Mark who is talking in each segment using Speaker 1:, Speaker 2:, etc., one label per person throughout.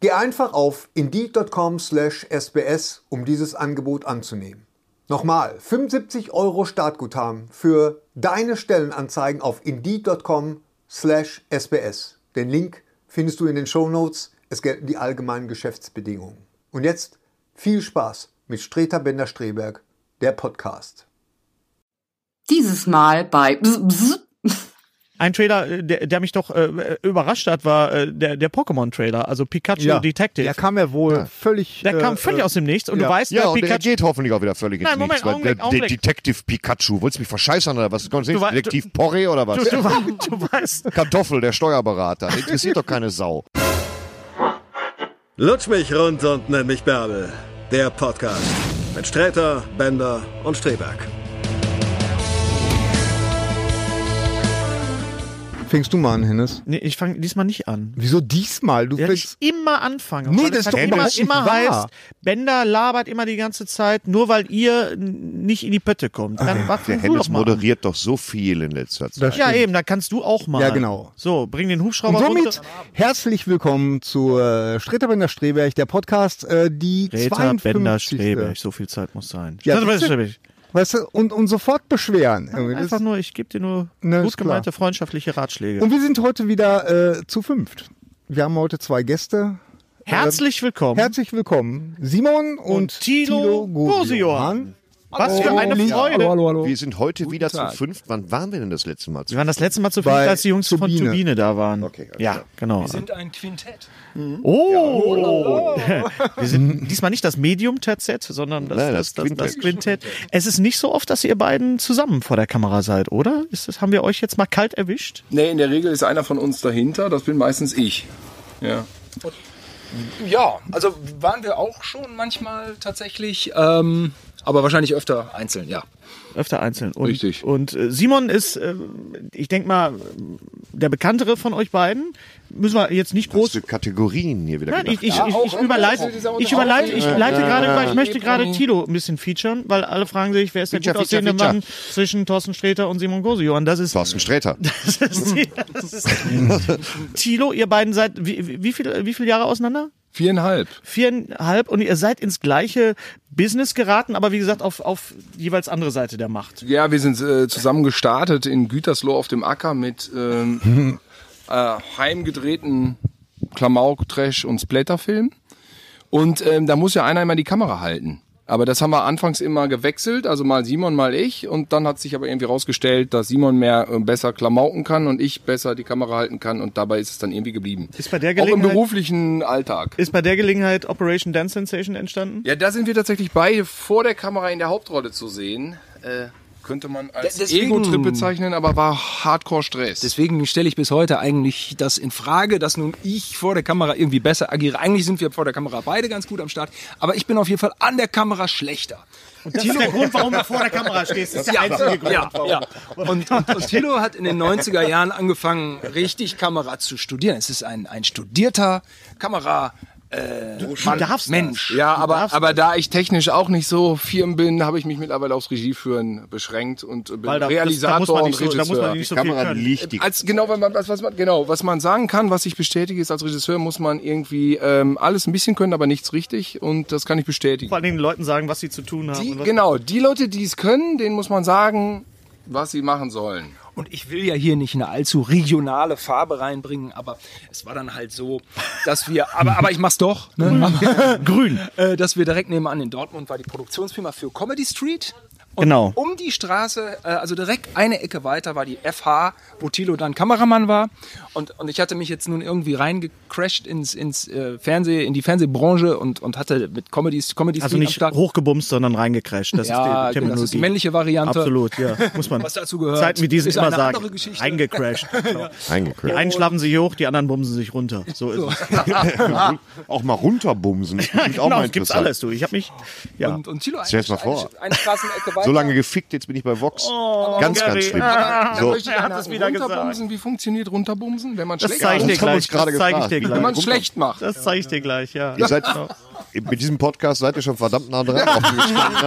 Speaker 1: Geh einfach auf indeed.com/sbs, um dieses Angebot anzunehmen. Nochmal, 75 Euro Startguthaben für deine Stellenanzeigen auf indeed.com/sbs. Den Link findest du in den Shownotes. Es gelten die allgemeinen Geschäftsbedingungen. Und jetzt viel Spaß mit Streter Bender-Streberg, der Podcast.
Speaker 2: Dieses Mal bei Bzz, Bzz.
Speaker 3: Ein Trailer, äh, der, der mich doch äh, überrascht hat, war äh, der, der Pokémon-Trailer, also Pikachu
Speaker 4: Ja.
Speaker 3: Detective.
Speaker 5: Der kam ja wohl völlig.
Speaker 3: Der
Speaker 5: äh,
Speaker 3: kam völlig
Speaker 5: äh,
Speaker 3: aus dem Nichts und
Speaker 5: ja.
Speaker 3: du weißt,
Speaker 4: Ja,
Speaker 3: der
Speaker 4: und der
Speaker 3: Pikachu.
Speaker 4: geht hoffentlich auch wieder völlig ins
Speaker 3: Nein, Moment,
Speaker 4: Nichts. weil
Speaker 3: Augenblick,
Speaker 4: der,
Speaker 3: Augenblick.
Speaker 4: der Detective Pikachu, wolltest du mich verscheißern oder was? Konntest du
Speaker 3: Du
Speaker 4: nicht
Speaker 3: wei-
Speaker 4: Detektiv Porre oder was?
Speaker 3: Du, du, du weißt,
Speaker 4: Kartoffel, der Steuerberater. Interessiert doch keine Sau.
Speaker 6: Lutsch mich rund und nenn mich Bärbel. Der Podcast mit Sträter, Bender und Streberg.
Speaker 1: Fängst du mal an, Hennes?
Speaker 3: nee, ich fange diesmal nicht an.
Speaker 5: Wieso diesmal? Du
Speaker 3: Ja, ich
Speaker 5: fängst.
Speaker 3: immer anfangen.
Speaker 5: Nee,
Speaker 3: weil
Speaker 5: das
Speaker 3: es
Speaker 5: ist doch
Speaker 3: immer,
Speaker 5: überhaupt nicht
Speaker 3: immer
Speaker 5: wahr.
Speaker 3: heißt, Bender labert immer die ganze Zeit, nur weil ihr n- nicht in die Pötte kommt. Dann wach
Speaker 4: Der
Speaker 3: du doch
Speaker 4: Hennes
Speaker 3: mal an.
Speaker 4: moderiert doch so viel in letzter Zeit.
Speaker 3: Ja, eben, da kannst du auch mal.
Speaker 5: Ja, genau.
Speaker 3: So, bring den Hubschrauber
Speaker 5: Und somit
Speaker 3: runter.
Speaker 5: herzlich willkommen zu äh, Streter Bender Streberg, der Podcast, äh, die
Speaker 3: Greta
Speaker 5: 52.
Speaker 3: Bender Strebech, so viel Zeit muss sein.
Speaker 5: Ja,
Speaker 3: Strebech,
Speaker 5: bitte?
Speaker 3: Strebech.
Speaker 5: Weißt du, und, und sofort beschweren. Irgendwie, das-
Speaker 3: Einfach nur, ich gebe dir nur
Speaker 5: Ne,
Speaker 3: gut
Speaker 5: ist klar.
Speaker 3: gemeinte freundschaftliche Ratschläge.
Speaker 5: Und wir sind heute wieder äh, zu fünft. Wir haben heute zwei Gäste.
Speaker 3: Herzlich willkommen.
Speaker 5: Herzlich willkommen, Simon und,
Speaker 3: Und Thilo Gosiohan. Was für
Speaker 5: Oh,
Speaker 3: eine
Speaker 5: Lisa.
Speaker 3: Freude.
Speaker 5: Hallo, hallo, hallo.
Speaker 4: Wir sind heute wieder
Speaker 5: Tag.
Speaker 4: zu fünft. Wann waren wir denn das letzte Mal?
Speaker 3: Wir
Speaker 4: Zu
Speaker 3: waren das letzte Mal zu viel,
Speaker 5: Bei
Speaker 3: als die Jungs von
Speaker 5: Turbine.
Speaker 3: Turbine da waren.
Speaker 4: Okay, alles
Speaker 3: ja,
Speaker 4: klar.
Speaker 3: genau. Mhm.
Speaker 7: Wir sind ein Quintett.
Speaker 3: oh! Wir sind diesmal nicht das Medium-Terzett, sondern das,
Speaker 4: Nein,
Speaker 3: das,
Speaker 4: das
Speaker 3: das, das,
Speaker 4: Quintett.
Speaker 3: Quintett. Es ist nicht so oft, dass ihr beiden zusammen vor der Kamera seid, oder? Ist das, haben wir euch jetzt mal kalt erwischt?
Speaker 8: Nee, in der Regel ist einer von uns dahinter, das bin meistens ich. Ja.
Speaker 7: Ja, also waren wir auch schon manchmal tatsächlich, ähm, aber wahrscheinlich öfter einzeln, ja.
Speaker 3: Öfter einzeln. Und,
Speaker 8: Richtig.
Speaker 3: Und äh, Simon ist, äh, ich denke mal, der bekanntere von euch beiden. Müssen wir jetzt nicht groß
Speaker 4: große Kategorien hier wieder
Speaker 3: Nein, ich,
Speaker 4: gedacht.
Speaker 3: ich,
Speaker 8: Ja,
Speaker 3: ich,
Speaker 8: auch-
Speaker 3: ich
Speaker 8: auch-
Speaker 3: überleite,
Speaker 8: auch dieser
Speaker 3: ich überleite, ich
Speaker 8: Unterhaltung.
Speaker 3: leite
Speaker 8: Ja,
Speaker 3: gerade,
Speaker 8: ja,
Speaker 3: weil ich
Speaker 8: ja.
Speaker 3: möchte gerade
Speaker 7: Promi.
Speaker 3: Tilo ein bisschen featuren, weil alle fragen sich, wer ist der
Speaker 4: Feature,
Speaker 3: gut aussehende
Speaker 4: feature,
Speaker 3: Mann zwischen Thorsten Sträter und Simon Gosio? Und das ist,
Speaker 4: Thorsten Sträter.
Speaker 3: das ist, das ist Tilo, ihr beiden seid wie, wie viel, wie viele Jahre auseinander?
Speaker 8: Viereinhalb.
Speaker 3: Viereinhalb und ihr seid ins gleiche Business geraten, aber wie gesagt, auf, auf jeweils andere Seite der Macht.
Speaker 8: Ja, wir sind äh, zusammen gestartet in Gütersloh auf dem Acker mit ähm, äh, heimgedrehten Klamauk, Trash und Splatterfilm. Und ähm, da muss ja einer immer die Kamera halten. Aber das haben wir anfangs immer gewechselt, also mal Simon, mal ich. Und dann hat sich aber irgendwie rausgestellt, dass Simon mehr äh, besser klamauken kann und ich besser die Kamera halten kann. Und dabei ist es dann irgendwie geblieben.
Speaker 3: Ist bei der
Speaker 8: Auch im
Speaker 3: Gelegenheit-
Speaker 8: beruflichen Alltag.
Speaker 3: Ist bei der Gelegenheit Operation Dance Sensation entstanden?
Speaker 8: Ja, da sind wir tatsächlich beide vor der Kamera in der Hauptrolle zu sehen. Äh, könnte man als
Speaker 7: D- deswegen-
Speaker 8: Ego-Trip bezeichnen, aber war Hardcore-Stress.
Speaker 7: Deswegen stelle ich bis heute eigentlich das in Frage, dass nun ich vor der Kamera irgendwie besser agiere. Eigentlich sind wir vor der Kamera beide ganz gut am Start, aber ich bin auf jeden Fall an der Kamera schlechter.
Speaker 3: Und das ist der Grund, warum du vor der Kamera stehst. Das ist der einzige Grund.
Speaker 7: ja, ja. Und, und, und Thilo hat in den 90er Jahren angefangen, richtig Kamera zu studieren. Es ist ein, ein studierter Kamera. Äh, Mann,
Speaker 3: darfst
Speaker 7: Mensch.
Speaker 8: ja, aber, aber da ich technisch auch nicht so firm bin, habe ich mich mittlerweile aufs Regieführen beschränkt und bin
Speaker 3: Weil da- das- da
Speaker 8: Realisator
Speaker 3: muss man
Speaker 8: und
Speaker 3: nicht so- da muss man
Speaker 8: Regisseur.
Speaker 3: nicht
Speaker 4: Die
Speaker 3: so viel Äh,
Speaker 4: Kamera
Speaker 3: können.
Speaker 4: liegt die.
Speaker 8: Als, genau, wenn man, was, was man, genau, was man sagen kann, was ich bestätige, ist, als Regisseur muss man irgendwie ähm, alles ein bisschen können, aber nichts richtig und das kann ich bestätigen.
Speaker 3: Vor allem den Leuten sagen, was sie zu tun haben.
Speaker 8: Die,
Speaker 3: und was
Speaker 8: genau, die Leute, die es können, denen muss man sagen, was sie machen sollen.
Speaker 7: Und ich will ja hier nicht eine allzu regionale Farbe reinbringen, aber es war dann halt so, dass wir, aber, aber ich mach's doch, ne? Grün. Äh, dass wir direkt nebenan in Dortmund war die Produktionsfirma für Comedy Street.
Speaker 3: Genau.
Speaker 7: um die Straße, äh, also direkt eine Ecke weiter, war die FH, wo Thilo dann Kameramann war. Und, und ich hatte mich jetzt nun irgendwie reingecrashed ins, ins äh, Fernseh, in die Fernsehbranche und, und hatte mit Comedies, Comedies
Speaker 3: Also nicht hochgebumst, sondern reingecrasht. Das
Speaker 7: Ja,
Speaker 3: ist die
Speaker 7: genau,
Speaker 3: Terminologie.
Speaker 7: das ist die männliche Variante.
Speaker 3: Absolut, ja. Muss man.
Speaker 7: Was dazu gehört,
Speaker 3: Zeiten wie diesen
Speaker 7: ist
Speaker 3: immer
Speaker 7: eine
Speaker 3: sagen.
Speaker 7: andere Geschichte.
Speaker 3: Reingecrasht. Genau. Die
Speaker 4: Eingekriegt.
Speaker 3: einen schlafen sich hoch, die anderen bumsen sich runter. So ist es.
Speaker 4: Auch mal runterbumsen. Das klingt auch
Speaker 3: Genau,
Speaker 4: mal
Speaker 3: es gibt's
Speaker 4: interessant.
Speaker 3: alles, du. Ich habe mich. Ja.
Speaker 7: Und, und Thilo
Speaker 4: Stell's mal
Speaker 7: eine- eine-
Speaker 4: vor.
Speaker 7: Eine Straßenecke weiter.
Speaker 4: So lange gefickt, jetzt bin ich bei Vox.
Speaker 3: Oh.
Speaker 4: ganz,
Speaker 3: Gary. Ah,
Speaker 4: ganz schlimm.
Speaker 7: Aber
Speaker 4: So.
Speaker 7: möchte ich
Speaker 3: Er hat
Speaker 7: einhaken.
Speaker 3: es wieder gesagt.
Speaker 7: Runterbumsen,
Speaker 8: Wie funktioniert Runterbumsen, wenn man
Speaker 3: Das
Speaker 8: schlecht
Speaker 3: zeige ich dir
Speaker 4: Das haben wir uns
Speaker 3: gleich.
Speaker 4: gerade
Speaker 3: Das zeige ich dir
Speaker 4: gefragt.
Speaker 8: wenn man
Speaker 3: gleich.
Speaker 4: Runter-
Speaker 8: schlecht macht?
Speaker 3: Das zeige ich dir gleich, ja.
Speaker 4: Ihr seid, mit diesem Podcast seid ihr schon verdammt nah dran. Auf die Geschichte.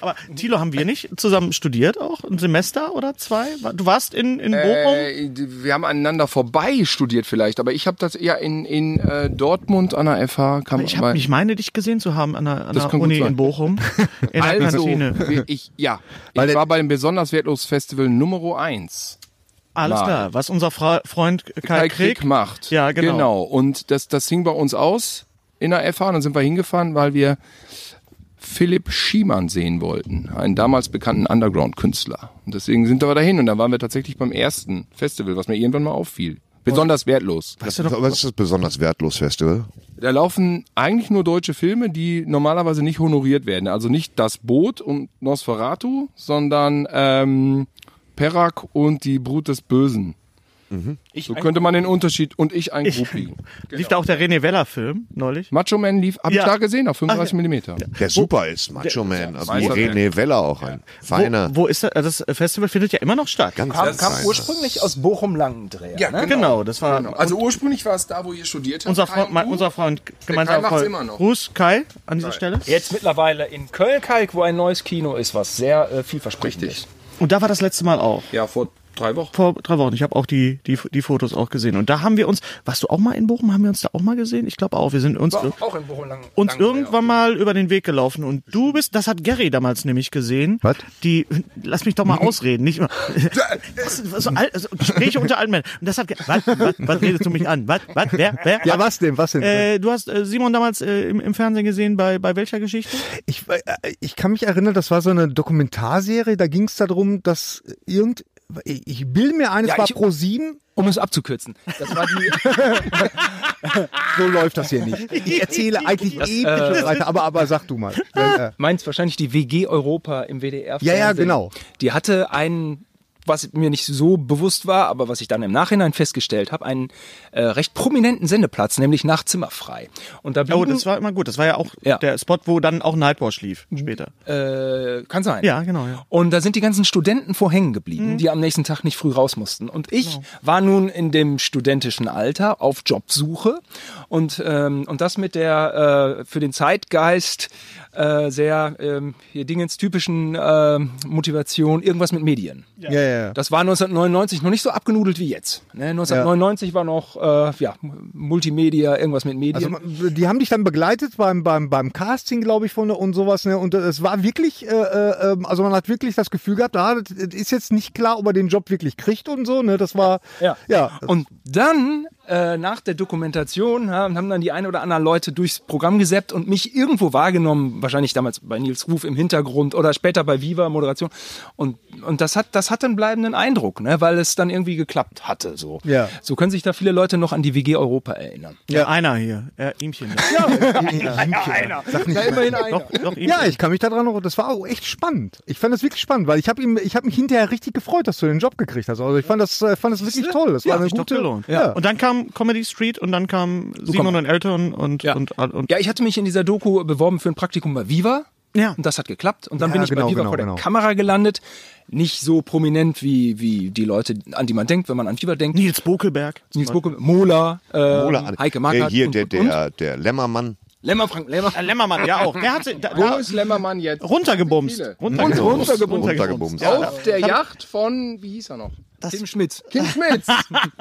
Speaker 3: Aber Thilo, haben wir nicht zusammen studiert auch? Ein Semester oder zwei? Du warst in, in Bochum?
Speaker 8: Äh, wir haben aneinander vorbei studiert vielleicht, aber ich habe das eher in, in äh, Dortmund an der FH kam
Speaker 3: Ich, hab, ich meine, dich gesehen zu haben an der, an der
Speaker 8: Hm, kann gut
Speaker 3: Uni
Speaker 8: sein.
Speaker 3: in Bochum. In der
Speaker 8: also,
Speaker 3: Kantine.
Speaker 8: wir- ich, ja, ich war bei dem besonders wertlos Festival Numero 1.
Speaker 3: Alles klar, was unser Fra Freund Kai,
Speaker 8: Kai
Speaker 3: Krieg,
Speaker 8: Krieg macht.
Speaker 3: Ja, genau.
Speaker 8: Und das, das hing bei uns aus in der FH. Und dann sind wir hingefahren, weil wir Philipp Schiemann sehen wollten, einen damals bekannten Underground-Künstler. Und deswegen sind wir dahin und dann waren wir tatsächlich beim ersten Festival, was mir irgendwann mal auffiel. Besonders wertlos.
Speaker 4: Das, aber das ist das besonders wertlos Festival.
Speaker 8: Da laufen eigentlich nur deutsche Filme, die normalerweise nicht honoriert werden. Also nicht Das Boot und Nosferatu, sondern ähm, Perak und die Brut des Bösen. so könnte man den Unterschied und ich ein Groupie.
Speaker 3: Lief da auch der René Weller-Film neulich?
Speaker 8: Macho Man lief, hab
Speaker 3: Ja.
Speaker 8: ich da gesehen, auf 35 Millimeter.
Speaker 4: Der super ist, Macho Man. Also
Speaker 8: Meister-
Speaker 4: René Weller auch ein feiner.
Speaker 3: Wo, wo ist das? Also, Das Festival findet ja immer noch statt.
Speaker 4: Ganz,
Speaker 7: Kam,
Speaker 4: ganz
Speaker 7: kam
Speaker 4: feiner.
Speaker 7: ursprünglich aus Bochum-Langendreher.
Speaker 8: Ja,
Speaker 7: ne?
Speaker 3: genau, das war
Speaker 8: Also ursprünglich war es da, wo ihr studiert habt.
Speaker 3: unser,
Speaker 8: Kai
Speaker 3: Freund,
Speaker 8: und
Speaker 3: mein,
Speaker 8: du.
Speaker 3: unser Freund, gemeinsamer
Speaker 8: macht's
Speaker 3: Freund.
Speaker 8: immer noch.
Speaker 3: Gruß Kai an dieser Stelle.
Speaker 7: Jetzt mittlerweile in Köln-Kalk, wo ein neues Kino ist, was sehr äh, vielversprechend
Speaker 8: Richtig.
Speaker 7: ist.
Speaker 3: Und da war das letzte Mal auch.
Speaker 8: Ja, vor drei Wochen.
Speaker 3: Vor drei Wochen. Ich habe auch die, die, die Fotos auch gesehen. Und da haben wir uns, warst du auch mal in Bochum? Haben wir uns da auch mal gesehen? Ich glaube auch. Wir sind uns,
Speaker 7: War Auch in Bochum-Langendreher.
Speaker 3: uns irgendwann mal über den Weg gelaufen. Und du bist, das hat Gary damals nämlich gesehen.
Speaker 5: Was?
Speaker 3: Die, lass mich doch mal ausreden. Nicht immer. Das, ist so alt, also Gespräche unter allen Männern. Und das hat, Ge- was, was, was redest du mich an? Was, was, wer, wer?
Speaker 5: Ja, was denn, was denn?
Speaker 3: Äh, du hast äh, Simon damals äh, im, im Fernsehen gesehen, bei, bei welcher Geschichte?
Speaker 5: Ich, äh, ich kann mich erinnern, das war so eine Dokumentarserie, da ging es darum, dass irgend. Ich ich bilde mir ein, es
Speaker 7: Ja,
Speaker 5: war
Speaker 7: ich-
Speaker 5: Pro 7.
Speaker 7: Um es abzukürzen. Das war die,
Speaker 5: So läuft das hier nicht. Ich erzähle eigentlich
Speaker 7: äh,
Speaker 5: ewig und weiter, aber, aber sag du mal. Äh, äh,
Speaker 7: meins wahrscheinlich die WG Europa im WDR.
Speaker 5: Ja, ja, genau.
Speaker 7: Die hatte einen, was mir nicht so bewusst war, aber was ich dann im Nachhinein festgestellt habe, einen äh, recht prominenten Sendeplatz, nämlich nach Zimmerfrei. Und da blieben,
Speaker 3: Oh, das war immer gut. Das war ja Mhm. auch
Speaker 7: Ja.
Speaker 3: der Spot, wo dann auch Nightwatch lief später.
Speaker 7: äh, kann sein.
Speaker 3: Ja, genau, ja. Mhm.
Speaker 7: Und da sind die ganzen Studenten vor hängen geblieben, die am nächsten Tag nicht früh raus mussten. Und ich
Speaker 3: Genau.
Speaker 7: war nun in dem studentischen Alter auf Jobsuche und, ähm, und das mit der äh, für den Zeitgeist äh, sehr ähm, hier Dingens typischen äh, Motivation, irgendwas mit Medien.
Speaker 5: ja, ja, ja.
Speaker 7: Das war 1999 noch nicht so abgenudelt wie jetzt. Ne? 1999 war noch äh, ja, Multimedia, irgendwas mit Medien.
Speaker 5: Also, man- die haben dich dann begleitet beim, beim, beim Casting, glaube ich, von und sowas. Ne? Und es war wirklich, äh, äh, ähm, also man hat wirklich das Gefühl gehabt, ah, das das ist jetzt nicht klar, ob er den Job wirklich kriegt und so. Ne? Das war,
Speaker 7: Ja.
Speaker 5: ja.
Speaker 7: Und dann, äh, nach der Dokumentation, haben, haben dann die ein oder anderen Leute durchs Programm gesäppt und mich irgendwo wahrgenommen, wahrscheinlich damals bei Nils Ruf im Hintergrund oder später bei Viva Moderation. Und, und das hat, das hat einen bleibenden Eindruck, ne, weil es dann irgendwie geklappt hatte, so.
Speaker 5: Ja.
Speaker 7: So können sich da viele Leute noch an die WG Europa erinnern.
Speaker 3: Ja, einer hier. Äh, Ihmchen.
Speaker 7: Ja, immerhin einer.
Speaker 3: Doch, doch, Ihmchen.
Speaker 5: Ja, ich kann mich daran noch. Das war auch echt spannend. Ich fand das wirklich spannend, weil ich habe ihm, ich habe mich hinterher richtig gefreut, dass du den Job gekriegt hast. Also ich fand das, äh, fand das wirklich toll. Das war eine
Speaker 3: Sich doch
Speaker 5: gute.
Speaker 3: gelohnt.
Speaker 5: Ja.
Speaker 3: Und dann kam Comedy Street und dann kam Simon und Elton und,
Speaker 7: Ja.
Speaker 3: und, und
Speaker 7: Ja, ich hatte mich in dieser Doku beworben für ein Praktikum bei Viva.
Speaker 3: Ja.
Speaker 7: Und das hat geklappt. Und dann
Speaker 5: Ja,
Speaker 7: bin ich
Speaker 5: genau,
Speaker 7: bei Viva
Speaker 5: genau,
Speaker 7: vor der
Speaker 5: genau.
Speaker 7: Kamera gelandet. Nicht so prominent wie, wie die Leute, an die man denkt, wenn man an Viva denkt.
Speaker 3: Nils Bokelberg.
Speaker 7: Nils Bucke, Mola, äh,
Speaker 4: Oder an-
Speaker 7: Heike Markert.
Speaker 4: äh, Hier,
Speaker 7: und,
Speaker 4: der,
Speaker 7: und, und.
Speaker 4: der, der Lämmermann.
Speaker 7: Lämmer, Frank Lämmer.
Speaker 3: Äh, Lämmermann, ja auch. Der hat sie da,
Speaker 8: Wo
Speaker 3: da,
Speaker 8: ist Lämmermann jetzt?
Speaker 3: runtergebumst.
Speaker 8: Viele.
Speaker 3: Runtergebumst.
Speaker 4: Runtergebumst. Genau, Runtergebumst.
Speaker 3: Ja,
Speaker 8: Auf der Yacht von, wie hieß er noch?
Speaker 7: Tim Schmitz.
Speaker 8: Kim Schmitz.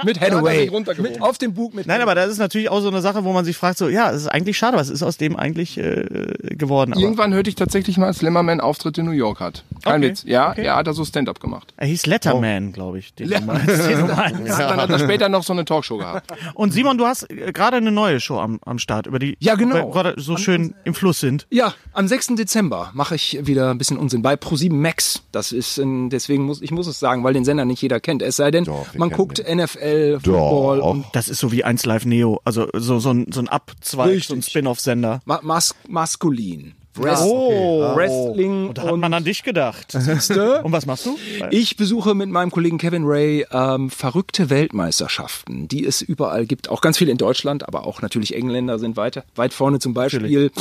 Speaker 7: Mit
Speaker 8: Da hat er
Speaker 7: Hathaway.
Speaker 8: sich runtergewogen.
Speaker 7: Mit auf dem Bug mit.
Speaker 3: Nein, aber das ist natürlich auch so eine Sache, wo man sich fragt, so, ja, es ist eigentlich schade, was ist aus dem eigentlich äh, geworden? Aber
Speaker 8: Irgendwann hörte ich tatsächlich mal, dass Lämmermann Auftritt in New York hat. Kein
Speaker 3: Okay,
Speaker 8: Witz. Ja,
Speaker 3: okay.
Speaker 8: er hat da so Stand-up gemacht.
Speaker 3: Er hieß
Speaker 7: Oh.
Speaker 3: Letterman, glaube ich. Den du meinst, den du meinst.
Speaker 8: Dann hat er später noch so eine Talkshow gehabt.
Speaker 3: Und Simon, du hast äh, gerade eine neue Show am, am Start, über die
Speaker 7: Ja, genau.
Speaker 3: wir gerade so schön im Fluss sind.
Speaker 7: Ja, am 6. Dezember mache ich wieder ein bisschen Unsinn bei Pro7 Max. Das ist ein, deswegen muss ich muss es sagen, weil den Sender nicht jeder kennt. Es sei denn,
Speaker 4: Doch, wir
Speaker 7: man
Speaker 4: kennen
Speaker 7: guckt NFL, Football
Speaker 4: Doch.
Speaker 7: und
Speaker 3: Das ist so wie 1 Live Neo, also so, so ein, so ein Abzweig, so ein
Speaker 7: Richtig.
Speaker 3: Spin-off-Sender.
Speaker 7: Ma Mas Maskulin.
Speaker 3: Oh,
Speaker 7: Wrestling
Speaker 3: Und da hat man an dich gedacht. Und was machst du?
Speaker 7: Ich besuche mit meinem Kollegen Kevin Ray ähm, verrückte Weltmeisterschaften, die es überall gibt. Auch ganz viele in Deutschland, aber auch natürlich Engländer sind weiter, weit vorne zum Beispiel.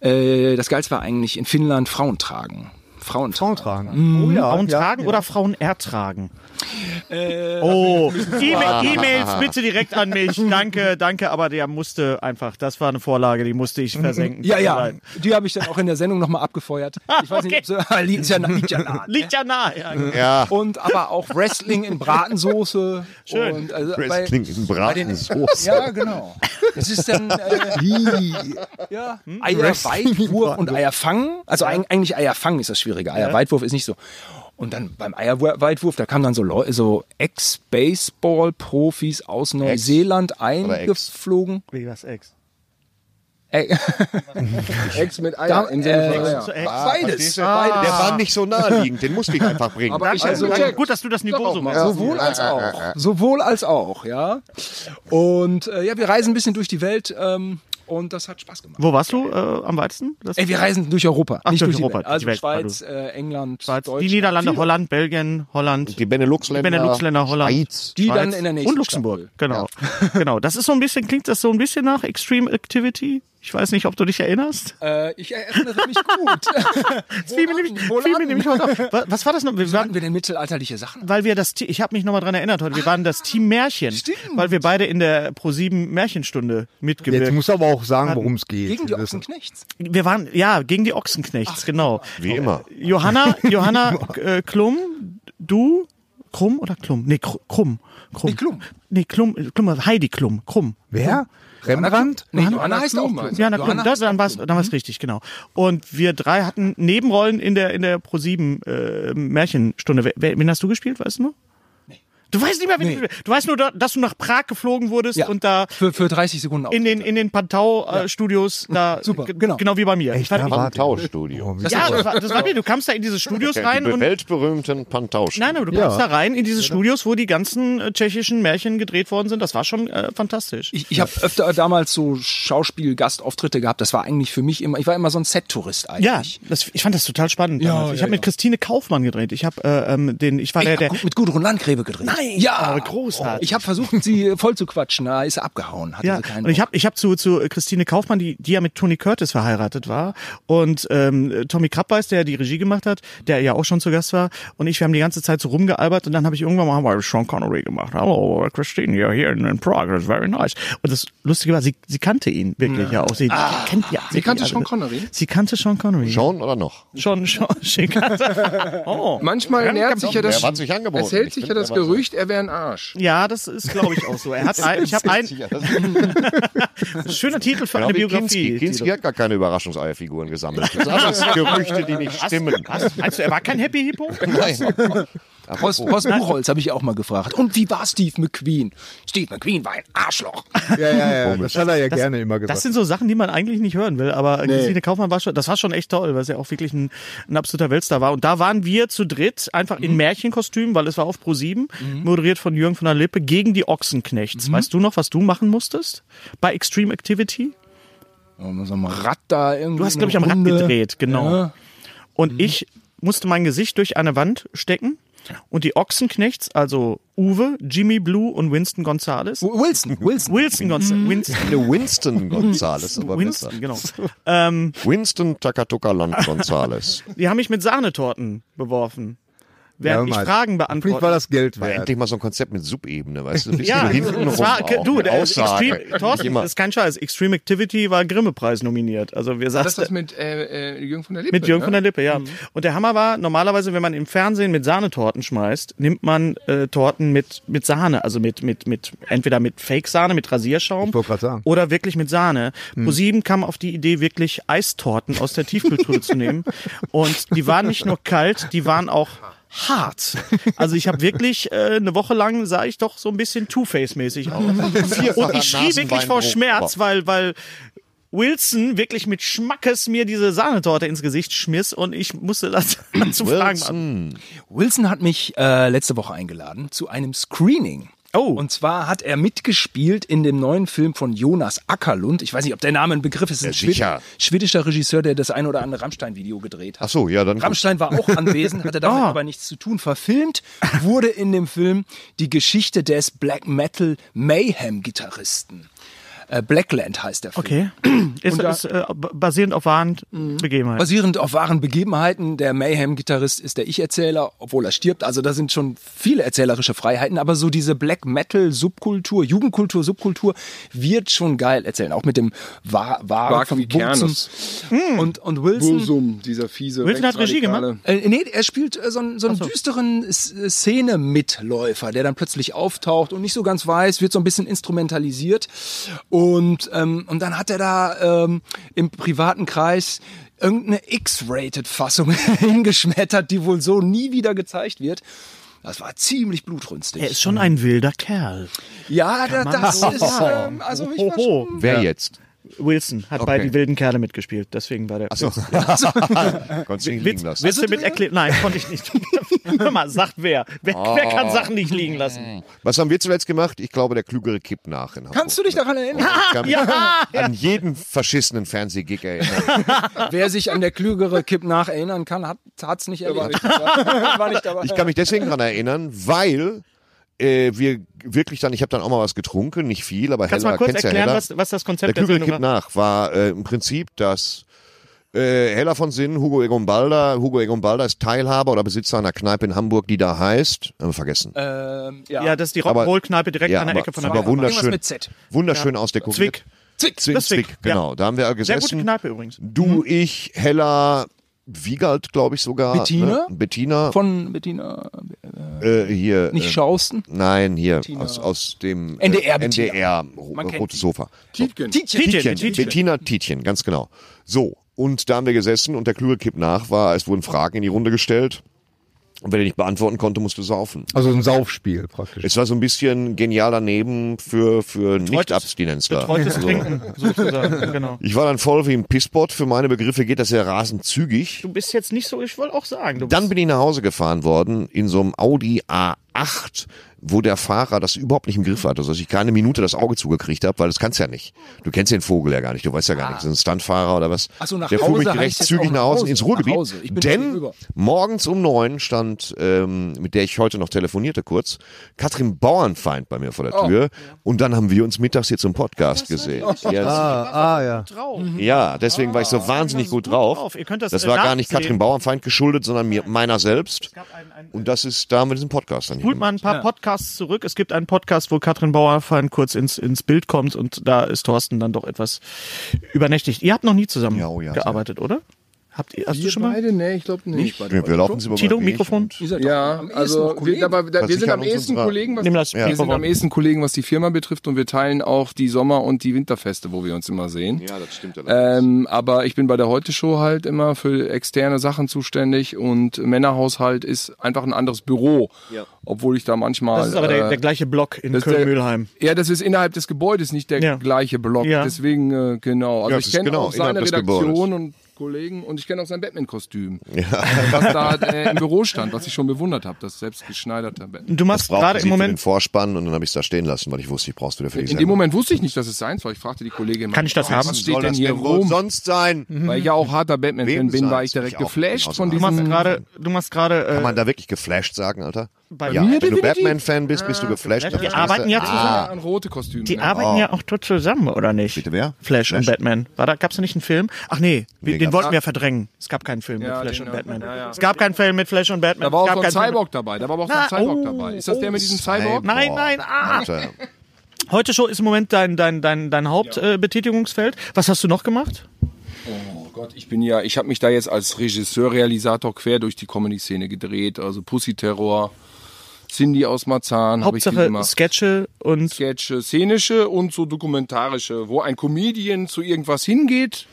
Speaker 7: Äh, das Geilste war eigentlich in Finnland Frauen tragen. Frauen tragen.
Speaker 5: Frauen
Speaker 3: Mhm.
Speaker 5: tragen. Oh ja.
Speaker 3: Frauen
Speaker 5: ja,
Speaker 3: tragen oder Frauen ertragen?
Speaker 7: Äh,
Speaker 3: oh, E-Mail- E-Mails bitte direkt an mich. Danke, danke, aber der musste einfach, das war eine Vorlage, die musste ich versenken.
Speaker 7: Ja,
Speaker 3: Tut mir
Speaker 7: ja,
Speaker 3: leid.
Speaker 7: die habe ich dann auch in der Sendung nochmal abgefeuert. Ich weiß nicht, ob sie, liegt ja, liegt ja nah.
Speaker 3: Liegt ja nah. Ja, genau.
Speaker 4: Ja,
Speaker 7: Und aber auch Wrestling in Bratensoße.
Speaker 3: Schön.
Speaker 7: Und also
Speaker 4: Wrestling in Bratensoße.
Speaker 7: Ja, genau. Das ist dann äh, ja,
Speaker 3: Hm?
Speaker 7: Eierweitwurf und Eierfangen. Also eig- eigentlich Eierfangen ist das Schwierige. Eierweitwurf ist nicht so. Und dann beim Eierweitwurf, da kamen dann so, Leu- so Ex-Baseball-Profis aus Neuseeland eingeflogen.
Speaker 3: Wie was Ex?
Speaker 7: Ey,
Speaker 8: Ex mit Eier. Im Sinne von Eier.
Speaker 3: Zu äh, Ex.
Speaker 7: Beides.
Speaker 3: Ah.
Speaker 4: Der
Speaker 7: Beides.
Speaker 4: war nicht so naheliegend, den musste ich einfach bringen.
Speaker 8: Aber ich also,
Speaker 3: Danke. Gut, dass du das Niveau so machst.
Speaker 7: Sowohl als auch. Sowohl als auch, ja. Und äh, ja, wir reisen ein bisschen durch die Welt ähm, und das hat Spaß gemacht.
Speaker 3: Wo warst du äh, am weitesten? Das
Speaker 7: Ey, wir reisen durch Europa.
Speaker 3: Ach,
Speaker 7: nicht
Speaker 3: durch
Speaker 7: durch, die
Speaker 3: Europa,
Speaker 7: Welt.
Speaker 3: die
Speaker 7: Also
Speaker 3: Welt,
Speaker 7: Schweiz, äh, England,
Speaker 3: Schweiz, die
Speaker 7: Deutschland.
Speaker 3: Niederlande,
Speaker 7: Viel-
Speaker 3: Holland, Belgien, Holland.
Speaker 4: die Benelux-Länder,
Speaker 3: Benelux-Länder, Holland.
Speaker 4: Schweiz.
Speaker 7: Genau. Die
Speaker 3: Schweiz
Speaker 7: dann in der nächsten
Speaker 3: Und Luxemburg, genau.
Speaker 7: Staffel.
Speaker 3: genau. Das ist so ein bisschen, klingt das so ein bisschen nach Extreme Activity? Ich weiß nicht, ob du dich erinnerst.
Speaker 7: Äh, ich erinnere mich gut.
Speaker 3: Fiel mir nämlich,
Speaker 7: Wohl
Speaker 3: fiel mir
Speaker 7: an.
Speaker 3: nämlich heute auf. Wa- Was war das noch? Wir waren,
Speaker 7: Hatten wir denn mittelalterliche Sachen?
Speaker 3: weil wir das Te- ich habe mich nochmal dran erinnert heute, wir waren das Team Märchen, weil wir beide in der Pro 7 Märchenstunde
Speaker 5: Jetzt
Speaker 3: mitgewirkt.
Speaker 5: musst du aber auch sagen, worum es geht.
Speaker 7: Gegen die
Speaker 5: Das-
Speaker 7: Ochsenknechts.
Speaker 3: Wir waren ja gegen die Ochsenknechts, genau.
Speaker 4: Wie immer.
Speaker 3: Johanna, Johanna äh, Klum, du Krumm oder Klum? Nee, Kr- Krumm. Krumm.
Speaker 7: Nee, Klum.
Speaker 3: Nee, Klum, äh, Klum, Heidi Klum, Krumm.
Speaker 5: Wer? Rembrandt?
Speaker 7: Nee, Johanna, heißt auch mal.
Speaker 3: Johanna Klum, das, dann war's, dann war's richtig, genau. Und wir drei hatten Nebenrollen in der, in der Pro 7 äh, Märchenstunde. Wer, wer, wen hast du gespielt, weißt du noch? Du weißt nicht mehr, wen du, du weißt nur, da- dass du nach Prag geflogen wurdest
Speaker 7: Ja.
Speaker 3: und da
Speaker 7: für, für 30 Sekunden auf.
Speaker 3: in den, in den Pantau-Studios da.
Speaker 7: Super,
Speaker 3: ge-
Speaker 7: genau.
Speaker 3: Genau wie bei mir. Ich war,
Speaker 5: Ja, warte.
Speaker 4: Pantau-Studio.
Speaker 3: ja, das war, das war mir. Du kamst da in diese Studios
Speaker 4: Die
Speaker 3: rein und.
Speaker 4: weltberühmten Pantau-Studio.
Speaker 3: Nein, aber du kamst da rein in diese Studios, wo die ganzen äh, tschechischen Märchen gedreht worden sind. Das war schon äh, fantastisch.
Speaker 7: Ich, ich habe öfter damals so Schauspiel-Gastauftritte gehabt. Das war eigentlich für mich immer, ich war immer so ein Set-Tourist
Speaker 3: ja,
Speaker 7: eigentlich.
Speaker 3: das, ich fand das total spannend. damals.
Speaker 7: ja,
Speaker 3: ich habe mit
Speaker 7: ja.
Speaker 3: Christine Kaufmann gedreht. Ich habe äh, ähm, den, ich war
Speaker 7: Ich
Speaker 3: der, der
Speaker 7: hab mit Gudrun Landgräbe gedreht.
Speaker 3: Nein,
Speaker 7: ja,
Speaker 3: aber großartig.
Speaker 7: Ich habe versucht, sie äh, voll zu quatschen. Da ist sie abgehauen. Hatte
Speaker 3: Ja,
Speaker 7: sie keinen
Speaker 3: und ich habe ich hab zu, zu Christine Kaufmann, die, die ja mit Tony Curtis verheiratet war und ähm, Tommy Krabbeis, der die Regie gemacht hat, der ja auch schon zu Gast war und ich, wir haben die ganze Zeit so rumgealbert und dann habe ich irgendwann mal haben wir Sean Connery gemacht. Hallo, Christine, you're here in, in Progress, very nice. Und das Lustige war, sie, sie kannte ihn wirklich ja, auch. Sie, sie kennt ja. Sie
Speaker 8: kannte
Speaker 3: also-
Speaker 8: Sean Connery?
Speaker 3: Sie kannte Sean Connery.
Speaker 4: Schon oder noch?
Speaker 3: Sean, Sean, sie kannte. Oh.
Speaker 8: Manchmal nährt sich ja das,
Speaker 4: Er hat sich angeboten.
Speaker 8: es hält
Speaker 4: Ich
Speaker 8: sich ja
Speaker 4: finde,
Speaker 8: das
Speaker 4: er war so-
Speaker 8: Gerücht, er wäre ein Arsch.
Speaker 3: Ja, das ist, glaube ich, auch so. Er hat, ein, ich habe einen
Speaker 4: Sicher, das-
Speaker 3: schöner Titel für
Speaker 4: Genau
Speaker 3: eine
Speaker 4: wie Kinski.
Speaker 3: Biografie.
Speaker 4: Kinski hat gar keine Überraschungseierfiguren gesammelt. Das sind alles Gerüchte, die nicht stimmen.
Speaker 3: Meinst du, Also, er war kein Happy Hippo?
Speaker 4: Nein.
Speaker 7: Horst, Horst Buchholz habe ich auch mal gefragt. Und wie war Steve McQueen? Steve McQueen war ein Arschloch.
Speaker 5: Ja, ja, ja. Das hat er ja gerne immer
Speaker 3: Das
Speaker 5: gesagt.
Speaker 3: sind so Sachen, die man eigentlich nicht hören will, aber Christine Kaufmann war schon, das war schon echt toll, weil sie auch wirklich ein, ein absoluter Weltstar war. Und da waren wir zu dritt einfach in Märchenkostüm, weil es war auf Pro7, moderiert von Jürgen von der Lippe, gegen die Ochsenknechts. Weißt du noch, was du machen musstest bei Extreme Activity?
Speaker 7: So ein Rad da irgendwie.
Speaker 3: Du hast,
Speaker 7: eine
Speaker 3: glaube ich, am Rad
Speaker 7: Runde.
Speaker 3: gedreht, genau.
Speaker 7: Ja.
Speaker 3: Und ich musste mein Gesicht durch eine Wand stecken und die Ochsenknechts, also Uwe, Jimmy Blue und Winston Gonzales.
Speaker 7: W- Wilson, Wilson.
Speaker 3: Wilson Gonzales. Winston.
Speaker 4: Eine Winston Gonzales, aber
Speaker 3: Winston,
Speaker 4: Winston,
Speaker 3: genau.
Speaker 4: Winston Takatuka Land Gonzales.
Speaker 3: Die haben mich mit Sahnetorten beworfen. während ich
Speaker 5: Ja, mal.
Speaker 3: Fragen
Speaker 5: Vielleicht
Speaker 3: beantworte.
Speaker 5: war das Geld
Speaker 4: War
Speaker 5: wert.
Speaker 4: endlich mal so ein Konzept mit Subebene, weißt du? Ein bisschen
Speaker 3: ja,
Speaker 4: hinten
Speaker 3: es
Speaker 4: rum
Speaker 3: war,
Speaker 4: auch,
Speaker 3: du,
Speaker 4: mit
Speaker 3: der
Speaker 4: Aussage.
Speaker 3: Extreme, Thorsten,
Speaker 4: Immer.
Speaker 3: das ist kein Scheiß. Extreme Activity war Grimme-Preis nominiert. Also wir
Speaker 8: Das ist das
Speaker 3: saßen
Speaker 8: mit äh, äh, Jürgen von der Lippe.
Speaker 3: mit Jürgen von der
Speaker 8: ne?
Speaker 3: Lippe, ja. Und der Hammer war, normalerweise, wenn man im Fernsehen mit Sahnetorten schmeißt, nimmt man äh, Torten mit, mit Sahne, also mit, mit, mit, entweder mit Fake-Sahne, mit Rasierschaum
Speaker 5: Ich wollte gerade sagen. Mhm.
Speaker 3: oder wirklich mit Sahne. ProSieben kam auf die Idee, wirklich Eistorten aus der Tiefkühltruhe zu nehmen. Und die waren nicht nur kalt, die waren auch hart. Also ich habe wirklich äh, eine Woche lang sah ich doch so ein bisschen Two-Face-mäßig aus. Und ich schrie wirklich vor Schmerz, weil, weil Wilson wirklich mit Schmackes mir diese Sahnetorte ins Gesicht schmiss und ich musste das zu fragen. beantworten.
Speaker 7: Wilson hat mich äh, letzte Woche eingeladen zu einem Screening.
Speaker 3: Oh.
Speaker 7: Und zwar hat er mitgespielt in dem neuen Film von Jonas Ackerlund. Ich weiß nicht, ob der Name ein Begriff ist. Ein
Speaker 4: Ja, sicher.
Speaker 7: Schwed- schwedischer Regisseur, der das ein oder andere Rammstein-Video gedreht hat.
Speaker 4: Ach so, ja, dann. gut. Ah.
Speaker 7: Rammstein war auch anwesend, hatte damit aber nichts zu tun. Verfilmt wurde in dem Film die Geschichte des Black Metal Mayhem Gitarristen. Äh, Blackland heißt der Film.
Speaker 3: Okay. Ist, ist äh, basierend auf wahren Begebenheiten.
Speaker 7: Basierend auf wahren Begebenheiten, der Mayhem-Gitarrist ist der Ich-Erzähler, obwohl er stirbt. Also da sind schon viele erzählerische Freiheiten, aber so diese Black Metal-Subkultur, Jugendkultur, Subkultur wird schon geil erzählen. Auch mit dem Wa- Wagen
Speaker 8: Wag
Speaker 7: von
Speaker 8: wie Kernes.
Speaker 7: Bumsen und, und Wilson.
Speaker 8: Bursum, dieser fiese.
Speaker 3: Wilson hat Regie
Speaker 8: Rechtsradikale.
Speaker 7: Äh, nee, er spielt äh, so einen, so einen düsteren S- äh, Szene-Mitläufer, der dann plötzlich auftaucht und nicht so ganz weiß, wird so ein bisschen instrumentalisiert. Und, ähm, und dann hat er da ähm, im privaten Kreis irgendeine X-Rated-Fassung hingeschmettert, die wohl so nie wieder gezeigt wird. Das war ziemlich blutrünstig.
Speaker 3: Er ist schon ein wilder Kerl.
Speaker 7: ja, da,
Speaker 3: man
Speaker 7: das
Speaker 3: so
Speaker 7: ist... Ähm, also ich war
Speaker 3: Oho.
Speaker 7: schon,
Speaker 4: Wer jetzt?
Speaker 3: Wilson hat bei Die wilden Kerle mitgespielt, deswegen war der. Achso,
Speaker 4: Konntest du nicht liegen
Speaker 3: Witz,
Speaker 4: lassen.
Speaker 3: willst du mit erklären? Nein, konnte ich nicht. Hör mal, sagt wer. Wer,
Speaker 4: Oh.
Speaker 3: wer kann Sachen nicht liegen lassen?
Speaker 4: Was haben wir zuletzt gemacht? Ich glaube, der Klügere kippt nach. In Hamburg.
Speaker 7: Kannst du dich daran erinnern?
Speaker 4: Ich kann mich
Speaker 3: Ja!
Speaker 4: an jeden verschissenen Fernsehgig erinnern.
Speaker 7: Wer sich an der klügere Kipp nach erinnern kann, hat es nicht erlebt. War nicht dabei.
Speaker 4: Ich kann mich deswegen daran erinnern, weil äh, wir wirklich dann, ich habe dann auch mal was getrunken, nicht viel, aber
Speaker 3: Kannst du mal
Speaker 4: Hella,
Speaker 3: kurz
Speaker 4: kennst
Speaker 3: erklären,
Speaker 4: ja Hella.
Speaker 3: was, was das
Speaker 4: Der
Speaker 3: Konzept der
Speaker 4: Kügel
Speaker 3: Sendung war?
Speaker 4: kippt nach war äh, im Prinzip, dass äh, Hella von Sinn, Hugo Egon Balder, Hugo Egon Balder ist Teilhaber oder Besitzer einer Kneipe in Hamburg, die da heißt, haben wir vergessen.
Speaker 7: Ähm,
Speaker 3: Ja, das ist die Rock'n'Roll-Kneipe direkt
Speaker 4: ja,
Speaker 3: an der
Speaker 4: aber-
Speaker 3: Ecke von
Speaker 4: aber
Speaker 3: der
Speaker 4: wunderschön.
Speaker 7: Irgendwas mit Z.
Speaker 4: Wunderschön ausdekoriert.
Speaker 3: Zwick.
Speaker 4: Zwick, Zwick,
Speaker 3: Das ist Zwick,
Speaker 4: Zwick genau. Da haben wir
Speaker 3: Sehr
Speaker 4: gesessen.
Speaker 3: gute Kneipe übrigens.
Speaker 4: Du, ich, Hella, Wiegald, glaube ich sogar.
Speaker 7: Bettina?
Speaker 4: Ne? Bettina.
Speaker 7: Von Bettina,
Speaker 4: äh, hier.
Speaker 7: nicht
Speaker 4: äh,
Speaker 7: Schausten.
Speaker 4: Nein, hier aus, aus dem äh,
Speaker 7: NDR Bettina.
Speaker 4: NDR ro-
Speaker 7: Man kennt
Speaker 4: rotes
Speaker 7: die.
Speaker 4: Sofa. So.
Speaker 8: Tietgen.
Speaker 3: Tietjen,
Speaker 4: Tietjen,
Speaker 3: Tietjen.
Speaker 4: Bettina Tietjen, ganz genau. So, und da haben wir gesessen und der kluge Kipp nach war, es wurden Fragen in die Runde gestellt. Und wenn er nicht beantworten konnte, musste saufen.
Speaker 5: Also ein Saufspiel praktisch.
Speaker 4: Es war so ein bisschen genial daneben für, für Nicht-Abstinenzler.
Speaker 3: Betreutes
Speaker 4: Also,
Speaker 3: Trinken, sozusagen. Genau.
Speaker 4: Ich war dann voll wie ein Pissbot. Für meine Begriffe geht das ja rasend zügig.
Speaker 3: Du bist jetzt nicht so, ich wollte auch sagen. Du
Speaker 4: Dann
Speaker 3: bist,
Speaker 4: bin ich nach Hause gefahren worden in so einem Audi A8, wo der Fahrer das überhaupt nicht im Griff hatte, dass ich keine Minute das Auge zugekriegt habe, weil das kannst du ja nicht. Du kennst den Vogel ja gar nicht, du weißt ja gar nicht, ist ein Stuntfahrer oder was.
Speaker 7: Ah. Ach so, nach
Speaker 4: der
Speaker 7: Hause
Speaker 4: fuhr mich
Speaker 7: heißt
Speaker 4: recht
Speaker 7: jetzt
Speaker 4: zügig nach
Speaker 7: auch nach
Speaker 4: Hause
Speaker 7: Hause.
Speaker 4: ins
Speaker 7: Nach
Speaker 4: Ruhrgebiet,
Speaker 7: Hause. Ich bin
Speaker 4: denn
Speaker 7: gegenüber.
Speaker 4: morgens um neun stand, ähm, mit der ich heute noch telefonierte kurz, Katrin Bauernfeind bei mir vor
Speaker 7: Oh.
Speaker 4: der Tür und dann haben wir uns mittags hier zum Podcast gesehen. Yes.
Speaker 5: Ah, ah, ja.
Speaker 3: drauf.
Speaker 4: Mhm. Ja, deswegen war ich so wahnsinnig gut drauf.
Speaker 3: Ah, also drauf. Ihr könnt das, äh,
Speaker 4: war gar nicht
Speaker 3: nachsehen.
Speaker 4: Katrin Bauernfeind geschuldet, sondern mir, meiner selbst.
Speaker 3: ein- ein-
Speaker 4: Und das ist da mit diesem Podcast dann hier
Speaker 3: Holt mal ein paar Podcasts zurück. Es gibt einen Podcast, wo Katrin Bauerfan kurz ins, ins Bild kommt und da ist Thorsten dann doch etwas übernächtigt. Ihr habt noch nie zusammen
Speaker 4: Ja, oh ja,
Speaker 3: gearbeitet, oder? Habt ihr, hast du
Speaker 8: Wir
Speaker 3: schon mal?
Speaker 8: beide? Nee, ich glaube nicht.
Speaker 4: gemacht. Wir, wir laufen sie über
Speaker 3: Tilo,
Speaker 4: den Weg
Speaker 3: Mikrofon.
Speaker 7: Ihr seid doch
Speaker 8: Ja,
Speaker 7: am ehesten
Speaker 8: also
Speaker 7: noch Kollegen.
Speaker 8: wir, aber, da, wir sind
Speaker 4: Versichern
Speaker 8: am
Speaker 4: uns
Speaker 8: ehesten
Speaker 4: unserer-
Speaker 8: Kollegen, was,
Speaker 3: Nimm das
Speaker 8: wir sind
Speaker 3: Mikrofon.
Speaker 8: am ehesten Kollegen, was die Firma betrifft und wir teilen auch die Sommer- und die Winterfeste, wo wir uns immer sehen.
Speaker 4: Ja, das stimmt allerdings.
Speaker 8: Ähm, aber ich bin bei der Heute-Show halt immer für externe Sachen zuständig und Männerhaushalt ist einfach ein anderes Büro. Obwohl ich da manchmal.
Speaker 3: Das ist aber der,
Speaker 8: äh,
Speaker 3: der gleiche Block in
Speaker 8: das ist der-
Speaker 3: Köln-Mühlheim.
Speaker 8: Ja, das ist innerhalb des Gebäudes, nicht der
Speaker 3: Ja.
Speaker 8: gleiche Block.
Speaker 3: Ja.
Speaker 8: Deswegen, äh, genau. Also
Speaker 4: Ja, das
Speaker 8: ich
Speaker 4: ist
Speaker 8: kenne
Speaker 4: genau,
Speaker 8: auch seine
Speaker 4: innerhalb des
Speaker 8: Redaktion
Speaker 4: Gebäudes.
Speaker 8: und Kollegen und ich kenne auch sein Batman-Kostüm. Was da äh, im Büro stand, was ich schon bewundert habe, das selbstgeschneiderte Batman.
Speaker 3: Du machst gerade im
Speaker 4: den
Speaker 3: Moment,
Speaker 4: Vorspann und dann habe ich es da stehen lassen, weil ich wusste, ich brauchst du dafür die
Speaker 8: In dem
Speaker 4: Sendung.
Speaker 8: Moment wusste ich nicht, dass es sein soll. Ich fragte die Kollegin,
Speaker 3: Kann ich das
Speaker 8: "Oh,
Speaker 3: haben?"
Speaker 8: Was
Speaker 4: Soll
Speaker 8: steht denn
Speaker 4: das
Speaker 8: hier
Speaker 4: denn wohl
Speaker 8: rum?
Speaker 4: sonst sein?
Speaker 7: Mhm.
Speaker 8: Weil ich ja auch harter Batman-Fan
Speaker 4: Wem
Speaker 8: bin, war
Speaker 4: sagt's?
Speaker 8: ich direkt
Speaker 4: Ich auch.
Speaker 8: geflasht
Speaker 4: Genauso
Speaker 8: von
Speaker 3: du machst
Speaker 8: diesem.
Speaker 3: gerade, du machst gerade,
Speaker 4: Kann man
Speaker 3: äh,
Speaker 4: da wirklich geflasht sagen, Alter?
Speaker 3: bei
Speaker 4: Ja,
Speaker 3: mir.
Speaker 4: wenn du Batman-Fan bist, bist du geflasht.
Speaker 3: Die
Speaker 4: davon.
Speaker 3: äh, arbeiten ja zusammen.
Speaker 4: Ah,
Speaker 8: An rote Kostüme. ne?
Speaker 3: Die arbeiten ja auch tot zusammen, oder nicht?
Speaker 4: oh. Bitte wer?
Speaker 3: Flash, und
Speaker 4: Flash.
Speaker 3: Batman. War da, gab's da nicht einen Film? Ach nee, wir-
Speaker 4: Nee,
Speaker 3: den
Speaker 4: gab's-
Speaker 3: wollten wir verdrängen. Es gab keinen Film
Speaker 8: Ja,
Speaker 3: mit Flash
Speaker 8: den-
Speaker 3: und Batman.
Speaker 8: ja, ja.
Speaker 3: Es gab keinen Film mit Flash und Batman.
Speaker 8: Da war
Speaker 3: es gab
Speaker 8: auch so ein
Speaker 3: keinen Film-
Speaker 8: Cyborg dabei. Da war aber auch so ein
Speaker 3: Na,
Speaker 8: Cyborg
Speaker 3: oh,
Speaker 8: dabei. Ist das der mit diesem
Speaker 4: Cyborg.
Speaker 8: Cyborg?
Speaker 3: Nein, nein, ah.
Speaker 4: Alter.
Speaker 3: Heute Show ist im Moment dein, dein, dein, dein Hauptbetätigungsfeld. Äh, Betätigungsfeld. Was hast du noch gemacht?
Speaker 8: Oh Gott, ich bin ja, ich habe mich da jetzt als Regisseur, Realisator quer durch die Comedy-Szene gedreht. Also Pussy Terror, Cindy aus Marzahn, habe ich viel
Speaker 3: Hauptsache
Speaker 8: gemacht.
Speaker 3: Sketche und
Speaker 8: Sketche, äh, szenische und so dokumentarische, wo ein Comedian zu irgendwas hingeht,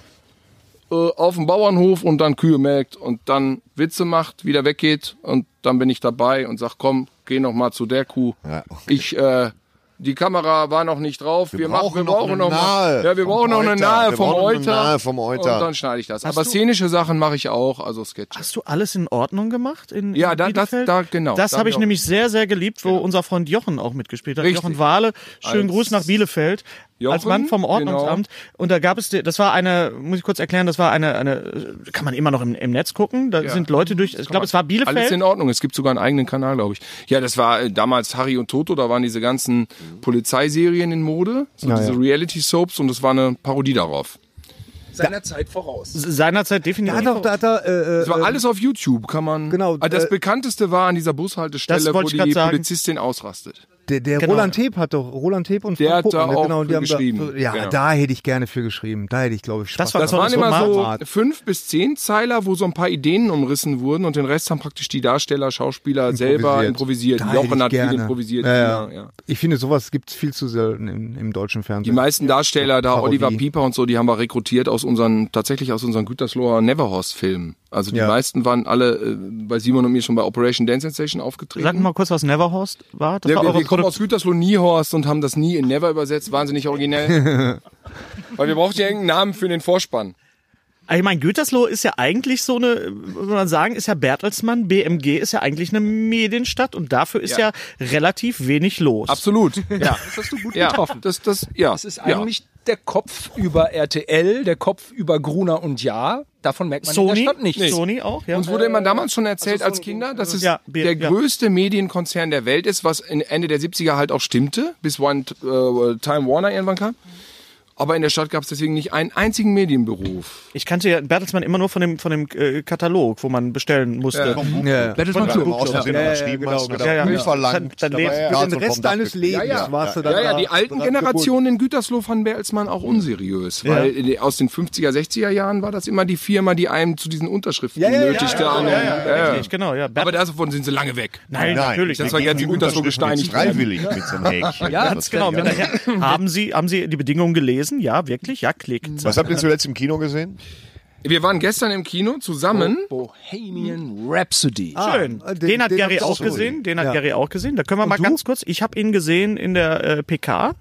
Speaker 8: äh, auf dem Bauernhof und dann Kühe melkt und dann Witze macht, wieder weggeht und dann bin ich dabei und sag, komm, geh noch mal zu der Kuh.
Speaker 4: Ja.
Speaker 8: Ich, äh, die Kamera war noch nicht drauf. Wir, machen, wir brauchen noch, mal. Ja, wir
Speaker 4: vom
Speaker 8: brauchen noch eine
Speaker 4: Euter.
Speaker 8: Nahe
Speaker 4: Wir
Speaker 8: vom
Speaker 4: brauchen eine
Speaker 8: Euter.
Speaker 4: Nahe vom Euter.
Speaker 8: Und dann schneide ich das.
Speaker 3: Hast
Speaker 8: Aber
Speaker 3: du-
Speaker 8: szenische Sachen mache ich auch, also Sketche.
Speaker 3: Hast du alles in Ordnung gemacht? In,
Speaker 8: Ja,
Speaker 3: in
Speaker 8: da- das-
Speaker 3: Bielefeld?
Speaker 8: da- genau.
Speaker 3: Das
Speaker 8: Da
Speaker 3: habe
Speaker 8: hab
Speaker 3: ich
Speaker 8: ich auch-
Speaker 3: nämlich sehr, sehr geliebt, wo unser Freund Jochen auch mitgespielt hat.
Speaker 8: Richtig.
Speaker 3: Jochen Wahle, schönen
Speaker 8: Als
Speaker 3: Gruß nach Bielefeld. als
Speaker 8: Jochen,
Speaker 3: Mann vom
Speaker 8: genau.
Speaker 3: Ordnungsamt. Und da gab es, die- das war eine, muss ich kurz erklären, das war eine, eine kann man immer noch im, im Netz gucken. Da sind Leute durch, ich glaube, es war Bielefeld.
Speaker 8: Alles in Ordnung. Es gibt sogar einen eigenen Kanal, glaube ich. Ja, das war äh, damals Harry und Toto. Da waren diese ganzen Polizeiserien in Mode, so diese Reality-Soaps und das war eine Parodie darauf. Seiner Zeit voraus.
Speaker 3: Seinerzeit definitiv.
Speaker 5: Da hat auch, da hat er, äh, äh,
Speaker 8: Das war alles auf YouTube, kann man.
Speaker 5: Genau,
Speaker 8: Ah, das
Speaker 5: äh,
Speaker 8: bekannteste war an dieser Bushaltestelle,
Speaker 3: Das
Speaker 8: wo
Speaker 3: wollte ich grad
Speaker 8: die
Speaker 3: sagen.
Speaker 8: Polizistin ausrastet.
Speaker 5: der, der
Speaker 3: Genau.
Speaker 5: Roland Teb hat doch, Roland Teb und
Speaker 8: Der
Speaker 5: Frank
Speaker 8: hat da
Speaker 5: Koppenberg,
Speaker 8: auch
Speaker 5: genau, und die
Speaker 8: für
Speaker 5: haben da-
Speaker 8: geschrieben.
Speaker 5: ja,
Speaker 8: Genau.
Speaker 5: da hätte ich gerne für geschrieben. Da hätte ich, glaube ich, Spaß
Speaker 3: war
Speaker 5: dran.
Speaker 3: toll.
Speaker 8: waren
Speaker 3: so
Speaker 8: immer so
Speaker 5: Format.
Speaker 8: fünf bis zehn Zeiler, wo so ein paar Ideen umrissen wurden und den Rest haben praktisch die Darsteller, Schauspieler selber improvisiert.
Speaker 5: Da hätte
Speaker 8: Jochen
Speaker 5: ich
Speaker 8: hat viel
Speaker 5: gerne.
Speaker 8: improvisiert. genau,
Speaker 5: Ja, ja.
Speaker 8: Ja, ja.
Speaker 5: Ich finde, sowas gibt es viel zu selten im, im deutschen
Speaker 8: Die
Speaker 5: Fernsehen.
Speaker 8: meisten Darsteller da,
Speaker 5: Parodie.
Speaker 8: Oliver Pieper und so, die haben wir rekrutiert aus unseren, tatsächlich aus unseren Gütersloher Neverhorst-Filmen. Also die
Speaker 5: Ja.
Speaker 8: meisten waren alle äh, bei Simon und mir schon bei Operation Dance Sensation aufgetreten.
Speaker 3: Sag mir mal kurz, was Neverhorst war. Das
Speaker 8: wir,
Speaker 3: war
Speaker 8: wir,
Speaker 3: eure
Speaker 8: wir kommen
Speaker 3: Produkt-
Speaker 8: aus Gütersloh Niehorst und haben das nie in Never übersetzt, wahnsinnig originell. Weil wir brauchten ja irgendeinen Namen für den Vorspann.
Speaker 3: Also Ich meine, Gütersloh ist ja eigentlich so eine, würde man sagen, ist ja Bertelsmann, BMG ist ja eigentlich eine Medienstadt und dafür ist ja,
Speaker 8: Ja.
Speaker 3: relativ wenig los.
Speaker 8: Absolut. Ja.
Speaker 7: Das hast du gut
Speaker 8: Ja,
Speaker 7: getroffen.
Speaker 8: das, das, ja.
Speaker 7: Das ist eigentlich der Kopf über RTL, der Kopf über Gruner und Ja. Davon merkt man in
Speaker 3: Sony,
Speaker 7: der Stadt nichts.
Speaker 3: Sony auch, ja.
Speaker 8: Uns wurde immer damals schon erzählt als Kinder, dass es
Speaker 3: Ja, Bier,
Speaker 8: der
Speaker 3: ja.
Speaker 8: größte Medienkonzern der Welt ist, was in Ende der 70er halt auch stimmte, bis One, äh, Time Warner irgendwann kam. Aber in der Stadt gab es deswegen nicht einen einzigen Medienberuf.
Speaker 3: ich kannte ja Bertelsmann immer nur von dem, von dem äh, Katalog, wo man bestellen musste.
Speaker 5: Ja, ja.
Speaker 4: Wenn du mal aus Versehen unterschrieben hast, gedacht,
Speaker 3: Ja, ja.
Speaker 4: Bild verlangt.
Speaker 3: Dann- dann
Speaker 4: dabei
Speaker 3: lebst du
Speaker 4: Herz
Speaker 5: Den
Speaker 4: und vom
Speaker 5: Rest
Speaker 4: Dach
Speaker 5: deines
Speaker 4: gekriegt.
Speaker 5: Lebens warst du dann
Speaker 8: Ja, ja,
Speaker 5: da-
Speaker 8: die alten
Speaker 5: dran gebunden.
Speaker 8: Generationen in Gütersloh fanden Bertelsmann auch unseriös, weil in- aus den 50er, 60er Jahren war das immer die Firma, die einem zu diesen Unterschriften
Speaker 5: ja, ja,
Speaker 8: nötigte. an den- ja, ja.
Speaker 3: Richtig, genau, ja.
Speaker 8: Aber
Speaker 3: Bert-
Speaker 8: davon sind sie lange weg.
Speaker 3: nein,
Speaker 4: Nein,
Speaker 3: natürlich
Speaker 4: das
Speaker 8: war
Speaker 3: nicht.
Speaker 8: jetzt in Gütersloh gesteinigt.
Speaker 4: Freiwillig mit so einem Häkchen.
Speaker 7: Ja,
Speaker 4: Das
Speaker 7: ganz
Speaker 4: ist
Speaker 3: Genau,
Speaker 4: ja-
Speaker 3: mit der, haben, Sie, haben Sie die Bedingungen gelesen? Ja, wirklich? Ja, klick.
Speaker 4: Was habt ihr zuletzt im Kino gesehen?
Speaker 8: Wir waren gestern im Kino zusammen.
Speaker 7: Bohemian Rhapsody.
Speaker 3: Schön.
Speaker 5: Ah,
Speaker 3: Den,
Speaker 5: den-
Speaker 3: hat
Speaker 5: den
Speaker 3: Gary
Speaker 5: hab ich auch
Speaker 3: auch
Speaker 5: so
Speaker 3: gesehen. Den hat
Speaker 5: Ja.
Speaker 3: Gary auch gesehen. Da können wir mal ganz kurz. Ich habe ihn gesehen in der äh,
Speaker 5: Mhm.
Speaker 3: PK.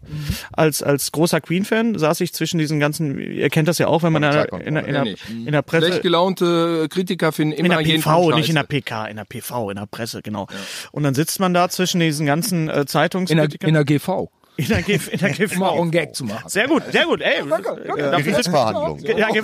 Speaker 3: Als, als großer Queen-Fan saß ich zwischen diesen ganzen. Ihr kennt das ja auch, wenn man in der, in der, in der, in der Presse.
Speaker 8: Schlecht gelaunte Kritiker finden
Speaker 3: In
Speaker 8: immer
Speaker 3: der
Speaker 8: jeden
Speaker 3: PV,
Speaker 8: Scheiße.
Speaker 3: nicht in der PK, in der PV, in der Presse, genau. Und dann sitzt man da zwischen diesen ganzen äh, Zeitungs
Speaker 7: In der, in der GV.
Speaker 3: in der, GV in der GV.
Speaker 7: Mal um Gag zu machen.
Speaker 3: Sehr gut, sehr gut, ey. Dafür bist-
Speaker 4: Gerichtsverhandlung.
Speaker 3: Ja, ge-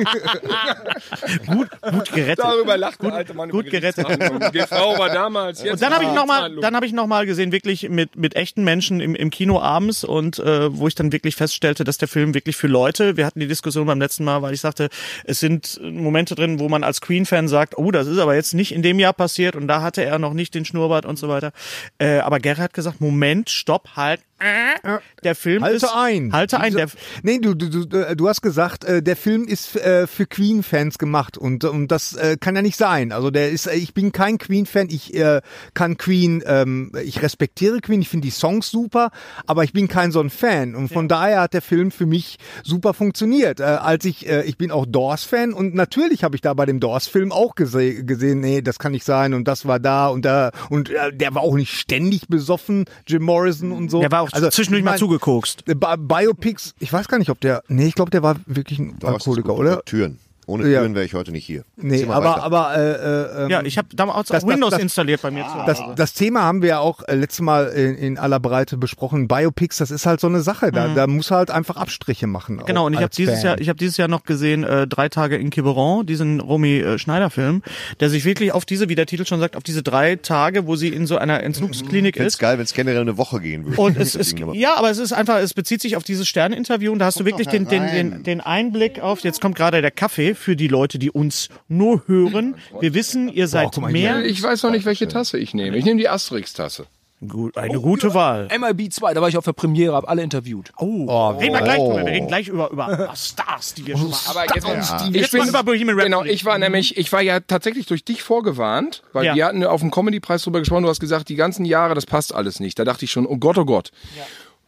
Speaker 3: gut, gut gerettet.
Speaker 8: Darüber lacht der alte Mann. über
Speaker 3: gut gerettet.
Speaker 8: Gerichtsverhandlung. Die Frau war damals. Jetzt
Speaker 3: Und dann habe ich
Speaker 8: ist
Speaker 3: noch mal,
Speaker 8: Zahnlung.
Speaker 3: dann habe ich noch mal gesehen, wirklich mit mit echten Menschen im, im Kino abends und äh, wo ich dann wirklich feststellte, dass der Film wirklich für Leute. Wir hatten die Diskussion beim letzten Mal, weil ich sagte, es sind äh, Momente drin, wo man als Queen-Fan sagt, oh, das ist aber jetzt nicht in dem Jahr passiert und da hatte er noch nicht den Schnurrbart und so weiter. Äh, aber Gerhard hat gesagt, Moment, stopp, halt, äh, der Film ist,
Speaker 5: Halte ein.
Speaker 3: halte ein, der,
Speaker 5: Nee, du, du, du, äh, du hast gesagt, äh, der Film ist äh, für Queen-Fans gemacht und, und das äh, kann ja nicht sein. Also der ist, äh, ich bin kein Queen-Fan, ich äh, kann Queen, ähm, ich respektiere Queen, ich finde die Songs super, aber ich bin kein so ein Fan und von daher hat der Film für mich super funktioniert. Äh, als ich, äh, ich bin auch Doors-Fan und natürlich habe ich da bei dem Doors-Film auch gese gesehen, nee, das kann nicht sein und das war da und da und äh, der war auch nicht ständig besoffen, Jim Morrison und so. Also,
Speaker 3: der war auch zwischendurch
Speaker 5: ich
Speaker 3: mal
Speaker 5: mein, äh,
Speaker 3: zugekokst.
Speaker 5: Bi Biopics, ich weiß gar nicht, ob der. Nee, ich glaube, der war wirklich ein
Speaker 4: Da ist es
Speaker 5: Alkoholiker,
Speaker 4: gut.
Speaker 5: oder?
Speaker 4: Türen. Ohne
Speaker 5: Ja.
Speaker 4: Türen wäre ich heute nicht hier.
Speaker 5: Nee,
Speaker 4: Zieh mal
Speaker 5: aber,
Speaker 4: weiter.
Speaker 5: aber äh, äh, ähm,
Speaker 3: Ja, ich habe damals
Speaker 5: das-
Speaker 3: auch Windows
Speaker 5: das-
Speaker 3: installiert bei mir
Speaker 8: Ah,
Speaker 3: zu
Speaker 5: das,
Speaker 3: Hause.
Speaker 8: also.
Speaker 5: das Thema haben wir ja auch äh, letztes Mal in, in aller Breite besprochen. Biopics, das ist halt so eine Sache. Da, da muss halt einfach Abstriche machen.
Speaker 3: Mhm. Genau,
Speaker 5: auch
Speaker 3: und ich habe
Speaker 5: als
Speaker 3: dieses
Speaker 5: Fan.
Speaker 3: Jahr, ich habe dieses Jahr noch gesehen, äh, drei Tage in Quiberon, diesen Romy äh, Schneider-Film, der sich wirklich auf diese, wie der Titel schon sagt, auf diese drei Tage, wo sie in so einer Entzugsklinik
Speaker 4: Find's
Speaker 3: ist.
Speaker 4: geil, wenn es generell eine Woche gehen würde.
Speaker 3: Und es ist,
Speaker 4: Deswegen aber-
Speaker 3: ja, aber es ist einfach, es bezieht sich auf dieses Sterne-Interview und da hast du wirklich den, den, den, den Einblick auf, jetzt kommt gerade der Kaffee für die Leute, die uns nur hören. Wir wissen, ihr seid mehr.
Speaker 7: Ich weiß noch nicht, welche Tasse ich nehme. Ich nehme die Asterix-Tasse.
Speaker 3: Gut, eine gute Wahl.
Speaker 9: MLB 2, da war ich auf der Premiere, habe alle interviewt.
Speaker 3: Oh, reden wir gleich drüber. Wir reden gleich über, über Stars, die wir schon mal
Speaker 7: Aber jetzt,
Speaker 3: Jetzt mal über Bohemian Rhapsody.
Speaker 7: Genau, ich war nämlich, ich war ja tatsächlich durch dich vorgewarnt, weil
Speaker 3: Ja.
Speaker 7: wir hatten auf dem Comedy-Preis drüber gesprochen, du hast gesagt, die ganzen Jahre, das passt alles nicht. Da dachte ich schon, oh Gott, oh Gott.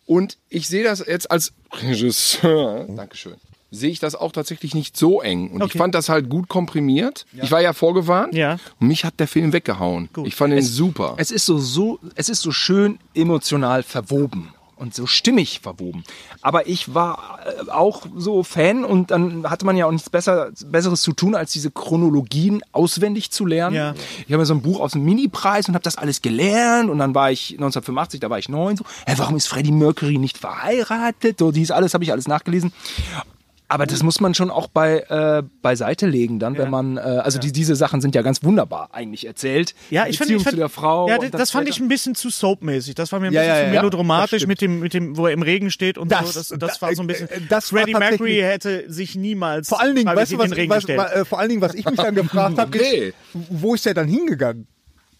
Speaker 7: Und ich sehe das jetzt als Regisseur, Dankeschön, sehe ich das auch tatsächlich nicht so eng. Und ich
Speaker 3: Okay.
Speaker 7: fand das halt gut komprimiert. Ich war ja vorgewarnt.
Speaker 3: Ja.
Speaker 7: Und mich hat der Film weggehauen. Ich fand ihn super.
Speaker 9: Es ist so, so, es ist so schön emotional verwoben und so stimmig verwoben. Aber ich war äh, auch so Fan und dann hatte man ja auch nichts besser, Besseres zu tun, als diese Chronologien auswendig zu lernen.
Speaker 3: Ja.
Speaker 9: Ich habe mir so ein Buch aus dem Mini-Preis und habe das alles gelernt und dann war ich 1985, da war ich neun, so, hey, warum ist Freddie Mercury nicht verheiratet? So dies alles, habe ich alles nachgelesen. Aber das muss man schon auch bei, äh, beiseite legen, dann, wenn man, äh, also die, diese Sachen sind ja ganz wunderbar eigentlich erzählt.
Speaker 3: Ja,
Speaker 9: Die
Speaker 3: ich fand,
Speaker 9: Beziehung
Speaker 3: ich fand
Speaker 9: zu der Frau.
Speaker 3: Ja,
Speaker 9: und
Speaker 3: das,
Speaker 9: dann
Speaker 3: das fand ich
Speaker 9: später-
Speaker 3: ein bisschen zu soapmäßig. Das war mir ein
Speaker 5: Ja,
Speaker 3: bisschen
Speaker 5: ja, ja,
Speaker 3: zu
Speaker 5: ja, das
Speaker 3: melodramatisch
Speaker 5: stimmt.
Speaker 3: mit dem, mit dem, wo er im Regen steht und
Speaker 5: Das-
Speaker 3: so. Das, das
Speaker 5: da-
Speaker 3: war so ein bisschen.
Speaker 5: äh, das war
Speaker 3: Freddie Mercury
Speaker 5: tatsächlich-
Speaker 3: hätte sich niemals
Speaker 5: Vor allen Dingen, weißt du,
Speaker 3: in
Speaker 5: was,
Speaker 3: den Regen
Speaker 5: was,
Speaker 3: gestellt.
Speaker 5: äh, vor allen Dingen, was ich mich dann gefragt habe,
Speaker 7: Okay.
Speaker 5: ist, wo ist der dann hingegangen?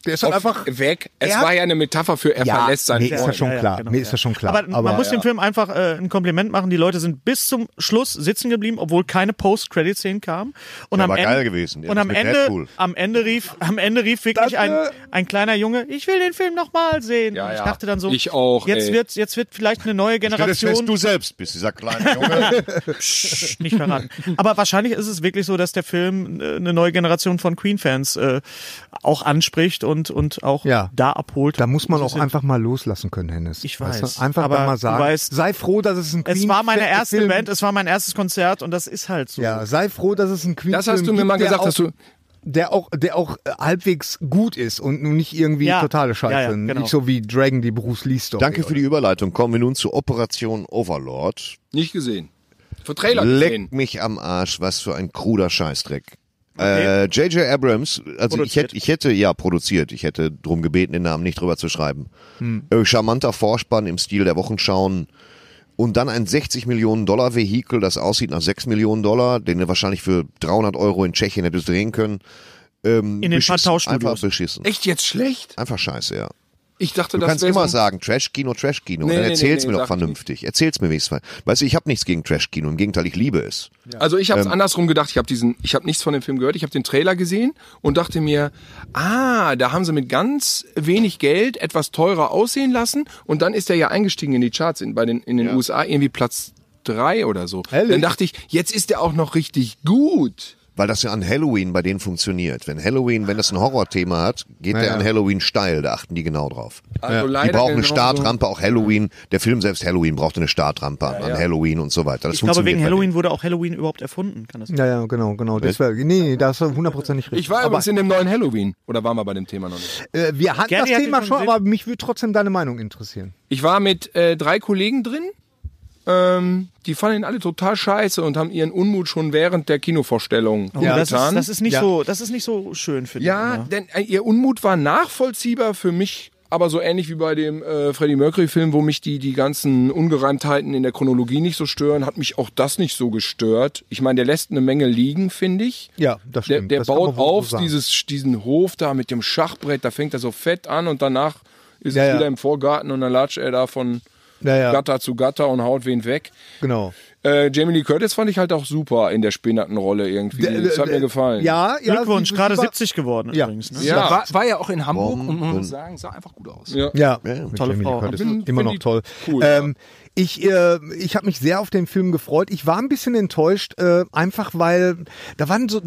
Speaker 5: Der ist halt
Speaker 7: Auf-
Speaker 5: einfach
Speaker 7: weg. Es
Speaker 5: Er hat-
Speaker 7: war ja eine Metapher für, er verlässt seinen
Speaker 5: mir ist das
Speaker 7: Freund.
Speaker 5: schon
Speaker 3: ja,
Speaker 5: klar.
Speaker 3: genau,
Speaker 5: mir
Speaker 3: ja.
Speaker 5: ist das schon klar.
Speaker 3: aber, man muss dem Film einfach äh, ein Kompliment machen. Die Leute sind bis zum Schluss sitzen geblieben, obwohl keine Post-Credit-Szenen kam. Und
Speaker 4: Ja,
Speaker 3: am
Speaker 4: war
Speaker 3: Ende,
Speaker 4: geil gewesen. Ja,
Speaker 3: und
Speaker 4: das
Speaker 3: am
Speaker 4: mit
Speaker 3: Ende,
Speaker 4: Deadpool.
Speaker 3: am Ende rief, am Ende rief wirklich ein,
Speaker 5: Danke.
Speaker 3: ein kleiner Junge: Ich will den Film nochmal sehen.
Speaker 7: Ja,
Speaker 3: Und ich
Speaker 7: ja.
Speaker 3: dachte dann so:
Speaker 7: Ich auch,
Speaker 3: Jetzt
Speaker 7: ey.
Speaker 3: wird, jetzt wird vielleicht eine neue
Speaker 4: Stell das
Speaker 3: Generation
Speaker 4: fest, du selbst bist dieser kleine Junge.
Speaker 3: Psst, nicht verraten. Aber wahrscheinlich ist es wirklich so, dass der Film äh, eine neue Generation von Queen-Fans äh, auch anspricht und, und auch
Speaker 5: Ja.
Speaker 3: da abholt.
Speaker 5: Da muss man auch einfach mal loslassen können, Hennes.
Speaker 3: Ich weiß,
Speaker 5: du? Einfach
Speaker 3: aber
Speaker 5: da mal sagen.
Speaker 3: du weißt-
Speaker 5: sei froh, dass es ein Queen
Speaker 3: es war meine
Speaker 5: Fe-
Speaker 3: erste
Speaker 5: Film,
Speaker 3: Band, es war mein erstes Konzert und das ist halt so.
Speaker 5: Ja, sei froh, dass es ein Queen
Speaker 7: Das hast
Speaker 5: Film
Speaker 7: du mir
Speaker 5: gibt,
Speaker 7: mal
Speaker 5: der
Speaker 7: gesagt,
Speaker 5: auch,
Speaker 7: dass du,
Speaker 5: der auch der auch äh, halbwegs gut ist und nun nicht irgendwie
Speaker 3: Ja.
Speaker 5: totale Scheiße,
Speaker 3: Ja, ja, genau.
Speaker 5: nicht so wie Dragon die Bruce Lee Story.
Speaker 4: Danke für die Überleitung. Kommen wir nun zu Operation Overlord.
Speaker 7: nicht gesehen. Für Trailer gesehen.
Speaker 4: Leck mich am Arsch, was für ein kruder Scheißdreck. Äh, J.J. Abrams, also ich
Speaker 3: Produziert.
Speaker 4: hätte, ich hätte, ja, produziert. Ich hätte drum gebeten, den Namen nicht drüber zu schreiben.
Speaker 7: Hm.
Speaker 4: Äh, charmanter Vorspann im Stil der Wochenschauen. Und dann ein 60 Millionen Dollar Vehikel, das aussieht nach 6 Millionen Dollar, den du wahrscheinlich für 300 Euro in Tschechien hättest drehen können.
Speaker 3: in den
Speaker 4: Beschissen. Einfach
Speaker 3: Pantau-Studios.
Speaker 4: beschissen.
Speaker 7: Echt jetzt schlecht?
Speaker 4: Einfach scheiße, ja.
Speaker 7: Ich dachte,
Speaker 4: Du
Speaker 7: das
Speaker 4: kannst
Speaker 7: wäre
Speaker 4: immer
Speaker 7: so-
Speaker 4: sagen, Trash-Kino, Trash-Kino.
Speaker 7: Nee,
Speaker 4: dann
Speaker 7: nee,
Speaker 4: erzähl's
Speaker 7: nee, nee,
Speaker 4: mir doch
Speaker 7: sag ich
Speaker 4: vernünftig. Erzähl's mir wenigstens mal. Weißt du, ich habe nichts gegen Trash-Kino. Im Gegenteil, ich liebe es.
Speaker 7: Also ich habe
Speaker 4: Ähm.
Speaker 7: es andersrum gedacht. Ich habe diesen, ich habe nichts von dem Film gehört. Ich habe den Trailer gesehen und dachte mir, ah, da haben sie mit ganz wenig Geld etwas teurer aussehen lassen und dann ist er ja eingestiegen in die Charts in, bei den in den USA irgendwie Platz drei oder so.
Speaker 5: Ehrlich?
Speaker 7: Dann dachte ich, jetzt ist er auch noch richtig gut.
Speaker 4: Weil das ja an Halloween bei denen funktioniert. Wenn Halloween, wenn das ein Horrorthema hat, geht der an Halloween steil. Da achten die genau drauf.
Speaker 7: Also
Speaker 4: Die brauchen eine
Speaker 7: genau so.
Speaker 4: Startrampe, auch Halloween. Der Film selbst Halloween brauchte eine Startrampe an, an Halloween und so weiter. Das
Speaker 3: Ich glaube,
Speaker 4: funktioniert
Speaker 3: wegen
Speaker 4: bei denen.
Speaker 3: Halloween wurde auch Halloween überhaupt erfunden. Kann das sein?
Speaker 5: Ja, ja, genau, genau. Das wär, nee, nee, das war hundertprozentig richtig.
Speaker 7: Ich war
Speaker 5: aber,
Speaker 7: übrigens in dem neuen Halloween. Oder waren wir bei dem Thema noch nicht?
Speaker 5: äh, wir hatten
Speaker 3: Gary
Speaker 5: das
Speaker 3: hat den
Speaker 5: Thema
Speaker 3: schon
Speaker 5: schon,
Speaker 3: gesehen.
Speaker 5: aber mich würde trotzdem deine Meinung interessieren.
Speaker 7: Ich war mit äh, drei Kollegen drin. Ähm, die fanden ihn alle total scheiße und haben ihren Unmut schon während der Kinovorstellung
Speaker 3: Oh, das, ist,
Speaker 7: getan.
Speaker 3: das ist nicht
Speaker 5: Ja.
Speaker 3: so, das ist nicht so schön für die.
Speaker 7: ja,
Speaker 5: Ne?
Speaker 3: Kinder.
Speaker 7: denn äh, ihr Unmut war nachvollziehbar für mich, aber so ähnlich wie bei dem äh, Freddie Mercury-Film, wo mich die, die ganzen Ungereimtheiten in der Chronologie nicht so stören, hat mich auch das nicht so gestört. Ich meine, der lässt eine Menge liegen, finde ich.
Speaker 5: Ja, das
Speaker 7: Der,
Speaker 5: stimmt.
Speaker 7: der
Speaker 5: das kann man
Speaker 7: baut
Speaker 5: wohl so
Speaker 7: auf
Speaker 5: sagen.
Speaker 7: dieses, diesen Hof da mit dem Schachbrett, da fängt er so fett an und danach ist
Speaker 5: Ja,
Speaker 7: es
Speaker 5: ja.
Speaker 7: wieder im Vorgarten und dann latscht er da von
Speaker 5: Ja, ja.
Speaker 7: Gatter zu Gatter und haut wen weg.
Speaker 5: Genau.
Speaker 7: Äh, Jamie Lee Curtis fand ich halt auch super in der Spinnertenrolle irgendwie. das hat mir gefallen.
Speaker 5: Äh, Ja, ja.
Speaker 3: Glückwunsch,
Speaker 5: sie- sie
Speaker 3: gerade
Speaker 5: war-
Speaker 3: 70 geworden
Speaker 5: Ja.
Speaker 3: übrigens. Ne?
Speaker 7: Ja.
Speaker 9: War, war ja auch in Hamburg und man muss sagen, sah einfach gut aus.
Speaker 7: Ja.
Speaker 5: Ja,
Speaker 4: Ja,
Speaker 5: mit
Speaker 3: tolle
Speaker 5: Jamie Lee
Speaker 3: Frau.
Speaker 5: Curtis.
Speaker 7: Bin-
Speaker 5: immer
Speaker 7: find
Speaker 5: noch
Speaker 7: die
Speaker 5: toll.
Speaker 7: cool,
Speaker 5: ähm, Ich, äh, ich habe mich sehr auf den Film gefreut. Ich war ein bisschen enttäuscht, äh, einfach weil da waren so,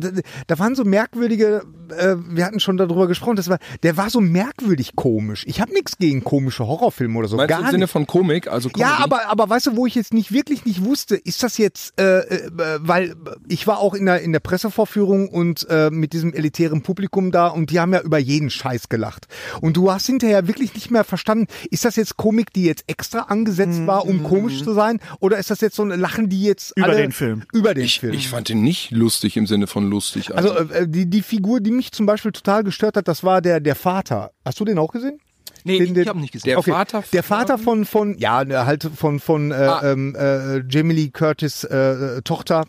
Speaker 5: da waren so merkwürdige, äh, wir hatten schon darüber gesprochen, das war, der war so merkwürdig komisch. Ich habe nichts gegen komische Horrorfilme oder so.
Speaker 7: Meinst du
Speaker 5: gar
Speaker 7: im Sinne
Speaker 5: nicht.
Speaker 7: von Komik? Also Comedy?
Speaker 5: Ja, aber, aber weißt du, wo ich jetzt nicht wirklich nicht wusste, ist das jetzt, äh, äh, weil ich war auch in der, in der Pressevorführung und äh, mit diesem elitären Publikum da und die haben ja über jeden Scheiß gelacht. Und du hast hinterher wirklich nicht mehr verstanden, ist das jetzt Komik, die jetzt extra angesetzt war, um komisch zu sein? Oder ist das jetzt so ein Lachen, die jetzt
Speaker 3: Mhm. Über
Speaker 5: alle,
Speaker 3: den Film.
Speaker 5: Über den
Speaker 7: ich,
Speaker 5: Film.
Speaker 7: ich fand den nicht lustig im Sinne von lustig.
Speaker 5: also äh, die, die Figur, die mich zum Beispiel total gestört hat, das war der, der Vater. Hast du den auch gesehen?
Speaker 8: Nee,
Speaker 5: Den- den-
Speaker 8: ich habe nicht gesehen.
Speaker 7: der
Speaker 5: Okay.
Speaker 7: Vater
Speaker 5: der Vater von von ja ne, halt von von äh,
Speaker 7: Ah.
Speaker 5: ähm, äh, Jamie Lee Curtis äh, äh, Tochter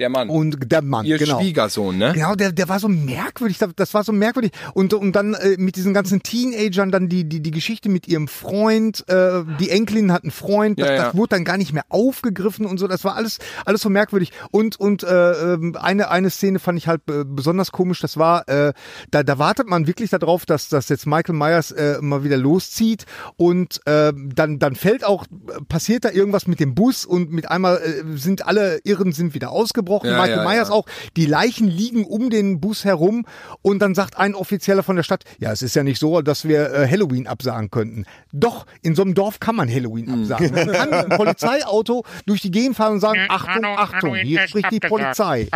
Speaker 7: der Mann.
Speaker 5: und der Mann
Speaker 7: Ihr
Speaker 5: genau
Speaker 7: Schwiegersohn, ne?
Speaker 5: genau der der war so merkwürdig das- das war so merkwürdig und und dann äh, mit diesen ganzen Teenagern dann die die die Geschichte mit ihrem Freund äh, die Enkelin hat einen Freund das,
Speaker 7: Ja, ja.
Speaker 5: das wurde dann gar nicht mehr aufgegriffen und so das war alles alles so merkwürdig und und äh, ähm, eine eine Szene fand ich halt äh, besonders komisch das war äh, da da wartet man wirklich darauf dass dass jetzt Michael Myers äh, mal wieder loszieht und äh, dann dann fällt auch passiert da irgendwas mit dem Bus und mit einmal äh, sind alle Irren sind wieder ausgebrochen
Speaker 7: Ja,
Speaker 5: Michael
Speaker 7: ja,
Speaker 5: Myers
Speaker 7: ja.
Speaker 5: auch die Leichen liegen um den Bus herum und dann sagt ein Offizieller von der Stadt, ja, es ist ja nicht so, dass wir äh, Halloween absagen könnten. Doch, in so einem Dorf kann man Halloween
Speaker 7: Hm.
Speaker 5: absagen. Man kann mit einem Polizeiauto durch die Gegend fahren und sagen, Achtung, Achtung, hier spricht die Polizei.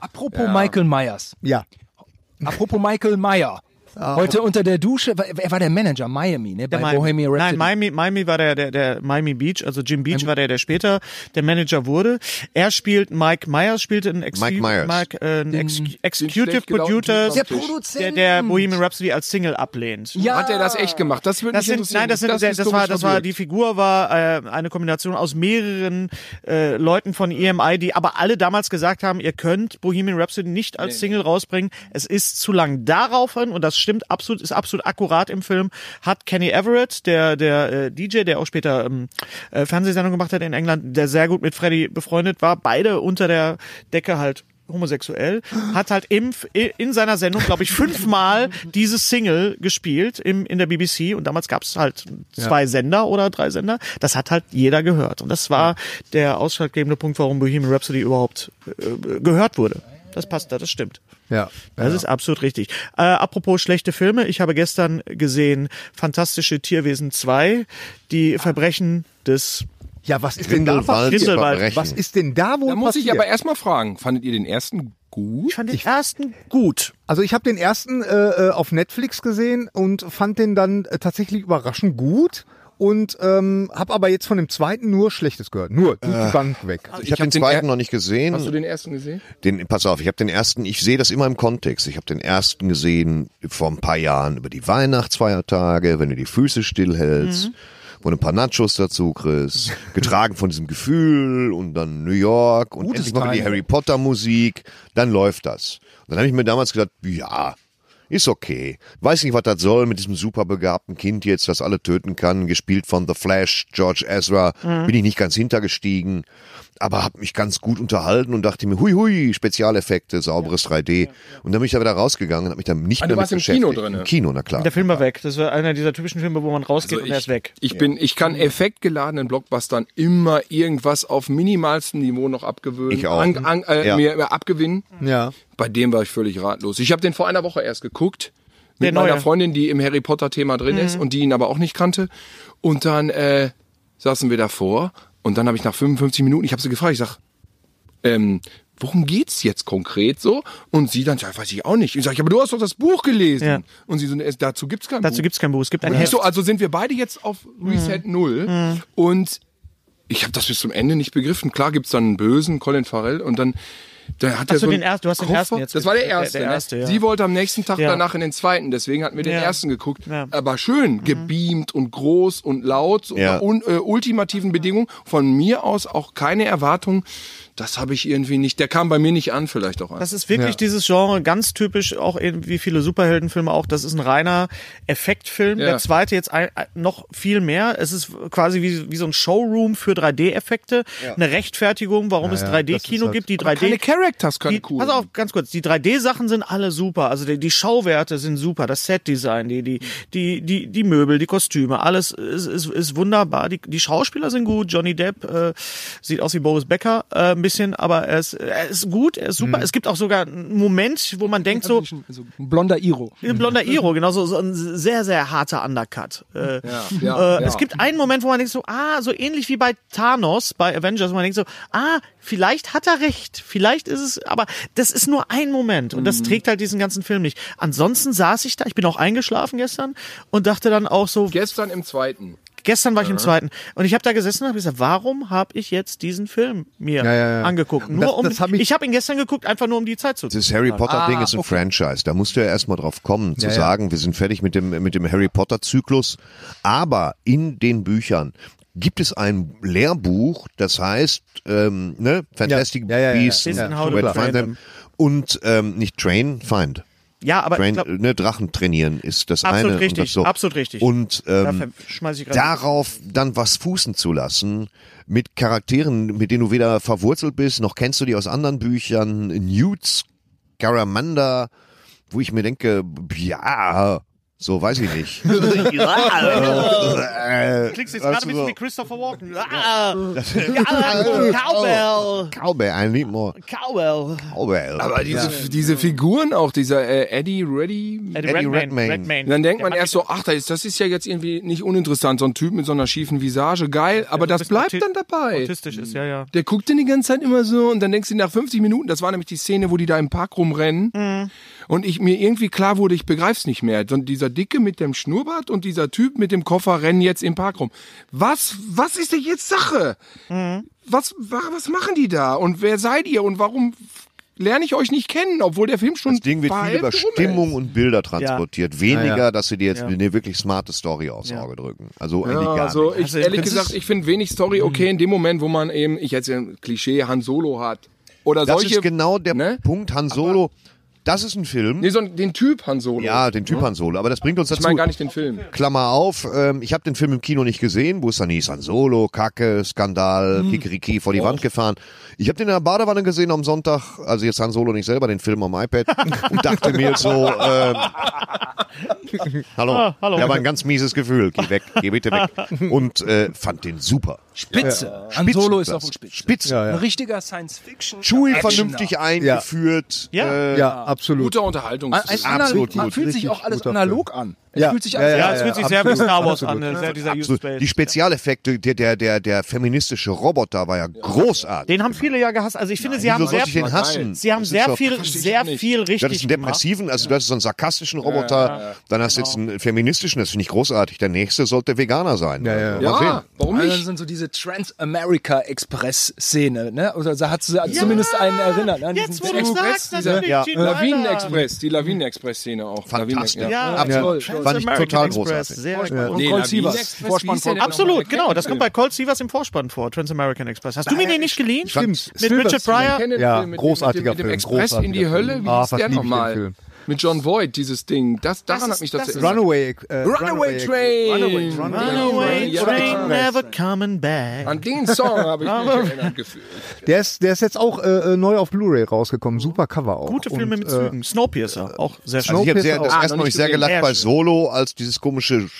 Speaker 8: Apropos Michael Myers.
Speaker 5: Ja. Ah.
Speaker 8: Apropos Michael Meyer. Heute unter der Dusche, war- er war der Manager Miami, ne? Bei
Speaker 3: Miami.
Speaker 8: Bohemian Rhapsody.
Speaker 3: Nein, Miami, Miami war der, der, der Miami Beach, also Jim Beach war der, der später der Manager wurde. Er spielt Mike Myers, spielte einen, Ex
Speaker 4: Mike Myers.
Speaker 3: Mike, äh, einen Ex Executive
Speaker 7: schlecht gelaunten
Speaker 3: Producer,
Speaker 7: Typ
Speaker 8: Der
Speaker 7: am
Speaker 3: der,
Speaker 7: Tisch.
Speaker 8: Produzent.
Speaker 3: der, der Bohemian Rhapsody als Single ablehnt.
Speaker 8: ja.
Speaker 7: Hat er das echt gemacht? Das würde
Speaker 3: Das
Speaker 7: mich
Speaker 3: sind,
Speaker 7: interessieren.
Speaker 3: nein, das, sind, das,
Speaker 7: ist
Speaker 3: war,
Speaker 7: historisch
Speaker 3: das war,
Speaker 7: verbürgt.
Speaker 3: die Figur war äh, eine Kombination aus mehreren äh, Leuten von EMI, die aber alle damals gesagt haben, ihr könnt Bohemian Rhapsody nicht als Single rausbringen. Es ist zu lang. Daraufhin, und das stimmt absolut, ist absolut akkurat im Film, hat Kenny Everett, der, der äh, DJ, der auch später ähm, äh, Fernsehsendung gemacht hat in England, der sehr gut mit Freddy befreundet war, beide unter der Decke halt homosexuell, hat halt im, in seiner Sendung, glaube ich, fünfmal diese Single gespielt im, in der BBC und damals gab es halt zwei Sender oder drei Sender. Das hat halt jeder gehört und das war der ausschlaggebende Punkt, warum Bohemian Rhapsody überhaupt äh, gehört wurde. Das passt, da, das stimmt.
Speaker 5: Ja.
Speaker 3: Das ist absolut richtig. Äh, apropos schlechte Filme, ich habe gestern gesehen Fantastische Tierwesen 2, die Verbrechen des
Speaker 5: Ja, was ist denn da
Speaker 4: Grindelwald
Speaker 5: passiert?
Speaker 3: Grindelwald.
Speaker 4: verbrechen.
Speaker 5: Was ist denn da wohl
Speaker 7: Da muss
Speaker 5: passiert?
Speaker 7: ich aber erstmal fragen, fandet ihr den ersten gut?
Speaker 3: ich fand den ersten gut.
Speaker 5: Also ich habe den ersten äh, äh, auf Netflix gesehen und fand den dann äh, tatsächlich überraschend gut und ähm, habe aber jetzt von dem zweiten nur Schlechtes gehört. Nur tut die Bank weg.
Speaker 4: Ich habe
Speaker 7: Also hab
Speaker 4: den
Speaker 7: den
Speaker 4: zweiten
Speaker 7: er-
Speaker 4: noch nicht gesehen.
Speaker 7: Hast du den ersten gesehen?
Speaker 4: den, pass auf, ich habe den ersten, ich sehe das immer im Kontext. Ich habe den ersten gesehen vor ein paar Jahren über die Weihnachtsfeiertage, wenn du die Füße stillhältst, wo du ein paar Nachos dazu kriegst, getragen von diesem Gefühl und dann New York und
Speaker 8: Gutes
Speaker 4: endlich mal wieder die
Speaker 8: Timing.
Speaker 4: Harry Potter Musik, dann läuft das. Und dann habe ich mir damals gedacht, ja, ist okay. Weiß nicht, was das soll mit diesem superbegabten Kind jetzt, das alle töten kann, gespielt von The Flash, George Ezra. Bin ich nicht ganz hintergestiegen, aber habe mich ganz gut unterhalten und dachte mir, hui hui, Spezialeffekte, sauberes 3D. Und dann bin ich da wieder rausgegangen und habe mich dann nicht
Speaker 7: Ah, du
Speaker 4: mehr mit
Speaker 7: warst im
Speaker 4: beschäftigt.
Speaker 7: Kino drinne.
Speaker 4: Im Kino, na klar.
Speaker 3: Der Film war weg. Das war einer dieser typischen Filme, wo man rausgeht und er ist weg.
Speaker 7: Also Ich bin, ich kann effektgeladenen Blockbustern immer irgendwas auf minimalstem Niveau noch abgewöhnen.
Speaker 4: Ich auch.
Speaker 7: An, an, äh,
Speaker 4: Ja.
Speaker 7: mir, mir abgewinnen.
Speaker 5: Ja.
Speaker 7: Bei dem war ich völlig ratlos. Ich habe den vor einer Woche erst geguckt. Mit
Speaker 3: Der
Speaker 7: meiner
Speaker 3: neue. Mhm.
Speaker 7: Freundin, die im Harry Potter Thema drin ist und die ihn aber auch nicht kannte. Und dann äh, saßen wir davor und dann habe ich nach 55 Minuten, ich habe sie gefragt, ich sag, ähm, worum geht's jetzt konkret so? Und sie dann, ja, weiß ich auch nicht. Ich sage, ja, aber du hast doch das Buch gelesen.
Speaker 3: Ja.
Speaker 7: Und sie so, "Nee, dazu gibt's kein
Speaker 3: Dazu
Speaker 7: Buch.
Speaker 3: gibt's kein Buch. Es gibt ein
Speaker 7: Und ich
Speaker 3: Heft. Hm.
Speaker 7: so, also sind wir beide jetzt auf Reset Null und ich habe das bis zum Ende nicht begriffen. Klar gibt's dann einen bösen Colin Farrell und dann da hat er
Speaker 3: du
Speaker 7: so einen
Speaker 3: den ersten- du hast den
Speaker 7: Koffer.
Speaker 3: ersten jetzt
Speaker 7: Das war der
Speaker 3: gesehen. Der-
Speaker 7: erste.
Speaker 3: der erste,
Speaker 7: ne?
Speaker 3: ja.
Speaker 7: Sie wollte am nächsten Tag
Speaker 3: Ja.
Speaker 7: danach in den zweiten, deswegen hatten wir den
Speaker 3: Ja.
Speaker 7: ersten geguckt.
Speaker 3: Ja. Mhm.
Speaker 7: Aber schön, gebeamt und groß und laut, so
Speaker 4: Ja.
Speaker 7: unter un, äh, ultimativen Bedingungen. Von mir aus auch keine Erwartung, das habe ich irgendwie nicht, der kam bei mir nicht an, vielleicht auch an.
Speaker 3: Das ist wirklich dieses Genre, ganz typisch, auch eben wie viele Superheldenfilme auch. Das ist ein reiner Effektfilm.
Speaker 7: Ja.
Speaker 3: Der zweite jetzt ein, ein- noch viel mehr. Es ist quasi wie, wie so ein Showroom für 3D-Effekte. Eine Rechtfertigung, warum es 3D-Kino gibt. Die 3D
Speaker 7: halt Keine Characters
Speaker 3: die,
Speaker 7: können cool.
Speaker 3: Pass auf, ganz kurz. Die 3D-Sachen sind alle super. Also die, die Schauwerte sind super. Das Set-Design, die, die, die, die, die Möbel, die Kostüme, alles ist, ist, ist wunderbar. Die, die Schauspieler sind gut. Johnny Depp äh, sieht aus wie Boris Becker äh, ein bisschen, aber er ist, er ist gut, er ist super.
Speaker 7: Mhm.
Speaker 3: Es gibt auch sogar einen Moment, wo man denkt so,
Speaker 5: Also, ein blonder Iro.
Speaker 3: ein blonder Iro, genau, so, so ein sehr, sehr harter Undercut. Äh,
Speaker 7: ja,
Speaker 3: äh,
Speaker 7: ja.
Speaker 3: Es gibt einen Moment, wo man denkt so, ah, so ähnlich wie bei Thanos, bei Avengers, wo man denkt so, ah, vielleicht hat er recht, vielleicht ist es, aber das ist nur ein Moment und
Speaker 1: Mhm.
Speaker 3: das trägt halt diesen ganzen Film nicht. Ansonsten saß ich da, ich bin auch eingeschlafen gestern und dachte dann auch so,
Speaker 7: Gestern im zweiten.
Speaker 3: gestern war ich im zweiten und ich habe da gesessen und habe gesagt, warum habe ich jetzt diesen Film mir
Speaker 1: ja, ja.
Speaker 3: angeguckt? Nur
Speaker 1: Das-
Speaker 3: um,
Speaker 1: das hab
Speaker 3: ich
Speaker 1: ich-
Speaker 3: habe ihn gestern geguckt, einfach nur um die Zeit zu
Speaker 4: Das Harry Potter-Ding
Speaker 3: Ah,
Speaker 4: ist ein Franchise. Da musst du ja erstmal drauf kommen, zu sagen, wir sind fertig mit dem, mit dem Harry Potter-Zyklus. Aber in den Büchern gibt es ein Lehrbuch, das heißt ähm, ne? Fantastic
Speaker 1: Ja, ja, ja, ja.
Speaker 4: Beasts
Speaker 3: Wissen,
Speaker 4: and
Speaker 3: how to
Speaker 4: Where to
Speaker 3: find
Speaker 4: Find Them. und ähm, nicht Train, Find.
Speaker 3: Ja, aber ich
Speaker 4: Train,
Speaker 3: glaub,
Speaker 1: ähm,
Speaker 4: äh, ne, Drachen trainieren ist das
Speaker 3: Absolut
Speaker 4: eine. und
Speaker 3: richtig,
Speaker 4: das so.
Speaker 3: absolut richtig.
Speaker 4: Und
Speaker 3: da
Speaker 4: ähm,
Speaker 3: ver- schmeiß ich gerade.
Speaker 4: darauf dann was fußen zu lassen mit Charakteren, mit denen du weder verwurzelt bist, noch kennst du die aus anderen Büchern, Newt, Garamanda, wo ich mir denke, ja, so weiß ich nicht.
Speaker 7: Äh,
Speaker 4: Ja.
Speaker 3: Klingst jetzt gerade ein
Speaker 4: Weißt du
Speaker 3: bisschen
Speaker 4: so,
Speaker 3: wie Christopher Walken. Ah, Cowbell,
Speaker 4: Cowbell, I need more
Speaker 3: Cowbell.
Speaker 4: Cowbell.
Speaker 7: Aber diese, diese Figuren auch, dieser äh, Eddie Reddy.
Speaker 3: Eddie
Speaker 7: äh,
Speaker 4: Eddie
Speaker 3: Redmayne.
Speaker 4: Redmayne.
Speaker 3: Redmayne.
Speaker 7: Dann denkt
Speaker 3: Der
Speaker 7: man
Speaker 3: hat
Speaker 7: erst so, ach, das ist, das ist ja jetzt irgendwie nicht uninteressant, so ein Typ mit so einer schiefen Visage, geil, aber das
Speaker 3: bisschen
Speaker 7: bleibt
Speaker 3: auti-
Speaker 7: dann dabei.
Speaker 3: Autistisch ist, ja, ja.
Speaker 7: Der guckt den die ganze Zeit immer so und dann denkst du nach 50 Minuten, das war nämlich die Szene, wo die da im Park rumrennen und ich mir irgendwie klar wurde, ich begreif's nicht mehr. Und dieser Dicke mit dem Schnurrbart und dieser Typ mit dem Koffer rennen jetzt im Park rum. Was, was ist denn jetzt Sache? Was, wa- was machen die da und wer seid ihr und warum f- lerne ich euch nicht kennen, obwohl der Film schon
Speaker 4: Das Ding wird
Speaker 7: bei
Speaker 4: viel über
Speaker 7: Hälfte rum ist?
Speaker 4: Stimmung und Bilder transportiert. Weniger, dass sie dir jetzt
Speaker 3: Ja.
Speaker 4: eine wirklich smarte Story aufs Auge drücken. Also Mhm. eigentlich
Speaker 7: Ja,
Speaker 4: gar
Speaker 7: also
Speaker 4: nicht.
Speaker 7: ich,
Speaker 3: Also im
Speaker 7: ehrlich
Speaker 3: Prinzip-
Speaker 7: gesagt, ich finde wenig Story okay in dem Moment, wo man eben, ich jetzt ein Klischee Han Solo hat oder
Speaker 4: Das
Speaker 7: solche.
Speaker 4: ist genau der
Speaker 7: ne?
Speaker 4: Punkt. Han Solo, das ist ein Film.
Speaker 7: Nee, so den Typ Han Solo.
Speaker 4: ja, den Typ Han Solo. Aber das bringt uns dazu.
Speaker 7: Hm? ich meine gar nicht den Film.
Speaker 4: Klammer auf, ähm, ich habe den Film im Kino nicht gesehen, wo es dann hieß, Han Solo, Kacke, Skandal,
Speaker 7: Hm.
Speaker 4: Kikeriki, vor die Wand gefahren. Ich habe den in der Badewanne gesehen am Sonntag, also jetzt Han Solo nicht selber, den Film am iPad und dachte mir so, ähm, hallo,
Speaker 3: Ah, hallo.
Speaker 4: ja, war ein ganz mieses Gefühl, geh weg, geh bitte weg. Und äh, fand den super.
Speaker 5: Spitze. Han Solo ist auch
Speaker 4: Spitzenklasse.
Speaker 5: ein Spitze.
Speaker 4: Spitze.
Speaker 5: Ein richtiger Science-Fiction.
Speaker 4: Chewie
Speaker 5: Actioner.
Speaker 4: vernünftig eingeführt.
Speaker 3: Ja.
Speaker 4: Äh,
Speaker 1: Ja, absolut.
Speaker 7: Guter Unterhaltung.
Speaker 5: Ein,
Speaker 1: Ah,
Speaker 5: ein analog,
Speaker 4: Absolut
Speaker 5: man
Speaker 4: gut.
Speaker 5: fühlt sich auch alles
Speaker 1: guter
Speaker 5: analog an. Es
Speaker 1: Ja.
Speaker 5: fühlt sich
Speaker 1: Ja,
Speaker 5: alles
Speaker 1: ja,
Speaker 3: Ja, es fühlt sich sehr wie
Speaker 1: absolut,
Speaker 3: Star Wars an,
Speaker 1: absolut.
Speaker 3: ne? sehr dieser Use
Speaker 4: Absolut. Die
Speaker 3: Space.
Speaker 4: Spezialeffekte, der, der, der, der feministische Roboter war ja großartig.
Speaker 3: Den haben viele ja gehasst. Also ich finde, sie haben
Speaker 4: Wieso
Speaker 3: sehr
Speaker 4: sollte ich
Speaker 3: viel,
Speaker 4: den hassen?
Speaker 3: sie haben
Speaker 4: Das ist
Speaker 3: sehr
Speaker 4: doch-
Speaker 3: viel,
Speaker 7: verstehe ich
Speaker 3: sehr
Speaker 7: auch nicht.
Speaker 3: viel
Speaker 4: Du hattest
Speaker 3: richtig
Speaker 4: einen
Speaker 3: gemacht.
Speaker 4: depressiven, also du hast so einen sarkastischen Roboter, dann hast du jetzt
Speaker 3: Genau.
Speaker 4: einen feministischen, das finde ich großartig. Der nächste sollte Veganer sein. Ja, ja. Mal
Speaker 7: ja,
Speaker 4: sehen.
Speaker 7: warum
Speaker 5: Also
Speaker 7: nicht?
Speaker 5: das sind so diese Trans-America-Express-Szene, ne? Oder da hat sie zumindest einen erinnert. Ne? An
Speaker 3: Jetzt,
Speaker 5: diesen
Speaker 3: wo du
Speaker 5: Zug.
Speaker 3: sagst,
Speaker 7: dieser-
Speaker 3: natürlich.
Speaker 4: Ja.
Speaker 3: Gina Liner.
Speaker 7: Lawinenexpress, die Lawinenexpress-Szene auch.
Speaker 4: Fantastisch.
Speaker 7: Lawinen-
Speaker 3: Ja,
Speaker 4: Absolut.
Speaker 5: Ja, toll,
Speaker 4: Fand ich total
Speaker 3: American Express,
Speaker 4: großartig.
Speaker 3: Sehr cool.
Speaker 5: Und Colt Sievers.
Speaker 7: Express,
Speaker 5: Vorspann
Speaker 7: wie hieß der
Speaker 5: von
Speaker 7: denn
Speaker 3: Absolut,
Speaker 7: nochmal?
Speaker 3: genau. Das kommt bei Colt Sievers im Vorspann vor, Transamerican Express. Hast du mir den nicht geliehen?
Speaker 1: Stimmt.
Speaker 3: Mit Richard
Speaker 7: Ich
Speaker 3: Pryor?
Speaker 7: kenne den
Speaker 1: Ja,
Speaker 7: Film mit dem-
Speaker 1: großartiger
Speaker 7: mit dem,
Speaker 1: Film,
Speaker 7: mit dem Express in die
Speaker 1: großartiger
Speaker 7: Hölle,
Speaker 1: Film.
Speaker 7: wie
Speaker 1: Ah,
Speaker 7: hieß
Speaker 1: fast
Speaker 7: der
Speaker 1: lieb ich den
Speaker 7: nochmal?
Speaker 1: Film.
Speaker 7: Mit John Voyd, dieses Ding. Das,
Speaker 3: ist-
Speaker 7: daran hat mich das,
Speaker 3: das ist-
Speaker 7: erinnert.
Speaker 1: Runaway, äh,
Speaker 7: Runaway Train.
Speaker 1: Runaway Train.
Speaker 3: Runaway
Speaker 7: Ja,
Speaker 3: train
Speaker 7: genau.
Speaker 3: never coming back.
Speaker 7: An den Song habe ich mich erinnert gefühlt.
Speaker 1: Der ist, der ist jetzt auch äh, äh, neu auf Blu-ray rausgekommen. Super Cover auch.
Speaker 3: Gute Filme
Speaker 1: Und,
Speaker 3: mit Zügen. Snowpiercer, auch sehr schön.
Speaker 4: Also ich habe sehr,
Speaker 1: Snowpiercer
Speaker 4: das
Speaker 1: auch.
Speaker 4: erste Mal
Speaker 7: Ah, noch
Speaker 4: hab ich
Speaker 7: nicht
Speaker 4: sehr
Speaker 7: gesehen.
Speaker 4: gelacht
Speaker 3: Sehr
Speaker 4: bei
Speaker 3: schön.
Speaker 4: Solo, als dieses komische Sch-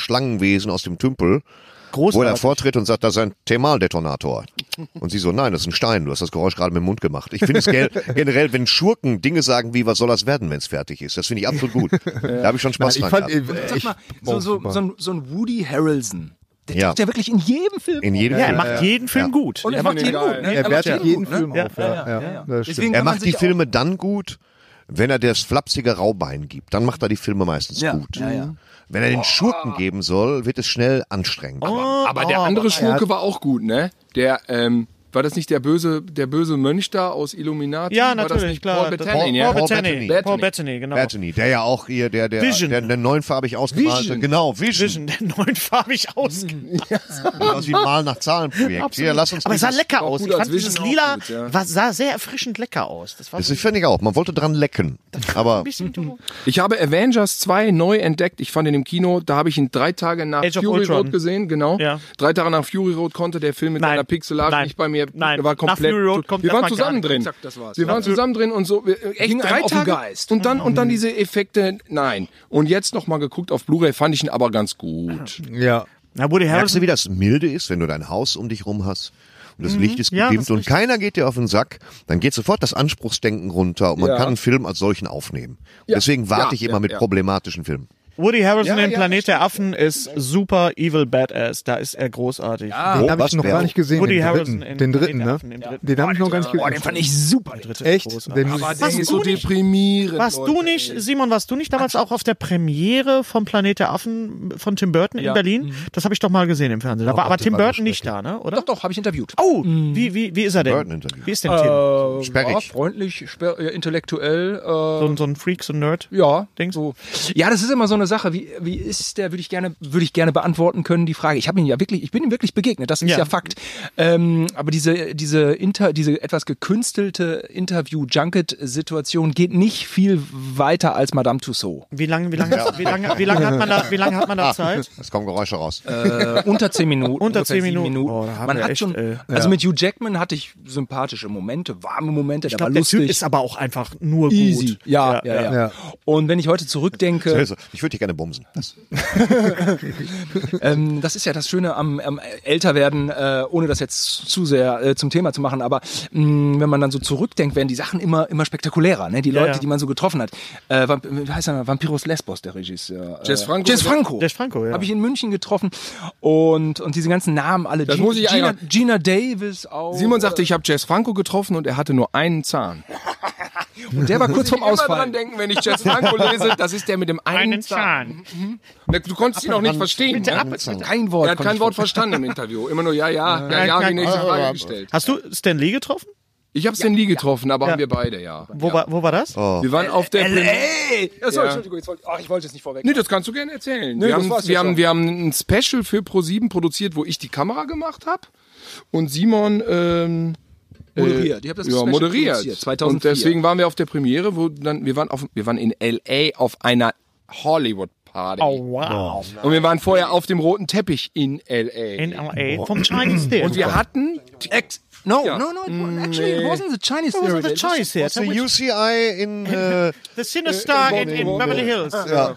Speaker 4: Echsen-Schlangenwesen aus dem Tümpel, wo er
Speaker 3: Großartig.
Speaker 4: da vortritt und sagt, das ist ein Thermaldetonator. Und sie so, nein, das ist ein Stein, du hast das Geräusch gerade mit dem Mund gemacht. Ich finde es gel- generell, wenn Schurken Dinge sagen wie, was soll das werden, wenn es fertig ist, das finde ich absolut gut. Da habe ich schon
Speaker 1: Äh,
Speaker 4: Spaß
Speaker 1: ich
Speaker 4: dran
Speaker 1: fand,
Speaker 4: gehabt.
Speaker 1: äh,
Speaker 5: Sag
Speaker 1: ich,
Speaker 5: mal, so,
Speaker 1: oh,
Speaker 5: so,
Speaker 1: super.
Speaker 5: so, ein, so ein Woody Harrelson.
Speaker 8: äh,
Speaker 5: Der
Speaker 4: Ja.
Speaker 5: taucht ja wirklich in jedem Film.
Speaker 4: In jedem
Speaker 3: Ja, er
Speaker 4: Fall.
Speaker 3: macht jeden Film gut.
Speaker 5: Und
Speaker 3: er
Speaker 5: ich
Speaker 3: macht
Speaker 5: fand
Speaker 3: jeden
Speaker 5: den
Speaker 3: gut.
Speaker 5: geil,
Speaker 3: ne?
Speaker 5: ne?
Speaker 1: er
Speaker 5: Aber
Speaker 1: wertet
Speaker 5: jeden
Speaker 1: jeden
Speaker 5: gut, ne?
Speaker 1: Film
Speaker 5: Ja,
Speaker 1: auf. Ja, ja, ja. Das stimmt.
Speaker 5: Deswegen
Speaker 4: Er
Speaker 5: kann man
Speaker 4: macht
Speaker 5: sich
Speaker 4: die
Speaker 5: auch-
Speaker 4: Filme dann gut, wenn er das flapsige Raubein gibt. Dann macht er die Filme meistens
Speaker 5: Ja,
Speaker 4: gut.
Speaker 5: ja, ja.
Speaker 4: Wenn er den Schurken geben soll, wird es schnell anstrengend.
Speaker 7: Aber der andere Schurke war auch gut, ne? Der, ähm,
Speaker 8: War das nicht der böse, der böse Mönch da aus Illuminati?
Speaker 3: Ja,
Speaker 8: War das
Speaker 3: natürlich,
Speaker 8: nicht
Speaker 3: klar.
Speaker 8: Paul
Speaker 3: Das-
Speaker 8: Bettany, ja?
Speaker 3: Paul
Speaker 4: Paul
Speaker 3: Bettany.
Speaker 4: Bettany.
Speaker 3: Paul Bettany, genau.
Speaker 4: Bettany, der ja auch hier, der, der,
Speaker 3: Vision.
Speaker 4: der, der neunfarbig ausgemalte,
Speaker 8: Vision.
Speaker 4: genau,
Speaker 3: Vision,
Speaker 4: Vision.
Speaker 3: der neunfarbig aus.
Speaker 4: Aus wie ein Mal nach Zahlen Projekt. Hier, lass uns
Speaker 3: Aber es sah
Speaker 4: dieses-
Speaker 3: lecker
Speaker 8: Auch
Speaker 3: aus.
Speaker 8: gut
Speaker 3: Ich
Speaker 8: als
Speaker 3: fand dieses
Speaker 8: Vision auch
Speaker 3: Lila
Speaker 8: gut, ja.
Speaker 3: war, sah sehr erfrischend lecker aus. Das war
Speaker 4: Das
Speaker 3: so ein
Speaker 4: finde ich auch. Man wollte dran lecken. Aber
Speaker 3: bisschen doof.
Speaker 8: Ich habe Avengers 2 neu entdeckt. Ich fand ihn im Kino, da habe ich ihn drei Tage nach
Speaker 3: Age of
Speaker 8: Fury
Speaker 3: Ultron.
Speaker 8: Road gesehen, genau.
Speaker 3: Ja.
Speaker 8: Drei Tage nach Fury Road konnte der Film mit
Speaker 3: Nein.
Speaker 8: einer Pixelart
Speaker 3: Nein.
Speaker 8: nicht bei mir.
Speaker 3: Nein.
Speaker 8: Der war
Speaker 3: Nach
Speaker 8: komplett.
Speaker 3: Fury Road kommt
Speaker 8: wir waren
Speaker 3: erstmal gar
Speaker 8: zusammen
Speaker 3: nicht.
Speaker 8: drin.
Speaker 3: Exakt,
Speaker 8: das war's. Wir waren zusammen drin und so. wir- Echt
Speaker 7: Ging
Speaker 8: drei
Speaker 7: einem auf den
Speaker 8: Tage.
Speaker 7: Geist.
Speaker 8: Und dann
Speaker 3: Mhm.
Speaker 8: und dann diese Effekte. Nein. Und jetzt noch mal geguckt auf Blu-ray, fand ich ihn aber ganz gut.
Speaker 5: Ja.
Speaker 3: Na, Woody
Speaker 4: merkst
Speaker 3: Harrison
Speaker 4: du,
Speaker 3: Mhm.
Speaker 4: wie das milde ist, wenn du dein Haus um dich rum hast und das Licht ist
Speaker 3: Ja, das
Speaker 4: gedimmt
Speaker 3: ist
Speaker 4: und
Speaker 3: richtig.
Speaker 4: keiner geht dir auf den Sack, dann geht sofort das Anspruchsdenken runter und man
Speaker 8: Ja.
Speaker 4: kann einen Film als solchen aufnehmen. Deswegen warte
Speaker 8: Ja,
Speaker 4: ich immer
Speaker 8: ja,
Speaker 4: mit
Speaker 8: ja.
Speaker 4: problematischen Filmen.
Speaker 3: Woody Harrison
Speaker 8: Ja,
Speaker 3: in
Speaker 8: ja,
Speaker 3: Planet der Affen ist super evil badass. Da ist er großartig.
Speaker 5: Den habe ich noch
Speaker 4: Bär.
Speaker 5: gar nicht gesehen.
Speaker 3: Woody
Speaker 5: den
Speaker 3: Harrison
Speaker 5: dritten,
Speaker 3: in
Speaker 5: den dritten,
Speaker 3: Planet der
Speaker 5: ne?
Speaker 3: Affen, den dritten.
Speaker 5: Den habe ich noch gar nicht
Speaker 7: Boah,
Speaker 5: gesehen.
Speaker 7: den fand ich super.
Speaker 3: Dritte
Speaker 5: Echt?
Speaker 3: großartig.
Speaker 5: Den muss ich,
Speaker 8: Der
Speaker 3: Warst
Speaker 8: ist
Speaker 3: du
Speaker 8: so
Speaker 3: nicht-
Speaker 8: deprimierend.
Speaker 3: Warst
Speaker 8: Leute,
Speaker 3: du nicht,
Speaker 8: ey.
Speaker 3: Simon, warst du nicht damals auch auf der Premiere vom Planet der Affen von Tim Burton in Berlin? Das habe ich doch mal gesehen im Fernsehen. Da war aber Tim Burton nicht da, ne? Oder?
Speaker 7: Doch, doch, habe ich interviewt.
Speaker 3: Oh, wie, wie, wie ist er
Speaker 4: Burton
Speaker 3: denn?
Speaker 4: Interview.
Speaker 3: Wie ist denn Tim?
Speaker 7: Äh,
Speaker 4: Sperrig.
Speaker 7: Ja, freundlich, sper äh, intellektuell. Äh,
Speaker 3: so, ein- so ein Freak, so ein Nerd?
Speaker 7: ja,
Speaker 3: Dings?
Speaker 7: so. Ja, das ist immer so eine Sache. Wie, wie ist der? Würde ich gerne, würde ich gerne beantworten können die Frage. Ich habe ihn ja wirklich, ich bin ihm wirklich begegnet. Das ist
Speaker 3: Ja.
Speaker 7: ja, Fakt. Ähm, aber diese, diese Inter, diese etwas gekünstelte Interview-Junket-Situation geht nicht viel weiter als Madame Tussaud.
Speaker 3: Wie lange, wie lange, wie lange, wie lange hat man da, wie lange hat man da Zeit?
Speaker 4: Ah, Es kommen Geräusche raus.
Speaker 7: Äh, unter zehn Minuten.
Speaker 3: Unter
Speaker 7: ungefähr
Speaker 3: zehn
Speaker 7: sieben
Speaker 3: Minuten. Oh, da haben
Speaker 7: Man
Speaker 3: wir
Speaker 7: hat
Speaker 3: echt,
Speaker 7: schon,
Speaker 3: äh,
Speaker 7: also mit Hugh Jackman hatte ich sympathische Momente, warme Momente, der
Speaker 3: Ich glaube,
Speaker 7: war
Speaker 3: der Typ
Speaker 7: lustig.
Speaker 3: ist aber auch einfach nur gut.
Speaker 7: Easy. Ja, ja, ja, Und wenn ich heute zurückdenke,
Speaker 4: Also, ich würde dich gerne bumsen. Das,
Speaker 7: ähm, das ist ja das Schöne am, am Älterwerden, äh, ohne das jetzt zu sehr äh, zum Thema zu machen, aber mh, wenn man dann so zurückdenkt, werden die Sachen immer, immer spektakulärer. Ne? Die Leute,
Speaker 3: ja.
Speaker 7: die man so getroffen hat. Äh, Vamp wie heißt er? Vampiros Lesbos, der Regisseur.
Speaker 8: Jess
Speaker 7: äh,
Speaker 8: Franco?
Speaker 7: Jess Franco.
Speaker 3: Jess Franco, ja.
Speaker 7: Habe ich in München getroffen und, und diese ganzen Namen alle.
Speaker 8: Das muss ich
Speaker 7: Gina,
Speaker 8: einhaken.
Speaker 7: Gina Davis auch.
Speaker 8: Simon sagte, ich habe Jess Franco getroffen und er hatte nur einen Zahn.
Speaker 7: Und der war kurz vorm
Speaker 8: Immer
Speaker 7: Ausfall.
Speaker 8: dran denken, wenn ich Jess Franco lese, das ist der mit dem einen,
Speaker 3: Einen
Speaker 8: Zahn.
Speaker 3: Zahn.
Speaker 8: Na, Du konntest ihn auch nicht verstehen. ne?
Speaker 7: Kein Wort.
Speaker 8: Er hat
Speaker 7: konnte
Speaker 8: kein
Speaker 7: ich
Speaker 8: Wort verstanden im Interview. Immer nur ja, ja, ja, ja, die nächste Frage gestellt.
Speaker 3: Hast du Stan Lee getroffen?
Speaker 8: Ich hab's den nie getroffen, aber haben wir beide, ja.
Speaker 3: Wo, war, wo war das?
Speaker 8: Wir waren auf der
Speaker 7: Ey! Achso,
Speaker 8: Ja.
Speaker 7: Entschuldigung, jetzt wollte, ach, ich wollte es nicht vorweg.
Speaker 8: Nee, das kannst du gerne erzählen.
Speaker 7: Nee,
Speaker 8: wir,
Speaker 7: das
Speaker 8: haben,
Speaker 7: war's
Speaker 8: wir,
Speaker 7: jetzt
Speaker 8: haben,
Speaker 7: auch.
Speaker 8: wir haben ein Special für ProSieben produziert, wo ich die Kamera gemacht habe und Simon ähm,
Speaker 7: Moderiert. Ihr habt das
Speaker 8: Äh, ja,
Speaker 7: Special
Speaker 8: moderiert.
Speaker 7: produziert, 2004.
Speaker 8: Und deswegen waren wir auf der Premiere, wo dann wir waren auf wir waren in LA auf einer Hollywood Party.
Speaker 3: Oh, wow.
Speaker 8: Und wir waren vorher auf dem roten Teppich in LA.
Speaker 3: In L.A. vom Chinese Theater.
Speaker 7: Oh
Speaker 8: und wir hatten die Ex
Speaker 7: No,
Speaker 8: Ja.
Speaker 7: no, no, it wa- actually it wasn't the Chinese
Speaker 3: It wasn't
Speaker 7: theater.
Speaker 3: the Chinese
Speaker 4: the
Speaker 3: Theater. which-
Speaker 4: UCI in, äh,
Speaker 3: The Sinister in, in Beverly Hills.
Speaker 4: ja.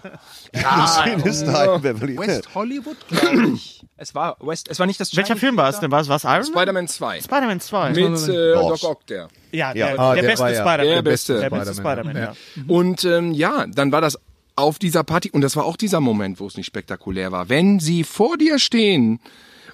Speaker 4: Ah, Sinister in Beverly Hills.
Speaker 7: West Hollywood, glaube ich. es war West, es war nicht das
Speaker 3: Welcher
Speaker 7: Chinese
Speaker 3: Film war es denn? War es, war es Iron Man?
Speaker 8: Spider-Man 2
Speaker 3: Spider-Man 2.
Speaker 8: mit äh,
Speaker 4: Boss.
Speaker 8: Doc Ock der.
Speaker 3: ja,
Speaker 4: Ja.
Speaker 3: der,
Speaker 5: Ah,
Speaker 3: der,
Speaker 5: der
Speaker 3: beste
Speaker 5: war ja-
Speaker 3: Spider-Man.
Speaker 8: Der beste
Speaker 3: Der beste Spider-Man, ja.
Speaker 8: Und ähm, ja, dann war das auf dieser Party und das war auch dieser Moment, wo es nicht spektakulär war. Wenn sie vor dir stehen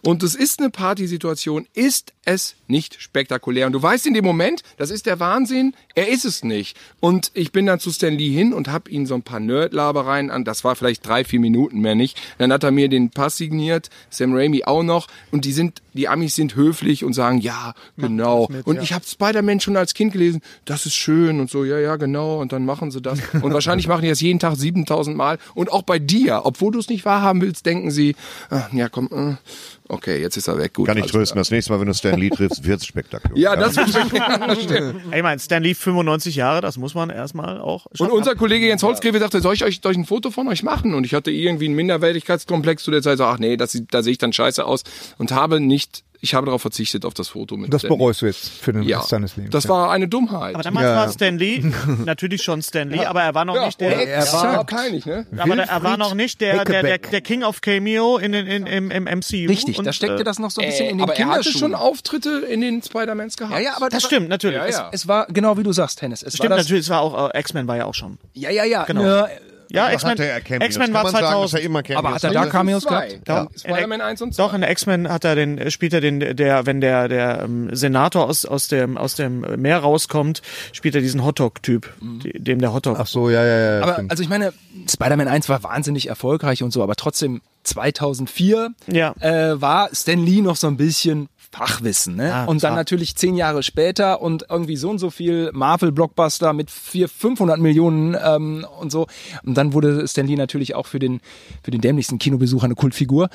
Speaker 8: und es ist eine Partysituation, ist es nicht spektakulär. Und du weißt in dem Moment, das ist der Wahnsinn, er ist es nicht. Und ich bin dann zu Stan Lee hin und hab ihm so ein paar Nerdlabereien an, das war vielleicht drei, vier Minuten mehr nicht. Dann hat er mir den Pass signiert, Sam Raimi auch noch. Und die sind, die Amis sind höflich und sagen, ja, genau. und ich habe Spider-Man schon als Kind gelesen, das ist schön und so, ja, ja, genau. Und dann machen sie das. Und wahrscheinlich machen die das jeden Tag 7000 Mal. Und auch bei dir, obwohl du es nicht wahrhaben willst, denken sie, ah, ja, komm, äh, okay, jetzt ist er weg. Gut,
Speaker 4: Kann ich
Speaker 8: alles
Speaker 4: trösten.
Speaker 8: klar.
Speaker 4: Das nächste Mal, wenn du Stan Lee triffst, wird's spektakulär.
Speaker 8: Ja, das wird spektakulär.
Speaker 3: Ey, mein, Stan Lee 95 Jahre, das muss man erstmal auch
Speaker 8: Und
Speaker 3: schaffen.
Speaker 8: unser Kollege Jens Holzgräfe sagte, soll ich euch soll ich ein Foto von euch machen? Und ich hatte irgendwie einen Minderwertigkeitskomplex zu der Zeit, so, ach nee, das, sieht- da sehe ich dann scheiße aus und habe nicht, ich habe darauf verzichtet auf das Foto mit
Speaker 5: Das
Speaker 8: Danny.
Speaker 5: bereust du jetzt für den
Speaker 8: ja,
Speaker 5: Rest deines Lebens.
Speaker 8: Das
Speaker 5: ja.
Speaker 8: war eine Dummheit.
Speaker 3: aber damals
Speaker 5: Ja.
Speaker 3: war Stan Lee natürlich schon Stan Lee, aber er war noch
Speaker 8: ja,
Speaker 3: nicht der,
Speaker 8: er war peinlich, ne?
Speaker 3: aber der, er war noch nicht der, der, der,
Speaker 5: Heckebeck.
Speaker 3: der King of Cameo in, den- in, im, im MCU.
Speaker 7: Richtig,
Speaker 3: Und,
Speaker 7: da steckte
Speaker 3: äh,
Speaker 7: das noch so ein bisschen in den
Speaker 8: aber er hatte
Speaker 7: Kinderschuhen.
Speaker 8: schon Auftritte in den Spider-Mans gehabt.
Speaker 7: ja, ja, aber
Speaker 3: Das stimmt, natürlich.
Speaker 8: Ja,
Speaker 3: Es-
Speaker 8: ja.
Speaker 7: Es war genau wie du sagst, Hennes. Es
Speaker 3: Stimmt,
Speaker 7: war das,
Speaker 3: natürlich, es war auch, äh, X-Men war ja auch schon.
Speaker 7: Ja, ja, ne, ja.
Speaker 3: Genau.
Speaker 7: Ja,
Speaker 3: Ja, X-Men
Speaker 4: Hatte er Cameos.
Speaker 3: X-Men
Speaker 4: Kann
Speaker 3: war
Speaker 4: man Sagen, dass er
Speaker 3: 2000.
Speaker 4: immer Cameos
Speaker 7: aber hat er
Speaker 4: hatte?
Speaker 7: da Cameos
Speaker 8: Zwei.
Speaker 7: gehabt?
Speaker 8: Ja.
Speaker 3: Ja.
Speaker 8: Spider-Man 1 und 2.
Speaker 3: Doch, in der X-Men hat er den, äh, spielt er den, äh, der, wenn der, der ähm, Senator aus, aus dem, aus dem äh, Meer rauskommt, spielt er diesen Hotdog-Typ, die- dem der Hotdog.
Speaker 5: Ach so, ja, ja, ja.
Speaker 7: Aber
Speaker 5: stimmt.
Speaker 7: also ich meine, Spider-Man 1 war wahnsinnig erfolgreich und so, aber trotzdem 2004
Speaker 3: Ja.
Speaker 7: äh, war Stan Lee noch so ein bisschen Fachwissen. Ne?
Speaker 3: Ah,
Speaker 7: und dann
Speaker 3: klar.
Speaker 7: natürlich zehn Jahre später und irgendwie so und so viel Marvel-Blockbuster mit vier, 500 Millionen ähm, und so. Und dann wurde Stan Lee natürlich auch für den, für den dämlichsten Kinobesucher eine Kultfigur.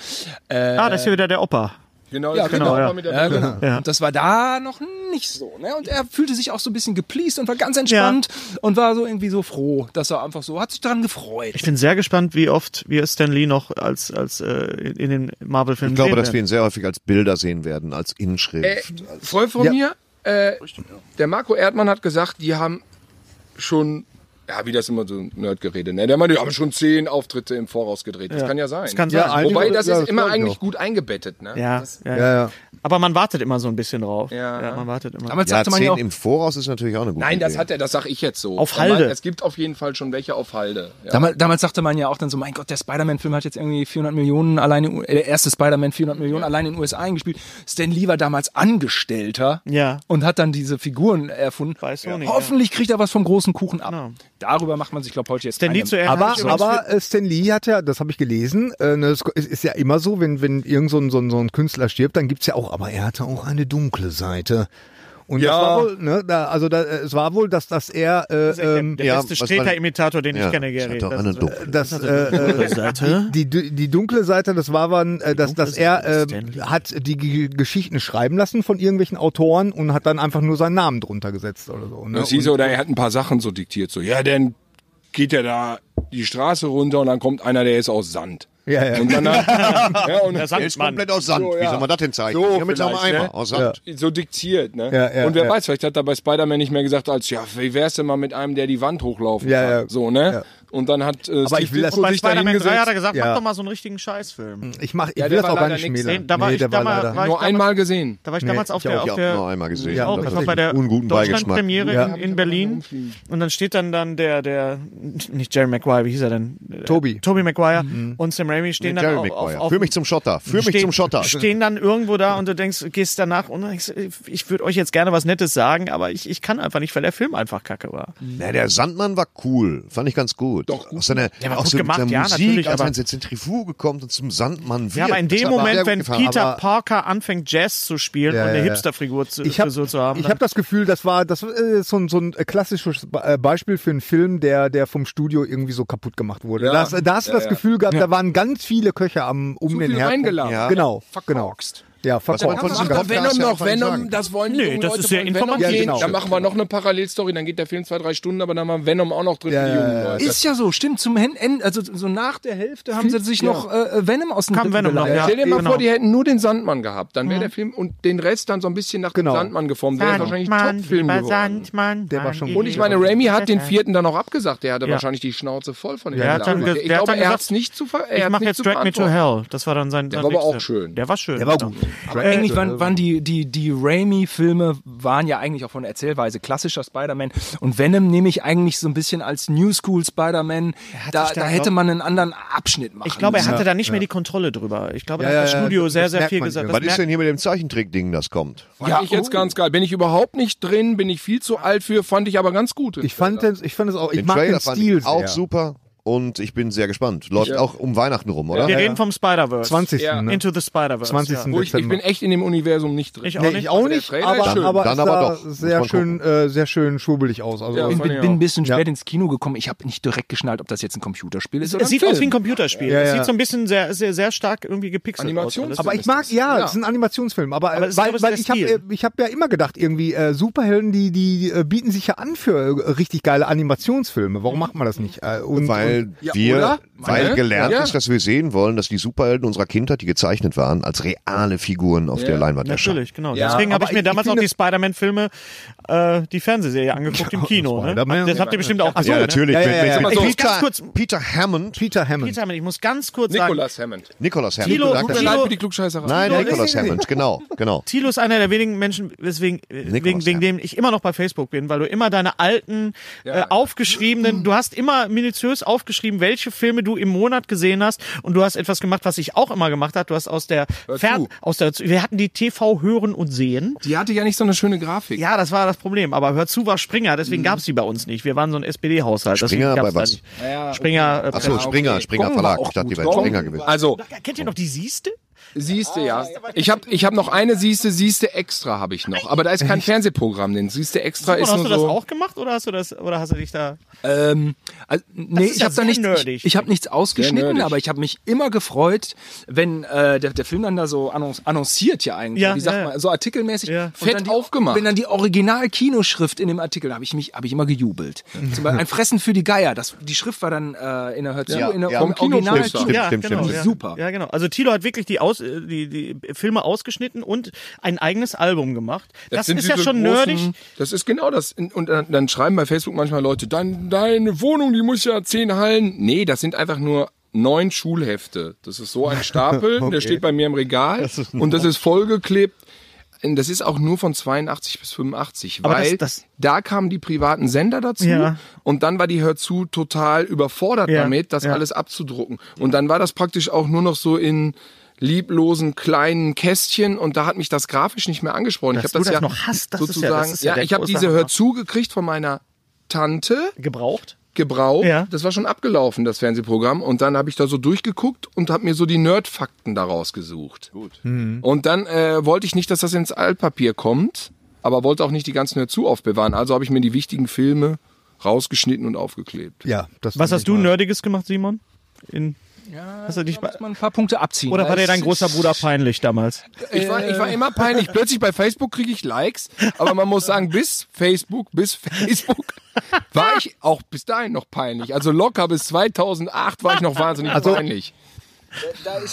Speaker 3: ah, das ist ja wieder der Opa.
Speaker 8: Genau,
Speaker 7: Ja,
Speaker 8: das geht
Speaker 7: genau,
Speaker 8: auch mal
Speaker 3: ja.
Speaker 8: mit der
Speaker 7: Ja, genau.
Speaker 3: Ja.
Speaker 7: Und das war da noch nicht so. Ne? Und er fühlte sich auch so ein bisschen gepleased und war ganz entspannt und war so irgendwie so froh, dass er einfach so, hat sich daran gefreut.
Speaker 3: Ich bin sehr gespannt, wie oft wir Stan Lee noch als, als äh, in den Marvel-Filmen
Speaker 4: Ich glaube,
Speaker 3: sehen
Speaker 4: dass wir
Speaker 3: werden.
Speaker 4: ihn sehr häufig als Bilder sehen werden, als
Speaker 8: Äh,
Speaker 4: Inschrift.
Speaker 8: Freund von
Speaker 5: Ja.
Speaker 8: mir, äh, der Marco Erdmann hat gesagt, die haben schon, ja, wie das immer so ein Nerdgerede, ne? Der meinte, die haben schon zehn Auftritte im Voraus gedreht. Das kann ja sein.
Speaker 3: Das kann
Speaker 5: Ja,
Speaker 3: sein.
Speaker 5: ein-
Speaker 8: Wobei, das
Speaker 5: Ja,
Speaker 8: ist
Speaker 5: das
Speaker 8: immer
Speaker 5: glaub ich
Speaker 8: eigentlich
Speaker 5: auch.
Speaker 8: gut eingebettet, ne?
Speaker 3: Ja, ja, ja.
Speaker 5: Ja, ja.
Speaker 3: Aber man wartet immer so ein bisschen drauf.
Speaker 8: Ja.
Speaker 3: man wartet immer.
Speaker 7: Damals
Speaker 4: Ja,
Speaker 7: sagte man
Speaker 4: zehn
Speaker 7: ja auch,
Speaker 4: im Voraus ist natürlich auch eine gute
Speaker 8: Nein, das
Speaker 4: Idee.
Speaker 8: hat er, das sag ich jetzt so.
Speaker 3: Auf
Speaker 8: Er meint,
Speaker 3: Halde.
Speaker 8: Es gibt auf jeden Fall schon welche auf Halde. Ja.
Speaker 7: Damals, damals sagte man ja auch dann so, mein Gott, der Spider-Man-Film hat jetzt irgendwie 400 Millionen alleine, äh, der erste Spider-Man 400 Millionen allein in den USA eingespielt. Stan Lee war damals Angestellter
Speaker 3: Ja.
Speaker 7: und hat dann diese Figuren erfunden.
Speaker 3: Bei Sony, ja.
Speaker 7: Hoffentlich kriegt er was vom großen Kuchen ab.
Speaker 3: Genau.
Speaker 7: Darüber macht man sich, glaube heute jetzt
Speaker 3: Stan Lee
Speaker 7: keine-
Speaker 3: zu Ehren
Speaker 5: Aber,
Speaker 3: hab ich übrigens
Speaker 5: aber äh, Stan Lee hat ja, das habe ich gelesen, äh, ne, es ist- ist ja immer so, wenn, wenn irgend so ein, so, ein, so ein Künstler stirbt, dann gibt's ja auch, aber er hatte auch eine dunkle Seite. Und das
Speaker 8: Ja.
Speaker 5: war wohl, ne, da, also da, äh, es war wohl, dass, dass er, äh, ähm,
Speaker 3: der
Speaker 4: ja,
Speaker 3: beste
Speaker 4: was man-
Speaker 3: Streter-Imitator, den ich
Speaker 4: Ja,
Speaker 3: kenne,
Speaker 4: das
Speaker 3: Gary.
Speaker 4: hat doch
Speaker 3: Das
Speaker 4: eine
Speaker 3: ist-
Speaker 4: dunkle-
Speaker 5: dass, äh, äh,
Speaker 3: Seite?
Speaker 5: die, die, die dunkle Seite, das war wann, äh, dass,
Speaker 3: dunkle
Speaker 5: dass er
Speaker 3: Seite
Speaker 5: äh,
Speaker 3: des Stanley.
Speaker 5: hat die G Geschichten schreiben lassen von irgendwelchen Autoren und hat dann einfach nur seinen Namen drunter gesetzt oder so. Ne?
Speaker 8: Das hieß so, oder er hat ein paar Sachen so diktiert. So, ja, dann geht er da die Straße runter und dann kommt einer, der ist aus Sand.
Speaker 5: Ja, ja.
Speaker 8: Und dann, ja, und
Speaker 3: Der
Speaker 4: Er ist
Speaker 3: Sandmann.
Speaker 4: komplett aus Sand.
Speaker 8: So,
Speaker 4: Wie
Speaker 8: ja.
Speaker 4: soll man das denn zeigen?
Speaker 8: So
Speaker 4: ja, mit so einem
Speaker 8: vielleicht,
Speaker 4: Eimer
Speaker 8: ne?
Speaker 4: aus Sand.
Speaker 8: so diktiert, ne?
Speaker 5: Ja, ja,
Speaker 8: und wer
Speaker 5: ja.
Speaker 8: weiß, vielleicht hat er bei Spider-Man nicht mehr gesagt, als ja, wie wär's denn mal mit einem, der die Wand hochlaufen
Speaker 5: Ja,
Speaker 8: kann?
Speaker 5: ja.
Speaker 8: So, ne?
Speaker 5: Ja.
Speaker 8: Und dann hat äh,
Speaker 5: Aber ich will das
Speaker 8: Ditko
Speaker 3: Bei
Speaker 8: sich da
Speaker 3: Spider-Man 3 hat er
Speaker 8: hingesetzt.
Speaker 3: gesagt,
Speaker 5: Ja.
Speaker 3: mach doch mal so einen richtigen Scheißfilm.
Speaker 5: Ich mach, ich
Speaker 8: Ja,
Speaker 5: will das
Speaker 8: der war
Speaker 5: auch gar
Speaker 8: leider
Speaker 5: nicht
Speaker 8: nix.
Speaker 5: schmälern.
Speaker 3: Den- da war ich- da war- war ich-
Speaker 8: Nur einmal gesehen.
Speaker 3: Da war ich
Speaker 5: Nee,
Speaker 3: damals auf
Speaker 5: ich
Speaker 3: der,
Speaker 5: auch,
Speaker 3: auf
Speaker 4: Ich habe nur
Speaker 3: der,
Speaker 4: einmal gesehen.
Speaker 5: Ja,
Speaker 3: auch, ich
Speaker 4: Das
Speaker 5: das
Speaker 3: war
Speaker 5: ist
Speaker 3: bei der
Speaker 4: unguten Beigeschmack.
Speaker 3: Deutschland-Premiere
Speaker 5: Ja.
Speaker 3: in, in Berlin. Und dann steht dann, dann der, der, nicht Jerry Maguire, wie hieß er denn?
Speaker 5: Toby.
Speaker 3: Toby Maguire und Sam Raimi stehen dann
Speaker 4: Mhm. Jerry
Speaker 3: auf,
Speaker 4: Maguire.
Speaker 3: auf, auf
Speaker 4: Führ mich zum Schotter. Führ mich
Speaker 3: stehen-
Speaker 4: zum Schotter.
Speaker 3: Stehen dann irgendwo da und du denkst, gehst danach und denkst, ich würde euch jetzt gerne was Nettes sagen, aber ich, ich kann einfach nicht, weil der Film einfach kacke war.
Speaker 4: Na, der Sandmann war cool. Fand ich ganz gut. Doch, gut. Aus seiner,
Speaker 3: war
Speaker 4: auch
Speaker 3: gut
Speaker 4: so mit
Speaker 3: gemacht,
Speaker 4: seiner
Speaker 3: ja,
Speaker 4: Musik,
Speaker 3: natürlich,
Speaker 4: als
Speaker 3: aber-
Speaker 4: er ins Zentrifuge kommt und zum Sandmann wird.
Speaker 3: Ja, aber in
Speaker 4: Das
Speaker 3: dem
Speaker 4: hat mir sehr
Speaker 3: Moment,
Speaker 4: gut
Speaker 3: wenn
Speaker 4: gefallen.
Speaker 3: Peter
Speaker 4: Aber-
Speaker 3: Parker anfängt, Jazz zu spielen
Speaker 5: Ja,
Speaker 3: und eine
Speaker 5: ja.
Speaker 3: Hipsterfigur zu,
Speaker 5: ich habe
Speaker 3: so zu haben,
Speaker 5: Ich
Speaker 3: dann-
Speaker 5: habe das Gefühl, das war das ist so ein, so ein klassisches Be- äh, Beispiel für einen Film, der der vom Studio irgendwie so kaputt gemacht wurde.
Speaker 8: Ja.
Speaker 5: Das, da hast du
Speaker 8: Ja,
Speaker 5: das
Speaker 8: ja.
Speaker 5: Gefühl gehabt, da waren ganz viele Köche am um
Speaker 8: Zu
Speaker 5: den
Speaker 8: viel
Speaker 5: Herd.
Speaker 8: reingeladen.
Speaker 5: Ja. Genau, genau.
Speaker 8: Verkorkst.
Speaker 5: Ja,
Speaker 4: Was man
Speaker 5: verkauft.
Speaker 4: von diesem
Speaker 8: um
Speaker 4: Podcast ja auch nicht sagen.
Speaker 8: das wollen
Speaker 3: Nee,
Speaker 8: jungen
Speaker 3: das ist sehr
Speaker 8: von Venom
Speaker 3: informativ.
Speaker 8: sehen.
Speaker 5: Ja, genau.
Speaker 8: Dann machen wir noch eine Parallelstory, dann geht der Film zwei, drei Stunden, aber dann haben wir Venom auch noch drin
Speaker 5: Ja,
Speaker 8: für die
Speaker 5: ja,
Speaker 8: jungen
Speaker 5: ja.
Speaker 8: Leute.
Speaker 7: Ist ja so, stimmt. Zum Hen- Ende, also so nach der Hälfte haben sie sich noch äh, Venom aus dem
Speaker 3: Kam
Speaker 7: Rippen
Speaker 3: Venom noch,
Speaker 7: geleiert.
Speaker 3: ja.
Speaker 8: Stell dir mal
Speaker 3: Genau. Mhm.
Speaker 8: vor, die hätten nur den Sandmann gehabt. Dann wäre der Film und den Rest dann so ein bisschen nach
Speaker 5: Genau.
Speaker 8: dem Sandmann geformt. Wäre wahrscheinlich ein Top-Film geworden.
Speaker 5: Der war schon
Speaker 8: Und ich meine, Raimi hat den vierten dann auch abgesagt. Der hatte
Speaker 3: Ja.
Speaker 8: wahrscheinlich die Schnauze voll von dem
Speaker 3: Der hat dann
Speaker 8: Laden.
Speaker 3: ge-
Speaker 8: Ich
Speaker 3: der hat
Speaker 8: glaube,
Speaker 3: dann
Speaker 8: er
Speaker 3: gesagt,
Speaker 8: hat es nicht zu ver er
Speaker 3: Ich
Speaker 8: hat's
Speaker 3: mache
Speaker 8: nicht
Speaker 3: jetzt
Speaker 8: zu
Speaker 3: Drag Me to
Speaker 8: verantworten.
Speaker 3: Hell. Das war dann sein. sein
Speaker 8: Der war aber
Speaker 3: nächster.
Speaker 8: auch schön.
Speaker 3: Der war schön.
Speaker 5: Der war
Speaker 3: genau.
Speaker 5: gut.
Speaker 7: Aber eigentlich
Speaker 3: ne?
Speaker 7: waren, waren die, die, die Raimi-Filme waren ja eigentlich auch von der Erzählweise klassischer Spider-Man. Und Venom nehme ich eigentlich so ein bisschen als New School Spider-Man.
Speaker 3: hat
Speaker 7: Da,
Speaker 3: sich da
Speaker 7: da hätte
Speaker 3: glaub-
Speaker 7: man einen anderen Abschnitt machen
Speaker 3: Ich glaube, er
Speaker 7: müssen.
Speaker 3: hatte da nicht mehr die Kontrolle drüber. Ich glaube, da
Speaker 5: Ja,
Speaker 3: hat das
Speaker 5: ja, ja,
Speaker 3: Studio
Speaker 5: das-
Speaker 3: sehr,
Speaker 5: das
Speaker 3: sehr
Speaker 5: merkt
Speaker 3: viel
Speaker 5: man
Speaker 3: gesagt.
Speaker 4: Was
Speaker 3: Das
Speaker 4: ist
Speaker 3: merkt-
Speaker 4: denn hier mit dem Zeichentrick-Ding, das kommt?
Speaker 8: Fand ich jetzt ganz geil. Bin ich überhaupt nicht drin, bin ich viel zu alt für, fand ich aber ganz gut.
Speaker 5: Ich fand den, ich fand es auch, ich
Speaker 4: Den
Speaker 5: mag
Speaker 4: Trailer
Speaker 5: den
Speaker 4: fand
Speaker 5: Stil
Speaker 4: ich auch
Speaker 5: sehr.
Speaker 4: super und ich bin sehr gespannt. Läuft
Speaker 8: Ja.
Speaker 4: auch um Weihnachten rum, oder?
Speaker 3: Wir reden vom Spider-Verse.
Speaker 5: 20.
Speaker 8: Ja.
Speaker 5: Ne?
Speaker 3: Into the Spider-Verse.
Speaker 5: 20.
Speaker 3: Ja.
Speaker 8: Wo ich, ich
Speaker 5: Dezember.
Speaker 8: bin echt in dem Universum nicht drin.
Speaker 3: Ich auch
Speaker 5: Nee,
Speaker 3: nicht.
Speaker 5: ich auch
Speaker 8: Aber Also der
Speaker 5: nicht,
Speaker 8: Trailer
Speaker 5: aber,
Speaker 8: ist schön.
Speaker 5: aber,
Speaker 4: Dann
Speaker 5: es
Speaker 4: aber
Speaker 5: sah
Speaker 4: doch. Muss
Speaker 5: sehr
Speaker 4: man
Speaker 5: schön, äh, sehr schön schwurbelig aus. Also,
Speaker 8: Ja,
Speaker 5: es-
Speaker 7: Ich
Speaker 8: fand
Speaker 7: bin,
Speaker 8: ich
Speaker 7: bin
Speaker 8: auch.
Speaker 7: ein bisschen
Speaker 5: Ja.
Speaker 7: spät ins Kino gekommen. Ich habe nicht direkt geschnallt, ob das jetzt ein Computerspiel ist. Oder
Speaker 3: Es sieht
Speaker 7: ein
Speaker 3: aus wie ein
Speaker 7: Film.
Speaker 3: Computerspiel.
Speaker 5: Ja,
Speaker 3: Es
Speaker 5: ja.
Speaker 3: sieht so ein bisschen sehr, sehr, sehr stark irgendwie gepixelt
Speaker 8: Animations-
Speaker 3: aus. alles.
Speaker 5: aber ich mag, ja, es ist ein Animationsfilm, aber,
Speaker 3: Aber
Speaker 5: äh,
Speaker 3: es ist,
Speaker 5: weil,
Speaker 3: glaube ich,
Speaker 5: weil
Speaker 3: der
Speaker 5: ich habe
Speaker 3: Stil.
Speaker 5: äh, ich hab ja immer gedacht, irgendwie äh, Superhelden, die, die äh, bieten sich ja an für äh, richtig geile Animationsfilme.
Speaker 8: Mhm.
Speaker 5: Warum macht man das nicht? Äh, und, und,
Speaker 4: Weil
Speaker 8: Ja,
Speaker 4: wir,
Speaker 8: oder?
Speaker 4: weil
Speaker 8: Ja.
Speaker 4: gelernt
Speaker 8: Ja.
Speaker 4: ist, dass wir sehen wollen, dass die Superhelden unserer Kindheit, die gezeichnet waren, als reale Figuren auf der Leinwand erscheinen.
Speaker 3: Natürlich, genau.
Speaker 8: Ja,
Speaker 3: Deswegen habe
Speaker 5: aber
Speaker 3: ich mir
Speaker 5: ich-
Speaker 3: damals
Speaker 5: ich
Speaker 3: auch
Speaker 5: finde-
Speaker 3: die Spider-Man-Filme, äh, die Fernsehserie angeguckt im Kino. Ne?
Speaker 5: Spider-Man.
Speaker 3: Das habt ihr bestimmt auch
Speaker 4: ja,
Speaker 3: gesehen. ne?
Speaker 4: natürlich.
Speaker 5: Ja, ja,
Speaker 4: mit-
Speaker 5: ja,
Speaker 4: mit-
Speaker 5: ja.
Speaker 4: mit
Speaker 3: Ich will
Speaker 4: Peter,
Speaker 3: ganz kurz-
Speaker 4: Peter Hammond,
Speaker 5: Peter Hammond.
Speaker 3: Peter, ich muss ganz kurz sagen,
Speaker 8: Nicolas Hammond.
Speaker 4: Nicholas Hammond.
Speaker 3: Thilo-
Speaker 4: sagt er.
Speaker 8: Tut mir
Speaker 3: Tilo-
Speaker 8: leid für die Klugscheißerei.
Speaker 4: Nein,
Speaker 3: Thilo-
Speaker 4: Nicholas Hammond, genau, genau.
Speaker 3: Thilo ist einer der wenigen Menschen, weswegen, äh, wegen, wegen dem ich immer noch bei Facebook bin, weil du immer deine alten, äh, aufgeschriebenen, du hast immer minutiös aufgeschrieben, welche Filme du im Monat gesehen hast und du hast etwas gemacht, was ich auch immer gemacht habe. Du hast aus der, Fern
Speaker 8: zu.
Speaker 3: aus der, wir hatten die TV Hören und Sehen.
Speaker 8: Die hatte ja nicht so eine schöne Grafik.
Speaker 3: Ja, das war das Problem. Aber hör zu war Springer, deswegen gab's die bei uns nicht. Wir waren so ein SPD-Haushalt.
Speaker 4: Mhm.
Speaker 3: deswegen
Speaker 4: Springer
Speaker 3: gab's
Speaker 4: bei
Speaker 3: da
Speaker 4: was?
Speaker 3: nicht. Springer, äh,
Speaker 4: Achso,
Speaker 3: Presse-
Speaker 4: Springer, Springer
Speaker 8: Gong war
Speaker 4: Verlag.
Speaker 8: auch
Speaker 4: Ich dachte, die
Speaker 8: gut.
Speaker 4: wären
Speaker 8: Gong
Speaker 4: Springer gewesen.
Speaker 8: Also,
Speaker 3: Kennt ihr noch die Sieste?
Speaker 8: Siehste, ja. Ich habe ich hab noch eine Siehste, Siehste extra habe ich noch. Aber da ist kein Fernsehprogramm, denn Siehste extra
Speaker 3: Und
Speaker 8: ist
Speaker 3: hast du
Speaker 8: nur
Speaker 3: das
Speaker 8: so.
Speaker 3: auch gemacht oder hast du das oder hast du dich da?
Speaker 7: Ähm, also, nee,
Speaker 3: ist
Speaker 7: ich
Speaker 3: ja
Speaker 7: habe da
Speaker 3: sehr
Speaker 7: nichts,
Speaker 3: nerdig.
Speaker 7: ich, ich hab nichts ausgeschnitten,
Speaker 8: nerdig.
Speaker 7: aber ich habe mich immer gefreut, wenn äh, der, der Film dann da so annonc- annonciert ja eigentlich,
Speaker 3: Ja,
Speaker 7: wie sagt
Speaker 3: ja, ja.
Speaker 7: man, so artikelmäßig,
Speaker 3: Ja.
Speaker 7: und
Speaker 8: Fett
Speaker 7: dann die,
Speaker 8: aufgemacht.
Speaker 7: Wenn dann die Original-Kinoschrift in dem Artikel, habe ich mich, habe ich immer gejubelt.
Speaker 3: Mhm.
Speaker 7: Zum Beispiel ein Fressen für die Geier. Das, die Schrift war dann äh, in der Hör zu,
Speaker 4: Ja,
Speaker 7: in der
Speaker 4: ja.
Speaker 7: vom
Speaker 8: Vom Kinoschrift
Speaker 7: original
Speaker 8: da.
Speaker 7: Kino
Speaker 8: Stimmt,
Speaker 3: ja,
Speaker 4: stimmt,
Speaker 3: genau,
Speaker 4: stimmt.
Speaker 3: Ja.
Speaker 7: Super.
Speaker 3: Ja, genau. Also Thilo hat wirklich die, Aus, äh, die, die Filme ausgeschnitten und ein eigenes Album gemacht. Das,
Speaker 8: sind
Speaker 3: ist ja
Speaker 8: diese
Speaker 3: schon
Speaker 8: großen-
Speaker 3: nerdig.
Speaker 8: Das ist genau das. Und dann, dann schreiben bei Facebook manchmal Leute, dann deine Wohnung, die muss ja zehn Hallen. Nee, das sind einfach nur neun Schulhefte. Das ist so ein Stapel, der steht bei mir im Regal und das ist vollgeklebt. Und Das ist auch nur von 82 bis 85,
Speaker 3: Aber das-
Speaker 8: weil
Speaker 3: das-
Speaker 8: da kamen die privaten Sender dazu
Speaker 3: Ja.
Speaker 8: und dann war die Hör zu total überfordert
Speaker 3: Ja,
Speaker 8: damit, das
Speaker 3: ja.
Speaker 8: alles abzudrucken. Und dann war das praktisch auch nur noch so in lieblosen kleinen Kästchen und da hat mich das grafisch nicht mehr angesprochen.
Speaker 3: Dass
Speaker 8: ich habe
Speaker 3: du
Speaker 8: das ja
Speaker 3: das noch hast, das ist ja-
Speaker 8: sozusagen,
Speaker 3: das ist ja der
Speaker 8: ich habe
Speaker 3: große
Speaker 8: diese
Speaker 3: Hammer.
Speaker 8: Hör zugekriegt von meiner Tante
Speaker 3: Gebraucht?
Speaker 8: gebraucht.
Speaker 3: Ja.
Speaker 8: Das war schon abgelaufen das Fernsehprogramm und dann habe ich da so durchgeguckt und habe mir so die Nerdfakten daraus gesucht. Gut.
Speaker 3: Mhm.
Speaker 8: Und dann äh, wollte ich nicht, dass das ins Altpapier kommt, aber wollte auch nicht die ganzen Hör zu aufbewahren. Also habe ich mir die wichtigen Filme rausgeschnitten und aufgeklebt.
Speaker 5: Ja, das
Speaker 3: Was hast du nerdiges gemacht, Simon? In, hast du dich bei,
Speaker 7: Muss man ein paar Punkte abziehen.
Speaker 3: oder war dir
Speaker 7: der
Speaker 3: dein großer Bruder peinlich damals?
Speaker 8: Ich war, ich war immer peinlich. Plötzlich bei Facebook kriege ich Likes, aber man muss sagen, bis Facebook, bis Facebook war ich auch bis dahin noch peinlich. Also locker bis 2008 war ich noch wahnsinnig peinlich.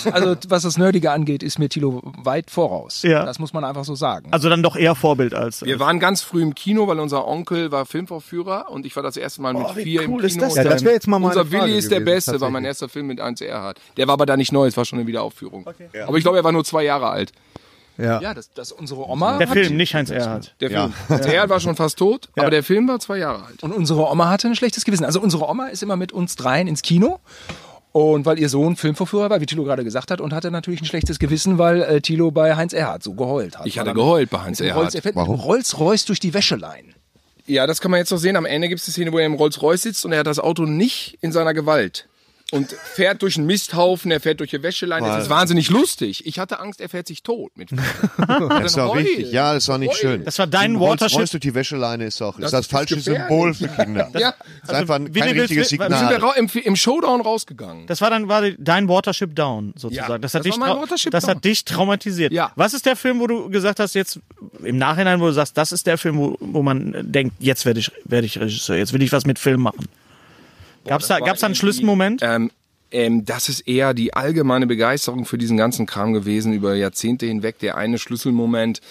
Speaker 7: Also was das Nerdige angeht, ist mir Tilo weit voraus.
Speaker 3: Ja.
Speaker 7: Das muss man einfach so sagen.
Speaker 3: Also dann doch eher Vorbild als.
Speaker 8: Wir waren ganz früh im Kino, weil unser Onkel war Filmvorführer und ich war das erste Mal mit
Speaker 3: Oh, wie
Speaker 8: vier im
Speaker 3: cool
Speaker 8: Kino.
Speaker 3: ist das
Speaker 5: Ja, das wäre jetzt mal meine
Speaker 8: unser
Speaker 5: Frage
Speaker 8: Willi ist der
Speaker 5: gewesen,
Speaker 8: Beste, war mein
Speaker 5: tatsächlich.
Speaker 8: erster Film mit 1 Erhard. Der war aber da nicht neu, es war schon eine Wiederaufführung. Aber ich glaube, er war nur zwei Jahre alt.
Speaker 7: Ja, das, das unsere Oma
Speaker 3: der
Speaker 7: hat-
Speaker 3: Film, nicht Heinz Erhardt.
Speaker 8: Der Film. Hans Erhard war schon fast tot, aber der Film war zwei Jahre alt.
Speaker 7: Und unsere Oma hatte ein schlechtes Gewissen. Also unsere Oma ist immer mit uns dreien ins Kino. Und weil ihr Sohn Filmverführer war, wie Thilo gerade gesagt hat, und hatte natürlich ein schlechtes Gewissen, weil äh, Thilo bei Heinz Erhardt so geheult hat.
Speaker 8: Ich hatte
Speaker 7: Weil er
Speaker 8: geheult bei Hans
Speaker 7: mit dem Rolls,
Speaker 8: Erhard.
Speaker 7: er fährt mit dem Rolls-Royce durch die Wäsche leihen.
Speaker 8: Ja, das kann man jetzt noch sehen. Am Ende gibt es die Szene, wo er im Rolls-Royce sitzt und er hat das Auto nicht in seiner Gewalt. Und fährt durch einen Misthaufen, er fährt durch die Wäscheleine. Das ist wahnsinnig lustig. Ich hatte Angst, er fährt sich tot mit.
Speaker 4: Das ist auch
Speaker 8: Heul.
Speaker 4: richtig. Ja, das war nicht
Speaker 8: Heul.
Speaker 4: schön.
Speaker 3: Das war dein
Speaker 4: Rolls
Speaker 3: Watership.
Speaker 4: Royce durch die Wäscheleine ist auch ist das,
Speaker 8: ist
Speaker 4: falsche
Speaker 8: gefährlich.
Speaker 4: Symbol für Kinder.
Speaker 8: Ja.
Speaker 4: Das ist einfach
Speaker 3: Willi
Speaker 4: kein
Speaker 3: will-
Speaker 4: richtiges
Speaker 3: weil- sind
Speaker 8: Sind wir
Speaker 4: Signal.
Speaker 8: ra- im, im Showdown rausgegangen.
Speaker 3: Das war dann war dein Watership Down sozusagen.
Speaker 8: Ja,
Speaker 3: das hat,
Speaker 8: das war
Speaker 3: dich,
Speaker 8: mein
Speaker 3: trau-
Speaker 8: Watership
Speaker 3: das
Speaker 8: Down.
Speaker 3: hat dich traumatisiert.
Speaker 8: Ja.
Speaker 3: Was ist der Film, wo du gesagt hast, jetzt im Nachhinein, wo du sagst, das ist der Film, wo, wo man äh, denkt, jetzt werde ich, werde ich Regisseur, jetzt will ich was mit Film machen. Gab's da,
Speaker 8: war
Speaker 3: gab's da einen
Speaker 8: irgendwie-
Speaker 3: Schlüsselmoment?
Speaker 8: Ähm, ähm, das ist eher die allgemeine Begeisterung für diesen ganzen Kram gewesen über Jahrzehnte hinweg. Der eine Schlüsselmoment.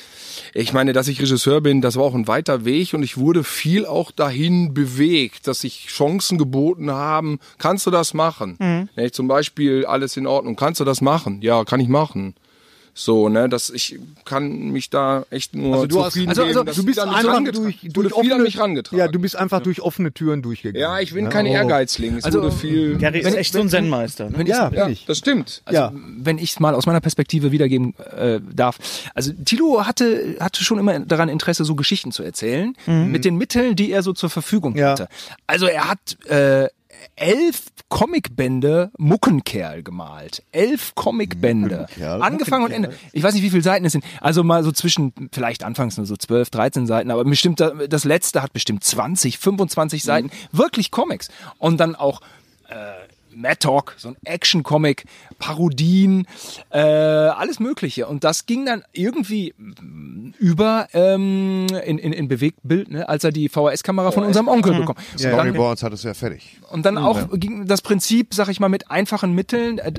Speaker 8: Ich meine, dass ich Regisseur bin, das war auch ein weiter Weg und ich wurde viel auch dahin bewegt, dass sich Chancen geboten haben. Kannst du das machen? Ne, zum Beispiel alles in Ordnung. Kannst du das machen? Ja, kann ich machen. So, ne, dass ich kann mich da echt nur
Speaker 5: Also du, hast,
Speaker 8: zufrieden
Speaker 5: also, also,
Speaker 8: geben, dass
Speaker 5: du bist
Speaker 8: wieder an mich
Speaker 5: einfach
Speaker 8: rangetragen-
Speaker 5: durch,
Speaker 8: wurde
Speaker 5: durch
Speaker 8: viel an
Speaker 5: offene,
Speaker 8: mich rangetragen.
Speaker 5: ja, du oh, bist einfach durch offene Türen durchgegangen.
Speaker 8: ja, ich bin kein Ehrgeizling. Es also, wurde viel.
Speaker 5: äh,
Speaker 3: Gary ist echt so ein Zen-Meister. ne?
Speaker 7: Wenn
Speaker 5: Ja,
Speaker 7: ich's-
Speaker 5: bin ich.
Speaker 8: Das stimmt.
Speaker 5: Ja.
Speaker 7: wenn ich es mal aus meiner Perspektive wiedergeben äh, darf. Also Thilo hatte, hatte schon immer daran Interesse, so Geschichten zu erzählen, mit den Mitteln, die er so zur Verfügung
Speaker 5: Ja.
Speaker 7: hatte. Also er hat äh, elf Comicbände Muckenkerl gemalt. Elf Comicbände. Angefangen und Ende. Ich weiß nicht, wie viele Seiten es sind. Also mal so zwischen, vielleicht anfangs nur so 12, 13 Seiten, aber bestimmt da- das letzte hat bestimmt 20, 25 Seiten. Wirklich Comics. Und dann auch äh, Mad Talk, so ein Action-Comic, Parodien, äh, alles Mögliche. Und das ging dann irgendwie mm, über ähm, in, in, in Bewegtbild, ne, als er die VHS-Kamera von unserem Onkel bekommen. Und dann,
Speaker 4: Storyboards hat es Mhm. ja Mhm. fertig.
Speaker 7: und dann auch ging das Prinzip, sag ich mal, mit einfachen Mitteln, äh,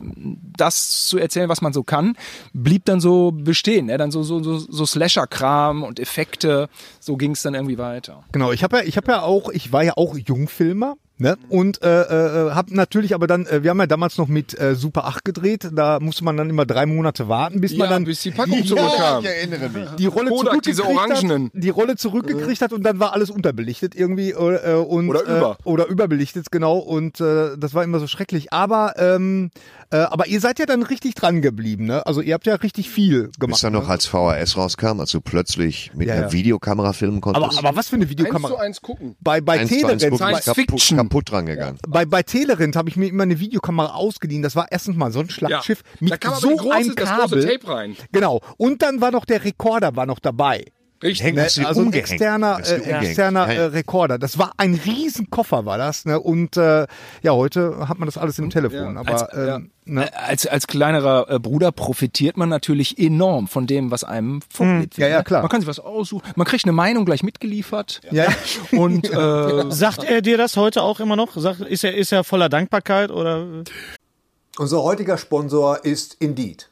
Speaker 7: das zu erzählen, was man so kann, blieb dann so bestehen. Ne? Dann so, so, so, so Slasher-Kram und Effekte, so ging es dann irgendwie weiter.
Speaker 5: Genau, ich habe ja, ich habe ja auch, ich war ja auch Jungfilmer. Ne? Und äh, äh, habe natürlich, aber dann, äh, wir haben ja damals noch mit äh, Super 8 gedreht, da musste man dann immer drei Monate warten, bis man
Speaker 8: Ja,
Speaker 5: dann
Speaker 8: bis die Packung zurückkam.
Speaker 4: Ähm. erinnere mich.
Speaker 5: die Rolle
Speaker 8: Kodak, diese
Speaker 5: zurückgekriegt
Speaker 8: orangenen.
Speaker 5: hat, die Rolle zurückgekriegt hat und dann war alles unterbelichtet irgendwie äh, äh, und
Speaker 8: Oder über.
Speaker 5: äh, oder überbelichtet genau und äh, das war immer so schrecklich. Aber ähm, äh, aber ihr seid ja dann richtig dran geblieben, ne? Also ihr habt ja richtig viel
Speaker 4: Bis
Speaker 5: gemacht.
Speaker 4: dann noch als VHS rauskam, als du plötzlich mit
Speaker 5: Ja,
Speaker 4: einer
Speaker 5: ja.
Speaker 4: Videokamera filmen konntest.
Speaker 5: aber aber was für eine
Speaker 8: Eins zu
Speaker 5: Videokamera?
Speaker 8: eins gucken.
Speaker 5: Bei bei
Speaker 4: Eins zu eins
Speaker 5: Telerenz,
Speaker 4: gucken.
Speaker 5: bei,
Speaker 8: Science Fiction.
Speaker 4: kaputt dran gegangen.
Speaker 5: bei, bei Telerint habe ich mir immer eine Videokamera ausgeliehen. Das war erstens mal so ein Schlachtschiff mit
Speaker 8: Da kam aber
Speaker 5: so
Speaker 8: die große,
Speaker 5: einem
Speaker 8: das
Speaker 5: Kabel.
Speaker 8: große Tape rein.
Speaker 5: Genau. Und dann war noch der Rekorder war noch dabei.
Speaker 8: Richtig.
Speaker 4: Hängt- Hast du die
Speaker 5: also ein
Speaker 4: umgehängt?
Speaker 5: externer,
Speaker 4: Hast du die
Speaker 5: äh,
Speaker 4: umgehängt?
Speaker 5: externer
Speaker 4: Ja, ja.
Speaker 5: äh, Rekorder. Das war ein Riesenkoffer, war das. Ne? Und äh, ja, heute hat man das alles im Telefon. aber
Speaker 7: Als- ja.
Speaker 5: ähm, ne?
Speaker 7: Äh, Als, als kleinerer äh, Bruder profitiert man natürlich enorm von dem, was einem vorgelegt wird.
Speaker 5: Ja, ja,
Speaker 7: ne?
Speaker 5: klar.
Speaker 7: Man kann sich was aussuchen, man kriegt eine Meinung gleich mitgeliefert.
Speaker 5: ja.
Speaker 7: Und äh,
Speaker 3: Sagt er dir das heute auch immer noch? Sagt, ist, er, ist er voller Dankbarkeit oder
Speaker 1: Unser heutiger Sponsor ist Indeed.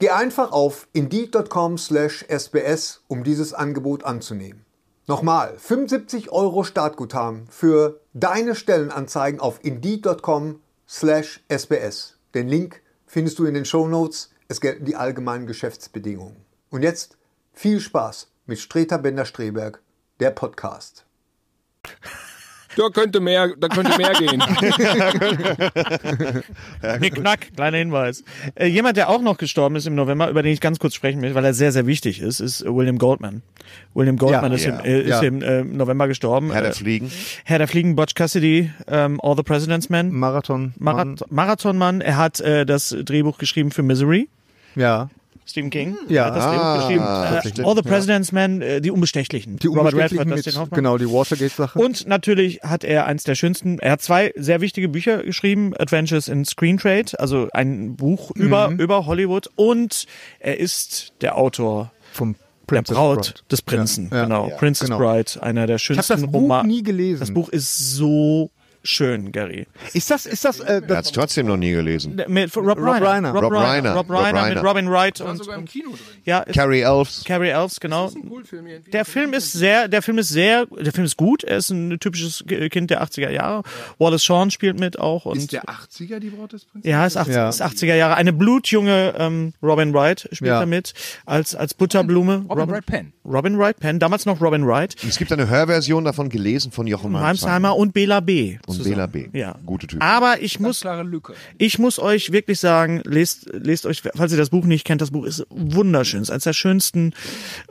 Speaker 1: Geh einfach auf indeed.com slash sbs, um dieses Angebot anzunehmen. Nochmal, 75 Euro Startguthaben für deine Stellenanzeigen auf indeed.com slash sbs. Den Link findest du in den Shownotes. Es gelten die allgemeinen Geschäftsbedingungen. Und jetzt viel Spaß mit Streter Bender-Streberg, der Podcast.
Speaker 8: Da könnte mehr, da könnte mehr gehen.
Speaker 3: Knickknack, kleiner Hinweis. Äh, jemand, der auch noch gestorben ist im November, über den ich ganz kurz sprechen will, weil er sehr, sehr wichtig ist, ist äh, William Goldman. William Goldman ist,
Speaker 4: ja,
Speaker 3: im, äh,
Speaker 5: ja.
Speaker 3: ist im äh, November gestorben.
Speaker 4: Herr der
Speaker 3: Äh,
Speaker 4: Fliegen.
Speaker 3: Herr der Fliegen, Butch Cassidy, ähm, All the President's Men.
Speaker 5: Marathon.
Speaker 3: Marath Marathonmann, er hat äh, das Drehbuch geschrieben für Misery.
Speaker 5: Ja.
Speaker 3: Stephen King
Speaker 5: Ja.
Speaker 3: hat das Drehbuch
Speaker 4: Ah,
Speaker 3: geschrieben.
Speaker 4: tatsächlich,
Speaker 3: Äh, All the President's Men, äh, die Unbestechlichen.
Speaker 5: Die
Speaker 3: Robert
Speaker 5: Unbestechlichen
Speaker 3: Redford,
Speaker 5: mit,
Speaker 3: Dustin Hoffman.
Speaker 5: genau, die Watergate-Sache.
Speaker 3: Und natürlich hat er eins der schönsten, er hat zwei sehr wichtige Bücher geschrieben, Adventures in Screen Trade, also ein Buch über,
Speaker 5: Mhm.
Speaker 3: über Hollywood und er ist der Autor
Speaker 5: vom
Speaker 3: der
Speaker 5: Princess
Speaker 3: Braut
Speaker 5: Bride.
Speaker 3: des Prinzen,
Speaker 5: Ja, ja,
Speaker 3: genau,
Speaker 5: ja,
Speaker 3: Princess
Speaker 5: genau.
Speaker 3: Bride, einer der
Speaker 5: Ich habe das
Speaker 3: schönsten
Speaker 5: Buch
Speaker 3: Romane.
Speaker 5: nie gelesen.
Speaker 3: Das Buch ist so schön, Gary.
Speaker 5: Ist das, ist das, äh,
Speaker 4: Er
Speaker 5: das
Speaker 4: hat es trotzdem noch nie gelesen.
Speaker 3: Mit Rob, Reiner.
Speaker 5: Reiner.
Speaker 3: Rob,
Speaker 4: Rob
Speaker 3: Reiner.
Speaker 4: Reiner.
Speaker 3: Rob
Speaker 4: Rob
Speaker 3: Reiner mit
Speaker 4: Reiner.
Speaker 3: Robin Wright
Speaker 8: War
Speaker 3: und,
Speaker 8: sogar im
Speaker 3: und
Speaker 8: Kino drin.
Speaker 3: ja, ist-
Speaker 4: Carrie Elves.
Speaker 3: Carrie Elves, genau.
Speaker 8: Kultfilm irgendwie.
Speaker 3: Der Film ist sehr, der Film ist sehr, der Film ist gut. Er ist ein typisches Ge- Kind der 80er Jahre. Wallace Shawn spielt mit auch und
Speaker 8: Ist der 80er die Braut des Prinzen?
Speaker 3: ja, ist 80,
Speaker 5: Ja.
Speaker 3: Ist 80er Jahre. Eine blutjunge ähm, Robin Wright spielt
Speaker 5: Ja.
Speaker 3: da mit als als Butterblume.
Speaker 7: Robin Wright Penn.
Speaker 3: Robin Wright Penn, damals noch Robin Wright.
Speaker 4: Es gibt eine Hörversion davon gelesen von Jochen Malmsheimer
Speaker 3: Heimsheimer und Bela B.
Speaker 4: und
Speaker 3: zusammen.
Speaker 4: Bela B.
Speaker 3: Ja.
Speaker 4: Gute Typen.
Speaker 3: Aber ich
Speaker 7: ganz
Speaker 3: muss
Speaker 7: klare Lücke.
Speaker 3: Ich muss euch wirklich sagen, lest, lest euch, falls ihr das Buch nicht kennt, das Buch ist wunderschön. Es ist eines der schönsten,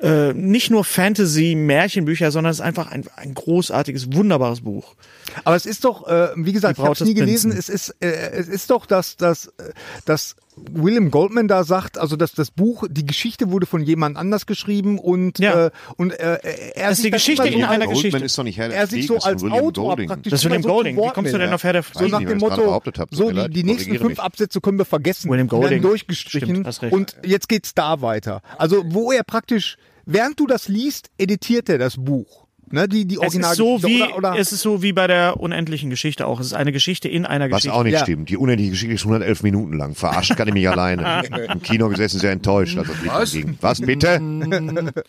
Speaker 3: äh, nicht nur Fantasy-Märchenbücher, sondern es ist einfach ein, ein großartiges, wunderbares Buch.
Speaker 5: Aber es ist doch, äh, wie gesagt,
Speaker 3: Die
Speaker 5: ich habe
Speaker 3: Braut
Speaker 5: es nie
Speaker 3: des
Speaker 5: gelesen. Es
Speaker 3: Prinzen.
Speaker 5: ist, äh, es ist doch, dass, dass, äh, dass William Goldman da sagt, also dass das Buch, die Geschichte wurde von jemand anders geschrieben und
Speaker 3: Ja.
Speaker 5: äh, und äh, er
Speaker 3: Dass
Speaker 5: sich
Speaker 3: die
Speaker 5: das
Speaker 3: Geschichte
Speaker 5: immer
Speaker 3: in
Speaker 5: so
Speaker 3: einer
Speaker 5: als-
Speaker 4: Goldman
Speaker 3: Geschichte.
Speaker 4: ist doch nicht Herr der
Speaker 5: er sich
Speaker 4: Fliegen,
Speaker 5: so
Speaker 4: das ist von
Speaker 5: als
Speaker 4: William
Speaker 5: Autor
Speaker 4: Golding.
Speaker 5: praktisch
Speaker 3: Das ist
Speaker 5: immer
Speaker 3: William
Speaker 5: so zu
Speaker 3: Golding. Wie
Speaker 5: Wort
Speaker 3: kommst du denn
Speaker 5: meldet.
Speaker 3: auf Herr der
Speaker 5: So
Speaker 3: Fliegen?
Speaker 5: nach
Speaker 4: Ich
Speaker 5: dem
Speaker 4: weiß nicht, was ich gerade
Speaker 5: Motto,
Speaker 4: behauptet habe. Tut
Speaker 5: so
Speaker 4: mir
Speaker 5: die,
Speaker 4: leid,
Speaker 5: die
Speaker 4: ich
Speaker 5: nächsten
Speaker 4: korrigiere
Speaker 5: fünf
Speaker 4: mich.
Speaker 5: Absätze können wir vergessen.
Speaker 3: William
Speaker 5: Und
Speaker 3: Golding.
Speaker 5: Dann durchgestrichen.
Speaker 3: Stimmt, hast recht.
Speaker 5: Und jetzt geht's da weiter. Also wo er praktisch, während du das liest, editiert er das Buch. Ne, die die
Speaker 3: Es
Speaker 5: Original
Speaker 3: ist, so wie,
Speaker 5: oder, oder
Speaker 3: es ist so wie bei der unendlichen Geschichte auch. Es ist eine Geschichte in einer
Speaker 4: Was
Speaker 3: Geschichte.
Speaker 4: auch nicht
Speaker 5: Ja.
Speaker 4: stimmt. Die unendliche Geschichte ist 111 Minuten lang. Verarscht kann ich mich alleine. Im Kino gesessen, sehr enttäuscht. Als das Licht
Speaker 8: Was?
Speaker 4: anging. Was bitte?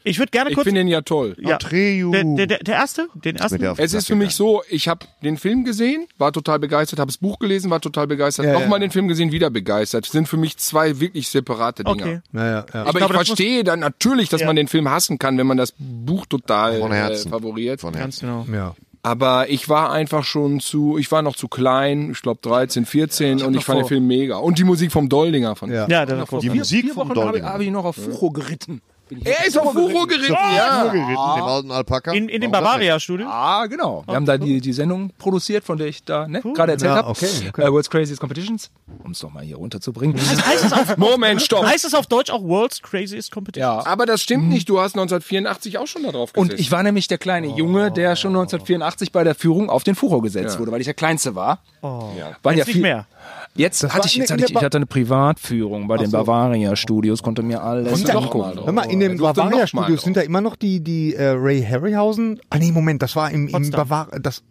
Speaker 3: Ich würde gerne
Speaker 8: Ich
Speaker 3: kurz.
Speaker 8: finde den ja toll.
Speaker 3: ja.
Speaker 4: Atreyu.
Speaker 3: Der, der, der, der erste? Den ersten?
Speaker 4: mir der auf-
Speaker 8: Es ist für mich so, ich habe den Film gesehen, war total begeistert, habe das Buch gelesen, war total begeistert,
Speaker 5: Ja,
Speaker 8: nochmal
Speaker 5: ja.
Speaker 8: den Film gesehen, wieder begeistert. Das sind für mich zwei wirklich separate Dinger.
Speaker 3: Okay.
Speaker 5: naja, ja.
Speaker 8: Aber ich,
Speaker 3: glaube, das muss-
Speaker 8: verstehe dann natürlich, dass
Speaker 3: Ja.
Speaker 8: man den Film hassen kann, wenn man das Buch total
Speaker 4: Von
Speaker 8: äh,
Speaker 4: Herzen.
Speaker 8: favoriert.
Speaker 4: Von Herzen.
Speaker 3: Ganz genau.
Speaker 5: ja.
Speaker 8: Aber ich war einfach schon zu, ich war noch zu klein, ich glaube 13, 14 und ich fand den Film mega. Und die Musik vom Doldinger fand ich.
Speaker 5: Ja.
Speaker 3: Ja, der
Speaker 4: Die Musik vom
Speaker 7: habe
Speaker 4: Dolby.
Speaker 7: ich, hab ich noch auf Furo geritten. Bin ich-
Speaker 8: Er ist auf Furo geritten, ja.
Speaker 4: Geritten, Dem alten Alpaka.
Speaker 3: in, in dem
Speaker 4: Warum das nicht?
Speaker 3: Bavaria-Studio.
Speaker 7: Ah, genau. Wir haben da die, die Sendung produziert, von der ich da ne, gerade erzählt
Speaker 5: Ja,
Speaker 7: habe.
Speaker 5: okay, okay.
Speaker 7: Äh, World's Craziest Competitions. Um es doch mal hier runterzubringen.
Speaker 3: Heißt es, auf,
Speaker 8: Moment, stopp.
Speaker 3: heißt es auf Deutsch auch World's Craziest Competition?
Speaker 7: Ja.
Speaker 8: Aber das stimmt nicht, du hast 1984 auch schon da drauf gesessen.
Speaker 7: Und ich war nämlich der kleine Junge, der schon 1984 bei der Führung auf den Furo gesetzt wurde, weil ich der Kleinste war. Waren ja
Speaker 3: Jetzt nicht
Speaker 7: viel-
Speaker 3: mehr.
Speaker 7: Jetzt hatte
Speaker 5: war
Speaker 7: ich,
Speaker 5: in
Speaker 7: jetzt
Speaker 5: der-
Speaker 7: hatte ich,
Speaker 5: in der
Speaker 7: ich hatte eine Privatführung bei den Bavaria Studios, konnte mir alles
Speaker 5: Guck
Speaker 7: angucken.
Speaker 5: Hör mal, in in den
Speaker 8: er durfte
Speaker 5: Bavaria
Speaker 8: noch mal
Speaker 5: Studios sind da
Speaker 8: drauf.
Speaker 5: immer noch die, die äh, Ray Harryhausen. Ah nee, Moment, das war im, im
Speaker 3: Potsdam.
Speaker 5: Bavaria. Das,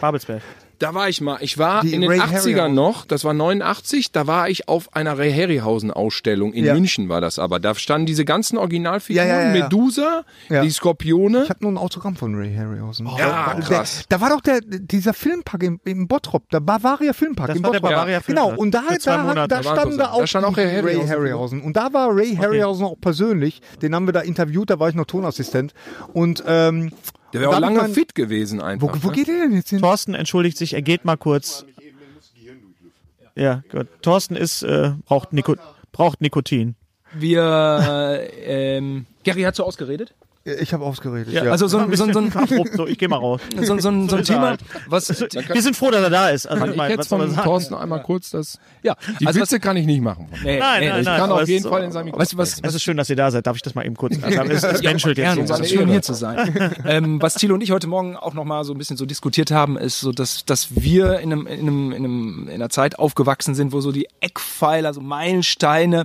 Speaker 3: Babelsberg.
Speaker 8: Da war ich mal. Ich war
Speaker 5: Die
Speaker 8: in den
Speaker 5: Ray
Speaker 8: 80ern
Speaker 5: Harryhausen.
Speaker 8: noch, das war 89, da war ich auf einer Ray Harryhausen-Ausstellung. In
Speaker 5: Ja.
Speaker 8: München war das aber. Da standen diese ganzen Originalfiguren,
Speaker 5: Ja, ja, ja, ja.
Speaker 8: Medusa,
Speaker 5: Ja.
Speaker 8: die Skorpione.
Speaker 5: ich habe nur ein Autogramm von Ray Harryhausen.
Speaker 8: Ja,
Speaker 5: der,
Speaker 8: krass.
Speaker 5: Da war doch der, dieser Filmpark im, im Bottrop, der Bavaria Filmpark
Speaker 3: Das
Speaker 5: im
Speaker 3: war der
Speaker 5: Bottrop.
Speaker 3: Bavaria Filmpark.
Speaker 5: Genau, und da,
Speaker 3: Für zwei
Speaker 5: da,
Speaker 3: Monate.
Speaker 5: da
Speaker 8: Da waren
Speaker 5: standen
Speaker 8: so
Speaker 5: da
Speaker 8: Sachen.
Speaker 5: auch,
Speaker 8: Da stand auch
Speaker 5: die
Speaker 8: Ray Harryhausen.
Speaker 5: Harryhausen. Und da war Ray Harryhausen auch persönlich, den haben wir da interviewt, da war ich noch Tonassistent. Und ähm,
Speaker 8: Der wäre auch
Speaker 5: da hab ich
Speaker 8: lange
Speaker 5: mein-
Speaker 8: fit gewesen einfach.
Speaker 5: Wo, wo
Speaker 8: ne?
Speaker 5: geht der denn jetzt hin?
Speaker 3: Thorsten entschuldigt sich, er geht mal kurz. Ja, gut. Thorsten ist, äh, braucht, Nico braucht Nikotin.
Speaker 7: Wir, äh, ähm, Gary hat so ausgeredet.
Speaker 5: Ich habe ausgeredet.
Speaker 3: Ja.
Speaker 5: Ja.
Speaker 7: Also so ein, so ein, so ein,
Speaker 3: Abrupt, so, ich gehe mal raus.
Speaker 7: so ein, so ein, so ein
Speaker 3: ist er
Speaker 7: Thema,
Speaker 3: halt.
Speaker 7: was,
Speaker 3: Wir sind froh, dass er da ist. Also,
Speaker 8: Kann ich jetzt
Speaker 3: soll man
Speaker 8: von
Speaker 3: sagen?
Speaker 8: Thorsten einmal kurz das...
Speaker 7: ja,
Speaker 8: Die
Speaker 7: also
Speaker 8: Witze kann ich nicht machen.
Speaker 7: nee,
Speaker 3: Nein, nein,
Speaker 7: ich
Speaker 3: nein.
Speaker 8: Kann
Speaker 3: aber
Speaker 8: auf
Speaker 3: es-
Speaker 8: jeden Fall in seinem Mikro.
Speaker 7: Weißt du, was,
Speaker 3: Es ist schön, dass ihr da seid. Darf ich das mal eben kurz sagen? Es, es menschelt jetzt.
Speaker 7: Ehrenlos,
Speaker 3: so.
Speaker 7: es ist schön hier zu sein. ähm, was Thilo und ich heute Morgen auch nochmal so ein bisschen so diskutiert haben, ist so, dass, dass wir in, einem, in, einem, in, einem, in einer Zeit aufgewachsen sind, wo so die Eckpfeiler, so Meilensteine,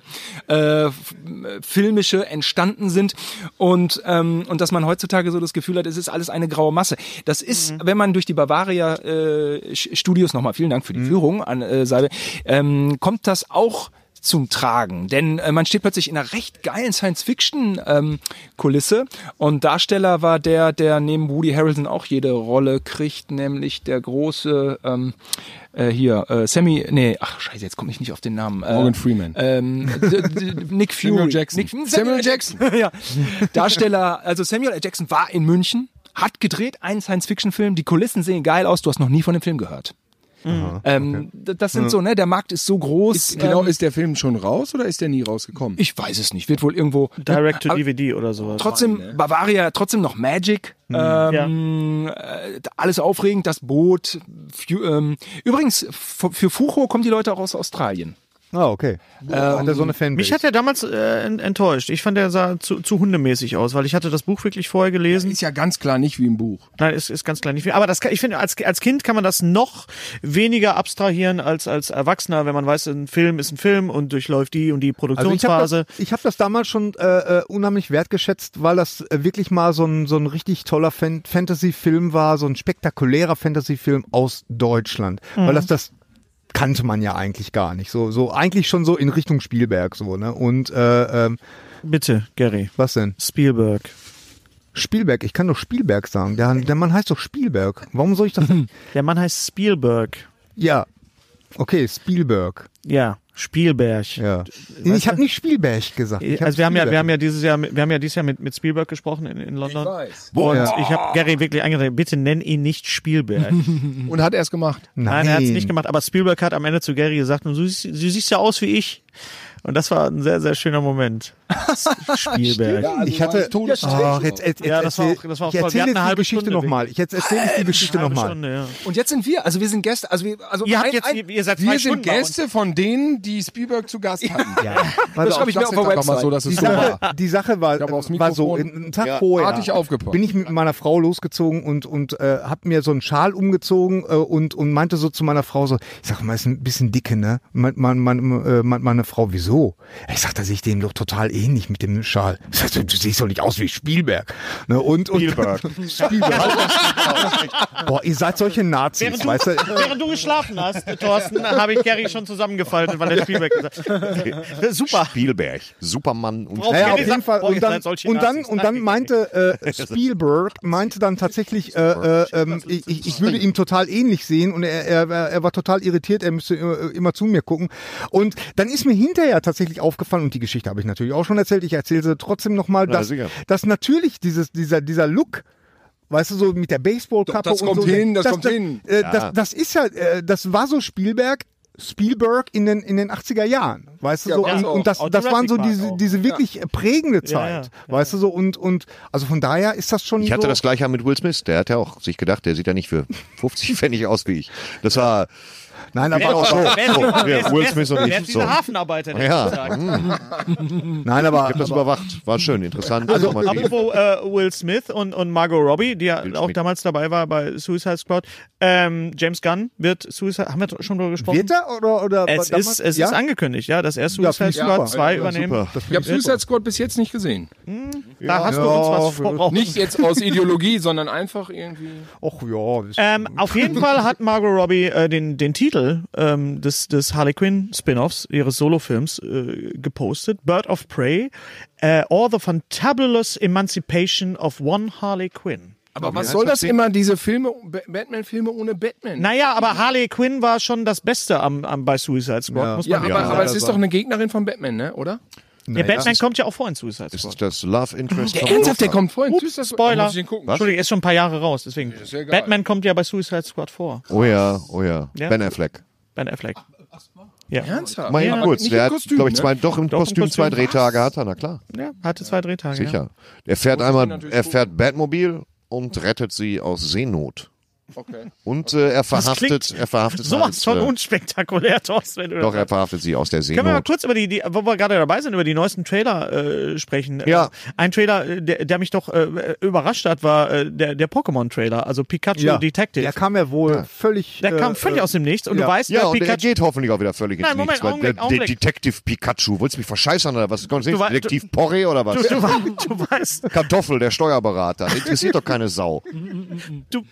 Speaker 7: äh, f- äh, filmische entstanden sind und, ähm, und dass man heutzutage so das Gefühl hat, es ist alles eine graue Masse. Das ist,
Speaker 3: Mhm.
Speaker 7: wenn man durch die Bavaria äh, Sch- Studios nochmal, vielen Dank für
Speaker 3: Mhm.
Speaker 7: die Führung an äh, Salve, ähm, kommt das auch zum Tragen. Denn äh, man steht plötzlich in einer recht geilen Science-Fiction-Kulisse. und Darsteller war der, der neben Woody Harrelson auch jede Rolle kriegt, nämlich der große ähm, äh, hier, äh, Sammy, nee, ach scheiße, jetzt komme ich nicht auf den Namen. Äh,
Speaker 8: Morgan Freeman.
Speaker 7: Ähm, d- d- Nick Fury.
Speaker 8: Samuel Jackson.
Speaker 7: Nick,
Speaker 8: Samuel Jackson.
Speaker 7: ja. Darsteller, also Samuel L. Jackson war in München, hat gedreht einen Science-Fiction-Film, die Kulissen sehen geil aus, du hast noch nie von dem Film gehört. ähm, d- Das sind so, ne, der Markt ist so groß.
Speaker 8: Ist, genau,
Speaker 7: ähm,
Speaker 8: ist der Film schon raus oder ist der nie rausgekommen?
Speaker 7: ich weiß es nicht, wird wohl irgendwo. ne,
Speaker 3: Direct to
Speaker 7: Aber
Speaker 3: DVD oder sowas.
Speaker 7: Trotzdem Bavaria, trotzdem noch Magic. Ähm, äh, Alles aufregend, das Boot. Fu- ähm, Übrigens, f- für Fucho kommen die Leute auch aus Australien.
Speaker 5: Ah, okay. Hat er so eine Fanbase?
Speaker 3: Mich hat er damals äh, en- enttäuscht. Ich fand, er sah zu, zu hundemäßig aus, weil ich hatte das Buch wirklich vorher gelesen.
Speaker 8: Ist ja ganz klar nicht wie im Buch.
Speaker 3: Nein, ist, ist ganz klar nicht viel. Aber das, kann- ich finde, als, als Kind kann man das noch weniger abstrahieren als als Erwachsener, wenn man weiß, ein Film ist ein Film und durchläuft die und die
Speaker 5: also ich habe
Speaker 3: Produktionsphase.
Speaker 5: das, ich hab das damals schon äh, äh, unheimlich wertgeschätzt, weil das äh, wirklich mal so ein, so ein richtig toller Fan Fantasy-Film war, so ein spektakulärer Fantasy-Film aus Deutschland. Weil das das kannte man ja eigentlich gar nicht. So, so eigentlich schon so in Richtung Spielberg so, ne? Und äh, ähm,
Speaker 3: Bitte, Gary.
Speaker 5: was denn?
Speaker 3: Spielberg.
Speaker 5: Spielberg, ich kann doch Spielberg sagen. Der, der Mann heißt doch Spielberg. Warum soll ich das?
Speaker 3: Der Mann heißt Spielberg.
Speaker 5: ja. Okay, Spielberg.
Speaker 3: Ja, Spielberg.
Speaker 5: Ja. Ich habe nicht Spielberg gesagt. Ich hab
Speaker 3: Also wir haben ja,
Speaker 5: Spielberg
Speaker 3: wir haben ja dieses Jahr, mit- wir haben ja dieses Jahr mit, mit Spielberg gesprochen in, in London.
Speaker 8: weiß.
Speaker 3: Und ich habe Gary wirklich angedreht, bitte nenn ihn nicht Spielberg. Nein,
Speaker 8: Und hat er es gemacht.
Speaker 3: er hat es nicht gemacht, aber Spielberg hat am Ende zu Gary gesagt, du siehst, du siehst ja aus wie ich. Und das war ein sehr, sehr schöner Moment. Spielberg.
Speaker 5: Ich hatte. Ach, jetzt, jetzt, jetzt,
Speaker 3: Ja, das war auch-
Speaker 5: erzähl-
Speaker 3: das war auch voll.
Speaker 5: ich
Speaker 3: Wir
Speaker 5: erzähle
Speaker 3: hatten
Speaker 5: jetzt
Speaker 3: eine
Speaker 5: die
Speaker 3: halbe
Speaker 5: Geschichte
Speaker 3: Stunde weg.
Speaker 5: nochmal. Ich jetzt erzähle jetzt die Geschichte
Speaker 3: Halbe
Speaker 5: nochmal.
Speaker 3: Stunde, ja.
Speaker 7: Und jetzt sind wir, also wir sind Gäste, also wir, also
Speaker 3: Ihr, habt
Speaker 7: ein-
Speaker 3: jetzt,
Speaker 7: ein-
Speaker 3: ihr, ihr seid zwei
Speaker 8: Wir sind
Speaker 3: Stunden bei uns.
Speaker 8: Gäste von denen, die Spielberg zu Gast hatten. Also Ja.
Speaker 5: Pass
Speaker 7: Das
Speaker 5: auf,
Speaker 7: schreibe ich mir auf der
Speaker 8: mal
Speaker 7: Website.
Speaker 8: so, dass
Speaker 5: die
Speaker 8: es so war.
Speaker 5: Sache, die Sache war,
Speaker 8: glaub, aufs
Speaker 5: war so,
Speaker 8: Mikrofon.
Speaker 5: einen Tag
Speaker 4: Ja,
Speaker 5: vorher
Speaker 8: artig aufgepasst.
Speaker 5: bin ich mit meiner Frau losgezogen und, und äh, hab mir so einen Schal umgezogen äh, und, und meinte so zu meiner Frau so, ich sag mal, ist ein bisschen dicke, ne? Mein, mein, mein, äh, mein, meine Frau, wieso? Ich sag, da sehe ich dem doch total ähnlich mit dem Schal. Ich sag, du, du siehst doch nicht aus wie Spielberg. Ne? Und, und, Spielberg. Boah, ihr seid solche Nazis,
Speaker 3: Während du,
Speaker 5: weißt du?
Speaker 3: während du geschlafen hast, äh, Thorsten, habe ich Gary schon zusammengefaltet, weil der Spielberg gesagt hat. Äh, Super.
Speaker 4: Spielberg, Supermann und
Speaker 3: Braucht
Speaker 5: Ja, ja,
Speaker 3: Ja,
Speaker 5: auf
Speaker 3: die
Speaker 5: jeden
Speaker 3: sagt,
Speaker 5: Fall.
Speaker 3: boah,
Speaker 5: Und
Speaker 3: ihr
Speaker 5: dann,
Speaker 3: seid solche
Speaker 5: und dann,
Speaker 3: Nazis.
Speaker 5: und dann
Speaker 3: Danke,
Speaker 5: meinte äh, Spielberg, meinte dann tatsächlich, äh, äh, ähm, ich, ich- ich würde ihm total ähnlich sehen und er, er, er war total irritiert, er müsste immer, immer zu mir gucken. Und dann ist mir hinterher tatsächlich aufgefallen, und die Geschichte habe ich natürlich auch schon erzählt, ich erzähle sie trotzdem nochmal, dass,
Speaker 4: sicher.
Speaker 5: dass natürlich dieses, dieser, dieser Look, Weißt du, so mit der Baseballkappe.
Speaker 8: Das
Speaker 5: und
Speaker 8: kommt
Speaker 5: so,
Speaker 8: hin, das kommt hin.
Speaker 5: Äh, das, das ist ja, äh, das war so Spielberg, Spielberg in den, in den 80er Jahren. Weißt du,
Speaker 8: Ja,
Speaker 5: so,
Speaker 8: war's
Speaker 5: und,
Speaker 8: auch.
Speaker 5: und das,
Speaker 3: Auch
Speaker 5: das waren so
Speaker 3: Jurassic Park
Speaker 5: diese,
Speaker 3: auch.
Speaker 5: diese wirklich äh, prägende
Speaker 3: ja.
Speaker 5: Zeit. Weißt du, so, und, und, also von daher ist das schon
Speaker 4: Ich hatte
Speaker 5: so.
Speaker 4: das gleiche mit Will Smith. Der hat ja auch sich gedacht, der sieht ja nicht für 50 Pfennig aus wie ich. Das war,
Speaker 5: Nein, aber auch so.
Speaker 3: Wer- wer-
Speaker 4: ja, Will Smith und
Speaker 3: wer-
Speaker 4: ich,
Speaker 3: wer ist dieser
Speaker 4: so.
Speaker 3: Hafenarbeiter, der
Speaker 4: Ja.
Speaker 3: ja. sagt?
Speaker 5: Nein, aber,
Speaker 4: Ich habe das überwacht. War schön, interessant.
Speaker 3: Also,
Speaker 4: Nochmal die-
Speaker 3: apropos äh, Will Smith und, und Margot Robbie, die ja auch
Speaker 4: Smith.
Speaker 3: damals dabei war bei Suicide Squad. Ähm, James Gunn wird Suicide, haben wir dr- schon drüber gesprochen?
Speaker 5: wird er oder, oder
Speaker 3: es
Speaker 5: damals?
Speaker 3: ist, es
Speaker 5: ja?
Speaker 3: ist angekündigt, ja, dass er Suicide
Speaker 5: finde ich super.
Speaker 3: Squad 2
Speaker 4: Ja,
Speaker 3: übernehmen.
Speaker 4: super.
Speaker 8: Ich habe Suicide Squad bis jetzt nicht gesehen.
Speaker 3: Da hast du uns was verbraucht.
Speaker 8: Nicht jetzt aus Ideologie, sondern einfach irgendwie.
Speaker 5: Och ja. ist-
Speaker 3: Ähm, auf jeden Fall hat Margot Robbie äh, den, den Titel ähm, des, des Harley Quinn Spin-offs ihres Solofilms äh, gepostet. Bird of Prey, äh, or the fantabulous emancipation of one Harley Quinn.
Speaker 8: Aber was soll das immer, diese Filme, Ba- Batman-Filme ohne Batman?
Speaker 3: Naja, aber Harley Quinn war schon das Beste am, am, bei Suicide Squad, muss
Speaker 8: Ja,
Speaker 3: man
Speaker 8: aber,
Speaker 3: ja,
Speaker 8: aber es ist doch eine Gegnerin von Batman, ne? oder?
Speaker 3: Der Batman kommt ja auch vor in Suicide Squad.
Speaker 4: Ist das Love Interest?
Speaker 8: Der
Speaker 4: von
Speaker 8: ernsthaft, der
Speaker 4: Lothar?
Speaker 8: kommt vorhin.
Speaker 3: Ups, Spoiler.
Speaker 8: Muss ich den gucken.
Speaker 3: Entschuldigung, er ist schon ein paar Jahre raus, deswegen.
Speaker 8: ja egal.
Speaker 3: Batman kommt ja bei Suicide Squad vor.
Speaker 4: Oh ja, oh ja.
Speaker 3: Ja.
Speaker 4: Ben Affleck.
Speaker 3: Ben Affleck. Ja,
Speaker 8: Ernsthaft?
Speaker 4: Mal
Speaker 8: Aber
Speaker 4: eben kurz.
Speaker 8: nicht
Speaker 4: Der
Speaker 8: im
Speaker 4: hat,
Speaker 8: Kostüm,
Speaker 4: glaube ich,
Speaker 8: ne?
Speaker 4: zwei, doch im
Speaker 3: Doch im
Speaker 4: Kostüm, zwei
Speaker 3: Kostüm.
Speaker 4: Drehtage hat er, na klar.
Speaker 3: ja hatte zwei Drehtage. Ja.
Speaker 4: Sicher. Er fährt einmal, er fährt Batmobil und rettet sie aus Seenot.
Speaker 8: Okay.
Speaker 4: Und äh, er verhaftet,
Speaker 3: klingt
Speaker 4: er verhaftet
Speaker 3: Sowas von
Speaker 4: halt, äh,
Speaker 3: unspektakulär, Thorsten. wenn du das
Speaker 4: Doch, er verhaftet sie aus der Seenot.
Speaker 3: Können wir mal kurz über die, die wo wir gerade dabei sind, über die neuesten Trailer äh, sprechen?
Speaker 4: Ja.
Speaker 3: Äh, Ein Trailer, äh, der, der mich doch äh, überrascht hat, war äh, der, der Pokémon-Trailer, also Pikachu
Speaker 5: ja.
Speaker 3: Detective.
Speaker 5: Der kam ja wohl völlig.
Speaker 3: Der
Speaker 5: äh,
Speaker 3: kam völlig
Speaker 5: äh,
Speaker 3: aus dem Nichts und
Speaker 5: ja.
Speaker 3: du weißt,
Speaker 4: ja,
Speaker 3: wer
Speaker 4: und er
Speaker 3: Pikachu.
Speaker 4: geht hoffentlich auch wieder völlig ins
Speaker 3: Nein, Moment,
Speaker 4: Nichts. weil
Speaker 3: Augenblick,
Speaker 4: der,
Speaker 3: Augenblick.
Speaker 4: der Detective Pikachu, wolltest du mich verscheißern oder was? Konntest
Speaker 3: Du
Speaker 4: du
Speaker 3: wei-
Speaker 4: Detektiv Porree oder was?
Speaker 3: Du, du, wei- du weißt,
Speaker 4: Kartoffel, der Steuerberater. Interessiert doch keine Sau.
Speaker 3: du,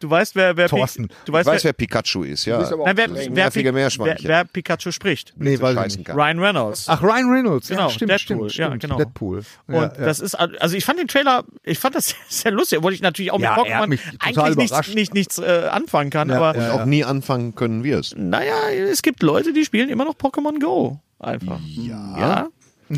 Speaker 3: du weißt, wer, wer Pi-
Speaker 5: Thorsten,
Speaker 3: Du
Speaker 4: Ich
Speaker 3: weißt,
Speaker 4: weiß,
Speaker 3: wer,
Speaker 4: wer Pikachu ist, ja.
Speaker 3: nein, wer,
Speaker 4: Das ist ein
Speaker 3: wer,
Speaker 4: nerviger
Speaker 3: Pi- wer,
Speaker 4: Meerschweinchen.
Speaker 3: wer Pikachu spricht.
Speaker 5: Nee, weiß ich
Speaker 4: Scheißen
Speaker 5: nicht.
Speaker 4: kann.
Speaker 3: Ryan Reynolds.
Speaker 5: äh, Ach, Ryan Reynolds.
Speaker 3: Genau,
Speaker 5: ja, stimmt,
Speaker 3: Deadpool,
Speaker 5: stimmt,
Speaker 3: ja,
Speaker 5: stimmt.
Speaker 3: genau.
Speaker 5: Deadpool.
Speaker 3: Und
Speaker 5: ja, ja.
Speaker 3: das ist, also ich fand den Trailer, ich fand das sehr lustig, obwohl ich natürlich auch
Speaker 5: Ja,
Speaker 3: mit
Speaker 5: er hat mich
Speaker 3: Pokémon
Speaker 5: total
Speaker 3: eigentlich nichts,
Speaker 5: überrascht.
Speaker 3: nicht, nichts äh, anfangen kann, aber
Speaker 4: Und auch nie anfangen können wir es.
Speaker 3: naja, es gibt Leute, die spielen immer noch Pokémon Go. Einfach. Ja.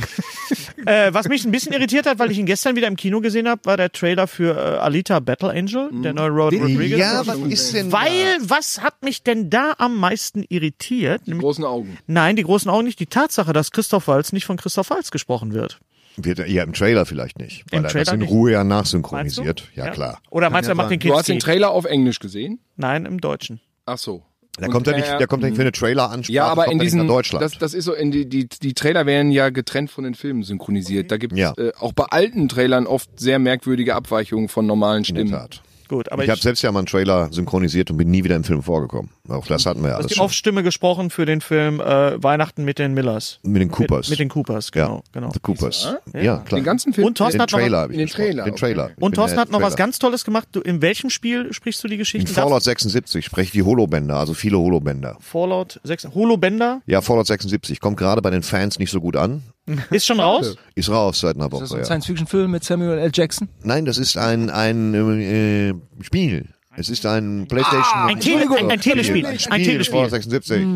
Speaker 3: äh, was mich ein bisschen irritiert hat, weil ich ihn gestern wieder im Kino gesehen habe, war der Trailer für äh, Alita Battle Angel, der neue Road Rodriguez.
Speaker 4: Mhm. Ja, was ist denn
Speaker 3: Weil, was hat mich denn da am meisten irritiert? Nämlich,
Speaker 8: Großen Augen.
Speaker 3: nein, die großen Augen nicht. Die Tatsache, dass Christoph Walz nicht von Christoph Walz gesprochen wird.
Speaker 4: Wird er, ja, im Trailer vielleicht nicht. Weil
Speaker 3: Im
Speaker 4: er das
Speaker 3: Trailer
Speaker 4: in
Speaker 3: nicht.
Speaker 4: Ruhe ja
Speaker 3: Meinst du?
Speaker 4: nachsynchronisiert. Ja, klar.
Speaker 3: Oder meinst du, er macht den
Speaker 8: Du hast den
Speaker 3: Kind?
Speaker 8: Trailer auf Englisch gesehen?
Speaker 3: Nein, im Deutschen.
Speaker 8: Ach so.
Speaker 4: Da kommt er nicht, da kommt er nicht für eine Trailer-Ansprache.
Speaker 8: Ja, aber
Speaker 4: kommt
Speaker 8: in
Speaker 4: er nicht
Speaker 8: diesen
Speaker 4: nach Deutschland.
Speaker 8: Das, das ist so, in die, die, die Trailer werden ja getrennt von den Filmen
Speaker 7: Mhm.
Speaker 8: synchronisiert. Da gibt es
Speaker 4: Ja.
Speaker 8: äh, auch bei alten Trailern oft sehr merkwürdige Abweichungen von normalen
Speaker 4: in der
Speaker 8: Stimmen.
Speaker 4: Tat.
Speaker 3: Gut, aber
Speaker 4: Ich
Speaker 3: ich,
Speaker 4: habe selbst ja mal einen Trailer synchronisiert und bin nie wieder im Film vorgekommen. Auch das hatten wir
Speaker 3: Du
Speaker 4: ja
Speaker 3: hast
Speaker 4: alles
Speaker 3: die
Speaker 4: schon.
Speaker 3: Aufstimme gesprochen für den Film äh, Weihnachten mit den Millers.
Speaker 4: Mit den Coopers.
Speaker 3: Mit, mit den Coopers, genau.
Speaker 4: ja,
Speaker 3: genau.
Speaker 4: The Coopers. Ja, klar.
Speaker 8: Den ganzen Film.
Speaker 3: Und Thorsten
Speaker 4: den
Speaker 3: hat noch-
Speaker 4: Trailer habe ich
Speaker 8: den
Speaker 4: gesprochen.
Speaker 8: Trailer,
Speaker 4: Den Trailer.
Speaker 8: okay.
Speaker 4: Ich bin
Speaker 3: Und Thorsten
Speaker 4: der
Speaker 3: hat noch was
Speaker 4: Trailer.
Speaker 3: ganz Tolles gemacht. Du, in welchem Spiel sprichst du die
Speaker 4: In
Speaker 3: Geschichten?
Speaker 4: Fallout 76 spreche die Holobänder, also viele Holobänder.
Speaker 3: Darf- Fallout 6. Holobänder
Speaker 4: Ja, Fallout 76 kommt gerade bei den Fans nicht so gut an.
Speaker 3: ist schon raus.
Speaker 4: Ist raus seit einer Woche.
Speaker 7: Das ist ein
Speaker 4: ja.
Speaker 7: Science-Fiction-Film mit Samuel L. Jackson.
Speaker 4: Nein, das ist ein, ein äh, äh, Spiel. Es ist ein PlayStation.
Speaker 3: Ah, ein Tele- ein- ein Telespiel.
Speaker 4: Ein
Speaker 3: Ein
Speaker 4: Spiel,
Speaker 3: Telespiel.
Speaker 4: Fallout 76.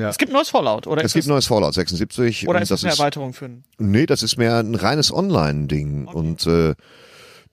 Speaker 3: Es gibt ein neues Fallout oder
Speaker 4: Es
Speaker 3: ist
Speaker 4: gibt
Speaker 3: das,
Speaker 4: neues Fallout 76.
Speaker 3: oder
Speaker 4: und
Speaker 3: ist
Speaker 4: das
Speaker 3: das eine Erweiterung für einen?
Speaker 4: Nee, das ist mehr ein reines Online-Ding. Und äh,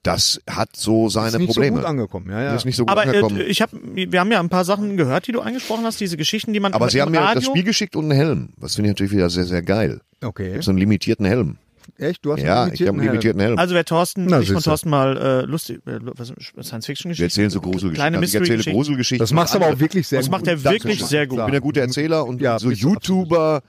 Speaker 4: das hat so seine
Speaker 5: Ist nicht so
Speaker 4: Probleme.
Speaker 5: gut angekommen. Ja, ja.
Speaker 4: Ist nicht so gut
Speaker 3: Aber
Speaker 4: angekommen.
Speaker 3: äh, ich hab, wir haben ja ein paar Sachen gehört, die du angesprochen hast, diese Geschichten, die man
Speaker 4: Aber
Speaker 3: im
Speaker 4: sie haben mir das
Speaker 3: Radio.
Speaker 4: Spiel geschickt und einen Helm. Das finde ich natürlich wieder sehr, sehr geil.
Speaker 5: Okay.
Speaker 4: Ich hab so einen limitierten Helm.
Speaker 5: Echt? Du hast
Speaker 4: Ja,
Speaker 5: einen
Speaker 4: ich habe einen
Speaker 5: Helm.
Speaker 4: limitierten Helm.
Speaker 3: also wer Thorsten,
Speaker 5: Na,
Speaker 3: sich von
Speaker 5: siehst du.
Speaker 3: Thorsten mal äh, lustig, äh, was- Science-Fiction-Geschichten.
Speaker 4: wir erzählen so Gruselgeschichten.
Speaker 3: Kleine
Speaker 4: Also ich erzähle
Speaker 3: Mystery-Geschichten.
Speaker 4: Gruselgeschichten. Also
Speaker 5: Das machst du aber auch wirklich sehr
Speaker 3: Das
Speaker 5: gut.
Speaker 3: macht er wirklich sehr
Speaker 4: Ich
Speaker 3: gut.
Speaker 4: bin ein guter Erzähler und
Speaker 5: Ja,
Speaker 4: so
Speaker 5: bist du
Speaker 4: YouTuber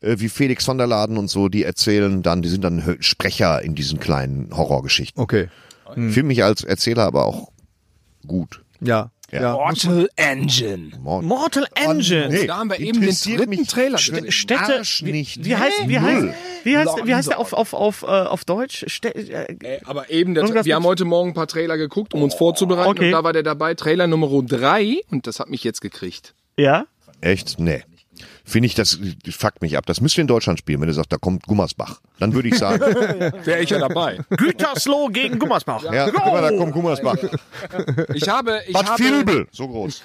Speaker 4: äh, wie Felix van der Laden und so, die erzählen dann, die sind dann Hö- Sprecher in diesen kleinen Horrorgeschichten.
Speaker 5: Okay.
Speaker 4: Ich Finde mich als Erzähler aber auch gut.
Speaker 5: Mhm. Ja.
Speaker 4: Ja.
Speaker 5: ja.
Speaker 7: Mortal Engine.
Speaker 4: Mord.
Speaker 3: Mortal Engine.
Speaker 8: Da haben wir eben den dritten Trailer gesehen.
Speaker 3: Städte.
Speaker 4: Arsch
Speaker 3: wie-
Speaker 4: nicht.
Speaker 3: Wie heißt, wie heißt,
Speaker 4: Null.
Speaker 3: wie heißt, wie heißt der auf, auf, auf, äh, auf Deutsch? Stä äh,
Speaker 8: Äh, Aber eben, der,
Speaker 3: Irgendwas
Speaker 8: wir haben
Speaker 3: mit-
Speaker 8: heute Morgen ein paar Trailer geguckt, um uns vorzubereiten.
Speaker 3: Okay.
Speaker 8: Und da war der dabei, Trailer Nummer drei Und das hat mich jetzt gekriegt.
Speaker 3: ja?
Speaker 4: Echt? Nee. Finde ich, das fuckt mich ab. Das müsst ihr in Deutschland spielen, wenn ihr sagt, da kommt Gummersbach. Dann würde ich sagen,
Speaker 8: Wäre ich ja dabei.
Speaker 3: Gütersloh gegen Gummersbach.
Speaker 4: ja, guck mal, da kommt Gummersbach.
Speaker 8: Ich habe, ich
Speaker 4: Bad
Speaker 8: habe,
Speaker 4: Vilbel. So groß.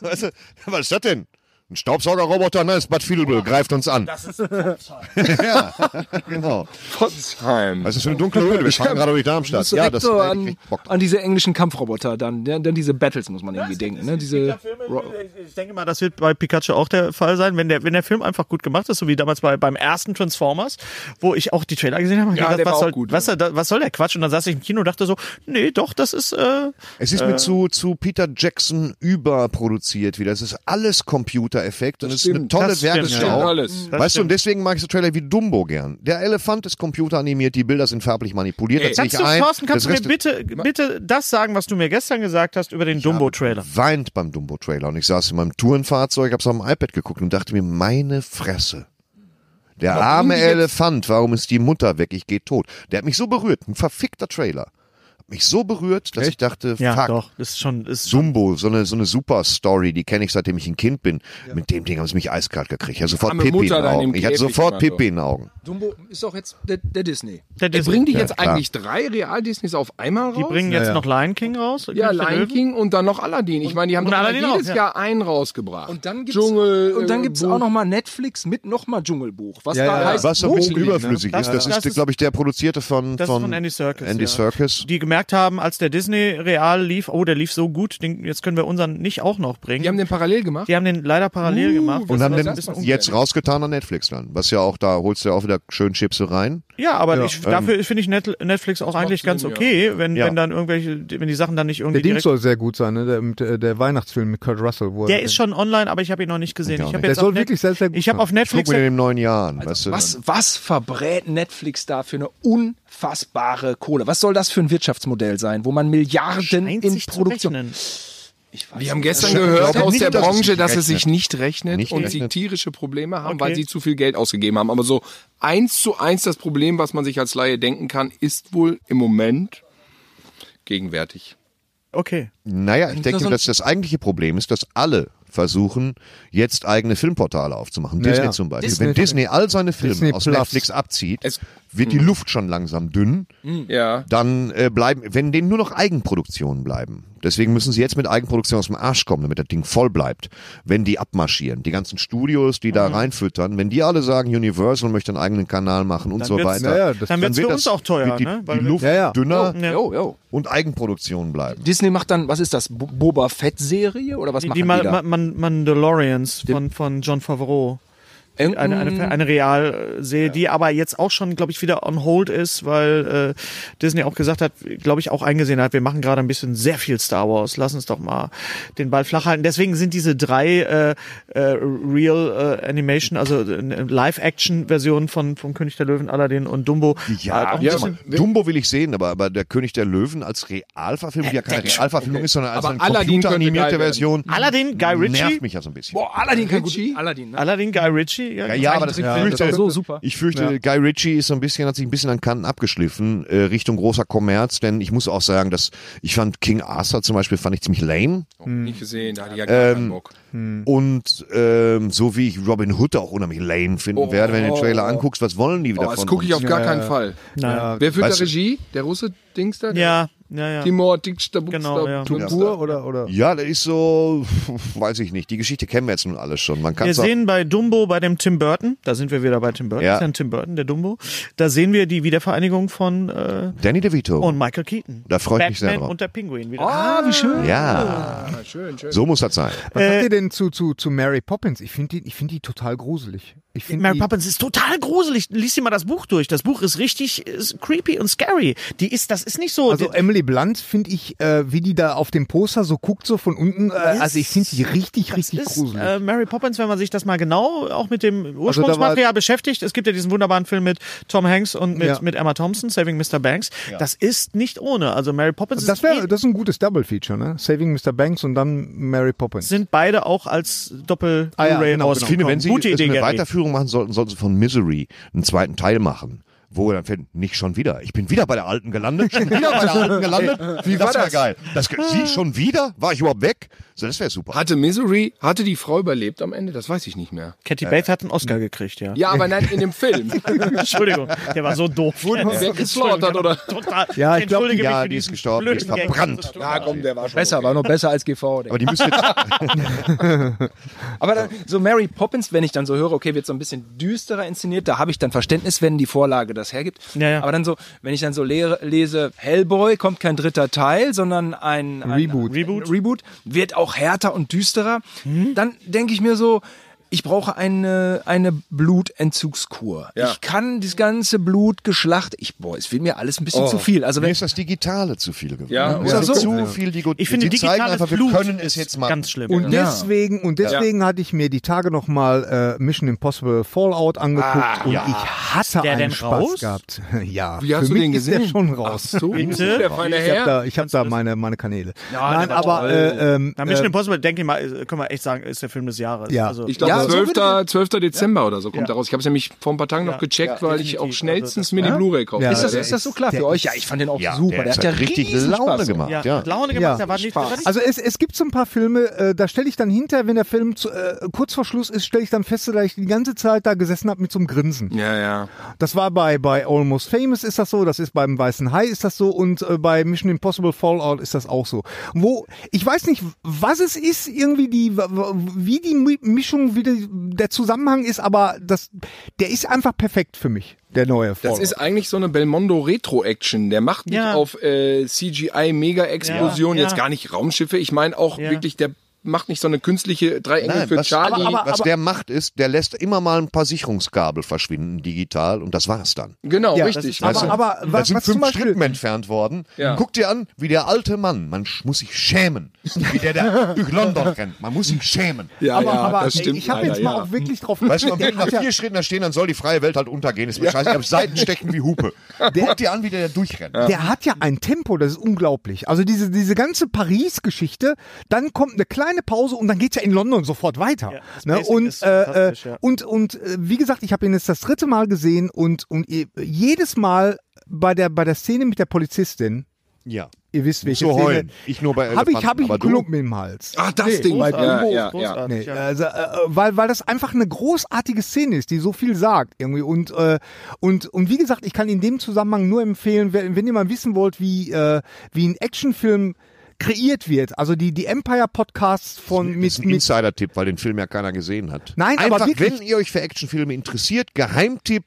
Speaker 4: weißt du, was ist das denn? Ein Staubsaugerroboter namens Bad Fiedelbö greift uns an. Das ist ja, genau.
Speaker 8: Potsdam.
Speaker 4: Was ist das für eine dunkle Höhle? Wir fahren gerade durch Darmstadt.
Speaker 7: ja,
Speaker 4: Ja, das
Speaker 7: so
Speaker 4: nein, ich
Speaker 7: an,
Speaker 4: krieg Bock drauf.
Speaker 7: an diese englischen Kampfroboter dann, ja, dann diese Battles muss man irgendwie denken, ne? Diese Ro-
Speaker 3: ich denke mal, das wird bei Pikachu auch der Fall sein, wenn der, wenn der Film einfach gut gemacht ist, so wie damals bei, beim ersten Transformers, wo ich auch die Trailer gesehen habe. und
Speaker 8: Ja, der
Speaker 3: was,
Speaker 8: war
Speaker 3: soll,
Speaker 8: auch gut,
Speaker 4: ne?
Speaker 3: was, soll- was soll der Quatsch? Und dann saß ich im Kino und dachte so, nee, doch, das ist, äh,
Speaker 4: Es ist mir zu, zu Peter Jackson überproduziert wieder. Es ist alles Computereffekt und es ist eine
Speaker 8: stimmt.
Speaker 4: tolle
Speaker 3: Das stimmt,
Speaker 4: Werbeschau.
Speaker 8: ja. Alles.
Speaker 4: weißt du, und
Speaker 3: stimmt.
Speaker 4: deswegen mag ich so Trailer wie Dumbo gern. Der Elefant ist computeranimiert, die Bilder sind farblich manipuliert. das sehe
Speaker 3: Kannst
Speaker 4: ich
Speaker 3: du,
Speaker 4: ein.
Speaker 3: Thorsten, kannst
Speaker 4: das
Speaker 3: du mir
Speaker 4: Rest-
Speaker 3: bitte, bitte das sagen, was du mir gestern gesagt hast über den Dumbo-Trailer?
Speaker 4: weint beim Dumbo-Trailer und ich saß in meinem Tourenfahrzeug, hab's auf dem iPad geguckt und dachte mir, meine Fresse. Der arme Elefant, warum ist die Mutter weg? Ich gehe tot. Der hat mich so berührt, ein verfickter Trailer. Hat mich so berührt, dass ich dachte,
Speaker 3: Ja,
Speaker 4: fuck.
Speaker 3: doch, ist schon, ist schon.
Speaker 4: Dumbo, so eine, so eine super Story, die kenne ich seitdem ich ein Kind bin. Mit dem Ding haben sie mich eiskalt gekriegt. Ich hatte sofort
Speaker 8: arme
Speaker 4: Pippi
Speaker 8: Mutter
Speaker 4: in den
Speaker 8: da in
Speaker 4: Augen.
Speaker 8: dem
Speaker 4: Ich hatte
Speaker 8: Käfig
Speaker 4: sofort
Speaker 8: immer
Speaker 4: Pippi in den Augen.
Speaker 7: Dumbo ist auch jetzt der, der Disney.
Speaker 3: Der
Speaker 8: Der
Speaker 3: Disney.
Speaker 8: bringt dich
Speaker 4: Ja,
Speaker 8: jetzt
Speaker 4: klar.
Speaker 8: eigentlich drei Real-Disneys auf einmal raus?
Speaker 3: Die bringen jetzt noch Lion King raus.
Speaker 8: ja,
Speaker 3: König der
Speaker 8: Lion
Speaker 3: Löwen.
Speaker 8: King und dann noch Aladdin. Ich meine, die haben
Speaker 3: und
Speaker 8: doch
Speaker 3: Aladdin
Speaker 8: jedes
Speaker 3: auch, ja.
Speaker 8: Jahr einen rausgebracht.
Speaker 7: Und dann gibt's,
Speaker 8: Dschungel.
Speaker 7: und dann
Speaker 8: äh,
Speaker 7: gibt's
Speaker 8: Buch.
Speaker 7: auch noch mal Netflix mit noch mal Dschungelbuch. Was
Speaker 5: Ja,
Speaker 7: da
Speaker 5: ja, ja.
Speaker 7: heißt,
Speaker 4: Was so ein bisschen
Speaker 8: Buchlied, ne?
Speaker 4: überflüssig ist, das,
Speaker 3: Das
Speaker 4: ist,
Speaker 3: ist-
Speaker 4: glaube ich, der produzierte von,
Speaker 3: Das ist
Speaker 4: von,
Speaker 3: von Andy Serkis,
Speaker 4: Andy
Speaker 3: ja.
Speaker 4: Serkis.
Speaker 3: die gemerkt haben, als der Disney Real lief, oh, der lief so gut, den, jetzt können wir unseren nicht auch noch bringen.
Speaker 8: Die haben den parallel gemacht.
Speaker 3: Die haben den leider parallel gemacht.
Speaker 4: Und
Speaker 3: Also Das
Speaker 4: haben
Speaker 3: war so
Speaker 4: den
Speaker 3: ein bisschen
Speaker 4: jetzt rausgetan an Netflix dann. Was ja auch, da holst du ja auch wieder schön Chips rein.
Speaker 3: un- ja, aber Ich, dafür finde ich Net Netflix auch eigentlich ganz okay, wenn,
Speaker 4: Ja.
Speaker 3: wenn dann irgendwelche, wenn die Sachen dann nicht irgendwie
Speaker 5: Der Ding
Speaker 3: direkt.
Speaker 5: soll sehr gut sein, ne? Der, mit, äh, der Weihnachtsfilm mit Kurt Russell. Wo er-
Speaker 3: Der ist schon online, aber ich habe ihn noch nicht gesehen. Ich
Speaker 4: auch nicht.
Speaker 3: habe
Speaker 4: Der
Speaker 3: jetzt
Speaker 5: soll
Speaker 3: auf Net-
Speaker 5: wirklich sehr, sehr gut
Speaker 3: Ich habe
Speaker 5: sein.
Speaker 3: auf
Speaker 4: Guck
Speaker 3: Netflix
Speaker 4: mir den im neuen Jahr an. weißt du?
Speaker 7: was, was verbrät Netflix da für eine unfassbare Kohle? Was soll das für ein Wirtschaftsmodell sein, wo man Milliarden
Speaker 3: scheint
Speaker 7: in
Speaker 3: sich zu
Speaker 7: Produktion.
Speaker 3: rechnen.
Speaker 8: Wir haben gestern
Speaker 4: Ich
Speaker 8: gehört
Speaker 4: glaube
Speaker 8: aus
Speaker 4: nicht,
Speaker 8: der
Speaker 4: dass es
Speaker 8: Branche,
Speaker 4: sich
Speaker 8: dass es
Speaker 4: rechnet.
Speaker 8: sich nicht rechnet
Speaker 4: Nicht
Speaker 8: und
Speaker 4: rechnet.
Speaker 8: sie tierische Probleme haben,
Speaker 3: Okay.
Speaker 8: weil sie zu viel Geld ausgegeben haben. Aber so eins zu eins das Problem, was man sich als Laie denken kann, ist wohl im Moment gegenwärtig.
Speaker 3: Okay.
Speaker 4: Naja, ich denke, dass das eigentliche Problem ist, dass alle versuchen, jetzt eigene Filmportale aufzumachen. Disney zum Beispiel. Wenn Disney all seine Filme
Speaker 5: Disney
Speaker 4: aus
Speaker 5: Plus.
Speaker 4: Netflix abzieht,
Speaker 8: Es-
Speaker 4: wird die Luft schon langsam dünn.
Speaker 8: Ja.
Speaker 4: Dann äh, bleiben, wenn denen nur noch Eigenproduktionen bleiben. Deswegen müssen sie jetzt mit Eigenproduktionen aus dem Arsch kommen, damit das Ding voll bleibt. Wenn die abmarschieren, die ganzen Studios, die
Speaker 3: Mhm.
Speaker 4: da reinfüttern, wenn die alle sagen, Universal möchte einen eigenen Kanal machen und so
Speaker 3: wird's-
Speaker 4: weiter,
Speaker 5: Naja, das-
Speaker 3: Dann wird's
Speaker 4: wird
Speaker 3: für
Speaker 4: das-
Speaker 3: uns auch teuer,
Speaker 4: wird die,
Speaker 3: ne?
Speaker 4: die
Speaker 3: Weil wir-
Speaker 4: Luft
Speaker 5: Ja, ja.
Speaker 4: dünner
Speaker 3: Ja.
Speaker 8: Jo, jo.
Speaker 4: und Eigenproduktionen bleiben.
Speaker 7: Disney macht dann, was ist das, Bo- Boba Fett-Serie oder was
Speaker 3: Die,
Speaker 7: machen
Speaker 3: die
Speaker 7: die,
Speaker 3: Ma
Speaker 7: da?
Speaker 3: Ma Man Mandalorians von, von John Favreau. Eine, eine, eine Realserie, die aber jetzt auch schon, glaube ich, wieder on hold ist, weil äh, Disney auch gesagt hat, glaube ich, auch eingesehen hat, wir machen gerade ein bisschen sehr viel Star Wars, lass uns doch mal den Ball flach halten. Deswegen sind diese drei äh, äh, Real äh, Animation, also äh, Live-Action-Versionen von, von König der Löwen, Aladdin und Dumbo. halt auch ein
Speaker 4: ja
Speaker 3: bisschen-
Speaker 4: aber Dumbo will ich sehen, aber, aber der König der Löwen als Realverfilmung, die ja keine Realverfilmung ist, sondern als
Speaker 8: Aber
Speaker 4: eine
Speaker 8: Aladdin könnte
Speaker 4: computeranimierte
Speaker 8: geil werden.
Speaker 4: Version,
Speaker 3: Aladdin, Guy Ritchie.
Speaker 4: nervt mich ja so ein bisschen.
Speaker 8: Oh,
Speaker 7: Boah, Aladdin kann gut.
Speaker 8: Ritchie?
Speaker 7: Aladdin, ne?
Speaker 3: Aladdin, Guy Ritchie.
Speaker 4: Ja, ja, aber das, ich
Speaker 7: Ja, das
Speaker 4: fürchte,
Speaker 7: ist so super.
Speaker 4: Ich fürchte, Guy Ritchie ist so ein bisschen, hat sich ein bisschen an Kanten abgeschliffen, äh, Richtung großer Kommerz, denn ich muss auch sagen, dass ich fand King Arthur zum Beispiel fand ich ziemlich lame.
Speaker 8: Nicht gesehen, da hatte ich ja gar keinen Bock.
Speaker 4: Und ähm, so wie ich Robin Hood auch unheimlich lame finden
Speaker 8: Oh.
Speaker 4: werde, wenn du den Trailer anguckst, was wollen die wieder
Speaker 8: Oh, das
Speaker 4: von
Speaker 8: gucke ich
Speaker 4: uns?
Speaker 8: auf gar keinen Fall.
Speaker 3: Nein.
Speaker 8: Wer führt da
Speaker 4: Weißt du-
Speaker 8: Regie? Der Russe Dings da?
Speaker 3: Ja, ja, ja.
Speaker 8: Timor Dickstabuchstab.
Speaker 3: Genau, ja.
Speaker 5: Tour oder, oder?
Speaker 4: Ja, das ist so, weiß ich nicht. Die Geschichte kennen wir jetzt nun alles schon. Man kann
Speaker 3: Wir sehen bei Dumbo, bei dem Tim Burton, da sind wir wieder bei Tim Burton,
Speaker 4: Ja.
Speaker 3: ist ja ein Tim Burton, der Dumbo, da sehen wir die Wiedervereinigung von äh,
Speaker 4: Danny DeVito.
Speaker 3: und Michael Keaton.
Speaker 4: Da freu ich mich sehr
Speaker 3: Batman
Speaker 4: drauf.
Speaker 3: und der Pinguin wieder.
Speaker 7: Ah, wie schön.
Speaker 4: ja,
Speaker 8: Ah, Schön, schön.
Speaker 4: so muss das sein.
Speaker 5: Was
Speaker 3: äh,
Speaker 5: sagt ihr denn zu, zu, zu Mary Poppins? Ich finde die, ich find die total gruselig. Ich find
Speaker 3: Mary
Speaker 5: die,
Speaker 3: Poppins ist total gruselig. Lies dir mal das Buch durch. Das Buch ist richtig ist creepy und scary. Die ist, das ist nicht so.
Speaker 5: Also
Speaker 3: die,
Speaker 5: Emily Blunt finde ich, äh, wie die da auf dem Poster so guckt, so von unten. Äh, also ich finde die richtig,
Speaker 3: das
Speaker 5: richtig
Speaker 3: ist
Speaker 5: gruselig. Also
Speaker 3: äh, Mary Poppins, wenn man sich das mal genau auch mit dem Ursprungsmaterial beschäftigt. Es gibt ja diesen wunderbaren Film mit Tom Hanks und mit,
Speaker 5: Ja.
Speaker 3: mit Emma Thompson, Saving Mr. Banks. Das ist nicht ohne. Also Mary Poppins
Speaker 5: das
Speaker 3: ist
Speaker 5: wäre das ist ein gutes Double-Feature, ne? Saving Mr. Banks und dann Mary Poppins.
Speaker 3: sind beide auch als doppel
Speaker 5: Ah ja,
Speaker 3: blu ray
Speaker 5: genau, genau.
Speaker 4: Ich finde, wenn Sie
Speaker 3: Gute
Speaker 4: es
Speaker 3: Idee,
Speaker 4: eine
Speaker 3: Gary.
Speaker 4: Weiterführung machen sollten, sollten Sie von Misery einen zweiten Teil machen. Wo er dann fällt, nicht schon wieder. Ich bin wieder bei der Alten gelandet. Schon wieder bei der Alten gelandet. Wie war das? Wär geil. Das, ge- sie schon wieder? War ich überhaupt weg? So, das wäre super.
Speaker 8: Hatte Misery, hatte die Frau überlebt am Ende? Das weiß ich nicht mehr.
Speaker 3: Kathy Bates hat einen Oscar gekriegt, ja.
Speaker 8: Ja, aber nein, in dem Film.
Speaker 3: Entschuldigung, der war so doof.
Speaker 8: weggeslaughtert, oder?
Speaker 3: Total.
Speaker 5: Ja, ich glaub,
Speaker 3: Entschuldige mich
Speaker 4: ja,
Speaker 3: für
Speaker 4: die ist
Speaker 3: diesen
Speaker 4: gestorben, die ist
Speaker 3: blöden Gag.
Speaker 4: verbrannt.
Speaker 8: Ja, komm, der war schon.
Speaker 7: Besser, war noch besser als GV.
Speaker 4: Aber die müsste
Speaker 7: Aber dann, so Mary Poppins, wenn ich dann so höre, okay, wird so ein bisschen düsterer inszeniert, da habe ich dann Verständnis, wenn die Vorlage das hergibt.
Speaker 3: Ja, ja.
Speaker 7: Aber dann so, wenn ich dann so lehre, lese, Hellboy kommt kein dritter Teil, sondern ein, ein Reboot.
Speaker 3: Reboot.
Speaker 7: Reboot wird auch härter und düsterer. Dann denke ich mir so, ich brauche eine, eine Blutentzugskur.
Speaker 8: Ja.
Speaker 7: Ich kann das ganze Blutgeschlacht, ich, boah, es wird mir alles ein bisschen zu viel. Also
Speaker 4: Mir
Speaker 7: wenn,
Speaker 4: ist das Digitale zu viel geworden.
Speaker 8: Ja,
Speaker 4: Mir ist
Speaker 8: ja.
Speaker 4: das
Speaker 7: so.
Speaker 4: zu viel Digo
Speaker 3: Ich finde,
Speaker 4: die zeigen
Speaker 3: digitales
Speaker 4: einfach, wir
Speaker 3: Blut
Speaker 4: können es jetzt
Speaker 3: ist
Speaker 4: machen.
Speaker 3: ganz schlimm.
Speaker 5: Und deswegen, und deswegen hatte ich mir die Tage nochmal äh, Mission Impossible Fallout angeguckt und ich hatte
Speaker 3: Ah, der
Speaker 5: einen
Speaker 3: denn
Speaker 5: Spaß
Speaker 3: raus?
Speaker 5: gehabt. Ja,
Speaker 8: Wie hast
Speaker 5: für
Speaker 8: du
Speaker 5: mich
Speaker 8: den
Speaker 5: ist der
Speaker 8: gesehen?
Speaker 5: schon raus.
Speaker 8: so, der feine
Speaker 5: Ich habe
Speaker 8: Herr.
Speaker 5: da, ich hab da meine, meine Kanäle. Nein,
Speaker 7: der war
Speaker 5: aber
Speaker 7: toll.
Speaker 5: äh, ähm,
Speaker 3: Bei Mission Impossible, denke ich mal, ist- können wir echt sagen, ist der Film des Jahres.
Speaker 5: Ja.
Speaker 3: Also,
Speaker 8: Ich glaube,
Speaker 7: Ja, so
Speaker 8: 12.
Speaker 7: würde
Speaker 8: 12. Dezember oder so kommt er raus. Ich habe es nämlich vor ein paar Tagen noch gecheckt, weil ich auch schnellstens mir die Blu-ray kaufe.
Speaker 5: Ja.
Speaker 7: ist, das,
Speaker 5: der
Speaker 7: ist das so
Speaker 5: ist-
Speaker 7: klar
Speaker 5: der
Speaker 7: für
Speaker 5: ist-
Speaker 7: euch? Ja, ich fand den auch
Speaker 4: Ja,
Speaker 7: super.
Speaker 4: der,
Speaker 7: Der
Speaker 4: hat
Speaker 7: hat
Speaker 4: ja
Speaker 7: ja
Speaker 4: richtig
Speaker 7: riesen
Speaker 4: Laune
Speaker 7: Spaß.
Speaker 4: gemacht.
Speaker 3: ja,
Speaker 4: Ja.
Speaker 3: hat Laune gemacht,
Speaker 5: Ja.
Speaker 3: da war nicht, da war nicht
Speaker 5: Also es, es gibt so ein paar Filme, äh, da stelle ich dann hinter, wenn der Film zu, äh, kurz vor Schluss ist, stelle ich dann fest, dass ich die ganze Zeit da gesessen habe mit so einem Grinsen.
Speaker 8: Ja, ja.
Speaker 5: Das war bei, bei Almost Famous ist das so, das ist beim Weißen Hai ist das so und äh, bei Mission Impossible Fallout ist das auch so. Wo, ich weiß nicht, was es ist, irgendwie die, w- w- wie die Mi- Mischung, wie die, der Zusammenhang ist, aber das, der ist einfach perfekt für mich, der neue
Speaker 8: Das
Speaker 5: Fallout.
Speaker 8: ist eigentlich so eine Belmondo Retro-Action. Der macht nicht
Speaker 3: Ja.
Speaker 8: auf äh, CGI-Mega-Explosion,
Speaker 3: Ja, ja.
Speaker 8: jetzt gar nicht Raumschiffe. Ich meine auch
Speaker 3: Ja.
Speaker 8: wirklich, der macht nicht so eine künstliche Dreiecke
Speaker 4: Nein,
Speaker 8: für
Speaker 4: was,
Speaker 8: Charlie.
Speaker 4: was der macht ist, der lässt immer mal ein paar Sicherungskabel verschwinden digital und das war's dann.
Speaker 8: genau,
Speaker 5: Ja, das
Speaker 8: richtig.
Speaker 5: ist-
Speaker 8: weißt du?
Speaker 5: aber, aber
Speaker 4: da
Speaker 5: was,
Speaker 4: sind
Speaker 5: was zum
Speaker 4: fünf
Speaker 5: Beispiel,
Speaker 4: Strippen entfernt worden.
Speaker 8: Ja.
Speaker 4: Guck dir an, wie der alte Mann, man sch- muss sich schämen, wie der da durch London rennt. Man muss sich schämen.
Speaker 8: ja,
Speaker 5: aber, aber
Speaker 8: das stimmt.
Speaker 5: ich habe
Speaker 8: leider,
Speaker 5: jetzt mal
Speaker 8: ja.
Speaker 5: auch wirklich drauf
Speaker 4: Weißt du,
Speaker 5: Der
Speaker 4: wenn nach
Speaker 5: hat ja-
Speaker 4: vier Schritten da stehen, dann soll die freie Welt halt untergehen. Ist mir scheiße. Ich hab Seiten stecken wie Hupe. Guck dir an, wie der da durchrennt.
Speaker 5: Der hat ja ein Tempo, das ist unglaublich. Also diese, diese ganze Paris-Geschichte, dann kommt eine kleine Pause und dann geht's ja in London sofort weiter.
Speaker 3: Ja, das
Speaker 5: ne?
Speaker 3: Pacing
Speaker 5: und,
Speaker 3: ist
Speaker 5: äh, äh,
Speaker 3: fantastisch, ja.
Speaker 5: und, und äh, wie gesagt, ich habe ihn jetzt das dritte Mal gesehen und, und ihr- jedes Mal bei der, bei der Szene mit der Polizistin,
Speaker 4: Ja.
Speaker 5: ihr wisst, welche
Speaker 4: So
Speaker 5: Szene,
Speaker 4: heulen. Ich nur bei
Speaker 5: habe ich,
Speaker 4: Elefanten,
Speaker 5: hab ich
Speaker 4: aber
Speaker 5: einen
Speaker 4: du-
Speaker 5: Klumpen im Hals.
Speaker 8: Ach, das Ding.
Speaker 5: weil-
Speaker 8: ja, ja, ja.
Speaker 3: großartig,
Speaker 5: Nee, also, äh, weil, weil das einfach eine großartige Szene ist, die so viel sagt irgendwie. Und, äh, und, und wie gesagt, ich kann in dem Zusammenhang nur empfehlen, wenn, wenn ihr mal wissen wollt, wie, äh, wie ein Actionfilm kreiert wird, also die, die Empire-Podcasts von
Speaker 4: Das ist
Speaker 5: mit,
Speaker 4: ein
Speaker 5: mit
Speaker 4: Insider-Tipp, weil den Film ja keiner gesehen hat.
Speaker 5: Nein, aber
Speaker 4: Einfach,
Speaker 5: wirklich.
Speaker 4: wenn ihr euch für Actionfilme interessiert, Geheimtipp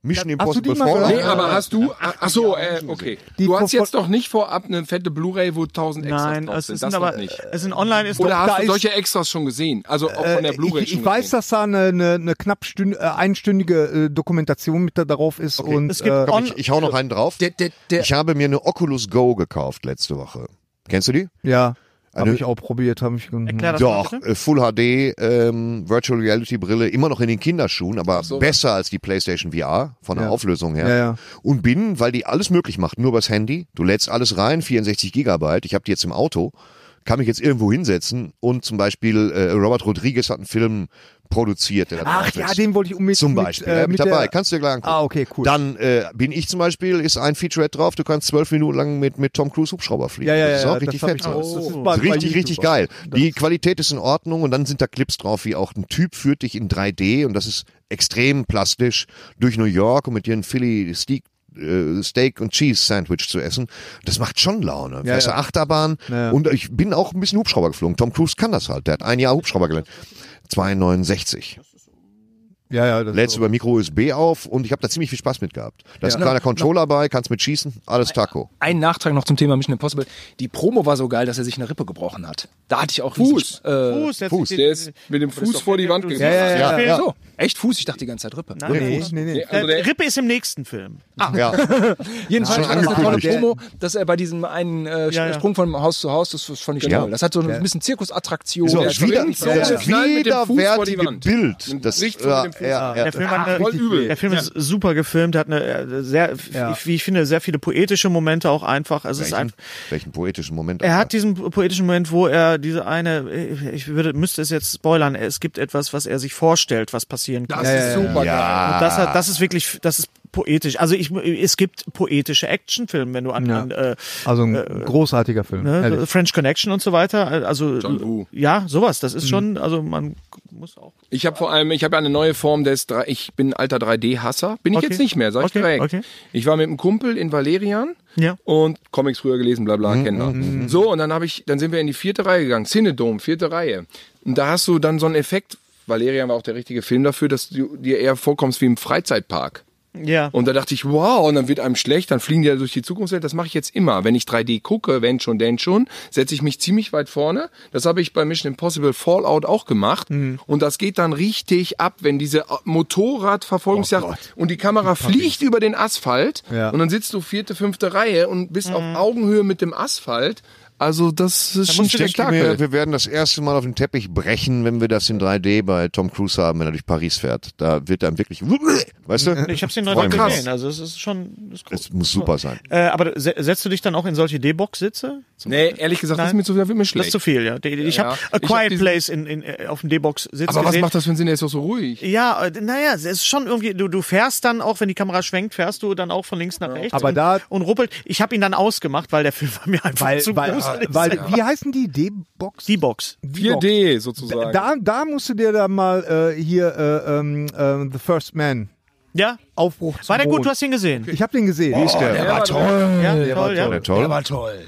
Speaker 4: Mission
Speaker 5: Hast du die
Speaker 4: Impossible
Speaker 5: mal
Speaker 4: Fallout.
Speaker 8: Nee, aber hast du, ach, ach so, äh, okay.
Speaker 5: Die
Speaker 8: Du hast
Speaker 5: Kopf-
Speaker 8: jetzt doch nicht vorab eine fette Blu-ray, wo 1000 Extras
Speaker 3: Nein,
Speaker 8: drauf
Speaker 3: es
Speaker 8: sind.
Speaker 3: ist
Speaker 8: das
Speaker 3: aber,
Speaker 8: noch nicht.
Speaker 3: es sind online ist Äh,
Speaker 8: Oder
Speaker 3: doch,
Speaker 5: da
Speaker 8: hast du
Speaker 5: ist-
Speaker 8: solche Extras schon gesehen? Also auch von der Blu-ray
Speaker 5: äh, ich,
Speaker 8: schon
Speaker 5: ich weiß,
Speaker 8: gesehen.
Speaker 5: dass da eine, eine, eine knapp stünd, äh, einstündige äh, Dokumentation mit da drauf ist und
Speaker 3: es gibt
Speaker 5: äh,
Speaker 4: Komm, ich, ich hau noch einen drauf.
Speaker 7: Der- der- der-
Speaker 4: ich habe mir eine Oculus Go gekauft letzte Woche. Kennst du die?
Speaker 5: ja, habe
Speaker 4: Eine-
Speaker 5: ich auch probiert, habe ich
Speaker 3: erklär das
Speaker 4: Doch,
Speaker 3: mal bitte.
Speaker 4: äh, Full HD, ähm, Virtual Reality Brille, immer noch in den Kinderschuhen, aber besser als die PlayStation VR von der Auflösung her.
Speaker 5: Ja, ja.
Speaker 4: Und bin, weil die alles möglich macht, nur übers Handy. Du lädst alles rein, 64 Gigabyte. Ich habe die jetzt im Auto, kann mich jetzt irgendwo hinsetzen und zum Beispiel äh, Robert Rodriguez hat einen Film produziert. Der da
Speaker 5: Ach
Speaker 4: drauf
Speaker 5: ja,
Speaker 4: ist.
Speaker 5: den wollte ich unbedingt
Speaker 4: Zum
Speaker 5: mit,
Speaker 4: Beispiel,
Speaker 5: äh,
Speaker 4: mit
Speaker 5: mit
Speaker 4: dabei,
Speaker 5: der-
Speaker 4: kannst du dir gleich angucken.
Speaker 5: Ah, okay, cool.
Speaker 4: Dann äh, bin ich zum Beispiel, ist ein Featurette drauf, du kannst zwölf Minuten lang mit, mit Tom Cruise Hubschrauber fliegen.
Speaker 5: ja, ja, ja,
Speaker 4: das ist auch richtig
Speaker 5: hab
Speaker 4: fett.
Speaker 5: ich auch.
Speaker 4: so.
Speaker 5: Das ist
Speaker 3: So.
Speaker 5: bei- bei
Speaker 4: Richtig,
Speaker 5: YouTube
Speaker 4: richtig
Speaker 5: auch.
Speaker 4: geil. Die Qualität ist in Ordnung und dann sind da Clips drauf, wie auch ein Typ führt dich in 3D und das ist extrem plastisch durch New York und mit dir ein Philly Steak, äh, Steak und Cheese Sandwich zu essen. Das macht schon Laune. Ja,
Speaker 5: ja.
Speaker 4: Achterbahn
Speaker 5: Ja.
Speaker 4: und ich bin auch ein bisschen Hubschrauber geflogen. Tom Cruise kann das halt. Der hat ein Jahr Hubschrauber gelernt. 269.
Speaker 5: Ja, ja, das
Speaker 4: Lädst über Micro USB auf und ich habe da ziemlich viel Spaß mit gehabt. Da ist ein kleiner Controller bei, kannst mit schießen, alles Taco.
Speaker 7: Ein Nachtrag noch zum Thema Mission Impossible. Die Promo war so geil, dass er sich eine Rippe gebrochen hat. Da hatte ich auch riesen
Speaker 8: Fuß.
Speaker 7: Sp- Äh,
Speaker 3: Fuß, der
Speaker 4: Fuß.
Speaker 3: Hat,
Speaker 8: Der ist mit dem Fuß vor die Wand gegangen.
Speaker 3: Ja, ja,
Speaker 4: ja, ja.
Speaker 7: So, oh, echt Fuß? Ich dachte die ganze Zeit Rippe.
Speaker 3: Nein, nee.
Speaker 5: Nee, nee.
Speaker 8: Also
Speaker 3: Äh,
Speaker 8: der-
Speaker 3: Rippe ist im nächsten Film.
Speaker 4: Ja.
Speaker 7: Jedenfalls
Speaker 4: Schon
Speaker 7: war das eine tolle
Speaker 4: angekündigt.
Speaker 7: Promo, dass er bei diesem einen äh,
Speaker 3: Ja, ja.
Speaker 7: Sprung von Haus zu Haus, das fand ich
Speaker 4: Ja.
Speaker 7: toll. Das hat so ein bisschen Zirkusattraktion.
Speaker 4: So,
Speaker 7: Der
Speaker 4: das wieder,
Speaker 8: springt so
Speaker 4: das
Speaker 8: und knallt mit dem Fuß vor die
Speaker 4: widerwärtige
Speaker 8: Wand.
Speaker 4: Bild. Das,
Speaker 8: Richtig
Speaker 4: ja,
Speaker 8: mit dem Fuß.
Speaker 4: ja, ja.
Speaker 3: Ah, Der Film, hat eine,
Speaker 8: voll übel.
Speaker 3: der Film ist super gefilmt, hat eine äh, sehr, f- wie ich finde, sehr viele poetische Momente auch einfach. Also es ist
Speaker 4: Welchen,
Speaker 3: einfach,
Speaker 4: welchen poetischen Moment.
Speaker 3: Er hat diesen poetischen Moment, wo er diese eine, äh, ich würde, müsste es jetzt spoilern, es gibt etwas, was er sich vorstellt, was passieren kann.
Speaker 8: Das ist super geil.
Speaker 3: Und das, hat, das ist wirklich, das ist poetisch. Also ich, es gibt poetische Actionfilme, wenn du an,
Speaker 5: Ja.
Speaker 3: an äh,
Speaker 5: Also ein großartiger Film.
Speaker 3: ne,
Speaker 5: ehrlich.
Speaker 3: French Connection und so weiter. Also
Speaker 8: John Woo.
Speaker 3: ja, sowas. Das ist schon. Also man muss auch.
Speaker 8: Ich habe vor allem, ich habe ja eine neue Form des, drei- ich bin alter 3D-Hasser. Bin ich
Speaker 3: Okay.
Speaker 8: jetzt nicht mehr, sag ich
Speaker 3: Okay,
Speaker 8: direkt.
Speaker 3: okay.
Speaker 8: Ich war mit einem Kumpel in Valerian
Speaker 3: Ja.
Speaker 8: und Comics früher gelesen, bla bla, kennen wir. So, und dann habe ich, dann sind wir in die vierte Reihe gegangen, Cinedom, vierte Reihe. Und da hast du dann so einen Effekt, Valerian war auch der richtige Film dafür, dass du dir eher vorkommst wie im Freizeitpark.
Speaker 3: Ja.
Speaker 8: Und da dachte ich, wow, und dann wird einem schlecht, dann fliegen die ja durch die Zukunftswelt. Das mache ich jetzt immer. Wenn ich 3D gucke, wenn schon, denn schon, setze ich mich ziemlich weit vorne. Das habe ich bei Mission Impossible Fallout auch gemacht. Und das geht dann richtig ab, wenn diese Motorradverfolgungsjagd und die Kamera fliegt über den Asphalt.
Speaker 5: Ja.
Speaker 8: Und dann sitzt du vierte, fünfte Reihe und bist
Speaker 3: Mhm.
Speaker 8: auf Augenhöhe mit dem Asphalt. Also das ist schon ein
Speaker 4: Ich denke
Speaker 8: Spektakel.
Speaker 4: mir, wir werden das erste Mal auf den Teppich brechen, wenn wir das in 3D bei Tom Cruise haben, wenn er durch Paris fährt. Da wird dann wirklich, weißt du?
Speaker 3: Ich habe es den
Speaker 4: Freu
Speaker 3: Leuten
Speaker 4: mich.
Speaker 3: gesehen. Also es ist schon. Ist
Speaker 4: Das muss super sein.
Speaker 3: Äh, aber se setzt du dich dann auch in solche D-Box-Sitze?
Speaker 8: Nee, ehrlich gesagt, das ist
Speaker 3: Nein.
Speaker 8: mir zu viel, wird mir
Speaker 3: Das
Speaker 8: schlecht.
Speaker 3: ist zu viel, ja. Die- die- Ich habe
Speaker 8: Ja.
Speaker 3: A
Speaker 8: Ich hab
Speaker 3: Quiet
Speaker 8: diesen-
Speaker 3: Place in, in, äh, auf dem D-Box-Sitz
Speaker 8: Aber was
Speaker 3: gesehen.
Speaker 8: macht das für einen Sinn? Der ist doch so ruhig.
Speaker 3: Ja, äh, naja, es ist schon irgendwie, du, du fährst dann auch, wenn die Kamera schwenkt, fährst du dann auch von links nach rechts
Speaker 5: Aber
Speaker 3: und,
Speaker 5: da-
Speaker 3: und ruppelt. Ich habe ihn dann ausgemacht, weil der Film war mir einfach
Speaker 5: Weil,
Speaker 3: zu
Speaker 5: weil,
Speaker 3: gruselig.
Speaker 5: weil wie heißen die D-Box?
Speaker 3: die Box.
Speaker 8: 4D sozusagen.
Speaker 5: Da, da musst du dir dann mal äh, hier äh, ähm, äh, The First Man
Speaker 3: Ja,
Speaker 5: Aufbruch zum
Speaker 3: war der gut,
Speaker 5: Mond.
Speaker 3: du hast ihn gesehen.
Speaker 5: Ich habe den gesehen. Oh,
Speaker 4: der war toll.
Speaker 3: ja, toll, ja.
Speaker 4: Der toll.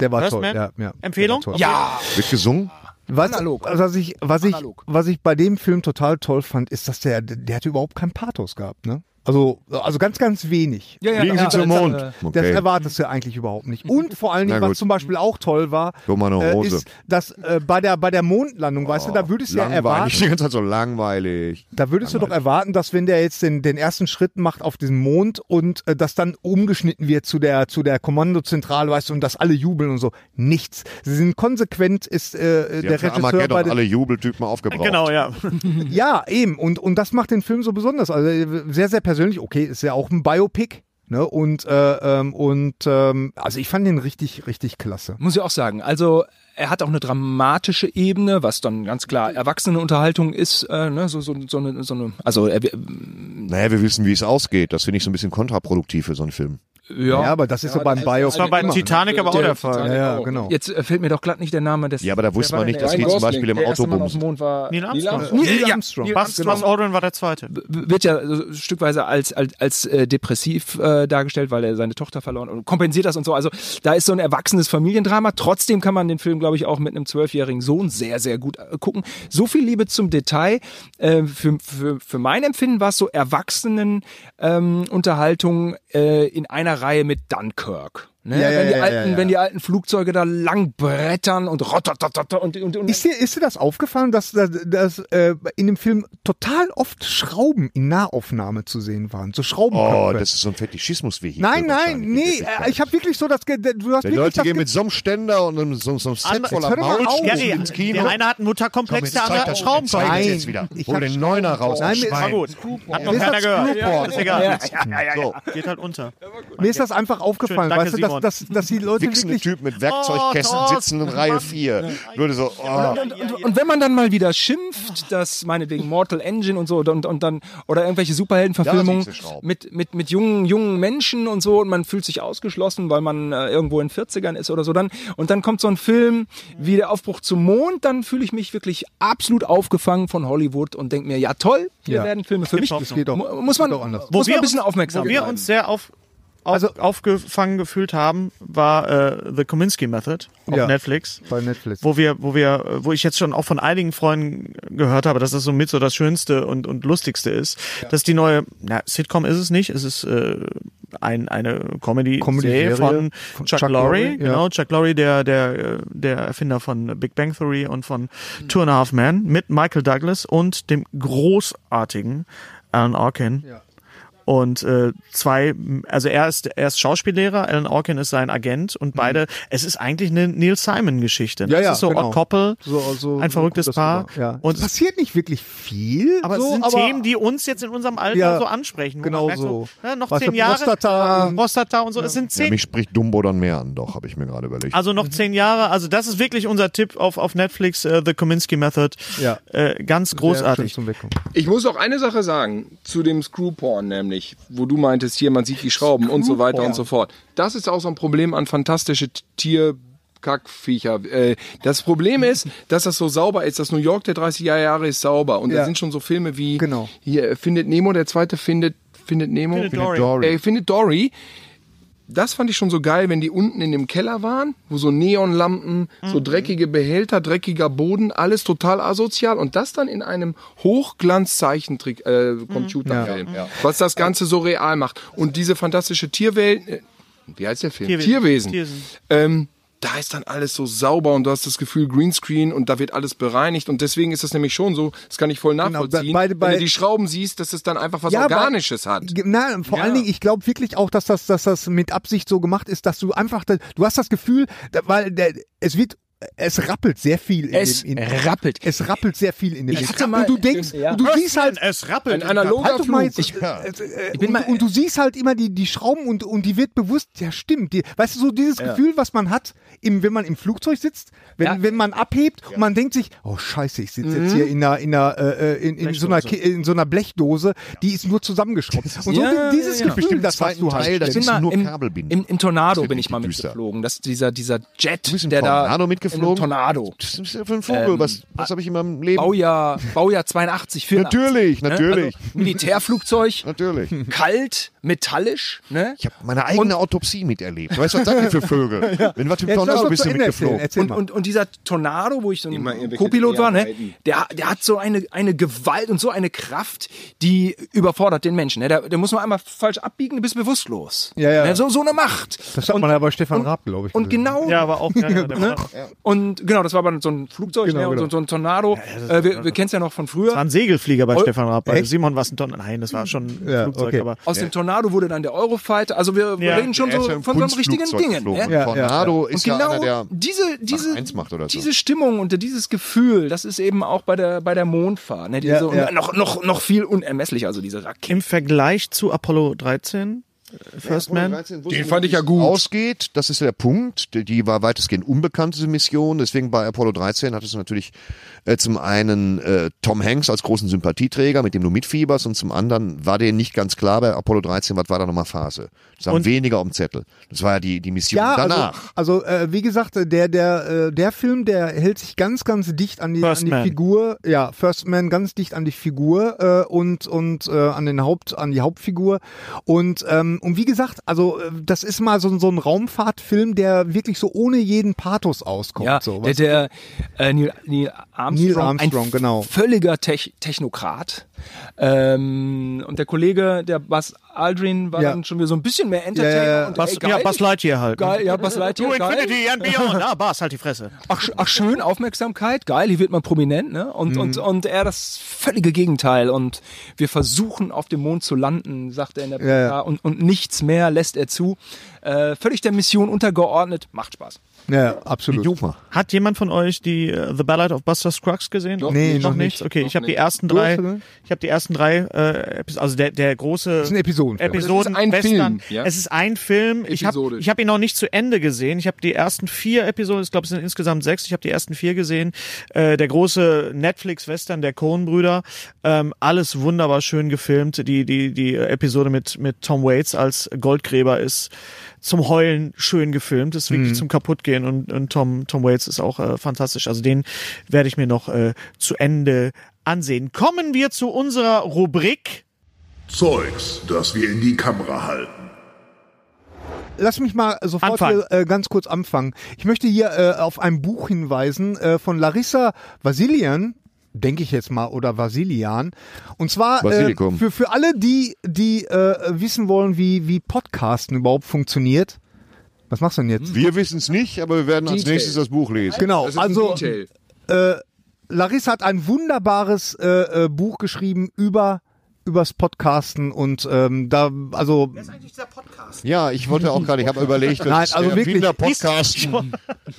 Speaker 5: Der war
Speaker 3: First
Speaker 5: toll.
Speaker 3: Man?
Speaker 5: Ja, ja.
Speaker 3: Empfehlung?
Speaker 5: Der war toll.
Speaker 3: Ja.
Speaker 4: Wird gesungen?
Speaker 5: Was, Was ich, was ich,
Speaker 8: Analog.
Speaker 5: was ich bei dem Film total toll fand, ist, dass der, der hatte überhaupt keinen Pathos gehabt, ne? Also, also ganz, ganz wenig.
Speaker 7: ja,
Speaker 4: Fliegen Sie zum Mond.
Speaker 5: Das
Speaker 4: Okay.
Speaker 5: erwartest du eigentlich überhaupt nicht. Und vor allen Dingen,
Speaker 4: Na
Speaker 5: was
Speaker 4: gut.
Speaker 5: zum Beispiel auch toll war,
Speaker 4: So meine
Speaker 5: äh,
Speaker 4: Hose. Oh,
Speaker 5: ist, dass äh, bei der bei der Mondlandung, weißt du, da würdest du ja
Speaker 4: Langweilig.
Speaker 5: erwarten,
Speaker 4: Die ganze Zeit so langweilig.
Speaker 5: da würdest du doch erwarten, dass wenn der jetzt den, den ersten Schritt macht auf diesen Mond und äh, das dann umgeschnitten wird zu der zu der Kommandozentrale, weißt du, und dass alle jubeln und so. Nichts. Sie sind konsequent, ist äh,
Speaker 4: Die
Speaker 5: der
Speaker 4: haben für
Speaker 5: Regisseur bei
Speaker 4: Armageddon
Speaker 5: den,
Speaker 4: alle Jubeltypen aufgebraucht.
Speaker 3: Genau, ja.
Speaker 5: ja, eben. Und, und das macht den Film so besonders. Also äh, sehr, sehr persönlich. Okay, ist ja auch ein Biopic. Ne? Und, äh, ähm, und ähm, also ich fand den richtig, richtig klasse.
Speaker 7: Muss ich auch sagen. Also er hat auch eine dramatische Ebene, was dann ganz klar Erwachsenenunterhaltung ist. Äh, ne? so, so, so, eine, so eine, also er, ja,
Speaker 4: Naja, wir wissen, wie es ausgeht. Das finde ich so ein bisschen kontraproduktiv für so einen Film.
Speaker 5: Ja, aber das ist so beim Biopic.
Speaker 3: war bei
Speaker 5: immer.
Speaker 3: Titanic aber auch der Fall.
Speaker 5: Ja, ja, genau.
Speaker 7: Jetzt äh, fällt mir doch glatt nicht der Name des.
Speaker 4: Ja, aber da wusste man nicht, dass die zum Beispiel im Auto bumsen.
Speaker 7: Mond war
Speaker 3: Neil Armstrong.
Speaker 5: Neil
Speaker 7: Ja,
Speaker 5: Armstrong.
Speaker 7: Neil
Speaker 3: Bas, Bas Aldrin war der Zweite.
Speaker 7: wird ja so stückweise als als, als äh, depressiv äh, dargestellt, weil er seine Tochter verloren und kompensiert das und so. Also da ist so ein erwachsenes Familiendrama. Trotzdem kann man den Film, glaube ich, auch mit einem zwölfjährigen Sohn sehr sehr gut äh, gucken. So viel Liebe zum Detail. Äh, für, für, für mein Empfinden war es so Erwachsenen ähm, Unterhaltung äh, in einer Reihe mit Dunkirk. Ne?
Speaker 5: Ja, ja,
Speaker 7: wenn, die
Speaker 5: ja, ja,
Speaker 7: alten,
Speaker 5: ja.
Speaker 7: wenn die alten Flugzeuge da lang brettern und rototototot und, und, und
Speaker 5: Ist dir, ist dir das aufgefallen, dass, dass, dass äh, in dem Film total oft Schrauben in Nahaufnahme zu sehen waren? So
Speaker 4: Oh,
Speaker 5: Schraubenköpfe.
Speaker 4: das ist so ein Fetischismus-Vehikel.
Speaker 5: nein, nein,
Speaker 4: wahrscheinlich in
Speaker 5: nee.
Speaker 4: Wirklichkeit.
Speaker 5: äh, Ich habe wirklich so das. ge- Du hast
Speaker 4: Die
Speaker 5: wirklich
Speaker 4: Leute
Speaker 5: das
Speaker 4: gehen
Speaker 5: ge-
Speaker 4: mit so einem Ständer und einem, so, so einem Set
Speaker 3: Jetzt
Speaker 4: voller
Speaker 5: hör doch mal auf.
Speaker 4: Maulschuhe
Speaker 3: Ja, die,
Speaker 4: ins Kino.
Speaker 3: der eine hat einen
Speaker 4: Komm,
Speaker 3: Mutterkomplex,
Speaker 4: jetzt
Speaker 3: der
Speaker 4: zeig
Speaker 3: andere hat
Speaker 4: das-
Speaker 3: Schraubenkopf.
Speaker 4: zeig das
Speaker 5: Nein.
Speaker 4: jetzt wieder.
Speaker 5: Ich
Speaker 4: Hol
Speaker 5: hab-
Speaker 4: den Neuner raus.
Speaker 5: Nein,
Speaker 4: du
Speaker 5: mir-
Speaker 3: War
Speaker 4: Schwein.
Speaker 3: gut. Hat noch
Speaker 5: Ist
Speaker 3: keiner
Speaker 5: das
Speaker 3: gehört.
Speaker 5: Screwball?
Speaker 3: Ist egal.
Speaker 7: Ja,
Speaker 4: So,
Speaker 3: Geht halt unter.
Speaker 5: Mir ist das einfach aufgefallen,
Speaker 3: danke,
Speaker 5: weißt du, dass,
Speaker 3: Simon.
Speaker 5: dass, dass die Leute
Speaker 4: wichsende
Speaker 5: wirklich.
Speaker 4: Typ mit Werkzeugkästen
Speaker 3: Oh, Thorsten,
Speaker 4: sitzen in Reihe 4. Würde so, oh.
Speaker 7: Und, und, und wenn man dann mal wieder schimpft, dass meinetwegen Mortal Engine und so und, und dann oder irgendwelche Superheldenverfilmungen
Speaker 4: Da sind sie Schrauben.
Speaker 7: mit, mit, mit jungen, jungen Menschen und so und man fühlt sich ausgeschlossen, weil man äh, irgendwo in 40ern ist oder so dann und dann kommt so ein Film wie der Aufbruch zum Mond, dann fühle ich mich wirklich absolut aufgefangen von Hollywood und denke mir, ja toll, hier
Speaker 5: Ja.
Speaker 7: werden Filme für mich.
Speaker 3: Hoffnung.
Speaker 5: geht doch-
Speaker 7: Mu- muss man,
Speaker 5: geht doch anders.
Speaker 7: muss man ein bisschen
Speaker 3: uns,
Speaker 7: aufmerksam
Speaker 3: Wo wir
Speaker 7: bleiben.
Speaker 3: uns sehr auf, auf,
Speaker 5: Also-
Speaker 3: aufgefangen gefühlt haben, war äh, The Kominsky Method auf
Speaker 5: Ja.
Speaker 3: Netflix.
Speaker 5: Bei Netflix.
Speaker 3: Wo wir, wo wir, äh, wo ich jetzt schon auch von einigen Freunden gehört habe, dass das so mit so das Schönste und, und Lustigste ist. Dass die neue, na, Sitcom ist es nicht, es ist äh, ein, eine Comedy,
Speaker 5: Comedy-Serie
Speaker 3: von,
Speaker 5: von
Speaker 3: Chuck,
Speaker 5: Chuck
Speaker 3: Lorre,
Speaker 5: Lorre, ja.
Speaker 3: genau, Chuck Lorre, der, der, äh, der Erfinder von Big Bang Theory und von Two and a Half Men mit Michael Douglas und dem großartigen Alan Arkin. Und äh, zwei, also er ist, er ist Schauspiellehrer, Alan Orkin ist sein Agent und beide, es ist eigentlich eine Neil Simon-Geschichte. ne?
Speaker 5: Mhm. Ja, ja,
Speaker 3: es ist so
Speaker 5: genau.
Speaker 3: Odd Couple,
Speaker 5: So-
Speaker 4: also,
Speaker 5: so-
Speaker 3: ein
Speaker 5: so
Speaker 3: verrücktes
Speaker 5: kommt das
Speaker 3: Paar.
Speaker 4: genau-
Speaker 5: rüber, ja.
Speaker 3: Und
Speaker 5: es passiert nicht wirklich viel.
Speaker 3: aber
Speaker 5: so,
Speaker 3: es sind
Speaker 5: aber
Speaker 3: Themen, die uns jetzt in unserem Alter
Speaker 5: Ja,
Speaker 3: so ansprechen. wo man
Speaker 5: genau
Speaker 3: merkt
Speaker 5: so.
Speaker 3: ne, noch
Speaker 5: Weißt
Speaker 3: zehn
Speaker 5: du,
Speaker 3: Jahre.
Speaker 5: Prostata und-
Speaker 3: Prostata und so. Es sind
Speaker 4: Ja,
Speaker 3: zehn,
Speaker 4: mich spricht Dumbo dann mehr an, doch, habe ich mir gerade überlegt.
Speaker 3: also
Speaker 5: Mhm.
Speaker 3: noch zehn Jahre. Also das ist wirklich unser Tipp auf, auf Netflix, äh, The Kominsky Method.
Speaker 5: Ja.
Speaker 3: Äh, ganz
Speaker 5: Sehr schön
Speaker 3: großartig.
Speaker 5: Zum Wegkommen.
Speaker 8: Ich muss auch eine Sache sagen zu dem Screwporn nämlich. Bereich, wo du meintest, hier man sieht die Schrauben und so weiter und so fort. Das ist auch so ein Problem an fantastische Tier. Kackviecher. Äh, Das Problem ist, dass das so sauber ist. Das New York der 30er Jahre ist sauber. Und da
Speaker 5: Ja.
Speaker 8: sind schon so Filme wie
Speaker 5: Genau.
Speaker 8: hier äh, Findet Nemo, der zweite findet, findet Nemo.
Speaker 3: Findet Findet Dory. Dory.
Speaker 8: Äh, findet Dory. Das fand ich schon so geil, wenn die unten in dem Keller waren, wo so Neonlampen, so dreckige Behälter, dreckiger Boden, alles total asozial und das dann in einem Hochglanz-Zeichentrick, äh, Computerfilm, was das Ganze so real macht. Und diese fantastische Tierwelt, äh, wie heißt der Film? Tierwesen.
Speaker 3: Tierwesen.
Speaker 8: Ähm, da ist dann alles so sauber und du hast das Gefühl Greenscreen und da wird alles bereinigt und deswegen ist das nämlich schon so, das kann ich voll
Speaker 7: Genau,
Speaker 8: nachvollziehen,
Speaker 5: bei- bei-
Speaker 8: wenn du die Schrauben siehst, dass es dann einfach was
Speaker 5: Ja, aber-
Speaker 8: Organisches hat.
Speaker 5: Ge- Na, vor allen Dingen, ich glaube wirklich auch, dass das, dass das mit Absicht so gemacht ist, dass du einfach, da, du hast das Gefühl, da, weil der, es wird, es rappelt sehr viel. In
Speaker 7: Es
Speaker 5: dem, in,
Speaker 7: rappelt.
Speaker 5: Es rappelt sehr viel in dem.
Speaker 7: Ich
Speaker 5: Film.
Speaker 7: hatte mal-
Speaker 5: und du denkst,
Speaker 7: Ja.
Speaker 5: und du siehst halt,
Speaker 3: es rappelt.
Speaker 8: Ein analoger
Speaker 5: Halt doch mal jetzt,
Speaker 8: Flug.
Speaker 5: äh, äh, und, und du siehst halt immer die, die Schrauben und, und die wird bewusst, ja stimmt, die, weißt du, so dieses Gefühl, was man hat, im, wenn man im Flugzeug sitzt, wenn,
Speaker 7: Ja.
Speaker 5: wenn man abhebt und man denkt sich, oh scheiße, ich sitze jetzt hier in einer, in, einer, äh, äh, in, in, so einer Ki- in so einer Blechdose, die ist nur zusammengeschraubt. Und so
Speaker 7: Ja,
Speaker 5: di- dieses
Speaker 7: ja, ja.
Speaker 5: Gefühl,
Speaker 4: Bestimmt
Speaker 5: das
Speaker 4: im
Speaker 5: hast du
Speaker 4: zweiten
Speaker 5: halt.
Speaker 4: Teil, Hm, das
Speaker 5: ständig.
Speaker 4: ist
Speaker 7: bin mal
Speaker 4: nur
Speaker 7: im,
Speaker 4: Kabelbinden.
Speaker 7: Im, Im Tornado
Speaker 4: Das
Speaker 7: bin
Speaker 4: wird
Speaker 7: ich mal
Speaker 4: richtig düster.
Speaker 7: mitgeflogen. Das, dieser, dieser Jet,
Speaker 4: Du bist im
Speaker 7: der
Speaker 4: Tornado
Speaker 7: da
Speaker 4: mitgeflogen?
Speaker 7: In Tornado. Ähm, äh,
Speaker 4: Das ist ja für ein Vogel. was was habe ich in meinem Leben?
Speaker 7: Baujahr, Baujahr 82,
Speaker 4: Natürlich,
Speaker 7: 84.
Speaker 4: natürlich.
Speaker 7: Also, Militärflugzeug,
Speaker 4: Natürlich.
Speaker 7: kalt, metallisch. Ne?
Speaker 4: Ich habe meine eigene Autopsie miterlebt. Weißt du, was das denn für Vögel? Wenn was im
Speaker 5: Jetzt lass
Speaker 4: Tornado
Speaker 5: doch
Speaker 4: bist
Speaker 5: zu
Speaker 4: du
Speaker 5: Ende erzählen,
Speaker 4: mitgeflogen.
Speaker 5: erzähl
Speaker 7: und,
Speaker 5: mal.
Speaker 7: und, und dieser Tornado, wo ich so
Speaker 8: Immer irgendwelche
Speaker 7: ein Co-Pilot war, ne,
Speaker 8: Derarbeiten.
Speaker 7: der, der hat so eine, eine Gewalt und so eine Kraft, die überfordert den Menschen. Ne? Der, der muss nur einmal falsch abbiegen, du bist bewusstlos.
Speaker 5: Ja, ja.
Speaker 7: Ne? So, so eine Macht.
Speaker 5: Das hat
Speaker 7: und,
Speaker 5: man ja bei Stefan Raab, glaube ich.
Speaker 7: und
Speaker 5: gesehen.
Speaker 7: genau
Speaker 3: Ja, aber auch. Ja, ja, der
Speaker 7: Ne?
Speaker 3: war-
Speaker 7: Und genau, das war aber so ein Flugzeug,
Speaker 5: Genau,
Speaker 7: ne? und
Speaker 5: genau.
Speaker 7: So, so ein Tornado. äh, wir wir kennen es ja noch von früher.
Speaker 3: Das war ein Segelflieger bei
Speaker 7: Oh,
Speaker 3: Stefan Raab. Also
Speaker 5: echt?
Speaker 3: Simon war es ein Donner. Nein, das war schon ein
Speaker 5: Ja,
Speaker 3: Flugzeug.
Speaker 5: okay.
Speaker 3: Aber
Speaker 7: Aus dem Tornado wurde dann der Eurofighter. Also wir wir
Speaker 3: Ja.
Speaker 7: reden schon
Speaker 4: Er ist
Speaker 7: so
Speaker 4: ja im
Speaker 7: von so einem richtigen
Speaker 4: Kunstflugzeug
Speaker 7: Dingen.
Speaker 4: geflogen.
Speaker 7: Ne?
Speaker 5: Ja,
Speaker 4: Tornado
Speaker 7: Und
Speaker 4: ist ja
Speaker 7: genau
Speaker 4: einer der.
Speaker 7: diese, diese,
Speaker 4: eins macht oder so.
Speaker 7: diese Stimmung und dieses Gefühl, das ist eben auch bei der, bei der Mondfahrt. Ne? Diese,
Speaker 5: Ja,
Speaker 7: und
Speaker 5: ja.
Speaker 7: Noch, noch, noch viel unermesslicher, also diese Rakete.
Speaker 3: im Vergleich zu Apollo 13, äh, First Man,
Speaker 8: Den fand ich ja gut.
Speaker 4: Ausgeht, das ist der Punkt. Die- Die war weitestgehend unbekannt, diese Mission. Deswegen bei Apollo 13 hattest du natürlich äh, zum einen äh, Tom Hanks als großen Sympathieträger, mit dem du mitfieberst, und zum anderen war denen nicht ganz klar bei Apollo 13, was war da nochmal Phase. Das haben
Speaker 3: Und-
Speaker 4: weniger auf dem Zettel. Das war ja die, die Mission
Speaker 5: Ja,
Speaker 4: danach.
Speaker 5: also, also äh, wie gesagt, der, der, äh, der Film, der hält sich ganz, ganz dicht an die,
Speaker 3: First
Speaker 5: an die
Speaker 3: Man.
Speaker 5: Figur, ja, First Man ganz dicht an die Figur äh, und, und äh, an den Haupt, an die Hauptfigur. Und, ähm, und wie gesagt, also äh, das ist mal so, ein- so ein Raumfahrtfilm, der wirklich so ohne jeden Pathos auskommt.
Speaker 7: Ja,
Speaker 5: so,
Speaker 7: der,
Speaker 5: weißt
Speaker 7: der äh, Neil, Neil Armstrong,
Speaker 5: Neil Armstrong,
Speaker 7: ein
Speaker 5: genau.
Speaker 7: völliger Tech Technokrat. Ähm, und der Kollege, der Bas Aldrin, war
Speaker 5: Ja.
Speaker 7: dann schon wieder so ein bisschen mehr Entertainer.
Speaker 5: Ja, ja, ja.
Speaker 7: Und,
Speaker 3: Bas,
Speaker 7: ey, geil,
Speaker 3: ja, Bas Lightyear halt.
Speaker 7: Geil, ja, Bas
Speaker 3: To
Speaker 8: Oh,
Speaker 7: Lightyear, geil.
Speaker 3: Infinity and Beyond. Ah, Bas, halt die Fresse.
Speaker 7: Ach, sch- ach schön, Aufmerksamkeit, geil, hier wird man prominent, ne? Und,
Speaker 5: Mhm.
Speaker 7: und,
Speaker 8: Mhm.
Speaker 7: und er das völlige Gegenteil. Und wir versuchen auf dem Mond zu landen, sagt er in der PK,
Speaker 5: Ja, ja.
Speaker 7: Und, und nichts mehr lässt er zu. Äh, völlig der Mission untergeordnet, macht Spaß.
Speaker 5: du? ja, absolut.
Speaker 4: Juma.
Speaker 3: Hat jemand von euch die äh, The Ballad of Buster Scruggs gesehen?
Speaker 8: Noch
Speaker 5: Nee,
Speaker 8: nicht.
Speaker 5: noch
Speaker 3: Noch nicht?
Speaker 5: nicht.
Speaker 3: Okay, ich habe die
Speaker 8: nicht.
Speaker 3: ersten
Speaker 5: Du hast,
Speaker 3: drei,
Speaker 5: oder?
Speaker 3: ich habe die ersten drei äh, Epis- also der, der große
Speaker 5: Das ist ein Episodenfilm.
Speaker 3: Episoden
Speaker 8: Das ist ein
Speaker 3: Western.
Speaker 8: Film, ja?
Speaker 3: Es ist ein Film. Ich habe
Speaker 8: Episode.
Speaker 3: ich hab ihn noch nicht zu Ende gesehen. Ich habe die ersten vier Episoden, ich glaube, es sind insgesamt sechs. Ich habe die ersten vier gesehen. Äh, der große Netflix-Western der Coen-Brüder. Ähm, alles wunderbar schön gefilmt. Die die die Episode mit mit Tom Waits als Goldgräber ist zum Heulen schön gefilmt. Ist
Speaker 5: Mhm.
Speaker 3: wirklich zum kaputtgehen und, und Tom Tom Waits ist auch äh, fantastisch. Also den werde ich mir noch äh, zu Ende ansehen. Kommen wir zu unserer Rubrik.
Speaker 10: Zeugs, das wir in die Kamera halten.
Speaker 5: Lass mich mal sofort
Speaker 3: Anfangen.
Speaker 5: hier, äh, ganz kurz anfangen. Ich möchte hier äh, auf ein Buch hinweisen äh, von Larissa Vasilian, denke ich jetzt mal, oder Vasilian. Und zwar äh,
Speaker 4: Basilikum.
Speaker 5: für, für alle, die, die äh, wissen wollen, wie, wie Podcasten überhaupt funktioniert. Was machst du denn jetzt?
Speaker 4: Wir wissen es nicht, aber wir werden als
Speaker 8: Detail.
Speaker 4: nächstes Hm. das Buch lesen.
Speaker 5: Genau,
Speaker 8: Das ist
Speaker 5: also äh,
Speaker 8: ein Detail.
Speaker 5: Larissa hat ein wunderbares äh, äh, Buch geschrieben über übers Podcasten und ähm, da, also
Speaker 4: Ja, ich wollte auch gerade, ich habe überlegt,
Speaker 5: Nein, also wirklich.
Speaker 4: Podcasten,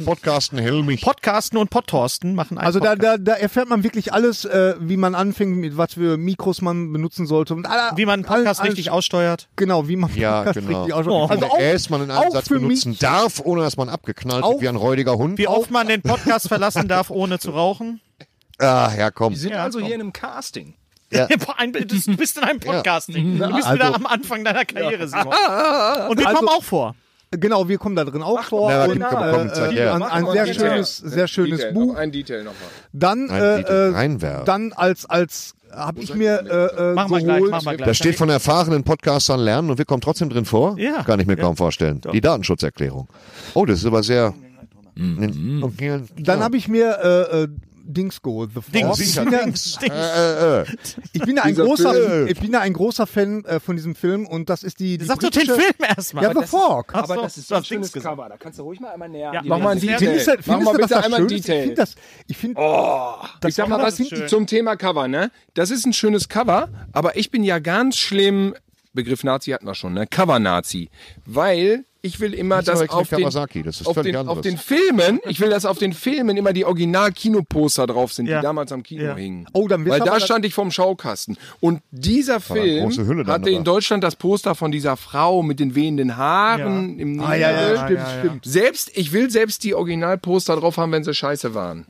Speaker 4: Podcasten Helmich.
Speaker 3: Podcasten und Podtorsten machen einen
Speaker 5: Also da,
Speaker 3: Podcast.
Speaker 5: da, da erfährt man wirklich alles, äh, wie man anfängt, mit was für Mikros man benutzen sollte und aller,
Speaker 3: wie man einen
Speaker 5: all-
Speaker 3: Podcast
Speaker 5: alles-
Speaker 3: richtig Oh. aussteuert.
Speaker 5: Genau, wie man
Speaker 4: Ja,
Speaker 5: Podcast
Speaker 4: genau.
Speaker 5: richtig ausspricht.
Speaker 4: Also
Speaker 5: auch-
Speaker 4: erst man in
Speaker 5: auch
Speaker 4: einem Satz
Speaker 5: für
Speaker 4: benutzen
Speaker 5: mich,
Speaker 4: darf, ohne dass man abgeknallt
Speaker 5: Auch-
Speaker 4: wird wie ein räudiger Hund.
Speaker 3: Wie oft man den Podcast verlassen darf, ohne zu rauchen.
Speaker 4: Ah, ja, komm.
Speaker 7: Wir sind also hier in einem Casting.
Speaker 4: Ja.
Speaker 3: Ein, du bist in einem Podcast. Nick. Du bist wieder am Anfang deiner Karriere, Simon. Und wir
Speaker 5: Also-
Speaker 3: kommen auch vor.
Speaker 5: Genau, wir kommen da drin auch vor.
Speaker 4: na,
Speaker 5: und,
Speaker 4: komm, komm, zeig
Speaker 5: äh,
Speaker 4: her.
Speaker 5: ein, ein sehr schönes, sehr schönes
Speaker 8: Detail,
Speaker 5: Buch.
Speaker 8: Noch ein Detail nochmal.
Speaker 5: Dann,
Speaker 4: Ein
Speaker 5: äh,
Speaker 4: Detail
Speaker 5: äh,
Speaker 4: reinwerfen.
Speaker 5: dann als als habe ich mir äh, äh,
Speaker 3: Machen wir gleich,
Speaker 5: geholt.
Speaker 3: machen wir
Speaker 4: Da
Speaker 3: gleich.
Speaker 4: steht von erfahrenen Podcastern lernen und wir kommen trotzdem drin vor.
Speaker 3: Ja.
Speaker 4: Kann ich mir kaum vorstellen. Die Datenschutzerklärung. Oh, das ist aber sehr.
Speaker 5: Dann
Speaker 4: Genau.
Speaker 5: habe ich mir äh, äh, Dings geholt. The
Speaker 3: Dings,
Speaker 5: Force. ich, bin ja,
Speaker 4: Oh, Äh, äh,
Speaker 5: ich bin ja ein
Speaker 8: Dieser
Speaker 5: großer,
Speaker 8: Film.
Speaker 5: ich bin ja ein großer Fan äh, von diesem Film und das ist die, die
Speaker 3: Sag doch den
Speaker 5: britische-
Speaker 3: Film erstmal.
Speaker 5: Ja, The Fork.
Speaker 3: Ach
Speaker 7: Aber
Speaker 3: so,
Speaker 7: das ist
Speaker 3: du
Speaker 7: so
Speaker 3: hast
Speaker 7: ein
Speaker 3: Dings
Speaker 7: schönes
Speaker 3: gesagt.
Speaker 7: Cover. Da kannst du ruch mal einmal näher.
Speaker 3: Ja,
Speaker 7: an die
Speaker 3: mach mal ein
Speaker 7: Leute.
Speaker 8: Detail.
Speaker 5: Findest du,
Speaker 8: Also Mach
Speaker 5: halt, findest du
Speaker 8: mal
Speaker 5: das
Speaker 8: bitte
Speaker 5: was
Speaker 8: einmal
Speaker 5: Schönes? Ich
Speaker 8: Detail.
Speaker 5: finde das, ich finde,
Speaker 8: ich sag mal was zum Thema Cover, ne? Das ist ein schönes Cover, aber ich bin ja ganz schlimm. Begriff Nazi hatten wir schon, ne? Cover-Nazi. Weil ich will immer
Speaker 4: Das ist
Speaker 8: das
Speaker 4: aber jetzt
Speaker 8: auf
Speaker 4: nicht
Speaker 8: den,
Speaker 4: Kawasaki, das ist
Speaker 8: auf,
Speaker 4: völlig
Speaker 8: den, auf
Speaker 4: anderes.
Speaker 8: den Filmen, ich will, dass auf den Filmen immer die Original-Kinoposter drauf sind,
Speaker 3: Ja.
Speaker 8: die damals am Kino
Speaker 3: Ja.
Speaker 8: hingen.
Speaker 5: Oh, dann wissen
Speaker 8: Weil
Speaker 5: wir
Speaker 8: da
Speaker 5: mal-
Speaker 8: stand ich vorm Schaukasten. Und dieser
Speaker 4: eine
Speaker 8: Film
Speaker 4: große Hülle dann,
Speaker 8: hatte
Speaker 4: oder?
Speaker 8: in Deutschland das Poster von dieser Frau mit den wehenden Haaren im Nebel.
Speaker 5: stimmt.
Speaker 8: Selbst, ich will selbst die Originalposter drauf haben, wenn sie scheiße waren.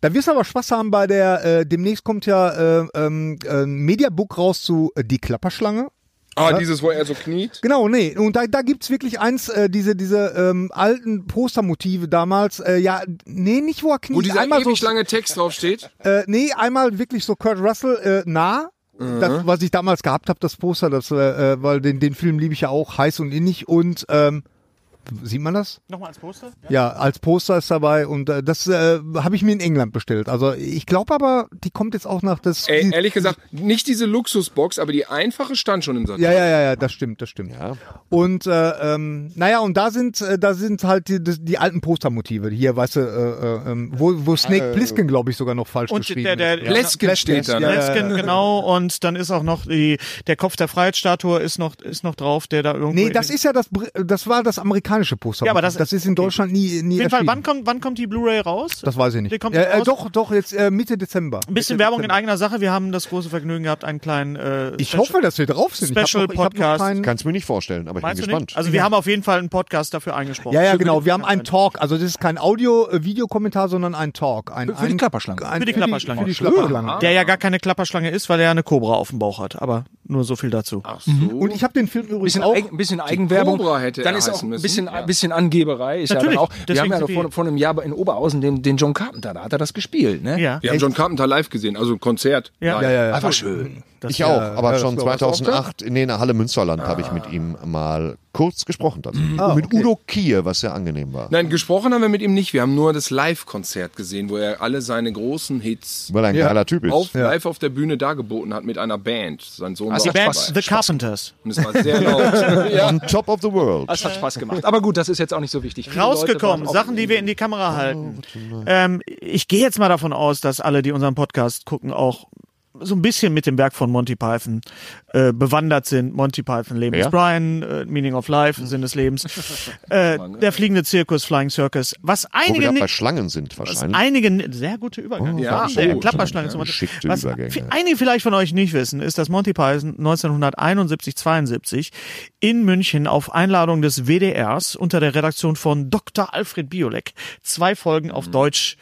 Speaker 5: Da wirst du aber Spaß haben bei der, äh, demnächst kommt ja äh, ähm, äh, ein Mediabook raus zu äh, Die Klapperschlange.
Speaker 8: Ah, dieses, wo er so kniet.
Speaker 5: Genau, nee. Und da, da gibt's wirklich eins, äh, diese, diese ähm, alten Postermotive damals. Äh, ja, nee, nicht wo er kniet.
Speaker 8: Wo dieser
Speaker 5: einmal
Speaker 8: ewig
Speaker 5: so,
Speaker 8: lange Text draufsteht.
Speaker 5: äh, nee, einmal wirklich so Kurt Russell äh, nah.
Speaker 8: Mhm.
Speaker 5: Das, was ich damals gehabt habe, das Poster, das, äh, äh, weil den, den Film liebe ich ja auch heiß und innig und ähm, sieht man das?
Speaker 3: Nochmal als Poster?
Speaker 5: Ja, als Poster ist dabei und äh, das äh, habe ich mir in England bestellt. Also ich glaube aber, die kommt jetzt auch nach das.
Speaker 8: Ey,
Speaker 5: die-
Speaker 8: ehrlich gesagt, nicht diese Luxusbox, aber die einfache stand schon im Satz.
Speaker 5: Ja, ja, ja, ja, das stimmt, das stimmt. Und äh, ähm, naja, und da sind äh, da sind halt die, die, die alten Postermotive. Hier, weißt du, äh, äh, ähm, wo, wo Snake Plissken, glaube ich, sogar noch falsch
Speaker 3: Und
Speaker 5: geschrieben
Speaker 3: der, der,
Speaker 5: ist.
Speaker 3: ja.
Speaker 8: Lesken steht da.
Speaker 5: ja,
Speaker 8: Ne?
Speaker 3: Lesken, genau. Und dann ist auch noch die, der Kopf der Freiheitsstatue ist noch, ist noch drauf, der da irgendwo.
Speaker 5: Nee, das ist ja das Br- das war das amerikanische Poster.
Speaker 3: Ja, aber das-
Speaker 5: ist in Deutschland nie nie
Speaker 3: Auf jeden Fall,
Speaker 5: erschienen.
Speaker 3: wann kommt, wann kommt die Blu-ray raus?
Speaker 5: das weiß ich
Speaker 3: Die
Speaker 5: nicht.
Speaker 3: kommt
Speaker 5: Ja, äh,
Speaker 3: raus?
Speaker 5: doch, doch, jetzt äh, Mitte Dezember.
Speaker 3: Ein bisschen
Speaker 5: Mitte
Speaker 3: Werbung in
Speaker 5: Dezember.
Speaker 3: eigener Sache. Wir haben das große Vergnügen gehabt, einen kleinen. Äh,
Speaker 5: Ich hoffe, dass wir drauf sind. Ich
Speaker 3: Special
Speaker 5: hab noch, ich hab noch
Speaker 3: Podcast.
Speaker 5: keinen-
Speaker 4: Kannst mir nicht vorstellen, aber ich bin
Speaker 3: Meinst du
Speaker 4: gespannt.
Speaker 3: nicht? Also, wir haben auf jeden Fall einen Podcast dafür eingesprochen.
Speaker 5: Ja, ja, genau. Wir haben einen Talk. Also das ist kein Audio-Videokommentar, sondern ein Talk. Ein,
Speaker 7: Für die
Speaker 5: ein,
Speaker 7: Klapperschlange.
Speaker 5: Ein,
Speaker 3: Für die Klapperschlange.
Speaker 5: Für die Klapperschlange.
Speaker 3: Der ja gar keine Klapperschlange ist, weil er ja eine Kobra auf dem Bauch hat. Aber nur so viel dazu.
Speaker 5: Und ich habe den Film übrigens
Speaker 7: bisschen,
Speaker 5: auch.
Speaker 7: Eig- ein bisschen Eigenwerbung.
Speaker 8: Cobra hätte
Speaker 7: dann
Speaker 8: er
Speaker 7: ist auch
Speaker 8: heißen
Speaker 7: ein
Speaker 8: müssen.
Speaker 7: bisschen,
Speaker 8: Ja.
Speaker 7: ein bisschen Angeberei. Ist
Speaker 3: Natürlich.
Speaker 7: Ja dann auch,
Speaker 3: Deswegen
Speaker 7: wir haben ja
Speaker 3: sind
Speaker 7: noch
Speaker 3: wir
Speaker 7: vor, vor einem Jahr in Oberhausen den, den John Carpenter, da hat er das gespielt. Ne?
Speaker 3: Ja.
Speaker 8: Wir haben John Carpenter live gesehen, also ein Konzert.
Speaker 3: Ja.
Speaker 8: Live.
Speaker 5: ja, ja.
Speaker 7: Einfach schön.
Speaker 4: ich auch, aber schon 2008 in der Halle Münsterland habe ich mit
Speaker 5: Ah.
Speaker 4: ihm mal kurz gesprochen. dazu.
Speaker 5: Mhm.
Speaker 4: Mit Udo Kier, was sehr angenehm war.
Speaker 8: Nein, gesprochen haben wir mit ihm nicht. Wir haben nur das Live-Konzert gesehen, wo er alle seine großen Hits
Speaker 4: Weil er ein geiler Typ ist.
Speaker 8: auf, live auf der Bühne dargeboten hat mit einer Band. Sein Sohn
Speaker 3: Also Die
Speaker 8: war
Speaker 3: Band
Speaker 8: auch
Speaker 3: The
Speaker 8: dabei.
Speaker 3: Carpenters.
Speaker 8: Und es war sehr laut.
Speaker 4: On top of the world.
Speaker 5: Also
Speaker 7: Das hat Spaß gemacht. Aber gut, das ist jetzt auch nicht so wichtig. Viele
Speaker 3: Rausgekommen,
Speaker 7: Leute waren auch-
Speaker 3: Sachen, die wir in die Kamera halten. Ähm, ich gehe jetzt mal davon aus, dass alle, die unseren Podcast gucken, auch so ein bisschen mit dem Werk von Monty Python äh, bewandert sind. Monty Python, Leben
Speaker 4: Ja.
Speaker 3: ist Brian, äh, Meaning of Life, Sinn des Lebens. Äh, der fliegende Zirkus, Flying Circus. Was
Speaker 4: Wo wir
Speaker 3: einige
Speaker 8: ne
Speaker 4: gerade bei
Speaker 3: nicht...
Speaker 4: Schlangen sind wahrscheinlich.
Speaker 3: Einige, ni- sehr gute Übergänge.
Speaker 8: ja,
Speaker 3: der
Speaker 8: oh,
Speaker 3: Klapperschlange zum Beispiel.
Speaker 4: geschickte
Speaker 3: Was
Speaker 4: Übergänge.
Speaker 3: vi- einige vielleicht von euch nicht wissen, ist, dass Monty Python 1971-72 in München auf Einladung des WDRs unter der Redaktion von Dr. Alfred Biolek zwei Folgen auf Deutsch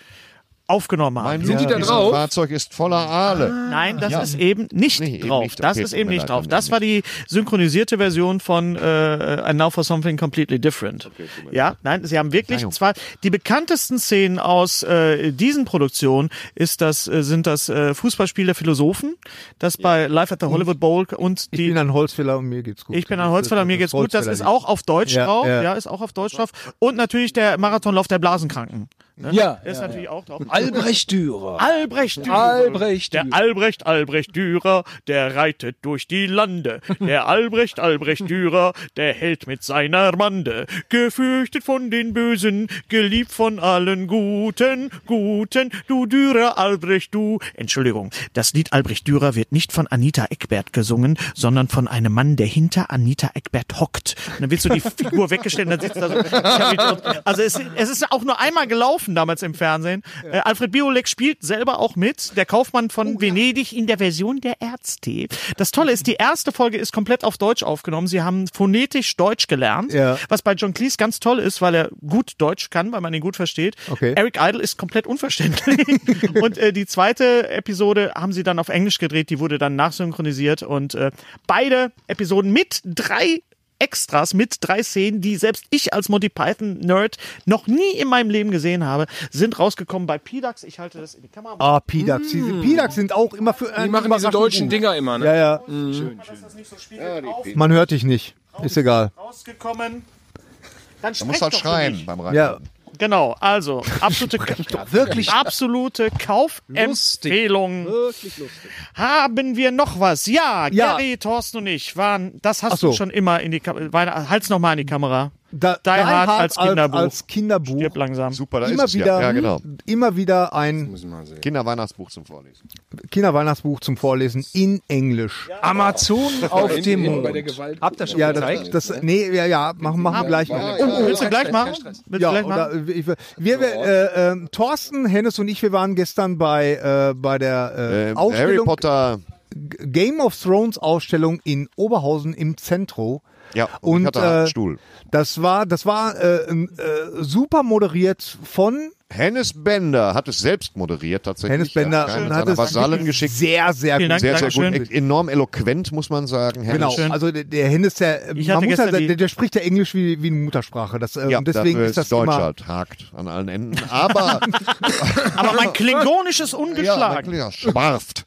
Speaker 3: aufgenommen haben.
Speaker 8: Sind die da
Speaker 4: Dieses
Speaker 8: drauf? Ah,
Speaker 4: Fahrzeug ist voller Aale.
Speaker 3: Nein, das ist eben nicht
Speaker 4: Nee, eben
Speaker 3: drauf.
Speaker 4: nicht.
Speaker 3: Das
Speaker 4: Okay,
Speaker 3: ist
Speaker 4: tut
Speaker 3: eben
Speaker 4: mir
Speaker 3: nicht
Speaker 4: leid,
Speaker 3: drauf.
Speaker 4: dann
Speaker 3: Das war die synchronisierte Version von äh, And Now for Something Completely Different. ja, nein, sie haben wirklich zwar die bekanntesten Szenen aus äh, diesen Produktionen ist das äh, sind das äh, Fußballspiel der Philosophen, das bei Live at the Hollywood Bowl und
Speaker 5: Ich
Speaker 3: die
Speaker 5: bin ein Holzfäller und mir geht's gut.
Speaker 3: ich bin ein Holzfäller, mir geht's gut. Das ist auch auf Deutsch
Speaker 5: Ja,
Speaker 3: drauf.
Speaker 5: ja.
Speaker 3: Ja, ist auch auf Deutsch drauf. Und natürlich der Marathonlauf der Blasenkranken. Ne?
Speaker 7: Ja,
Speaker 3: Ist natürlich auch drauf.
Speaker 7: Albrecht Dürer.
Speaker 3: Albrecht
Speaker 7: Ah.
Speaker 3: Dürer.
Speaker 7: Albrecht
Speaker 3: Der
Speaker 7: Dürer.
Speaker 3: Albrecht Albrecht Dürer, der reitet durch die Lande. Der Albrecht Albrecht Dürer, der hält mit seiner Mande. Gefürchtet von den Bösen, geliebt von allen Guten, Guten, du Dürer Albrecht, du. Entschuldigung, das Lied Albrecht Dürer wird nicht von Anita Eckbert gesungen, sondern von einem Mann, der hinter Anita Eckbert hockt. Und dann wird so die Figur weggestellt und dann sitzt da so. Also es, es ist auch nur einmal gelaufen. liefen damals im Fernsehen. Äh, Alfred Biolek spielt selber auch mit, der Kaufmann
Speaker 5: Oh
Speaker 3: von Venedig in der Version der Ärzte. Das Tolle ist, die erste Folge ist komplett auf Deutsch aufgenommen. Sie haben phonetisch Deutsch gelernt,
Speaker 5: Ja.
Speaker 3: was bei John Cleese ganz toll ist, weil er gut Deutsch kann, weil man ihn gut versteht.
Speaker 5: Okay.
Speaker 3: Eric Idle ist komplett unverständlich. und äh, die zweite Episode haben sie dann auf Englisch gedreht, die wurde dann nachsynchronisiert und äh, beide Episoden mit drei Extras mit drei Szenen, die selbst ich als Monty Python Nerd noch nie in meinem Leben gesehen habe, sind rausgekommen bei Pidax. Ich halte das in die Kamera.
Speaker 5: Ah, Pidax. Diese Pidax sind auch immer für äh,
Speaker 8: Die machen diese deutschen Dinger immer, ne?
Speaker 5: Ja, ja.
Speaker 4: Ja, die-
Speaker 5: Man hört dich nicht. Ist egal.
Speaker 3: Rausgekommen. Dann
Speaker 4: Da
Speaker 3: sprecht
Speaker 4: muss halt
Speaker 3: doch für
Speaker 4: schreien
Speaker 3: mich.
Speaker 4: beim Rein.
Speaker 5: Ja.
Speaker 3: Genau, also absolute, wirklich absolute Kaufempfehlung. Haben wir noch was? Ja,
Speaker 5: Ja.
Speaker 3: Gary, Thorsten und ich waren, das hast
Speaker 5: Ach so.
Speaker 3: du schon immer in die Kamera, halt's nochmal in die Kamera.
Speaker 5: Da,
Speaker 3: Die Hard als Kinderbuch.
Speaker 5: Als Kinderbuch.
Speaker 3: Stirb langsam.
Speaker 4: Super, da
Speaker 5: Immer
Speaker 4: ist es
Speaker 5: wieder, Mhm.
Speaker 4: ja. ja genau.
Speaker 5: immer wieder ein
Speaker 4: Kinderweihnachtsbuch zum Vorlesen.
Speaker 5: Kinderweihnachtsbuch zum Vorlesen in Englisch.
Speaker 7: Amazon auf
Speaker 8: In-
Speaker 7: dem
Speaker 8: in-
Speaker 7: Mond.
Speaker 8: bei der Gewalt-
Speaker 7: Habt ihr schon
Speaker 5: Ja,
Speaker 7: gezeigt?
Speaker 5: das, das, nee, ja, ja, machen, machen wir gleich
Speaker 4: ja,
Speaker 5: noch.
Speaker 4: ja.
Speaker 3: Oh, willst du gleich machen? Willst
Speaker 5: Ja,
Speaker 3: du gleich
Speaker 5: oder
Speaker 3: machen?
Speaker 5: äh, ich, wir, wir, äh, äh, Thorsten, Hennes und ich, wir waren gestern bei, äh, bei der äh,
Speaker 4: Ähm, Harry
Speaker 5: Ausstellung
Speaker 4: Potter.
Speaker 5: Game of Thrones Ausstellung in Oberhausen im Zentro.
Speaker 4: Ja,
Speaker 5: Und,
Speaker 4: ich hatte einen
Speaker 5: äh,
Speaker 4: Stuhl.
Speaker 5: Das war, das war äh, ähm, äh, super moderiert von
Speaker 4: Hennes Bender hat es selbst moderiert tatsächlich.
Speaker 5: Hennes Bender
Speaker 4: Er
Speaker 5: und
Speaker 4: hat
Speaker 5: hat
Speaker 4: seine
Speaker 5: es
Speaker 4: Vasallen geschickt.
Speaker 5: sehr, sehr
Speaker 3: Vielen
Speaker 5: gut.
Speaker 3: Dank.
Speaker 4: sehr, sehr gut.
Speaker 3: Dankeschön.
Speaker 4: E- Enorm eloquent, muss man sagen. Hennes.
Speaker 5: Genau,
Speaker 3: Schön.
Speaker 5: also der, der Hennes, der,
Speaker 3: Ich
Speaker 5: man
Speaker 3: hatte
Speaker 5: muss ja,
Speaker 3: gestern die-
Speaker 5: der, der spricht ja Englisch wie, wie eine Muttersprache. Das, äh,
Speaker 4: Ja,
Speaker 5: und deswegen
Speaker 4: dafür
Speaker 5: ist das
Speaker 4: Deutsch halt.
Speaker 5: immer,
Speaker 4: hat, hakt an allen Enden. Aber
Speaker 3: Aber mein klingonisches
Speaker 4: ja,
Speaker 3: ungeschlagen.
Speaker 4: ja, schwarft.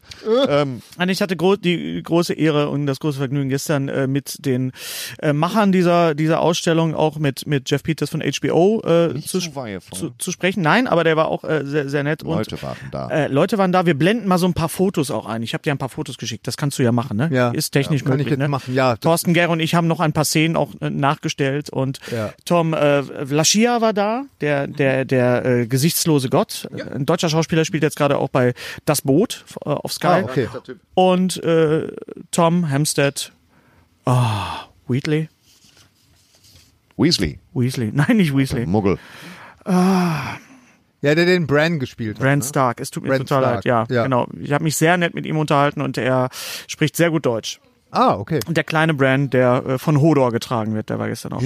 Speaker 4: ähm,
Speaker 3: Nein, ich hatte gro die große Ehre und das große Vergnügen gestern äh, mit den äh, Machern dieser dieser Ausstellung auch mit mit Jeff Peters von HBO äh,
Speaker 4: Nicht
Speaker 3: zu,
Speaker 4: zu weihevoll.
Speaker 3: zu, zu sprechen. Nein, aber der war auch äh, sehr sehr nett und
Speaker 4: Leute waren da.
Speaker 3: Äh, Leute waren da. Wir blenden mal so ein paar Fotos auch ein. Ich habe dir ein paar Fotos geschickt. Das kannst du ja machen, ne?
Speaker 5: Ja.
Speaker 3: Ist technisch
Speaker 5: Ja, kann
Speaker 3: möglich,
Speaker 5: ich jetzt
Speaker 3: ne?
Speaker 5: machen, ja.
Speaker 3: Thorsten Gär und ich haben noch ein paar Szenen auch äh, nachgestellt und
Speaker 5: Ja.
Speaker 3: Tom äh, Vlaschia war da, der der der äh, gesichtslose Gott. Ein deutscher Schauspieler spielt jetzt gerade auch bei Das Boot äh, auf Sky
Speaker 5: Ah, okay.
Speaker 3: und äh, Tom Hempstead. Ah, Wheatley?
Speaker 4: Weasley,
Speaker 3: Weasley. Nein, nicht Weasley.
Speaker 4: Muggel.
Speaker 5: Ja, der den Bran gespielt hat. ne?
Speaker 3: Brand Stark. Es tut mir
Speaker 5: Bran
Speaker 3: total
Speaker 5: Stark,
Speaker 3: leid. Ja,
Speaker 5: ja.
Speaker 3: genau. Ich habe mich sehr nett mit ihm unterhalten und er spricht sehr gut Deutsch.
Speaker 5: Ah, okay.
Speaker 3: Und der kleine Brand, der äh, von Hodor getragen wird, der war gestern auch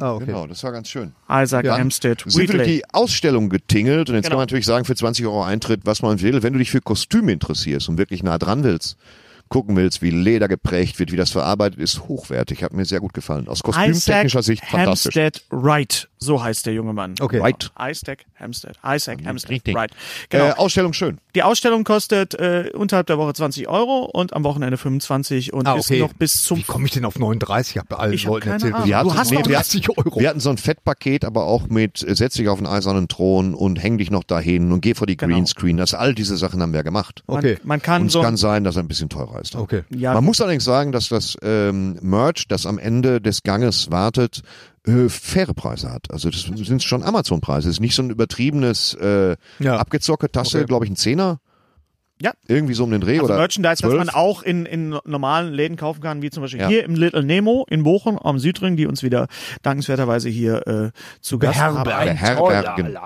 Speaker 5: Ah, okay.
Speaker 4: Genau, das war ganz schön.
Speaker 3: da. Isaac
Speaker 4: Dann
Speaker 3: Hempstead,
Speaker 4: sind wir durch
Speaker 3: Wheatley.
Speaker 4: die Ausstellung getingelt und jetzt
Speaker 3: Genau.
Speaker 4: kann man natürlich sagen, für 20 Euro Eintritt, was man will. Wenn du dich für Kostüme interessierst und wirklich nah dran willst, gucken willst, wie Leder geprägt wird, wie das verarbeitet ist, hochwertig. Hat mir sehr gut gefallen. Aus kostümtechnischer
Speaker 3: Isaac
Speaker 4: Sicht fantastisch.
Speaker 3: Hempstead Wright, so heißt der junge Mann.
Speaker 5: Okay.
Speaker 4: Right.
Speaker 3: Isaac Hempstead, Isaac Hempstead
Speaker 4: Richtig.
Speaker 3: Wright. Genau.
Speaker 4: Äh, Ausstellung schön.
Speaker 3: Die Ausstellung kostet äh, unterhalb der Woche 20 Euro und am Wochenende 25 und
Speaker 5: Ah,
Speaker 3: ist
Speaker 5: okay.
Speaker 3: noch bis zum
Speaker 5: Wie komme ich denn auf 39? Ich habe allen
Speaker 3: Ich hab
Speaker 5: Leuten
Speaker 3: keine
Speaker 5: erzählt.
Speaker 3: Ahnung.
Speaker 5: Du
Speaker 4: Wir hatten-
Speaker 5: hast
Speaker 4: nee,
Speaker 5: noch
Speaker 4: wir-
Speaker 5: 30 Euro.
Speaker 4: Wir hatten so ein Fettpaket, aber auch mit äh, setz dich auf einen eisernen Thron und häng dich noch dahin und geh vor die
Speaker 3: Genau.
Speaker 4: Greenscreen. Das all diese Sachen haben wir gemacht.
Speaker 3: man,
Speaker 5: okay.
Speaker 3: man kann
Speaker 4: Und
Speaker 3: so
Speaker 4: es kann sein, dass er ein bisschen teurer ist.
Speaker 5: Okay.
Speaker 3: Ja.
Speaker 4: Man muss allerdings sagen, dass das ähm, Merch, das am Ende des Ganges wartet, äh, faire Preise hat. Also das
Speaker 3: Hm.
Speaker 4: sind schon Amazon-Preise. Es ist nicht so ein übertriebenes äh,
Speaker 5: Ja.
Speaker 4: abgezocke Tasse, glaube ich, ein Zehner.
Speaker 3: Ja.
Speaker 4: Irgendwie so um den Dreh
Speaker 3: also
Speaker 4: oder
Speaker 3: Merchandise, das
Speaker 4: 12.
Speaker 3: man auch in, in normalen Läden kaufen kann, wie zum Beispiel
Speaker 4: Ja.
Speaker 3: hier im Little Nemo in Bochum am Südring, die uns wieder dankenswerterweise hier äh, zu Gast haben.
Speaker 5: Beherbergen.
Speaker 4: beherbergen.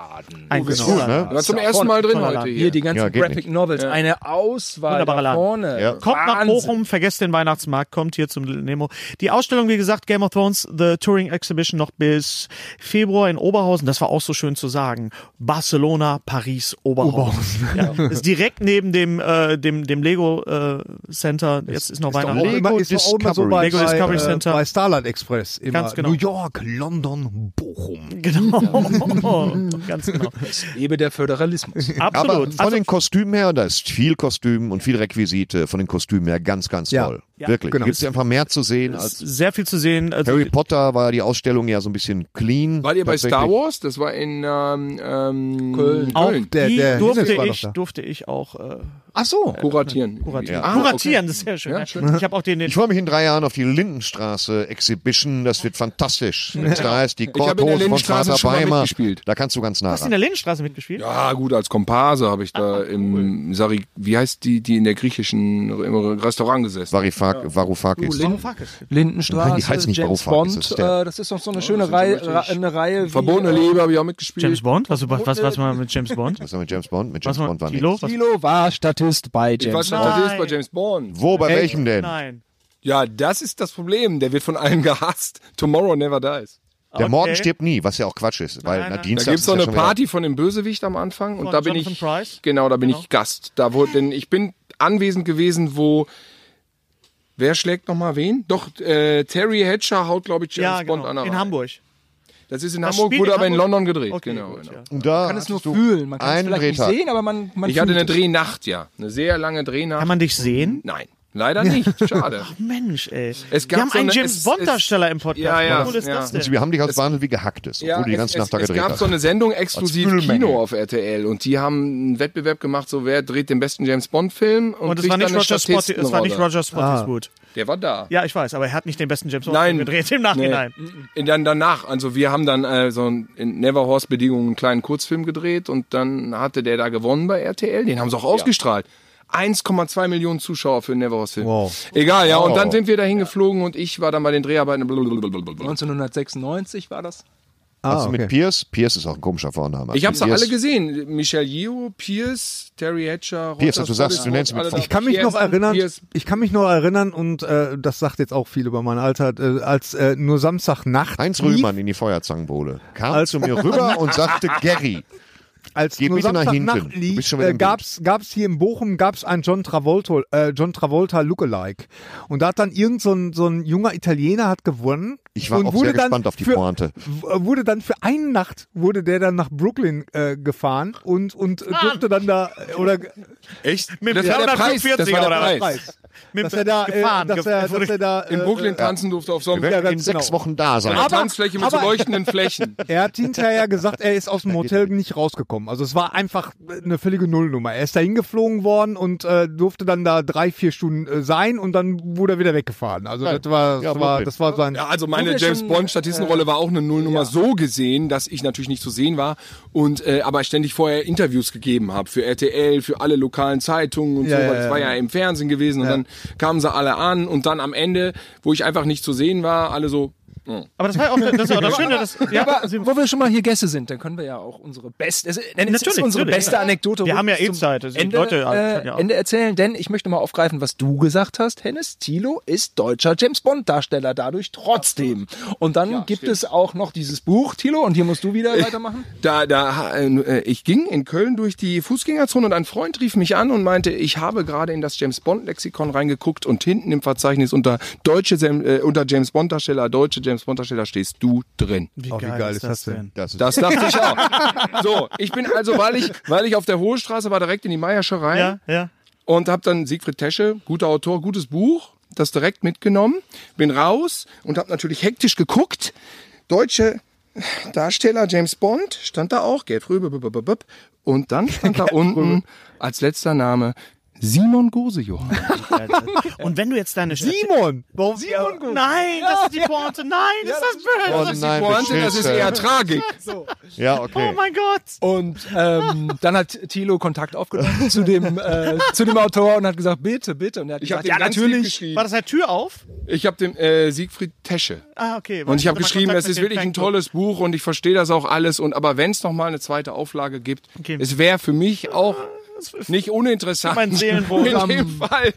Speaker 3: Ein
Speaker 4: Ist
Speaker 3: genau.
Speaker 4: gut, ne?
Speaker 8: War zum ersten Mal drin
Speaker 3: Voller
Speaker 8: heute
Speaker 7: Hier
Speaker 8: hier.
Speaker 7: die ganzen
Speaker 4: Ja, geht
Speaker 7: Graphic
Speaker 4: nicht.
Speaker 7: Novels, eine Auswahl
Speaker 3: Wunderbarer
Speaker 7: da
Speaker 3: Laden.
Speaker 7: vorne.
Speaker 4: Ja.
Speaker 3: Kommt nach
Speaker 7: Wahnsinn.
Speaker 3: Bochum, vergesst den Weihnachtsmarkt, kommt hier zum Little Nemo. Die Ausstellung, wie gesagt, Game of Thrones, The Touring Exhibition noch bis Februar in Oberhausen. Das war auch so schön zu sagen. Barcelona, Paris, Oberhausen. Ja, ist direkt neben dem, äh, dem, dem Lego äh, Center. Jetzt ist noch Weihnachten.
Speaker 5: Auch immer, ist auch immer so bei,
Speaker 3: Lego Discovery
Speaker 5: bei, äh,
Speaker 3: Center.
Speaker 5: bei Starlight Express. Immer
Speaker 3: Ganz genau.
Speaker 5: New York, London, Bochum.
Speaker 3: Genau. Ganz genau.
Speaker 7: Lebe der Föderalismus.
Speaker 4: Aber
Speaker 3: Absolut. Also
Speaker 4: von den Kostümen her, da ist viel Kostüm und viel Requisite. Von den Kostümen her ganz, ganz
Speaker 5: Ja.
Speaker 4: toll.
Speaker 3: Ja.
Speaker 4: Wirklich.
Speaker 5: Genau.
Speaker 4: Gibt es einfach mehr zu sehen als
Speaker 3: sehr viel zu sehen. Also,
Speaker 4: Harry Potter war die Ausstellung ja so ein bisschen clean.
Speaker 8: War ihr bei
Speaker 4: tatsächlich.
Speaker 8: Star Wars? Das war in ähm, ähm,
Speaker 5: Köln.
Speaker 3: auch
Speaker 5: Der-
Speaker 3: die
Speaker 5: der
Speaker 3: durfte,
Speaker 5: Hennes war
Speaker 3: ich,
Speaker 5: doch da.
Speaker 3: durfte ich auch äh, Ach so.
Speaker 8: Kuratieren.
Speaker 3: Kuratieren.
Speaker 8: Ah,
Speaker 3: Kuratieren, das ist sehr schön. ne?
Speaker 8: Ja, schön.
Speaker 3: Ich habe auch den, den
Speaker 4: Ich freue mich in drei Jahren auf die Lindenstraße Exhibition. Das wird fantastisch. Wenn's da ist die
Speaker 8: Ich habe in der
Speaker 4: Korthose von
Speaker 8: Lindenstraße
Speaker 4: Vater
Speaker 8: schon mal
Speaker 4: Beimer.
Speaker 8: mitgespielt.
Speaker 4: Da kannst du ganz nah
Speaker 3: hast du in
Speaker 4: ran.
Speaker 3: der Lindenstraße mitgespielt?
Speaker 8: Ja, gut, als Komparse habe ich da im Sari, wie heißt die, die in der griechischen, im Restaurant gesessen.
Speaker 4: Varifak, Varoufakis.
Speaker 3: Oh,
Speaker 7: Lindenstraße,
Speaker 4: Nein, die heißt nicht
Speaker 7: James
Speaker 4: Varoufakis,
Speaker 7: Bond.
Speaker 4: das ist der-
Speaker 7: äh, das ist doch so eine schöne Reihe, Ra- eine Reihe wie,
Speaker 8: Verbotene
Speaker 7: äh,
Speaker 8: Liebe habe ich auch mitgespielt.
Speaker 3: James Bond? Was, was, was, was war mit James Bond?
Speaker 4: Was war mit James Bond? Mit
Speaker 3: Was
Speaker 4: James
Speaker 3: war
Speaker 4: Bond war
Speaker 3: mit
Speaker 4: nicht.
Speaker 3: Tilo? Was-
Speaker 7: Thilo war Statist bei
Speaker 8: Ich weiß nicht,
Speaker 7: James Bond.
Speaker 8: was das ist bei
Speaker 3: Nein.
Speaker 8: James Bond.
Speaker 4: Wo, bei welchem denn?
Speaker 3: Nein.
Speaker 8: Ja, das ist das Problem. Der wird von allen gehasst. Tomorrow never dies.
Speaker 4: Der
Speaker 3: Okay.
Speaker 4: Morgen stirbt nie, was ja auch Quatsch ist. Weil
Speaker 3: Nein,
Speaker 4: na,
Speaker 3: nein.
Speaker 8: Da
Speaker 4: Dienstag
Speaker 8: gibt's
Speaker 4: ist
Speaker 8: so
Speaker 4: ja
Speaker 8: eine
Speaker 4: schon wieder-
Speaker 8: Party von dem Bösewicht am Anfang und
Speaker 3: Von
Speaker 8: da bin
Speaker 3: Jonathan
Speaker 8: ich
Speaker 3: Pryce?
Speaker 8: genau, da bin
Speaker 3: Genau.
Speaker 8: ich Gast. Da wurde denn ich bin anwesend gewesen, wo wer schlägt noch mal wen? Doch äh, Terry Hatcher haut glaube ich James
Speaker 3: Ja,
Speaker 8: Bond an.
Speaker 3: genau.
Speaker 8: der
Speaker 3: In
Speaker 8: Wand.
Speaker 3: Hamburg.
Speaker 8: Das ist in
Speaker 3: Das
Speaker 8: Hamburg,
Speaker 3: spielt
Speaker 8: wurde
Speaker 3: in
Speaker 8: aber in
Speaker 3: Hamburg?
Speaker 8: London gedreht.
Speaker 3: Okay,
Speaker 8: genau.
Speaker 3: gut,
Speaker 8: genau.
Speaker 3: ja.
Speaker 4: Und da
Speaker 7: Man kann es nur
Speaker 4: hattest du
Speaker 7: fühlen. Man kann es
Speaker 4: einen
Speaker 7: vielleicht nicht
Speaker 4: Drehtag.
Speaker 7: sehen, aber man, man
Speaker 8: Ich hatte
Speaker 7: fühlt
Speaker 8: eine
Speaker 7: es.
Speaker 8: Drehnacht, ja, eine sehr lange
Speaker 3: Kann
Speaker 8: Drehnacht.
Speaker 3: man dich sehen?
Speaker 8: Nein, leider nicht. Schade.
Speaker 3: Mensch, ey.
Speaker 8: Es gab
Speaker 3: Wir haben
Speaker 8: so
Speaker 3: einen
Speaker 8: eine-
Speaker 3: James
Speaker 8: es-
Speaker 3: Bond-Darsteller
Speaker 8: es-
Speaker 3: im Podcast.
Speaker 8: Ja, ja,
Speaker 3: Wie cool ist
Speaker 8: ja.
Speaker 3: das denn?
Speaker 4: Also Wir haben dich als behandelt wie gehacktes, obwohl du die
Speaker 8: es-
Speaker 4: ganze
Speaker 8: es,
Speaker 4: Nacht da
Speaker 8: es
Speaker 4: gedreht
Speaker 8: gab
Speaker 4: hast.
Speaker 8: so eine Sendung exklusiv
Speaker 4: Als Füllmenge.
Speaker 8: Kino auf RTL und die haben einen Wettbewerb gemacht, so wer dreht den besten James Bond Film und,
Speaker 3: Und es
Speaker 8: kriegt
Speaker 3: war
Speaker 8: dann
Speaker 3: nicht
Speaker 8: eine
Speaker 3: Roger Spott, es war nicht
Speaker 8: Statistenrolle.
Speaker 3: Roger Spott, ist gut.
Speaker 8: Der war da.
Speaker 3: Ja, ich weiß, aber er hat nicht den besten James Bond
Speaker 8: Nein.
Speaker 3: gedreht im Nachhinein.
Speaker 8: Nee. Dann danach, also wir haben dann äh, so ein- in Neverhorse Bedingungen einen kleinen Kurzfilm gedreht und dann hatte der da gewonnen bei RTL, den haben sie auch ausgestrahlt. 1,2 Millionen Zuschauer für einen Neverhorse Film. Wow. Egal, ja, und dann sind wir da hingeflogen und ich war dann bei den Dreharbeiten. blablabla.
Speaker 7: 1996 war das.
Speaker 4: Hast du mit Pierce? Pierce ist auch ein komischer Vorname.
Speaker 8: Ich habe sie
Speaker 4: Pierce-
Speaker 8: alle gesehen. Michelle Yeoh, Pierce, Terry Hatcher,
Speaker 4: Pierce,
Speaker 8: Roger
Speaker 4: dass du sagst,
Speaker 8: Spottis,
Speaker 4: du nennst mich-
Speaker 8: alle da.
Speaker 4: Ich
Speaker 5: Ich kann mich
Speaker 8: Pierce,
Speaker 5: noch erinnern,
Speaker 8: Pierce,
Speaker 5: ich kann mich noch erinnern und äh, das sagt jetzt auch viel über mein Alter, äh, als äh, nur Samstagnacht
Speaker 4: Heinz
Speaker 5: lief,
Speaker 4: Rühmann in die Feuerzangenbowle kam zu mir rüber und sagte, Gary,
Speaker 5: als
Speaker 4: Geh
Speaker 5: nur
Speaker 4: bitte nach
Speaker 5: Samstagnacht
Speaker 4: hinten. Du bist
Speaker 5: lief,
Speaker 4: schon wieder
Speaker 5: äh,
Speaker 4: im Bild.
Speaker 5: gab's gab's hier in Bochum gab's ein John Travolta äh, John Travolta Lookalike und da hat dann irgend so ein, so ein junger Italiener hat gewonnen.
Speaker 4: ich war
Speaker 5: und
Speaker 4: auch
Speaker 5: wurde
Speaker 4: sehr
Speaker 5: dann
Speaker 4: gespannt auf die
Speaker 5: für,
Speaker 4: Pointe.
Speaker 5: w- äh, wurde dann für eine Nacht wurde der dann nach Brooklyn äh, gefahren und und äh, durfte dann da äh, oder
Speaker 8: Echt?
Speaker 3: Mit
Speaker 8: das war der Preis. Das
Speaker 3: 145er
Speaker 8: war
Speaker 3: oder
Speaker 8: der
Speaker 3: was?
Speaker 8: Preis.
Speaker 5: Preis.
Speaker 3: Mit
Speaker 5: Dass er da,
Speaker 3: gefahren,
Speaker 5: äh, dass er,
Speaker 3: gef-
Speaker 5: dass er da
Speaker 8: In
Speaker 5: äh,
Speaker 8: Brooklyn tanzen durfte auf so einem
Speaker 5: Ja,
Speaker 4: In
Speaker 5: ganz
Speaker 4: sechs
Speaker 5: genau.
Speaker 4: Wochen da sein.
Speaker 8: Eine Tanzfläche mit so
Speaker 5: aber-
Speaker 8: leuchtenden Flächen.
Speaker 5: Er hat hinterher gesagt, er ist aus dem Hotel nicht rausgekommen. Also es war einfach eine völlige Nullnummer. Er ist da hingeflogen worden und äh, durfte dann da drei, vier Stunden äh, sein und dann wurde er wieder weggefahren. Also das war, das
Speaker 4: Ja,
Speaker 5: war,
Speaker 4: Brooklyn.
Speaker 5: das war sein.
Speaker 8: Ja, also meine
Speaker 7: Wo wir
Speaker 8: James
Speaker 7: schon,
Speaker 8: Bond Statistenrolle war auch eine Nullnummer so gesehen, dass ich natürlich nicht zu sehen war und äh, aber ständig vorher Interviews gegeben habe für RTL, für alle lokalen Zeitungen und
Speaker 5: Ja,
Speaker 8: so.
Speaker 5: ja,
Speaker 8: weil ich war ja im Fernsehen gewesen und dann kamen sie alle an und dann am Ende, wo ich einfach nicht zu sehen war, alle so. hm.
Speaker 3: Aber das war ja auch das, war auch das Schöne, dass, ja,
Speaker 7: Aber wo wir schon mal hier Gäste sind, dann können wir ja auch unsere beste, es, denn es ist
Speaker 3: Natürlich,
Speaker 7: unsere
Speaker 3: natürlich.
Speaker 7: beste Anekdote.
Speaker 3: Wir haben ja eh
Speaker 7: zum
Speaker 3: Zeit, also die
Speaker 7: Ende,
Speaker 3: Leute,
Speaker 7: äh,
Speaker 3: ja.
Speaker 7: Ende erzählen, denn ich möchte mal aufgreifen, was du gesagt hast, Hennes. Thilo ist deutscher James Bond Darsteller dadurch trotzdem. Und dann gibt es auch noch dieses Buch, Thilo, und hier musst du wieder weitermachen.
Speaker 8: Da, da, äh, ich ging in Köln durch die Fußgängerzone und ein Freund rief mich an und meinte, ich habe gerade in das James Bond Lexikon reingeguckt und hinten im Verzeichnis unter deutsche Sam- äh, unter James Bond Darsteller, deutsche James Bond Darsteller stehst du drin.
Speaker 3: wie
Speaker 5: Oh, wie geil ist das denn?
Speaker 4: Das ist
Speaker 8: Das dachte ich auch. So, ich bin also, weil ich, weil ich auf der Hohe Straße war, direkt in die Meiersche rein
Speaker 3: Ja, ja.
Speaker 8: und habe dann Siegfried Tesche, guter Autor, gutes Buch, das direkt mitgenommen, bin raus und habe natürlich hektisch geguckt. Deutsche Darsteller James Bond stand da auch, Gerd Fröbe, b- b- b- b- und dann stand da unten als letzter Name Simon Gosejohann.
Speaker 3: Und wenn du jetzt deine
Speaker 5: Simon!
Speaker 3: Nein, das ist die Pointe. Nein, ist das böse.
Speaker 4: Oh nein,
Speaker 8: Pointe, das ist
Speaker 4: beschissen.
Speaker 8: eher Tragik.
Speaker 4: Ja,
Speaker 3: Oh
Speaker 4: okay.
Speaker 3: mein Gott.
Speaker 7: Und ähm, dann hat Thilo Kontakt aufgenommen zu dem, äh, zu dem Autor und hat gesagt, bitte, bitte. Und er hat
Speaker 8: Ich habe
Speaker 7: gesagt,
Speaker 8: den ganz lieb geschrieben.
Speaker 3: War das eine Tür auf?
Speaker 8: Ich habe dem äh, Siegfried Tesche
Speaker 3: Ah, okay.
Speaker 8: Und ich habe
Speaker 3: Warte mal,
Speaker 8: geschrieben,
Speaker 3: Kontakt
Speaker 8: es ist
Speaker 3: mit dem
Speaker 8: wirklich ein
Speaker 3: Frank-
Speaker 8: tolles Buch und ich verstehe das auch alles. Und aber wenn es noch mal eine zweite Auflage gibt,
Speaker 3: Okay.
Speaker 8: es wäre für mich auch nicht uninteressant.
Speaker 3: Mein Seelenwohl.
Speaker 8: in dem Fall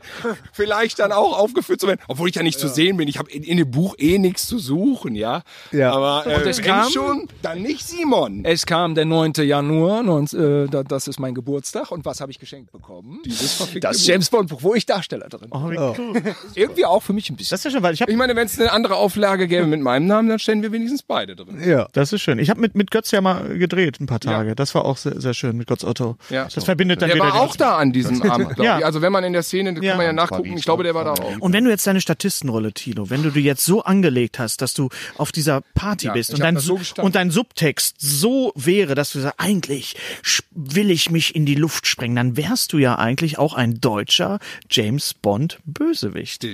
Speaker 8: vielleicht dann auch aufgeführt zu werden, obwohl ich ja nicht zu sehen bin. Ich habe in, in dem Buch eh nichts zu suchen, ja.
Speaker 5: Ja.
Speaker 8: Aber äh,
Speaker 7: Und es
Speaker 8: wenn
Speaker 7: kam-
Speaker 8: schon, dann nicht Simon.
Speaker 7: Es kam der 9. Januar, 19, äh, da- das ist mein Geburtstag. Und was habe ich geschenkt bekommen?
Speaker 8: verfickte
Speaker 7: das
Speaker 8: Buch.
Speaker 7: James Bond Buch, wo ich Darsteller drin bin.
Speaker 3: Oh, wie cool.
Speaker 7: Irgendwie auch für mich ein bisschen.
Speaker 3: Das ist ja schon, weil ich habe
Speaker 8: Ich meine, wenn es eine andere Auflage gäbe mit meinem Namen, dann stellen wir wenigstens beide drin.
Speaker 5: Ja.
Speaker 3: Das ist schön. Ich habe mit, mit Götz ja mal gedreht ein paar Tage. Das war auch sehr, sehr schön mit Götz Otto.
Speaker 8: Ja.
Speaker 3: Das verbindet dann
Speaker 8: Der der war auch da an diesem Abend, glaube
Speaker 3: Ja.
Speaker 8: ich. Also wenn man in der Szene, kann
Speaker 3: Ja.
Speaker 8: man ja nachgucken, ich glaube, der war da auch.
Speaker 3: Und wenn du jetzt deine Statistenrolle, Tilo, wenn du die jetzt so angelegt hast, dass du auf dieser Party
Speaker 8: Ja,
Speaker 3: bist
Speaker 8: ich
Speaker 3: und
Speaker 8: hab
Speaker 3: dein,
Speaker 8: das so
Speaker 3: Su-
Speaker 8: gestanden.
Speaker 3: und dein Subtext so wäre, dass du sagst, eigentlich sch- will ich mich in die Luft sprengen, dann wärst du ja eigentlich auch ein deutscher James Bond Bösewicht.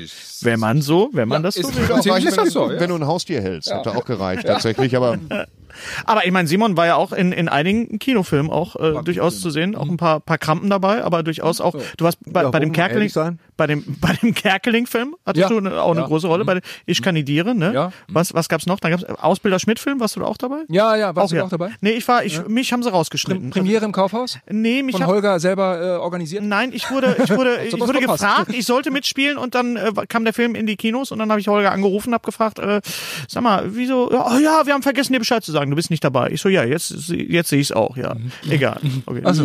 Speaker 3: Wenn man so, wenn man das so
Speaker 8: ist-
Speaker 3: will.
Speaker 8: Ja, aber ich-
Speaker 4: wenn,
Speaker 8: so, ja.
Speaker 4: wenn du ein Haustier hältst, hätte auch gereicht tatsächlich, aber
Speaker 3: Aber ich meine, Simon war ja auch in, in einigen Kinofilmen auch äh, durchaus zu sehen, auch ein paar, paar Krampen dabei, aber durchaus auch. Du warst bei, bei dem
Speaker 5: warum?
Speaker 3: Kerkeling,
Speaker 5: Ehrlich sein?
Speaker 3: bei dem bei dem Kerkeling-Film hattest
Speaker 8: Ja.
Speaker 3: du eine, auch eine
Speaker 8: Ja.
Speaker 3: große Rolle. Bei dem ich kandidiere, ne?
Speaker 8: Ja.
Speaker 3: Was was gab's noch? Dann gab's Ausbilder Schmidt-Film. Warst du da auch dabei?
Speaker 7: Ja, ja, warst du da auch dabei?
Speaker 3: Nee, ich war, ich mich haben sie rausgeschnitten.
Speaker 7: Premiere im Kaufhaus?
Speaker 3: Nee, mich
Speaker 7: Von
Speaker 3: hab,
Speaker 7: Holger selber äh, organisiert?
Speaker 3: Nein, ich wurde, ich wurde, ich
Speaker 7: sowas
Speaker 3: wurde
Speaker 7: verpasst.
Speaker 3: gefragt, ich sollte mitspielen und dann äh, kam der Film in die Kinos und dann habe ich Holger angerufen, habe gefragt, äh, sag mal, wieso? Ja, Oh ja, wir haben vergessen dir Bescheid zu sagen, du bist nicht dabei. Ich so, ja, jetzt, jetzt sehe ich es auch, ja. Egal. Okay.
Speaker 7: Mhm. Also,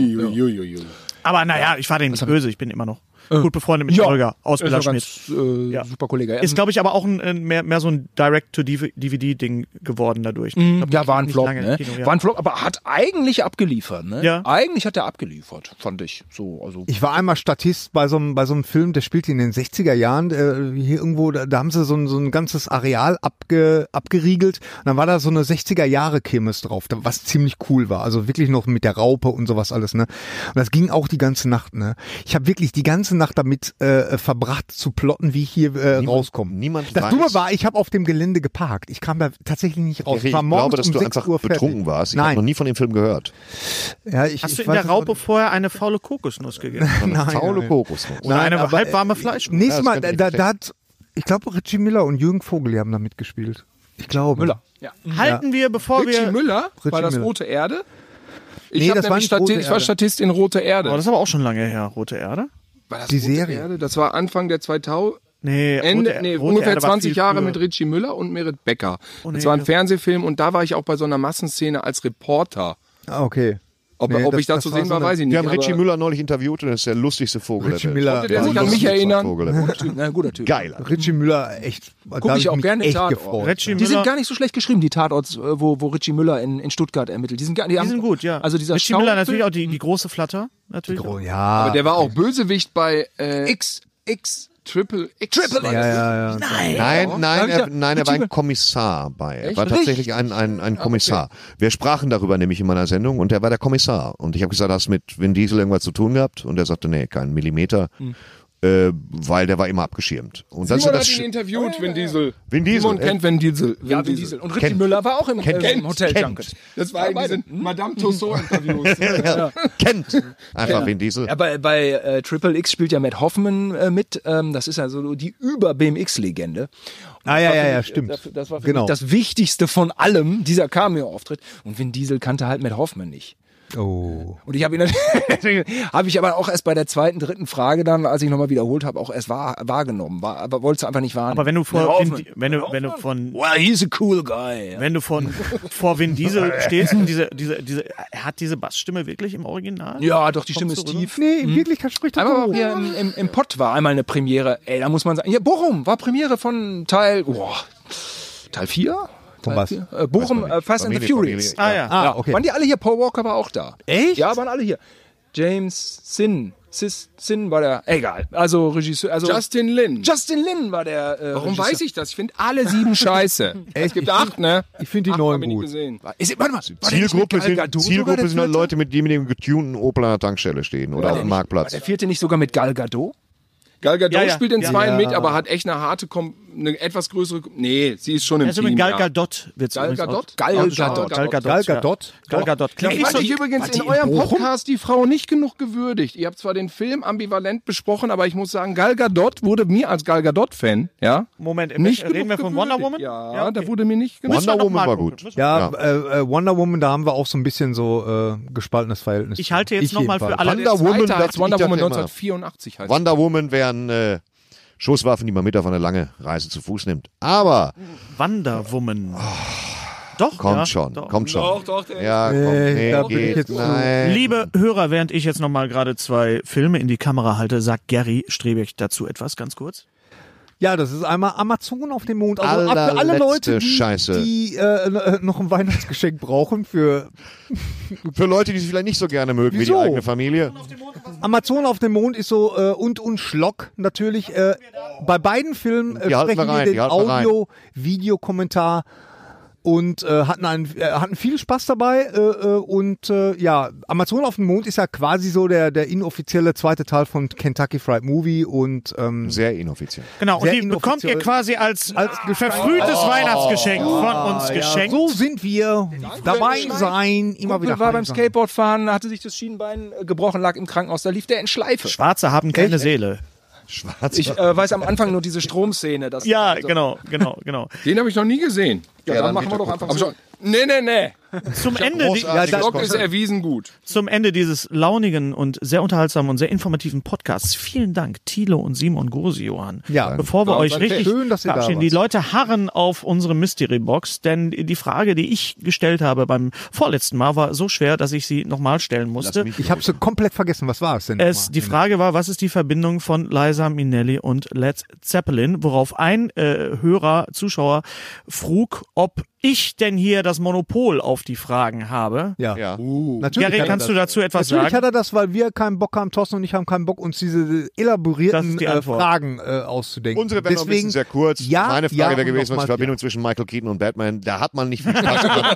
Speaker 3: Aber naja, ich war denen nicht böse, ich bin immer noch gut befreundet mit Holger aus
Speaker 7: ist Äh, ja
Speaker 3: Schmidt.
Speaker 7: ganz, äh,
Speaker 3: Ja.
Speaker 7: Super Kollege.
Speaker 3: Ist, glaube ich, aber auch ein, ein, mehr, mehr so ein Direct-to-DVD-Ding geworden dadurch. Ich glaub,
Speaker 7: Mhm. ja, war ein
Speaker 3: nicht
Speaker 7: Flop,
Speaker 3: lange im
Speaker 7: ne?
Speaker 3: Kino, ja.
Speaker 7: War ein Flop, aber hat eigentlich abgeliefert, ne?
Speaker 3: Ja.
Speaker 7: Eigentlich hat er abgeliefert, fand ich. So, also.
Speaker 5: Ich war einmal Statist bei so einem, bei so einem Film, der spielte in den 60er Jahren, äh, hier irgendwo, da, da haben sie so ein, so ein ganzes Areal abge, abgeriegelt und dann war da so eine 60er Jahre Kirmes drauf, da- was ziemlich cool war, also wirklich noch mit der Raupe und sowas alles, ne. Und das ging auch die ganze Nacht, ne. Ich habe wirklich die ganze Nacht damit äh, verbracht zu plotten, wie ich hier äh, rauskomme.
Speaker 4: niemand
Speaker 5: das
Speaker 4: weiß-
Speaker 5: Dumme war, ich habe auf dem Gelände geparkt. Ich kam da tatsächlich nicht raus.
Speaker 4: ich
Speaker 5: war morgens
Speaker 4: glaube, dass
Speaker 5: um
Speaker 4: du
Speaker 5: 6
Speaker 4: einfach
Speaker 5: Uhr fertig.
Speaker 4: betrunken warst. Ich habe noch
Speaker 5: Nein.
Speaker 4: nie von dem Film gehört.
Speaker 5: Ja, ich,
Speaker 3: Hast du in
Speaker 5: ich weiß
Speaker 3: der
Speaker 5: nicht, ob-
Speaker 3: Raupe vorher eine faule Kokosnuss gegessen?
Speaker 5: Nein,
Speaker 4: Faule
Speaker 5: nein.
Speaker 4: Kokos.
Speaker 3: Oder eine
Speaker 5: aber,
Speaker 3: halbwarme
Speaker 5: äh,
Speaker 3: Fleisch? Hm,
Speaker 5: Nächstes
Speaker 4: Ja,
Speaker 5: Mal,
Speaker 4: das könnte
Speaker 5: da,
Speaker 4: ich
Speaker 5: da,
Speaker 4: verstehen.
Speaker 5: da hat, ich glaube, Richie Miller und Jürgen Vogel haben da mitgespielt. Ich glaube.
Speaker 7: Müller. Ja.
Speaker 3: Halten wir, bevor
Speaker 8: Richie
Speaker 3: wir...
Speaker 8: Müller war
Speaker 5: Richie
Speaker 8: das
Speaker 5: Müller.
Speaker 8: Rote Erde. Ich,
Speaker 5: Nee,
Speaker 8: hab
Speaker 5: das war
Speaker 8: nämlich
Speaker 5: nicht Rote
Speaker 8: Stati- ich war
Speaker 5: Erde.
Speaker 8: Statist in Rote Erde.
Speaker 3: Oh, das ist aber auch schon lange her, Rote Erde.
Speaker 8: war das
Speaker 5: die
Speaker 8: Rote
Speaker 5: Serie.
Speaker 8: Erde? Das war Anfang der 2000.
Speaker 3: Nee,
Speaker 8: Ende,
Speaker 3: Rote-
Speaker 8: nee,
Speaker 3: Rote
Speaker 8: ungefähr
Speaker 3: Erde war
Speaker 8: 20
Speaker 3: viel
Speaker 8: Jahre
Speaker 3: früher.
Speaker 8: mit Richie Müller und Merit Becker.
Speaker 3: nee,
Speaker 8: das war ein
Speaker 3: das-
Speaker 8: Fernsehfilm und da war ich auch bei so einer Massenszene als Reporter.
Speaker 5: Ah, okay.
Speaker 8: Ob,
Speaker 5: Nee,
Speaker 8: ob
Speaker 5: das-
Speaker 8: ich da
Speaker 5: das
Speaker 8: zu
Speaker 5: war
Speaker 8: sehen
Speaker 5: so
Speaker 8: war,
Speaker 5: eine-
Speaker 8: weiß ich nicht.
Speaker 4: Wir haben Richie
Speaker 8: aber-
Speaker 4: Müller neulich interviewt und das ist der lustigste Vogel
Speaker 5: Richie
Speaker 4: der Welt.
Speaker 5: Miller,
Speaker 8: Der
Speaker 5: war-
Speaker 8: sich an mich
Speaker 4: Lustigster
Speaker 8: erinnern.
Speaker 4: Vogel der Welt.
Speaker 7: Na, guter Typ.
Speaker 4: Geil.
Speaker 5: Richie Müller, echt. da hab
Speaker 7: ich auch
Speaker 5: mich
Speaker 7: gerne
Speaker 5: echt
Speaker 7: Tatort.
Speaker 5: gefreut.
Speaker 3: Reggie
Speaker 7: Die sind
Speaker 3: Müller,
Speaker 7: gar nicht so schlecht geschrieben, die Tatorts, äh, wo, wo Richie Müller in, in Stuttgart ermittelt. Die sind, gar, die
Speaker 3: die
Speaker 7: haben-
Speaker 3: sind gut, ja.
Speaker 7: Also dieser
Speaker 3: Richie Müller
Speaker 7: Schaufel-
Speaker 3: natürlich auch die, die große Flatter. Natürlich.
Speaker 5: Oh,
Speaker 3: auch.
Speaker 5: ja.
Speaker 8: Aber der war auch Bösewicht bei äh,
Speaker 7: X, X.
Speaker 8: Triple X.
Speaker 7: Triple
Speaker 8: war
Speaker 7: X.
Speaker 8: das.
Speaker 5: ja, ja, ja.
Speaker 4: Nein,
Speaker 7: Hab
Speaker 4: nein,
Speaker 7: ich
Speaker 4: er,
Speaker 7: ja-
Speaker 4: nein, er war ein
Speaker 7: Richie-
Speaker 4: Kommissar bei. Er
Speaker 8: Echt?
Speaker 4: war tatsächlich ein, ein,
Speaker 7: Ah,
Speaker 4: ein Kommissar. Wir sprachen darüber nämlich in meiner Sendung und er war der Kommissar. Und ich habe gesagt, hast du mit Vin Diesel irgendwas zu tun gehabt? Und er sagte, nee, keinen Millimeter.
Speaker 7: Hm.
Speaker 4: Äh, weil der war immer abgeschirmt. Und dann
Speaker 8: Simon hat
Speaker 4: das
Speaker 8: ihn
Speaker 4: Sch-
Speaker 8: interviewt, Vin Diesel.
Speaker 4: Vin Diesel,
Speaker 8: Simon
Speaker 4: äh,
Speaker 8: kennt Vin Diesel.
Speaker 7: Ja, Vin Diesel. Und Richie Müller war auch im,
Speaker 4: Kennt.
Speaker 7: äh, im Hotel
Speaker 4: Kennt.
Speaker 7: Junket.
Speaker 8: Das war in diesen Madame Tussauds-Interviews.
Speaker 4: kennt. Einfach Vin Diesel.
Speaker 7: Ja, bei, bei äh, Triple X spielt ja Matt Hoffman äh, mit. Ähm, das ist ja so die Über-BMX-Legende. Und
Speaker 5: Ah,
Speaker 7: das
Speaker 5: ja,
Speaker 7: war
Speaker 5: ja,
Speaker 7: für
Speaker 5: ja,
Speaker 7: mich, äh,
Speaker 5: stimmt.
Speaker 7: dafür- Das war für
Speaker 5: Genau.
Speaker 7: mich das Wichtigste von allem, dieser Cameo-Auftritt. Und Vin Diesel kannte halt Matt Hoffman nicht.
Speaker 5: Oh.
Speaker 7: Und ich habe ihn habe ich aber auch erst bei der zweiten, dritten Frage dann, als ich nochmal wiederholt habe, auch erst wahr, wahrgenommen. War, aber wollte es einfach nicht wahrnehmen.
Speaker 3: Aber wenn du vor,
Speaker 7: Matt
Speaker 3: Vin,
Speaker 7: Hoffman.
Speaker 3: wenn du, wenn du von
Speaker 7: Well, he's a cool guy.
Speaker 3: wenn du von vor Vin Diesel stehst, und diese, diese, diese, er hat diese Bassstimme wirklich im Original?
Speaker 7: Ja, doch, die
Speaker 3: Kommt
Speaker 7: Stimme ist
Speaker 3: so rüber?
Speaker 7: tief.
Speaker 5: Nee, in Wirklichkeit spricht er
Speaker 7: Einmal
Speaker 5: so.
Speaker 7: war hier im, im, im Pott war einmal eine Premiere. Ey, da muss man sagen. Ja, Bochum war Premiere von Teil. Boah, Teil 4?
Speaker 5: Von was?
Speaker 7: Äh, Bochum, äh, Fast and the
Speaker 4: Familie,
Speaker 7: Furious.
Speaker 4: Familie.
Speaker 3: Ah ja.
Speaker 5: Ah, okay.
Speaker 7: Waren die alle hier? Paul Walker war auch da.
Speaker 5: Echt?
Speaker 7: Ja, waren alle hier. James Sin. Sis, Sin war der. Egal. Also Regisseur. Also
Speaker 8: Justin Lin.
Speaker 7: Justin Lin war der. Äh,
Speaker 8: Warum weiß ich das? Ich finde alle sieben scheiße. es gibt acht, ne?
Speaker 5: Ich finde die
Speaker 8: Acht
Speaker 5: neuen
Speaker 8: hab ich
Speaker 5: gut.
Speaker 8: Nicht gesehen.
Speaker 7: Ist, warte mal. war der nicht mit
Speaker 4: Zielgruppe
Speaker 7: Gal
Speaker 4: sind,
Speaker 7: Gadot sogar
Speaker 4: Zielgruppe
Speaker 7: der
Speaker 4: sind halt
Speaker 7: vierte?
Speaker 4: Leute, mit die mit dem getunten Opel an der Tankstelle stehen oder auf dem
Speaker 7: War
Speaker 4: Marktplatz.
Speaker 7: Der vierte nicht sogar mit Gal Gadot?
Speaker 8: Gal Gadot
Speaker 3: Ja, ja.
Speaker 8: spielt den
Speaker 3: Ja.
Speaker 8: zweiten
Speaker 7: Ah.
Speaker 8: mit, aber hat echt eine harte, Kom eine etwas größere. Kom nee, sie ist schon im
Speaker 3: Also
Speaker 8: Team.
Speaker 3: mit Gal
Speaker 8: ja.
Speaker 3: Gadot wird's
Speaker 8: Gal
Speaker 3: übrigens
Speaker 8: Gadot?
Speaker 3: auch-
Speaker 7: Gal
Speaker 3: Gal
Speaker 7: Gadot.
Speaker 3: Gadot. Gal Gadot.
Speaker 5: Gal
Speaker 3: ja.
Speaker 5: Gadot?
Speaker 3: Gal Gadot. Klingt
Speaker 8: Ich
Speaker 3: nicht
Speaker 8: fand
Speaker 3: so
Speaker 8: ich übrigens
Speaker 7: war die
Speaker 8: in eurem
Speaker 7: in Bochum?
Speaker 8: Podcast die Frau nicht genug gewürdigt. Ihr habt zwar den Film ambivalent besprochen, aber ich muss sagen, Gal Gadot wurde mir als Gal Gadot-Fan, ja?
Speaker 3: Moment,
Speaker 8: nicht
Speaker 3: reden wir
Speaker 8: genug
Speaker 3: von Wonder Woman?
Speaker 8: gewürdigt. Ja,
Speaker 3: Ja, okay.
Speaker 8: da wurde mir nicht genug.
Speaker 4: Wonder
Speaker 3: Müssen wir noch
Speaker 4: Woman
Speaker 3: mal
Speaker 4: war
Speaker 3: gucken.
Speaker 4: gut.
Speaker 3: Müssen wir-
Speaker 5: Ja, Äh, äh, Wonder Woman, da haben wir auch so ein bisschen so äh, gespaltenes Verhältnis.
Speaker 3: Ich halte jetzt noch mal für
Speaker 5: jedenfalls.
Speaker 3: alle-
Speaker 4: Wonder Woman,
Speaker 8: Alter,
Speaker 4: dachte
Speaker 8: als
Speaker 4: ich,
Speaker 8: Wonder
Speaker 4: dachte
Speaker 8: Woman
Speaker 4: immer.
Speaker 8: 1984 heißt.
Speaker 4: Wonder Woman wären äh, Schusswaffen, die man mit auf eine lange Reise zu Fuß nimmt. Aber
Speaker 3: Wonder Woman. Doch,
Speaker 4: kommt
Speaker 3: ja,
Speaker 4: schon,
Speaker 3: doch.
Speaker 4: kommt schon.
Speaker 8: Doch, doch, der-
Speaker 4: Ja, komm,
Speaker 5: Nee,
Speaker 4: nee,
Speaker 5: da bin ich
Speaker 4: geht,
Speaker 5: jetzt zu-
Speaker 4: nein.
Speaker 3: Liebe Hörer, während ich jetzt nochmal gerade zwei Filme in die Kamera halte, sagt Gary Strebeck dazu etwas ganz kurz.
Speaker 5: Ja, das ist einmal Amazon auf dem Mond. Also ab für alle
Speaker 4: Allerletzte
Speaker 5: Leute, die,
Speaker 4: Scheiße.
Speaker 5: die äh, noch ein Weihnachtsgeschenk brauchen für
Speaker 4: Für Leute, die es vielleicht nicht so gerne mögen wie
Speaker 5: Wieso?
Speaker 4: die eigene Familie.
Speaker 5: Amazon auf dem Mond ist so äh, und und Schlock natürlich. Äh, bei beiden Filmen äh,
Speaker 4: Die halten wir
Speaker 5: sprechen wir
Speaker 4: rein, die
Speaker 5: den
Speaker 4: halten wir rein.
Speaker 5: Audio-Videokommentar und äh, hatten, einen, äh, hatten viel Spaß dabei. Äh, äh, und äh, ja, Amazon auf dem Mond ist ja quasi so der, der inoffizielle zweite Teil von Kentucky Fried Movie und ähm,
Speaker 4: Sehr inoffiziell.
Speaker 3: Genau, und
Speaker 5: Sehr
Speaker 3: die bekommt ihr
Speaker 5: inoffiziell.
Speaker 3: quasi als,
Speaker 5: Als
Speaker 3: verfrühtes Weihnachtsgeschenk von uns geschenkt.
Speaker 5: so sind wir dabei sein, immer wieder.
Speaker 7: Kumpel war
Speaker 5: dabei
Speaker 7: beim
Speaker 5: sein.
Speaker 7: Skateboardfahren, hatte sich das Schienenbein äh, gebrochen, lag im Krankenhaus, da lief der in Schleife.
Speaker 3: Schwarze haben keine Seele.
Speaker 4: Schwarz.
Speaker 7: Ich äh, weiß am Anfang nur diese Stromszene. Das
Speaker 3: Ja,
Speaker 7: also-
Speaker 3: genau, genau, genau.
Speaker 8: Den habe ich noch nie gesehen.
Speaker 7: Ja, dann, machen wir doch einfach
Speaker 8: Aber
Speaker 7: so.
Speaker 8: schon, nee, nee, nee.
Speaker 3: Zum Ende, die,
Speaker 4: großartiges
Speaker 5: Ja, da-
Speaker 8: Stock ist erwiesen gut.
Speaker 3: zum Ende dieses launigen und sehr unterhaltsamen und sehr informativen Podcasts. Vielen Dank, Thilo und Simon Grosiohan.
Speaker 5: Ja.
Speaker 3: Bevor wir
Speaker 8: Ja,
Speaker 3: euch
Speaker 8: danke.
Speaker 3: richtig
Speaker 5: Schön, dass ihr da
Speaker 3: verabschieden.
Speaker 5: wart.
Speaker 3: Die Leute harren auf unsere Mystery-Box, denn die Frage, die ich gestellt habe beim vorletzten Mal, war so schwer, dass ich sie nochmal stellen musste.
Speaker 5: Ich habe so komplett vergessen, was war es denn?
Speaker 3: Es,
Speaker 5: nochmal?
Speaker 3: die Frage war, was ist die Verbindung von Liza Minnelli und Led Zeppelin? Worauf ein äh, Hörer, Zuschauer frug, ob ich denn hier das Monopol auf die Fragen habe.
Speaker 5: ja.
Speaker 4: Ja.
Speaker 5: Natürlich
Speaker 3: Gerrit,
Speaker 5: hat er
Speaker 3: Uh. kannst
Speaker 5: das.
Speaker 3: du dazu etwas
Speaker 5: Natürlich
Speaker 3: sagen?
Speaker 5: hat er das, weil wir keinen Bock haben, Thorsten und ich haben keinen Bock, uns diese
Speaker 3: Das ist
Speaker 5: elaborierten
Speaker 3: die
Speaker 5: äh,
Speaker 3: Antwort.
Speaker 5: Fragen äh, auszudenken.
Speaker 4: Unsere wäre noch ein bisschen sehr kurz.
Speaker 5: Ja,
Speaker 4: Meine Frage
Speaker 5: ja,
Speaker 4: wäre
Speaker 5: und
Speaker 4: gewesen, was
Speaker 5: nochmal,
Speaker 4: die Verbindung zwischen Michael Keaton und Batman, da hat man nicht viel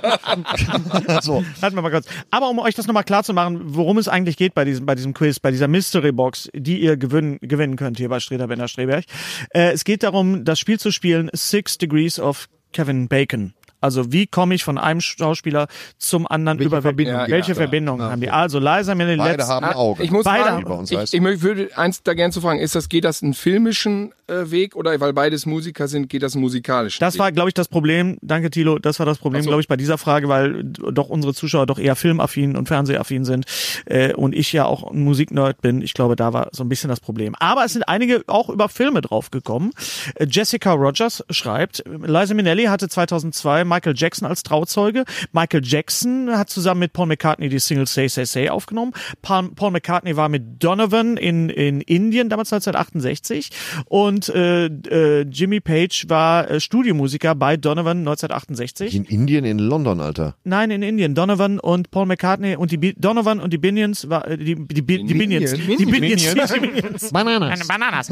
Speaker 4: Spaß. so.
Speaker 3: Halten wir mal kurz. Aber um euch das nochmal klar zu machen, worum es eigentlich geht bei diesem, bei diesem Quiz, bei dieser Mystery Box, die ihr gewinnen, gewinnen könnt hier bei Streter Bender Streberg. Äh, es geht darum, das Spiel zu spielen Six Degrees of Kevin Bacon. Also wie komme ich von einem Schauspieler zum anderen
Speaker 5: Welche
Speaker 3: über
Speaker 5: Verbindung
Speaker 8: gibt's
Speaker 3: welche
Speaker 8: da?
Speaker 3: Verbindung haben die? Also Liza Minnelli
Speaker 4: Beide
Speaker 3: Let's
Speaker 4: haben
Speaker 5: Ah,
Speaker 4: ein Auge.
Speaker 8: Ich muss
Speaker 3: Beide
Speaker 8: fragen,
Speaker 4: wie bei uns
Speaker 8: ich,
Speaker 4: heißt.
Speaker 8: ich mö- würde eins da gerne zu fragen, ist das, geht das einen filmischen äh, Weg oder weil beides Musiker sind, geht das einen musikalischen
Speaker 3: Das
Speaker 8: Weg?
Speaker 3: war, glaube ich, das Problem. Danke, Thilo. Das war das Problem, glaube ich, bei dieser Frage, weil doch unsere Zuschauer doch eher filmaffin und fernsehaffin sind äh, und ich ja auch ein Musiknerd bin. Ich glaube, da war so ein bisschen das Problem. Aber es sind einige auch über Filme draufgekommen. Äh, Jessica Rogers schreibt, Liza Minnelli hatte 2002 Michael Jackson als Trauzeuge. Michael Jackson hat zusammen mit Paul McCartney die Single Say Say Say aufgenommen. Paul, Paul McCartney war mit Donovan in, in Indien, damals 1968. Und äh, äh, Jimmy Page war äh, Studiomusiker bei Donovan 1968.
Speaker 4: In Indien, in London, Alter.
Speaker 3: Nein, in Indien. Donovan und Paul McCartney und die Bi Donovan und die Binions war äh, die die, Bi die Binions. Die Binions. Die Binions. Bananas. Bananas.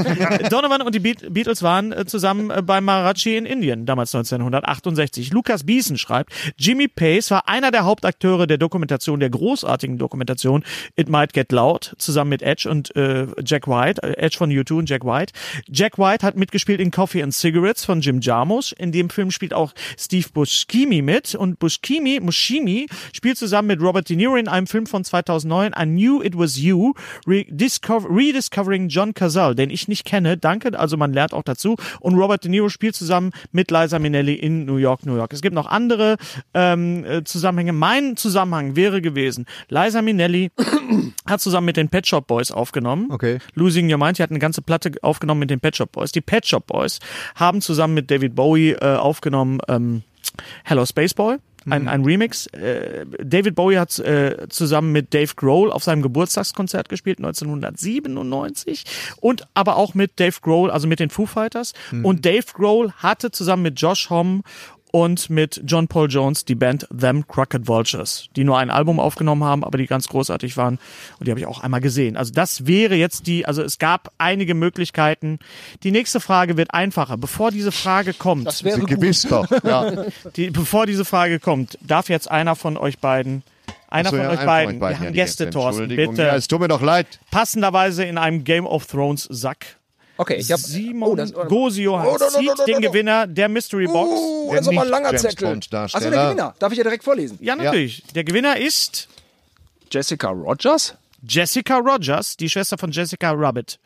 Speaker 3: Donovan und die Beat Beatles waren äh, zusammen äh, bei Marachi in Indien, damals 1968. Lukas Biesen schreibt, Jimmy Pace war einer der Hauptakteure der Dokumentation, der großartigen Dokumentation It Might Get Loud, zusammen mit Edge und äh, Jack White, äh, Edge von U2 und Jack White. Jack White hat mitgespielt in Coffee and Cigarettes von Jim Jarmusch. In dem Film spielt auch Steve Buscemi mit und Buscemi, Mushimi spielt zusammen mit Robert De Niro in einem Film von 2009 I Knew It Was You, Rediscover, Rediscovering John Cazale, den ich nicht kenne. Danke, also man lernt auch dazu. Und Robert De Niro spielt zusammen mit Liza Minnelli in New York, New York. Es gibt noch andere ähm, äh, Zusammenhänge. Mein Zusammenhang wäre gewesen, Liza Minnelli hat zusammen mit den Pet Shop Boys aufgenommen.
Speaker 5: Okay.
Speaker 3: Losing Your Mind, die hat eine ganze Platte aufgenommen mit den Pet Shop Boys. Die Pet Shop Boys haben zusammen mit David Bowie äh, aufgenommen ähm, Hello Space Boy. Ein, ein Remix. Äh, David Bowie hat äh, zusammen mit Dave Grohl auf seinem Geburtstagskonzert gespielt, 1997. Und aber auch mit Dave Grohl, also mit den Foo Fighters. Und Dave Grohl hatte zusammen mit Josh Homme und mit John Paul Jones die Band Them Crooked Vultures, die nur ein Album aufgenommen haben, aber die ganz großartig waren und die habe ich auch einmal gesehen. Also das wäre jetzt die, also es gab einige Möglichkeiten. Die nächste Frage wird einfacher. Bevor diese Frage kommt,
Speaker 7: das wäre
Speaker 4: Sind
Speaker 7: gut.
Speaker 4: gewiss doch. Ja.
Speaker 3: die, bevor diese Frage kommt, darf jetzt einer von euch beiden, einer
Speaker 4: So,
Speaker 3: von,
Speaker 4: ja,
Speaker 3: euch
Speaker 4: einfach
Speaker 3: beiden,
Speaker 4: mit
Speaker 3: wir
Speaker 4: ja,
Speaker 3: haben
Speaker 4: die
Speaker 3: Gäste,
Speaker 4: Gäste,
Speaker 3: Thorsten,
Speaker 4: Entschuldigung.
Speaker 3: bitte,
Speaker 4: Ja, es tut mir doch leid.
Speaker 3: passenderweise in einem Game of Thrones Sack.
Speaker 7: Okay, ich habe
Speaker 3: Simon
Speaker 7: das-
Speaker 3: Gosio
Speaker 7: Oh, no, no,
Speaker 3: zieht
Speaker 7: no, no,
Speaker 3: den
Speaker 7: no.
Speaker 3: Gewinner der Mystery Box.
Speaker 7: Oh,
Speaker 8: Uh,
Speaker 4: Der
Speaker 7: das ist aber ein
Speaker 4: nicht
Speaker 7: langer
Speaker 4: James
Speaker 7: Zettel.
Speaker 4: Bond-Darsteller.
Speaker 7: Achso, der Gewinner. Darf ich ja direkt vorlesen?
Speaker 3: Ja, natürlich. Der Gewinner ist
Speaker 7: Jessica Rogers?
Speaker 3: Jessica Rogers, die Schwester von Jessica Rabbit.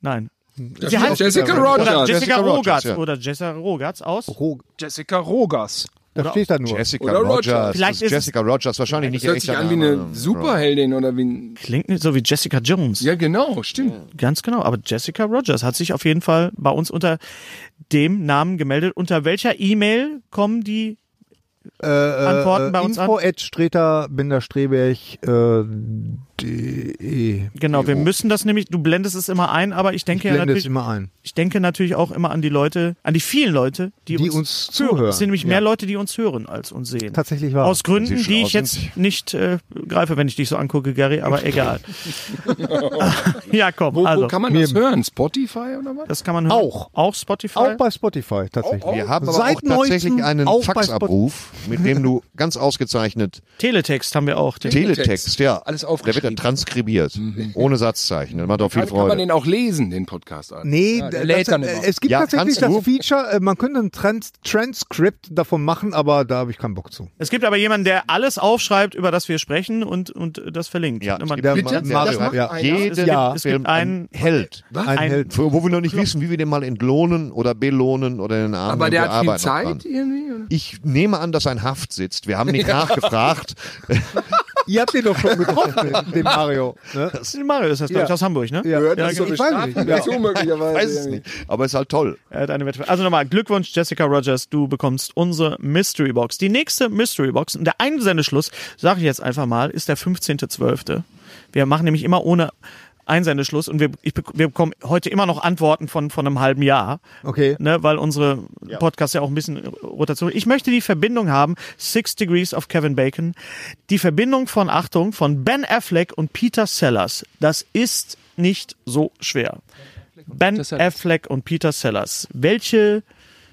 Speaker 3: Nein.
Speaker 8: Das ist Jessica Rogers.
Speaker 3: Oder Jessica,
Speaker 4: Jessica Rogers,
Speaker 3: Rogatz.
Speaker 4: ja.
Speaker 3: Oder Jessica Rogatz aus.
Speaker 7: Jessica Rogers.
Speaker 5: Da steht da nur.
Speaker 4: Jessica
Speaker 8: Oder Rogers.
Speaker 4: Rogers. Das
Speaker 3: Vielleicht
Speaker 4: ist
Speaker 3: ist es-
Speaker 4: Jessica Rogers, wahrscheinlich nicht
Speaker 8: Das hört
Speaker 4: echt
Speaker 8: sich an wie eine Superheldin oder wie ein...
Speaker 3: Klingt nicht so wie Jessica Jones.
Speaker 8: Ja, genau, stimmt.
Speaker 3: Ganz genau. Aber Jessica Rogers hat sich auf jeden Fall bei uns unter dem Namen gemeldet. Unter welcher E-Mail kommen die
Speaker 5: äh,
Speaker 3: Antworten bei uns
Speaker 5: Info at streter-streberg.de De.
Speaker 3: Genau, wir müssen das nämlich, du blendest es immer ein, aber ich denke ja
Speaker 5: Blende es
Speaker 3: natürlich,
Speaker 5: immer ein.
Speaker 3: ich denke natürlich auch immer an die Leute, an die vielen Leute, die,
Speaker 5: Die
Speaker 3: uns,
Speaker 5: uns zuhören.
Speaker 3: Es sind nämlich
Speaker 5: Ja.
Speaker 3: mehr Leute, die uns hören, als uns sehen.
Speaker 5: Tatsächlich wahr.
Speaker 3: Aus Gründen,
Speaker 4: Sieht schon
Speaker 3: die
Speaker 4: aus,
Speaker 3: ich jetzt nicht äh, greife, wenn ich dich so angucke, Gary, aber egal. ja, komm,
Speaker 8: Wo,
Speaker 3: also.
Speaker 8: wo kann man das hören? Spotify oder was?
Speaker 3: das kann man hören.
Speaker 5: Auch.
Speaker 3: Auch Spotify.
Speaker 5: Auch bei Spotify tatsächlich.
Speaker 4: Wir haben aber
Speaker 5: Seit
Speaker 4: auch tatsächlich
Speaker 5: neuestem
Speaker 4: einen
Speaker 5: auch bei
Speaker 4: Faxabruf, mit dem du ganz ausgezeichnet
Speaker 3: Teletext haben wir auch. Den-
Speaker 4: Teletext, ja.
Speaker 8: Alles
Speaker 4: Der wird
Speaker 8: aufgeschrieben.
Speaker 4: dann transkribiert. Ohne Satzzeichen. Das macht auch viel
Speaker 8: Dann kann man
Speaker 4: Freude.
Speaker 8: den auch lesen, den Podcast. Alter.
Speaker 5: Nee,
Speaker 8: Ja, der
Speaker 5: d-
Speaker 8: lädt
Speaker 5: das,
Speaker 8: dann
Speaker 5: äh,
Speaker 8: immer.
Speaker 5: es gibt
Speaker 4: Ja,
Speaker 5: tatsächlich
Speaker 4: kannst du.
Speaker 5: das Feature, äh, man könnte ein Trans Transkript davon machen, aber da habe ich keinen Bock zu.
Speaker 3: Es gibt aber jemanden, der alles aufschreibt, über das wir sprechen und, und äh, das verlinkt.
Speaker 4: Ja,
Speaker 3: Und man-
Speaker 4: der
Speaker 5: Bitte?
Speaker 4: Mann, der
Speaker 5: Mario,
Speaker 4: schreibt
Speaker 5: ja.
Speaker 3: es
Speaker 4: jeden
Speaker 3: gibt,
Speaker 5: Ja.
Speaker 3: es
Speaker 4: Film
Speaker 3: gibt einen,
Speaker 4: ein Held.
Speaker 5: Ein
Speaker 3: einen
Speaker 5: Held.
Speaker 4: Für, wo wir noch nicht wissen, wie wir den mal entlohnen oder belohnen oder den Armen.
Speaker 8: Aber
Speaker 4: wir
Speaker 8: der hat viel
Speaker 4: arbeiten noch
Speaker 8: Zeit
Speaker 4: dran.
Speaker 8: irgendwie? Oder?
Speaker 4: Ich nehme an, dass ein Haft sitzt. Wir haben nicht nachgefragt.
Speaker 5: Ihr habt den doch schon getroffen, den, den Mario. Ne?
Speaker 3: Mario ist das, glaube ich,
Speaker 5: Ja.
Speaker 3: aus Hamburg, ne?
Speaker 5: Ja,
Speaker 8: das
Speaker 5: ich weiß nicht. Ja.
Speaker 8: So möglicherweise.
Speaker 4: Weiß es nicht. Aber ist halt toll.
Speaker 3: Er hat eine Wettbewerb. Also nochmal, Glückwunsch, Jessica Rogers, du bekommst unsere Mystery Box. Die nächste Mystery Box, und der Einsendeschluss, sage ich jetzt einfach mal, ist der 15.12. Wir machen nämlich immer ohne Einsendeschluss und wir, ich, bek- wir bekommen heute immer noch Antworten von, von einem halben Jahr.
Speaker 5: Okay.
Speaker 3: Ne, weil unsere Podcasts ja auch ein bisschen Rotation. Ich möchte die Verbindung haben, Six Degrees of Kevin Bacon. Die Verbindung von Achtung von Ben Affleck und Peter Sellers. Das ist nicht so schwer. Ben
Speaker 7: Peter Sellers.
Speaker 3: Affleck und Peter Sellers. Welche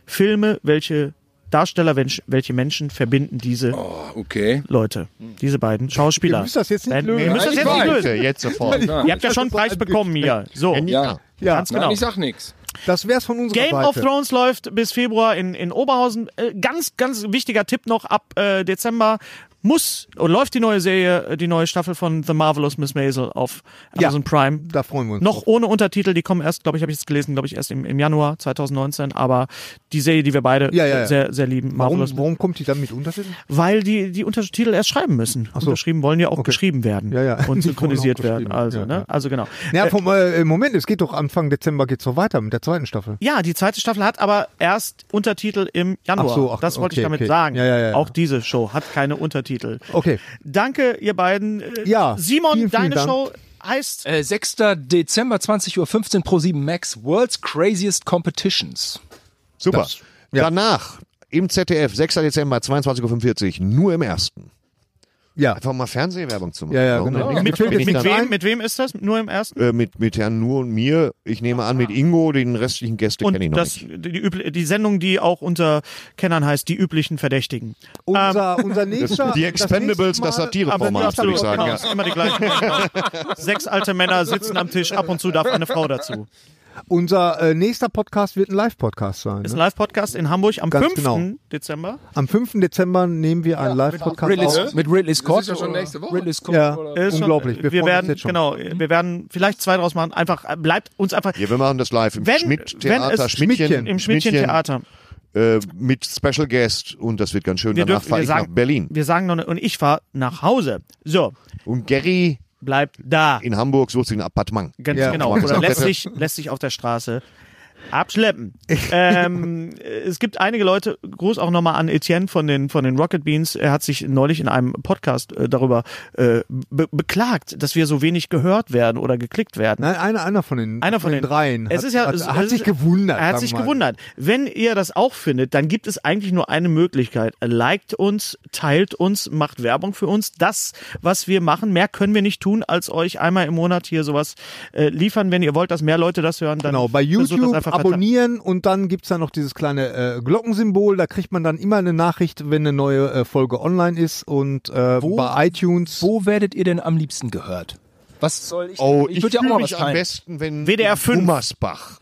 Speaker 3: Filme, welche Darsteller, welch- welche Menschen verbinden diese
Speaker 8: Oh, okay.
Speaker 3: Leute? Diese beiden Schauspieler.
Speaker 5: Ihr müsst das jetzt nicht
Speaker 3: Ben,
Speaker 5: lösen.
Speaker 3: Ihr müsst das
Speaker 8: Nein,
Speaker 3: jetzt
Speaker 8: ich
Speaker 3: nicht
Speaker 8: weiß.
Speaker 3: lösen.
Speaker 4: Bitte, jetzt sofort.
Speaker 3: Ihr habt ja schon einen Preis bekommen hier. So,
Speaker 8: Ja.
Speaker 5: Ja,
Speaker 3: ganz
Speaker 8: Nein,
Speaker 3: genau.
Speaker 8: ich sag nichts.
Speaker 5: das wär's von unserer
Speaker 3: Game
Speaker 5: Seite.
Speaker 3: of Thrones läuft bis Februar in, in Oberhausen. Äh, ganz, ganz wichtiger Tipp noch ab äh, Dezember muss und läuft die neue Serie, äh, die neue Staffel von The Marvelous Miss Maisel auf
Speaker 5: Ja,
Speaker 3: Amazon Prime.
Speaker 5: Da freuen wir uns.
Speaker 3: Noch ohne Untertitel, die kommen erst, glaube ich, habe ich es gelesen, glaube ich, erst im, im Januar 2019, aber die Serie, die wir beide
Speaker 5: Ja, ja, ja.
Speaker 3: sehr, sehr lieben,
Speaker 5: warum,
Speaker 3: Marvelous,
Speaker 5: warum kommt die dann mit Untertiteln?
Speaker 3: weil die, die Untertitel erst schreiben müssen.
Speaker 5: so.
Speaker 3: Unterschrieben wollen ja auch geschrieben werden
Speaker 5: Ja, ja. Die wollen
Speaker 3: und
Speaker 5: auch
Speaker 3: synchronisiert
Speaker 5: geschrieben.
Speaker 3: werden. Also,
Speaker 5: Ja,
Speaker 3: ne?
Speaker 5: ja.
Speaker 3: also genau.
Speaker 5: Ja, vom, äh, Moment, es geht doch Anfang Dezember geht's doch weiter mit der zweiten Staffel.
Speaker 3: Ja, die zweite Staffel hat aber erst Untertitel im Januar.
Speaker 5: Ach so, ach,
Speaker 3: das wollte
Speaker 5: okay,
Speaker 3: ich damit
Speaker 5: okay.
Speaker 3: sagen.
Speaker 5: Ja, ja, ja, ja.
Speaker 3: Auch diese Show hat keine Untertitel.
Speaker 5: Okay.
Speaker 3: Danke, ihr beiden. Äh,
Speaker 5: Ja,
Speaker 3: Simon,
Speaker 5: vielen, vielen
Speaker 3: deine
Speaker 5: Dank.
Speaker 3: Show heißt.
Speaker 7: Äh, 6. Dezember, 20.15 Uhr pro 7 Max, World's Craziest Competitions.
Speaker 4: Super.
Speaker 5: Das- ja.
Speaker 4: Danach im ZDF, 6. Dezember, 22.45 Uhr, nur im ersten.
Speaker 5: Ja.
Speaker 3: Also,
Speaker 4: Einfach um mal Fernsehwerbung zu machen.
Speaker 5: Ja, ja,
Speaker 4: Warum
Speaker 5: genau.
Speaker 4: denn nicht?
Speaker 5: Mit-
Speaker 4: Bin ich
Speaker 5: mit
Speaker 4: dann-
Speaker 5: Nein.
Speaker 3: Wem, mit wem ist das? Nur im ersten?
Speaker 4: Äh, mit, mit Herrn Nur und mir. Ich nehme an, mit Ingo, den restlichen Gäste
Speaker 3: Und
Speaker 4: kenne ich noch
Speaker 3: das,
Speaker 4: nicht.
Speaker 3: die, die, übli- die Sendung, die auch unter Kennern heißt, die üblichen Verdächtigen. ähm,
Speaker 5: Unser, unser nächster.
Speaker 4: Die Expendables, das
Speaker 5: nächste Mal-
Speaker 4: Satireformat, würde ich sagen.
Speaker 3: Genau,
Speaker 4: Ja.
Speaker 3: es sind immer die gleichen. Männer. Sechs alte Männer sitzen am Tisch, ab und zu darf eine Frau dazu.
Speaker 5: Unser äh, nächster Podcast wird ein Live-Podcast sein.
Speaker 3: Ist
Speaker 5: Ne?
Speaker 3: ein Live-Podcast in Hamburg am
Speaker 5: Ganz
Speaker 3: 5.
Speaker 5: genau.
Speaker 3: Dezember.
Speaker 5: Am 5. Dezember nehmen wir einen
Speaker 3: genau.
Speaker 5: Live-Podcast
Speaker 7: Ridley,
Speaker 5: auf.
Speaker 7: Sc- mit Ridley Scott.
Speaker 8: ja schon nächste Woche.
Speaker 7: Ridley Scott.
Speaker 5: Ja,
Speaker 7: Oder
Speaker 3: Äh, Ist schon-
Speaker 5: unglaublich.
Speaker 3: Wir,
Speaker 5: freuen uns
Speaker 3: werden,
Speaker 5: jetzt schon. Mhm.
Speaker 3: genau, wir werden vielleicht zwei draus machen. Einfach, äh, bleibt uns einfach
Speaker 4: Ja, wir machen das live im
Speaker 3: Wenn- wenn
Speaker 4: Schmidt-Theater,
Speaker 3: es-
Speaker 4: Schmidtchen,
Speaker 3: im Schmidtchen-Theater.
Speaker 4: äh, mit Special Guest und das wird ganz schön.
Speaker 3: Wir
Speaker 4: Danach
Speaker 3: dürfen,
Speaker 4: fahre
Speaker 3: wir
Speaker 4: ich
Speaker 3: sagen,
Speaker 4: nach Berlin.
Speaker 3: Wir sagen noch, ne- und ich fahre nach Hause. So,
Speaker 4: Und Gary
Speaker 3: bleibt da.
Speaker 4: in Hamburg sucht sich ein Appartement.
Speaker 3: Ganz
Speaker 5: Ja.
Speaker 3: genau.
Speaker 4: Machen wir
Speaker 3: Oder
Speaker 4: das
Speaker 3: lässt
Speaker 4: bitte.
Speaker 3: sich, lässt sich auf der Straße abschleppen. ähm, es gibt einige Leute, Gruß auch nochmal an Etienne von den, von den Rocket Beans. Er hat sich neulich in einem Podcast äh, darüber äh, be beklagt, dass wir so wenig gehört werden oder geklickt werden.
Speaker 5: Nein, einer, einer von den,
Speaker 3: Einer von den
Speaker 5: dreien.
Speaker 3: Es
Speaker 5: hat,
Speaker 3: ist ja,
Speaker 5: hat,
Speaker 3: es,
Speaker 5: hat
Speaker 3: es
Speaker 5: sich
Speaker 3: ist-
Speaker 5: gewundert.
Speaker 3: Er
Speaker 5: sagen wir
Speaker 3: hat sich
Speaker 5: mal.
Speaker 3: gewundert. Wenn ihr das auch findet, dann gibt es eigentlich nur eine Möglichkeit. Liked uns, teilt uns, macht Werbung für uns. Das, was wir machen, mehr können wir nicht tun, als euch einmal im Monat hier sowas äh, liefern. Wenn ihr wollt, dass mehr Leute das hören, dann
Speaker 5: Genau, bei
Speaker 3: versucht das
Speaker 5: YouTube
Speaker 3: einfach
Speaker 5: abonnieren und dann gibt's dann noch dieses kleine äh, Glockensymbol. Da kriegt man dann immer eine Nachricht, wenn eine neue äh, Folge online ist. Und äh, bei iTunes.
Speaker 7: Wo werdet ihr denn am liebsten gehört? Was soll ich?
Speaker 4: Oh, ich,
Speaker 7: würd ja auch
Speaker 4: fühle
Speaker 7: mal was
Speaker 4: mich am
Speaker 7: teilen.
Speaker 4: besten, wenn
Speaker 3: WDR 5.
Speaker 4: Hummersbach.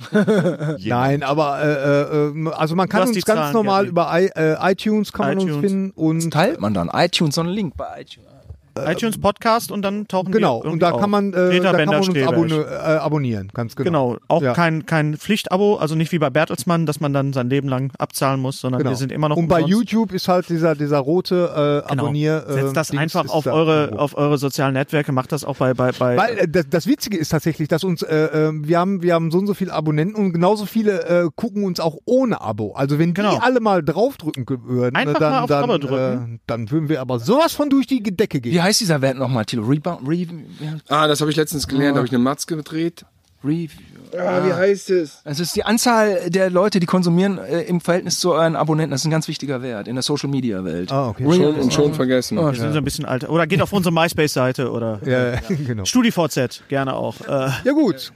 Speaker 5: Nein, aber äh, äh, äh, also man kann
Speaker 3: hast
Speaker 5: uns
Speaker 3: die
Speaker 5: ganz
Speaker 3: Zahlen,
Speaker 5: normal
Speaker 3: Gary.
Speaker 5: über I, äh, iTunes kann man uns
Speaker 3: iTunes.
Speaker 5: finden und
Speaker 7: Teilt man dann iTunes so einen Link bei iTunes.
Speaker 3: iTunes Podcast und dann tauchen
Speaker 5: genau
Speaker 3: wir irgendwie
Speaker 5: und da
Speaker 3: auf.
Speaker 5: kann man äh,
Speaker 3: Peter
Speaker 5: da kann man uns
Speaker 3: Bender-Streberg.
Speaker 5: abonne, äh, abonnieren, ganz genau.
Speaker 3: Genau, auch
Speaker 5: Ja.
Speaker 3: kein, kein Pflichtabo, also nicht wie bei Bertelsmann, dass man dann sein Leben lang abzahlen muss, sondern
Speaker 5: Genau.
Speaker 3: wir sind immer noch
Speaker 5: und bei
Speaker 3: umsonst.
Speaker 5: YouTube ist halt dieser dieser rote äh,
Speaker 3: Genau.
Speaker 5: Abonnier. Äh,
Speaker 3: Setzt das
Speaker 5: Dings
Speaker 3: einfach
Speaker 5: ist
Speaker 3: auf
Speaker 5: da
Speaker 3: eure,
Speaker 5: irgendwo.
Speaker 3: auf eure sozialen Netzwerke, macht das auch bei, bei, bei
Speaker 5: Weil äh, das, das Witzige ist tatsächlich, dass uns äh, äh, wir haben wir haben so und so viele Abonnenten und genauso viele äh, gucken uns auch ohne Abo. Also wenn
Speaker 3: Genau.
Speaker 5: die alle mal draufdrücken würden,
Speaker 3: Einfach
Speaker 5: äh, dann
Speaker 3: mal auf
Speaker 5: dann
Speaker 3: Abo drücken.
Speaker 5: Äh, dann würden wir aber sowas von durch die Decke gehen.
Speaker 7: Wir heißt dieser Wert nochmal, Tilo? Rebound? Re ja.
Speaker 8: Ah, das habe ich letztens gelernt, habe ich eine Matz gedreht.
Speaker 7: Re
Speaker 8: Ah, wie heißt es?
Speaker 7: also es ist die Anzahl der Leute, die konsumieren äh, im Verhältnis zu euren Abonnenten. Das ist ein ganz wichtiger Wert in der Social Media Welt.
Speaker 5: Ah, okay.
Speaker 8: Schon und schon vergessen.
Speaker 3: Wir sind Also so ein bisschen alt. Oder geht auf unsere MySpace-Seite oder äh,
Speaker 5: Ja, genau.
Speaker 3: StudiVZ gerne auch. Äh,
Speaker 5: Ja gut.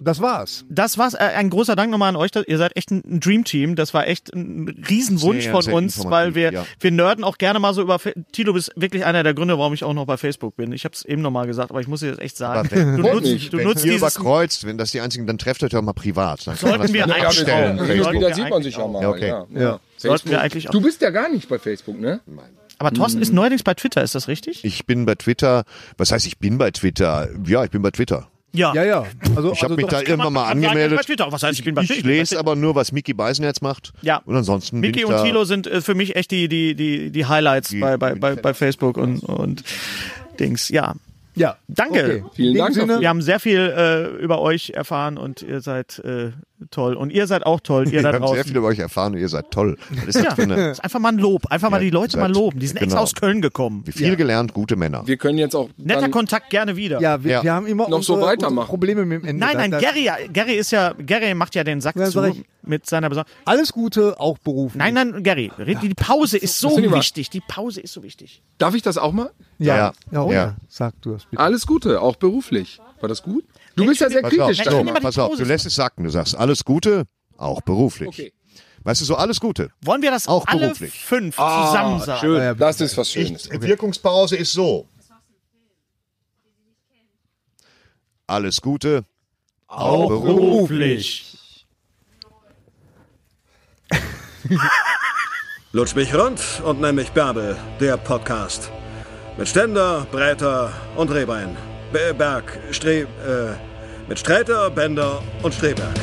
Speaker 5: Das war's.
Speaker 3: das war's. Äh, ein großer Dank nochmal an euch. Ihr seid echt ein- ein Dreamteam. Das war echt ein Riesenwunsch
Speaker 4: Sehr,
Speaker 3: von
Speaker 4: sehr
Speaker 3: uns,
Speaker 4: informativ,
Speaker 3: weil wir
Speaker 4: ja.
Speaker 3: wir nörden auch gerne mal so über. Fe- Tilo bist wirklich einer der Gründe, warum ich auch noch bei Facebook bin. Ich habe es eben nochmal gesagt, aber ich muss dir das echt sagen. Du
Speaker 4: Freut
Speaker 3: nutzt,
Speaker 4: mich,
Speaker 3: du
Speaker 4: wenn
Speaker 3: nutzt
Speaker 4: ihr
Speaker 3: dieses.
Speaker 4: überkreuzt, wenn das die einzigen, dann trefft euch doch mal privat. Dann kann man
Speaker 3: Sollten
Speaker 4: das
Speaker 3: wir
Speaker 4: gerne
Speaker 3: eigentlich
Speaker 4: abstellen.
Speaker 3: auch.
Speaker 4: Facebook.
Speaker 3: Sollten-
Speaker 8: Da sieht man sich auch mal.
Speaker 4: Ja, okay.
Speaker 8: Ja.
Speaker 5: Ja.
Speaker 3: Sollten wir eigentlich auch-
Speaker 8: Du bist ja gar nicht bei Facebook, ne?
Speaker 3: Aber Thorsten ist neuerdings bei Twitter. Ist das richtig?
Speaker 4: Ich bin bei Twitter. Was heißt, ich bin bei Twitter? Ja, ich bin bei Twitter.
Speaker 5: Ja, ja. Also,
Speaker 4: Ich habe
Speaker 5: also
Speaker 4: mich da
Speaker 5: doch-
Speaker 4: irgendwann
Speaker 3: Man
Speaker 4: mal
Speaker 3: sagt,
Speaker 4: angemeldet.
Speaker 3: Ich, bin bei Twitter. Was heißt, ich bin bei
Speaker 4: Ich
Speaker 3: Twitter?
Speaker 4: lese aber nur, was Mickey Beisen jetzt macht.
Speaker 3: Ja.
Speaker 4: Und ansonsten bin
Speaker 3: Micky
Speaker 4: ich
Speaker 3: und
Speaker 4: da,
Speaker 3: Thilo sind äh, für mich echt die, die, die, die Highlights bei, bei, bei, bei Facebook und, und Dings. Ja.
Speaker 5: ja.
Speaker 3: Danke.
Speaker 5: Okay.
Speaker 8: Vielen
Speaker 5: In dem
Speaker 8: Dank
Speaker 5: Sinne,
Speaker 3: Wir haben sehr viel äh, über euch erfahren und ihr seid äh, toll. Und ihr seid auch toll, ihr da
Speaker 4: Wir haben sehr viel
Speaker 3: draußen.
Speaker 4: über euch erfahren und ihr seid toll. Was ist das
Speaker 3: Ja,
Speaker 4: für eine,
Speaker 3: ist einfach mal ein Lob. Einfach mal
Speaker 4: Ja,
Speaker 3: die Leute
Speaker 4: seid-
Speaker 3: mal loben. Die sind extra
Speaker 4: genau.
Speaker 3: aus Köln gekommen.
Speaker 4: viel gelernt, gute Männer.
Speaker 8: Wir können jetzt auch
Speaker 3: Netter
Speaker 8: dann
Speaker 3: Kontakt gerne wieder.
Speaker 5: ja, wir,
Speaker 4: Ja.
Speaker 5: wir haben immer
Speaker 8: Noch so
Speaker 5: unsere, unsere
Speaker 8: weitermachen.
Speaker 5: Probleme mit dem Ende.
Speaker 3: Nein, nein,
Speaker 5: Da- da-
Speaker 3: Gary, Gary ist ja, Gary macht ja den Sack
Speaker 5: Ja, sag
Speaker 3: zu
Speaker 5: ich.
Speaker 3: mit seiner Besonderheit.
Speaker 5: Alles Gute, auch beruflich.
Speaker 3: Nein, nein, Gary, red- die Pause ist so
Speaker 8: sind die mal-
Speaker 3: wichtig. Die Pause ist so wichtig.
Speaker 8: Darf ich das auch mal?
Speaker 5: Ja,
Speaker 4: Ja.
Speaker 5: ja, oder?
Speaker 4: Ja.
Speaker 5: Sag du das bitte.
Speaker 8: Alles Gute, auch beruflich. War das gut? Du bist ja sehr
Speaker 4: Pass auf,
Speaker 8: kritisch.
Speaker 3: Nein,
Speaker 4: so,
Speaker 3: nimm mal die
Speaker 4: pass auf,
Speaker 3: Pause.
Speaker 4: du lässt es sacken. Du sagst alles Gute, auch beruflich.
Speaker 8: Okay.
Speaker 4: Weißt du, so alles Gute.
Speaker 3: Wollen wir das
Speaker 4: Auch
Speaker 3: alle
Speaker 4: beruflich.
Speaker 3: fünf zusammen sagen?
Speaker 8: Schön. Das ist was Schönes.
Speaker 4: Wirkungspause ist so. Alles Gute, auch beruflich.
Speaker 3: beruflich.
Speaker 6: Lutsch mich rund und nenn mich Bärbel, der Podcast. Mit Ständer, Breiter und Rehbein. Be- Berg, Stre... Äh, mit Sträter, Bender und Streberg.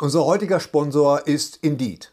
Speaker 1: Unser heutiger Sponsor ist Indeed.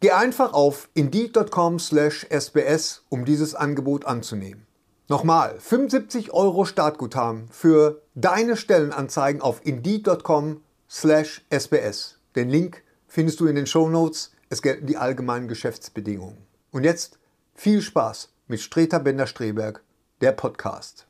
Speaker 1: Geh einfach auf indeed.com/sbs, um dieses Angebot anzunehmen. Nochmal, 75 Euro Startguthaben für deine Stellenanzeigen auf indeed.com/sbs. Den Link findest du in den Shownotes. Es gelten die allgemeinen Geschäftsbedingungen. Und jetzt viel Spaß mit Streter Bender-Streberg, der Podcast.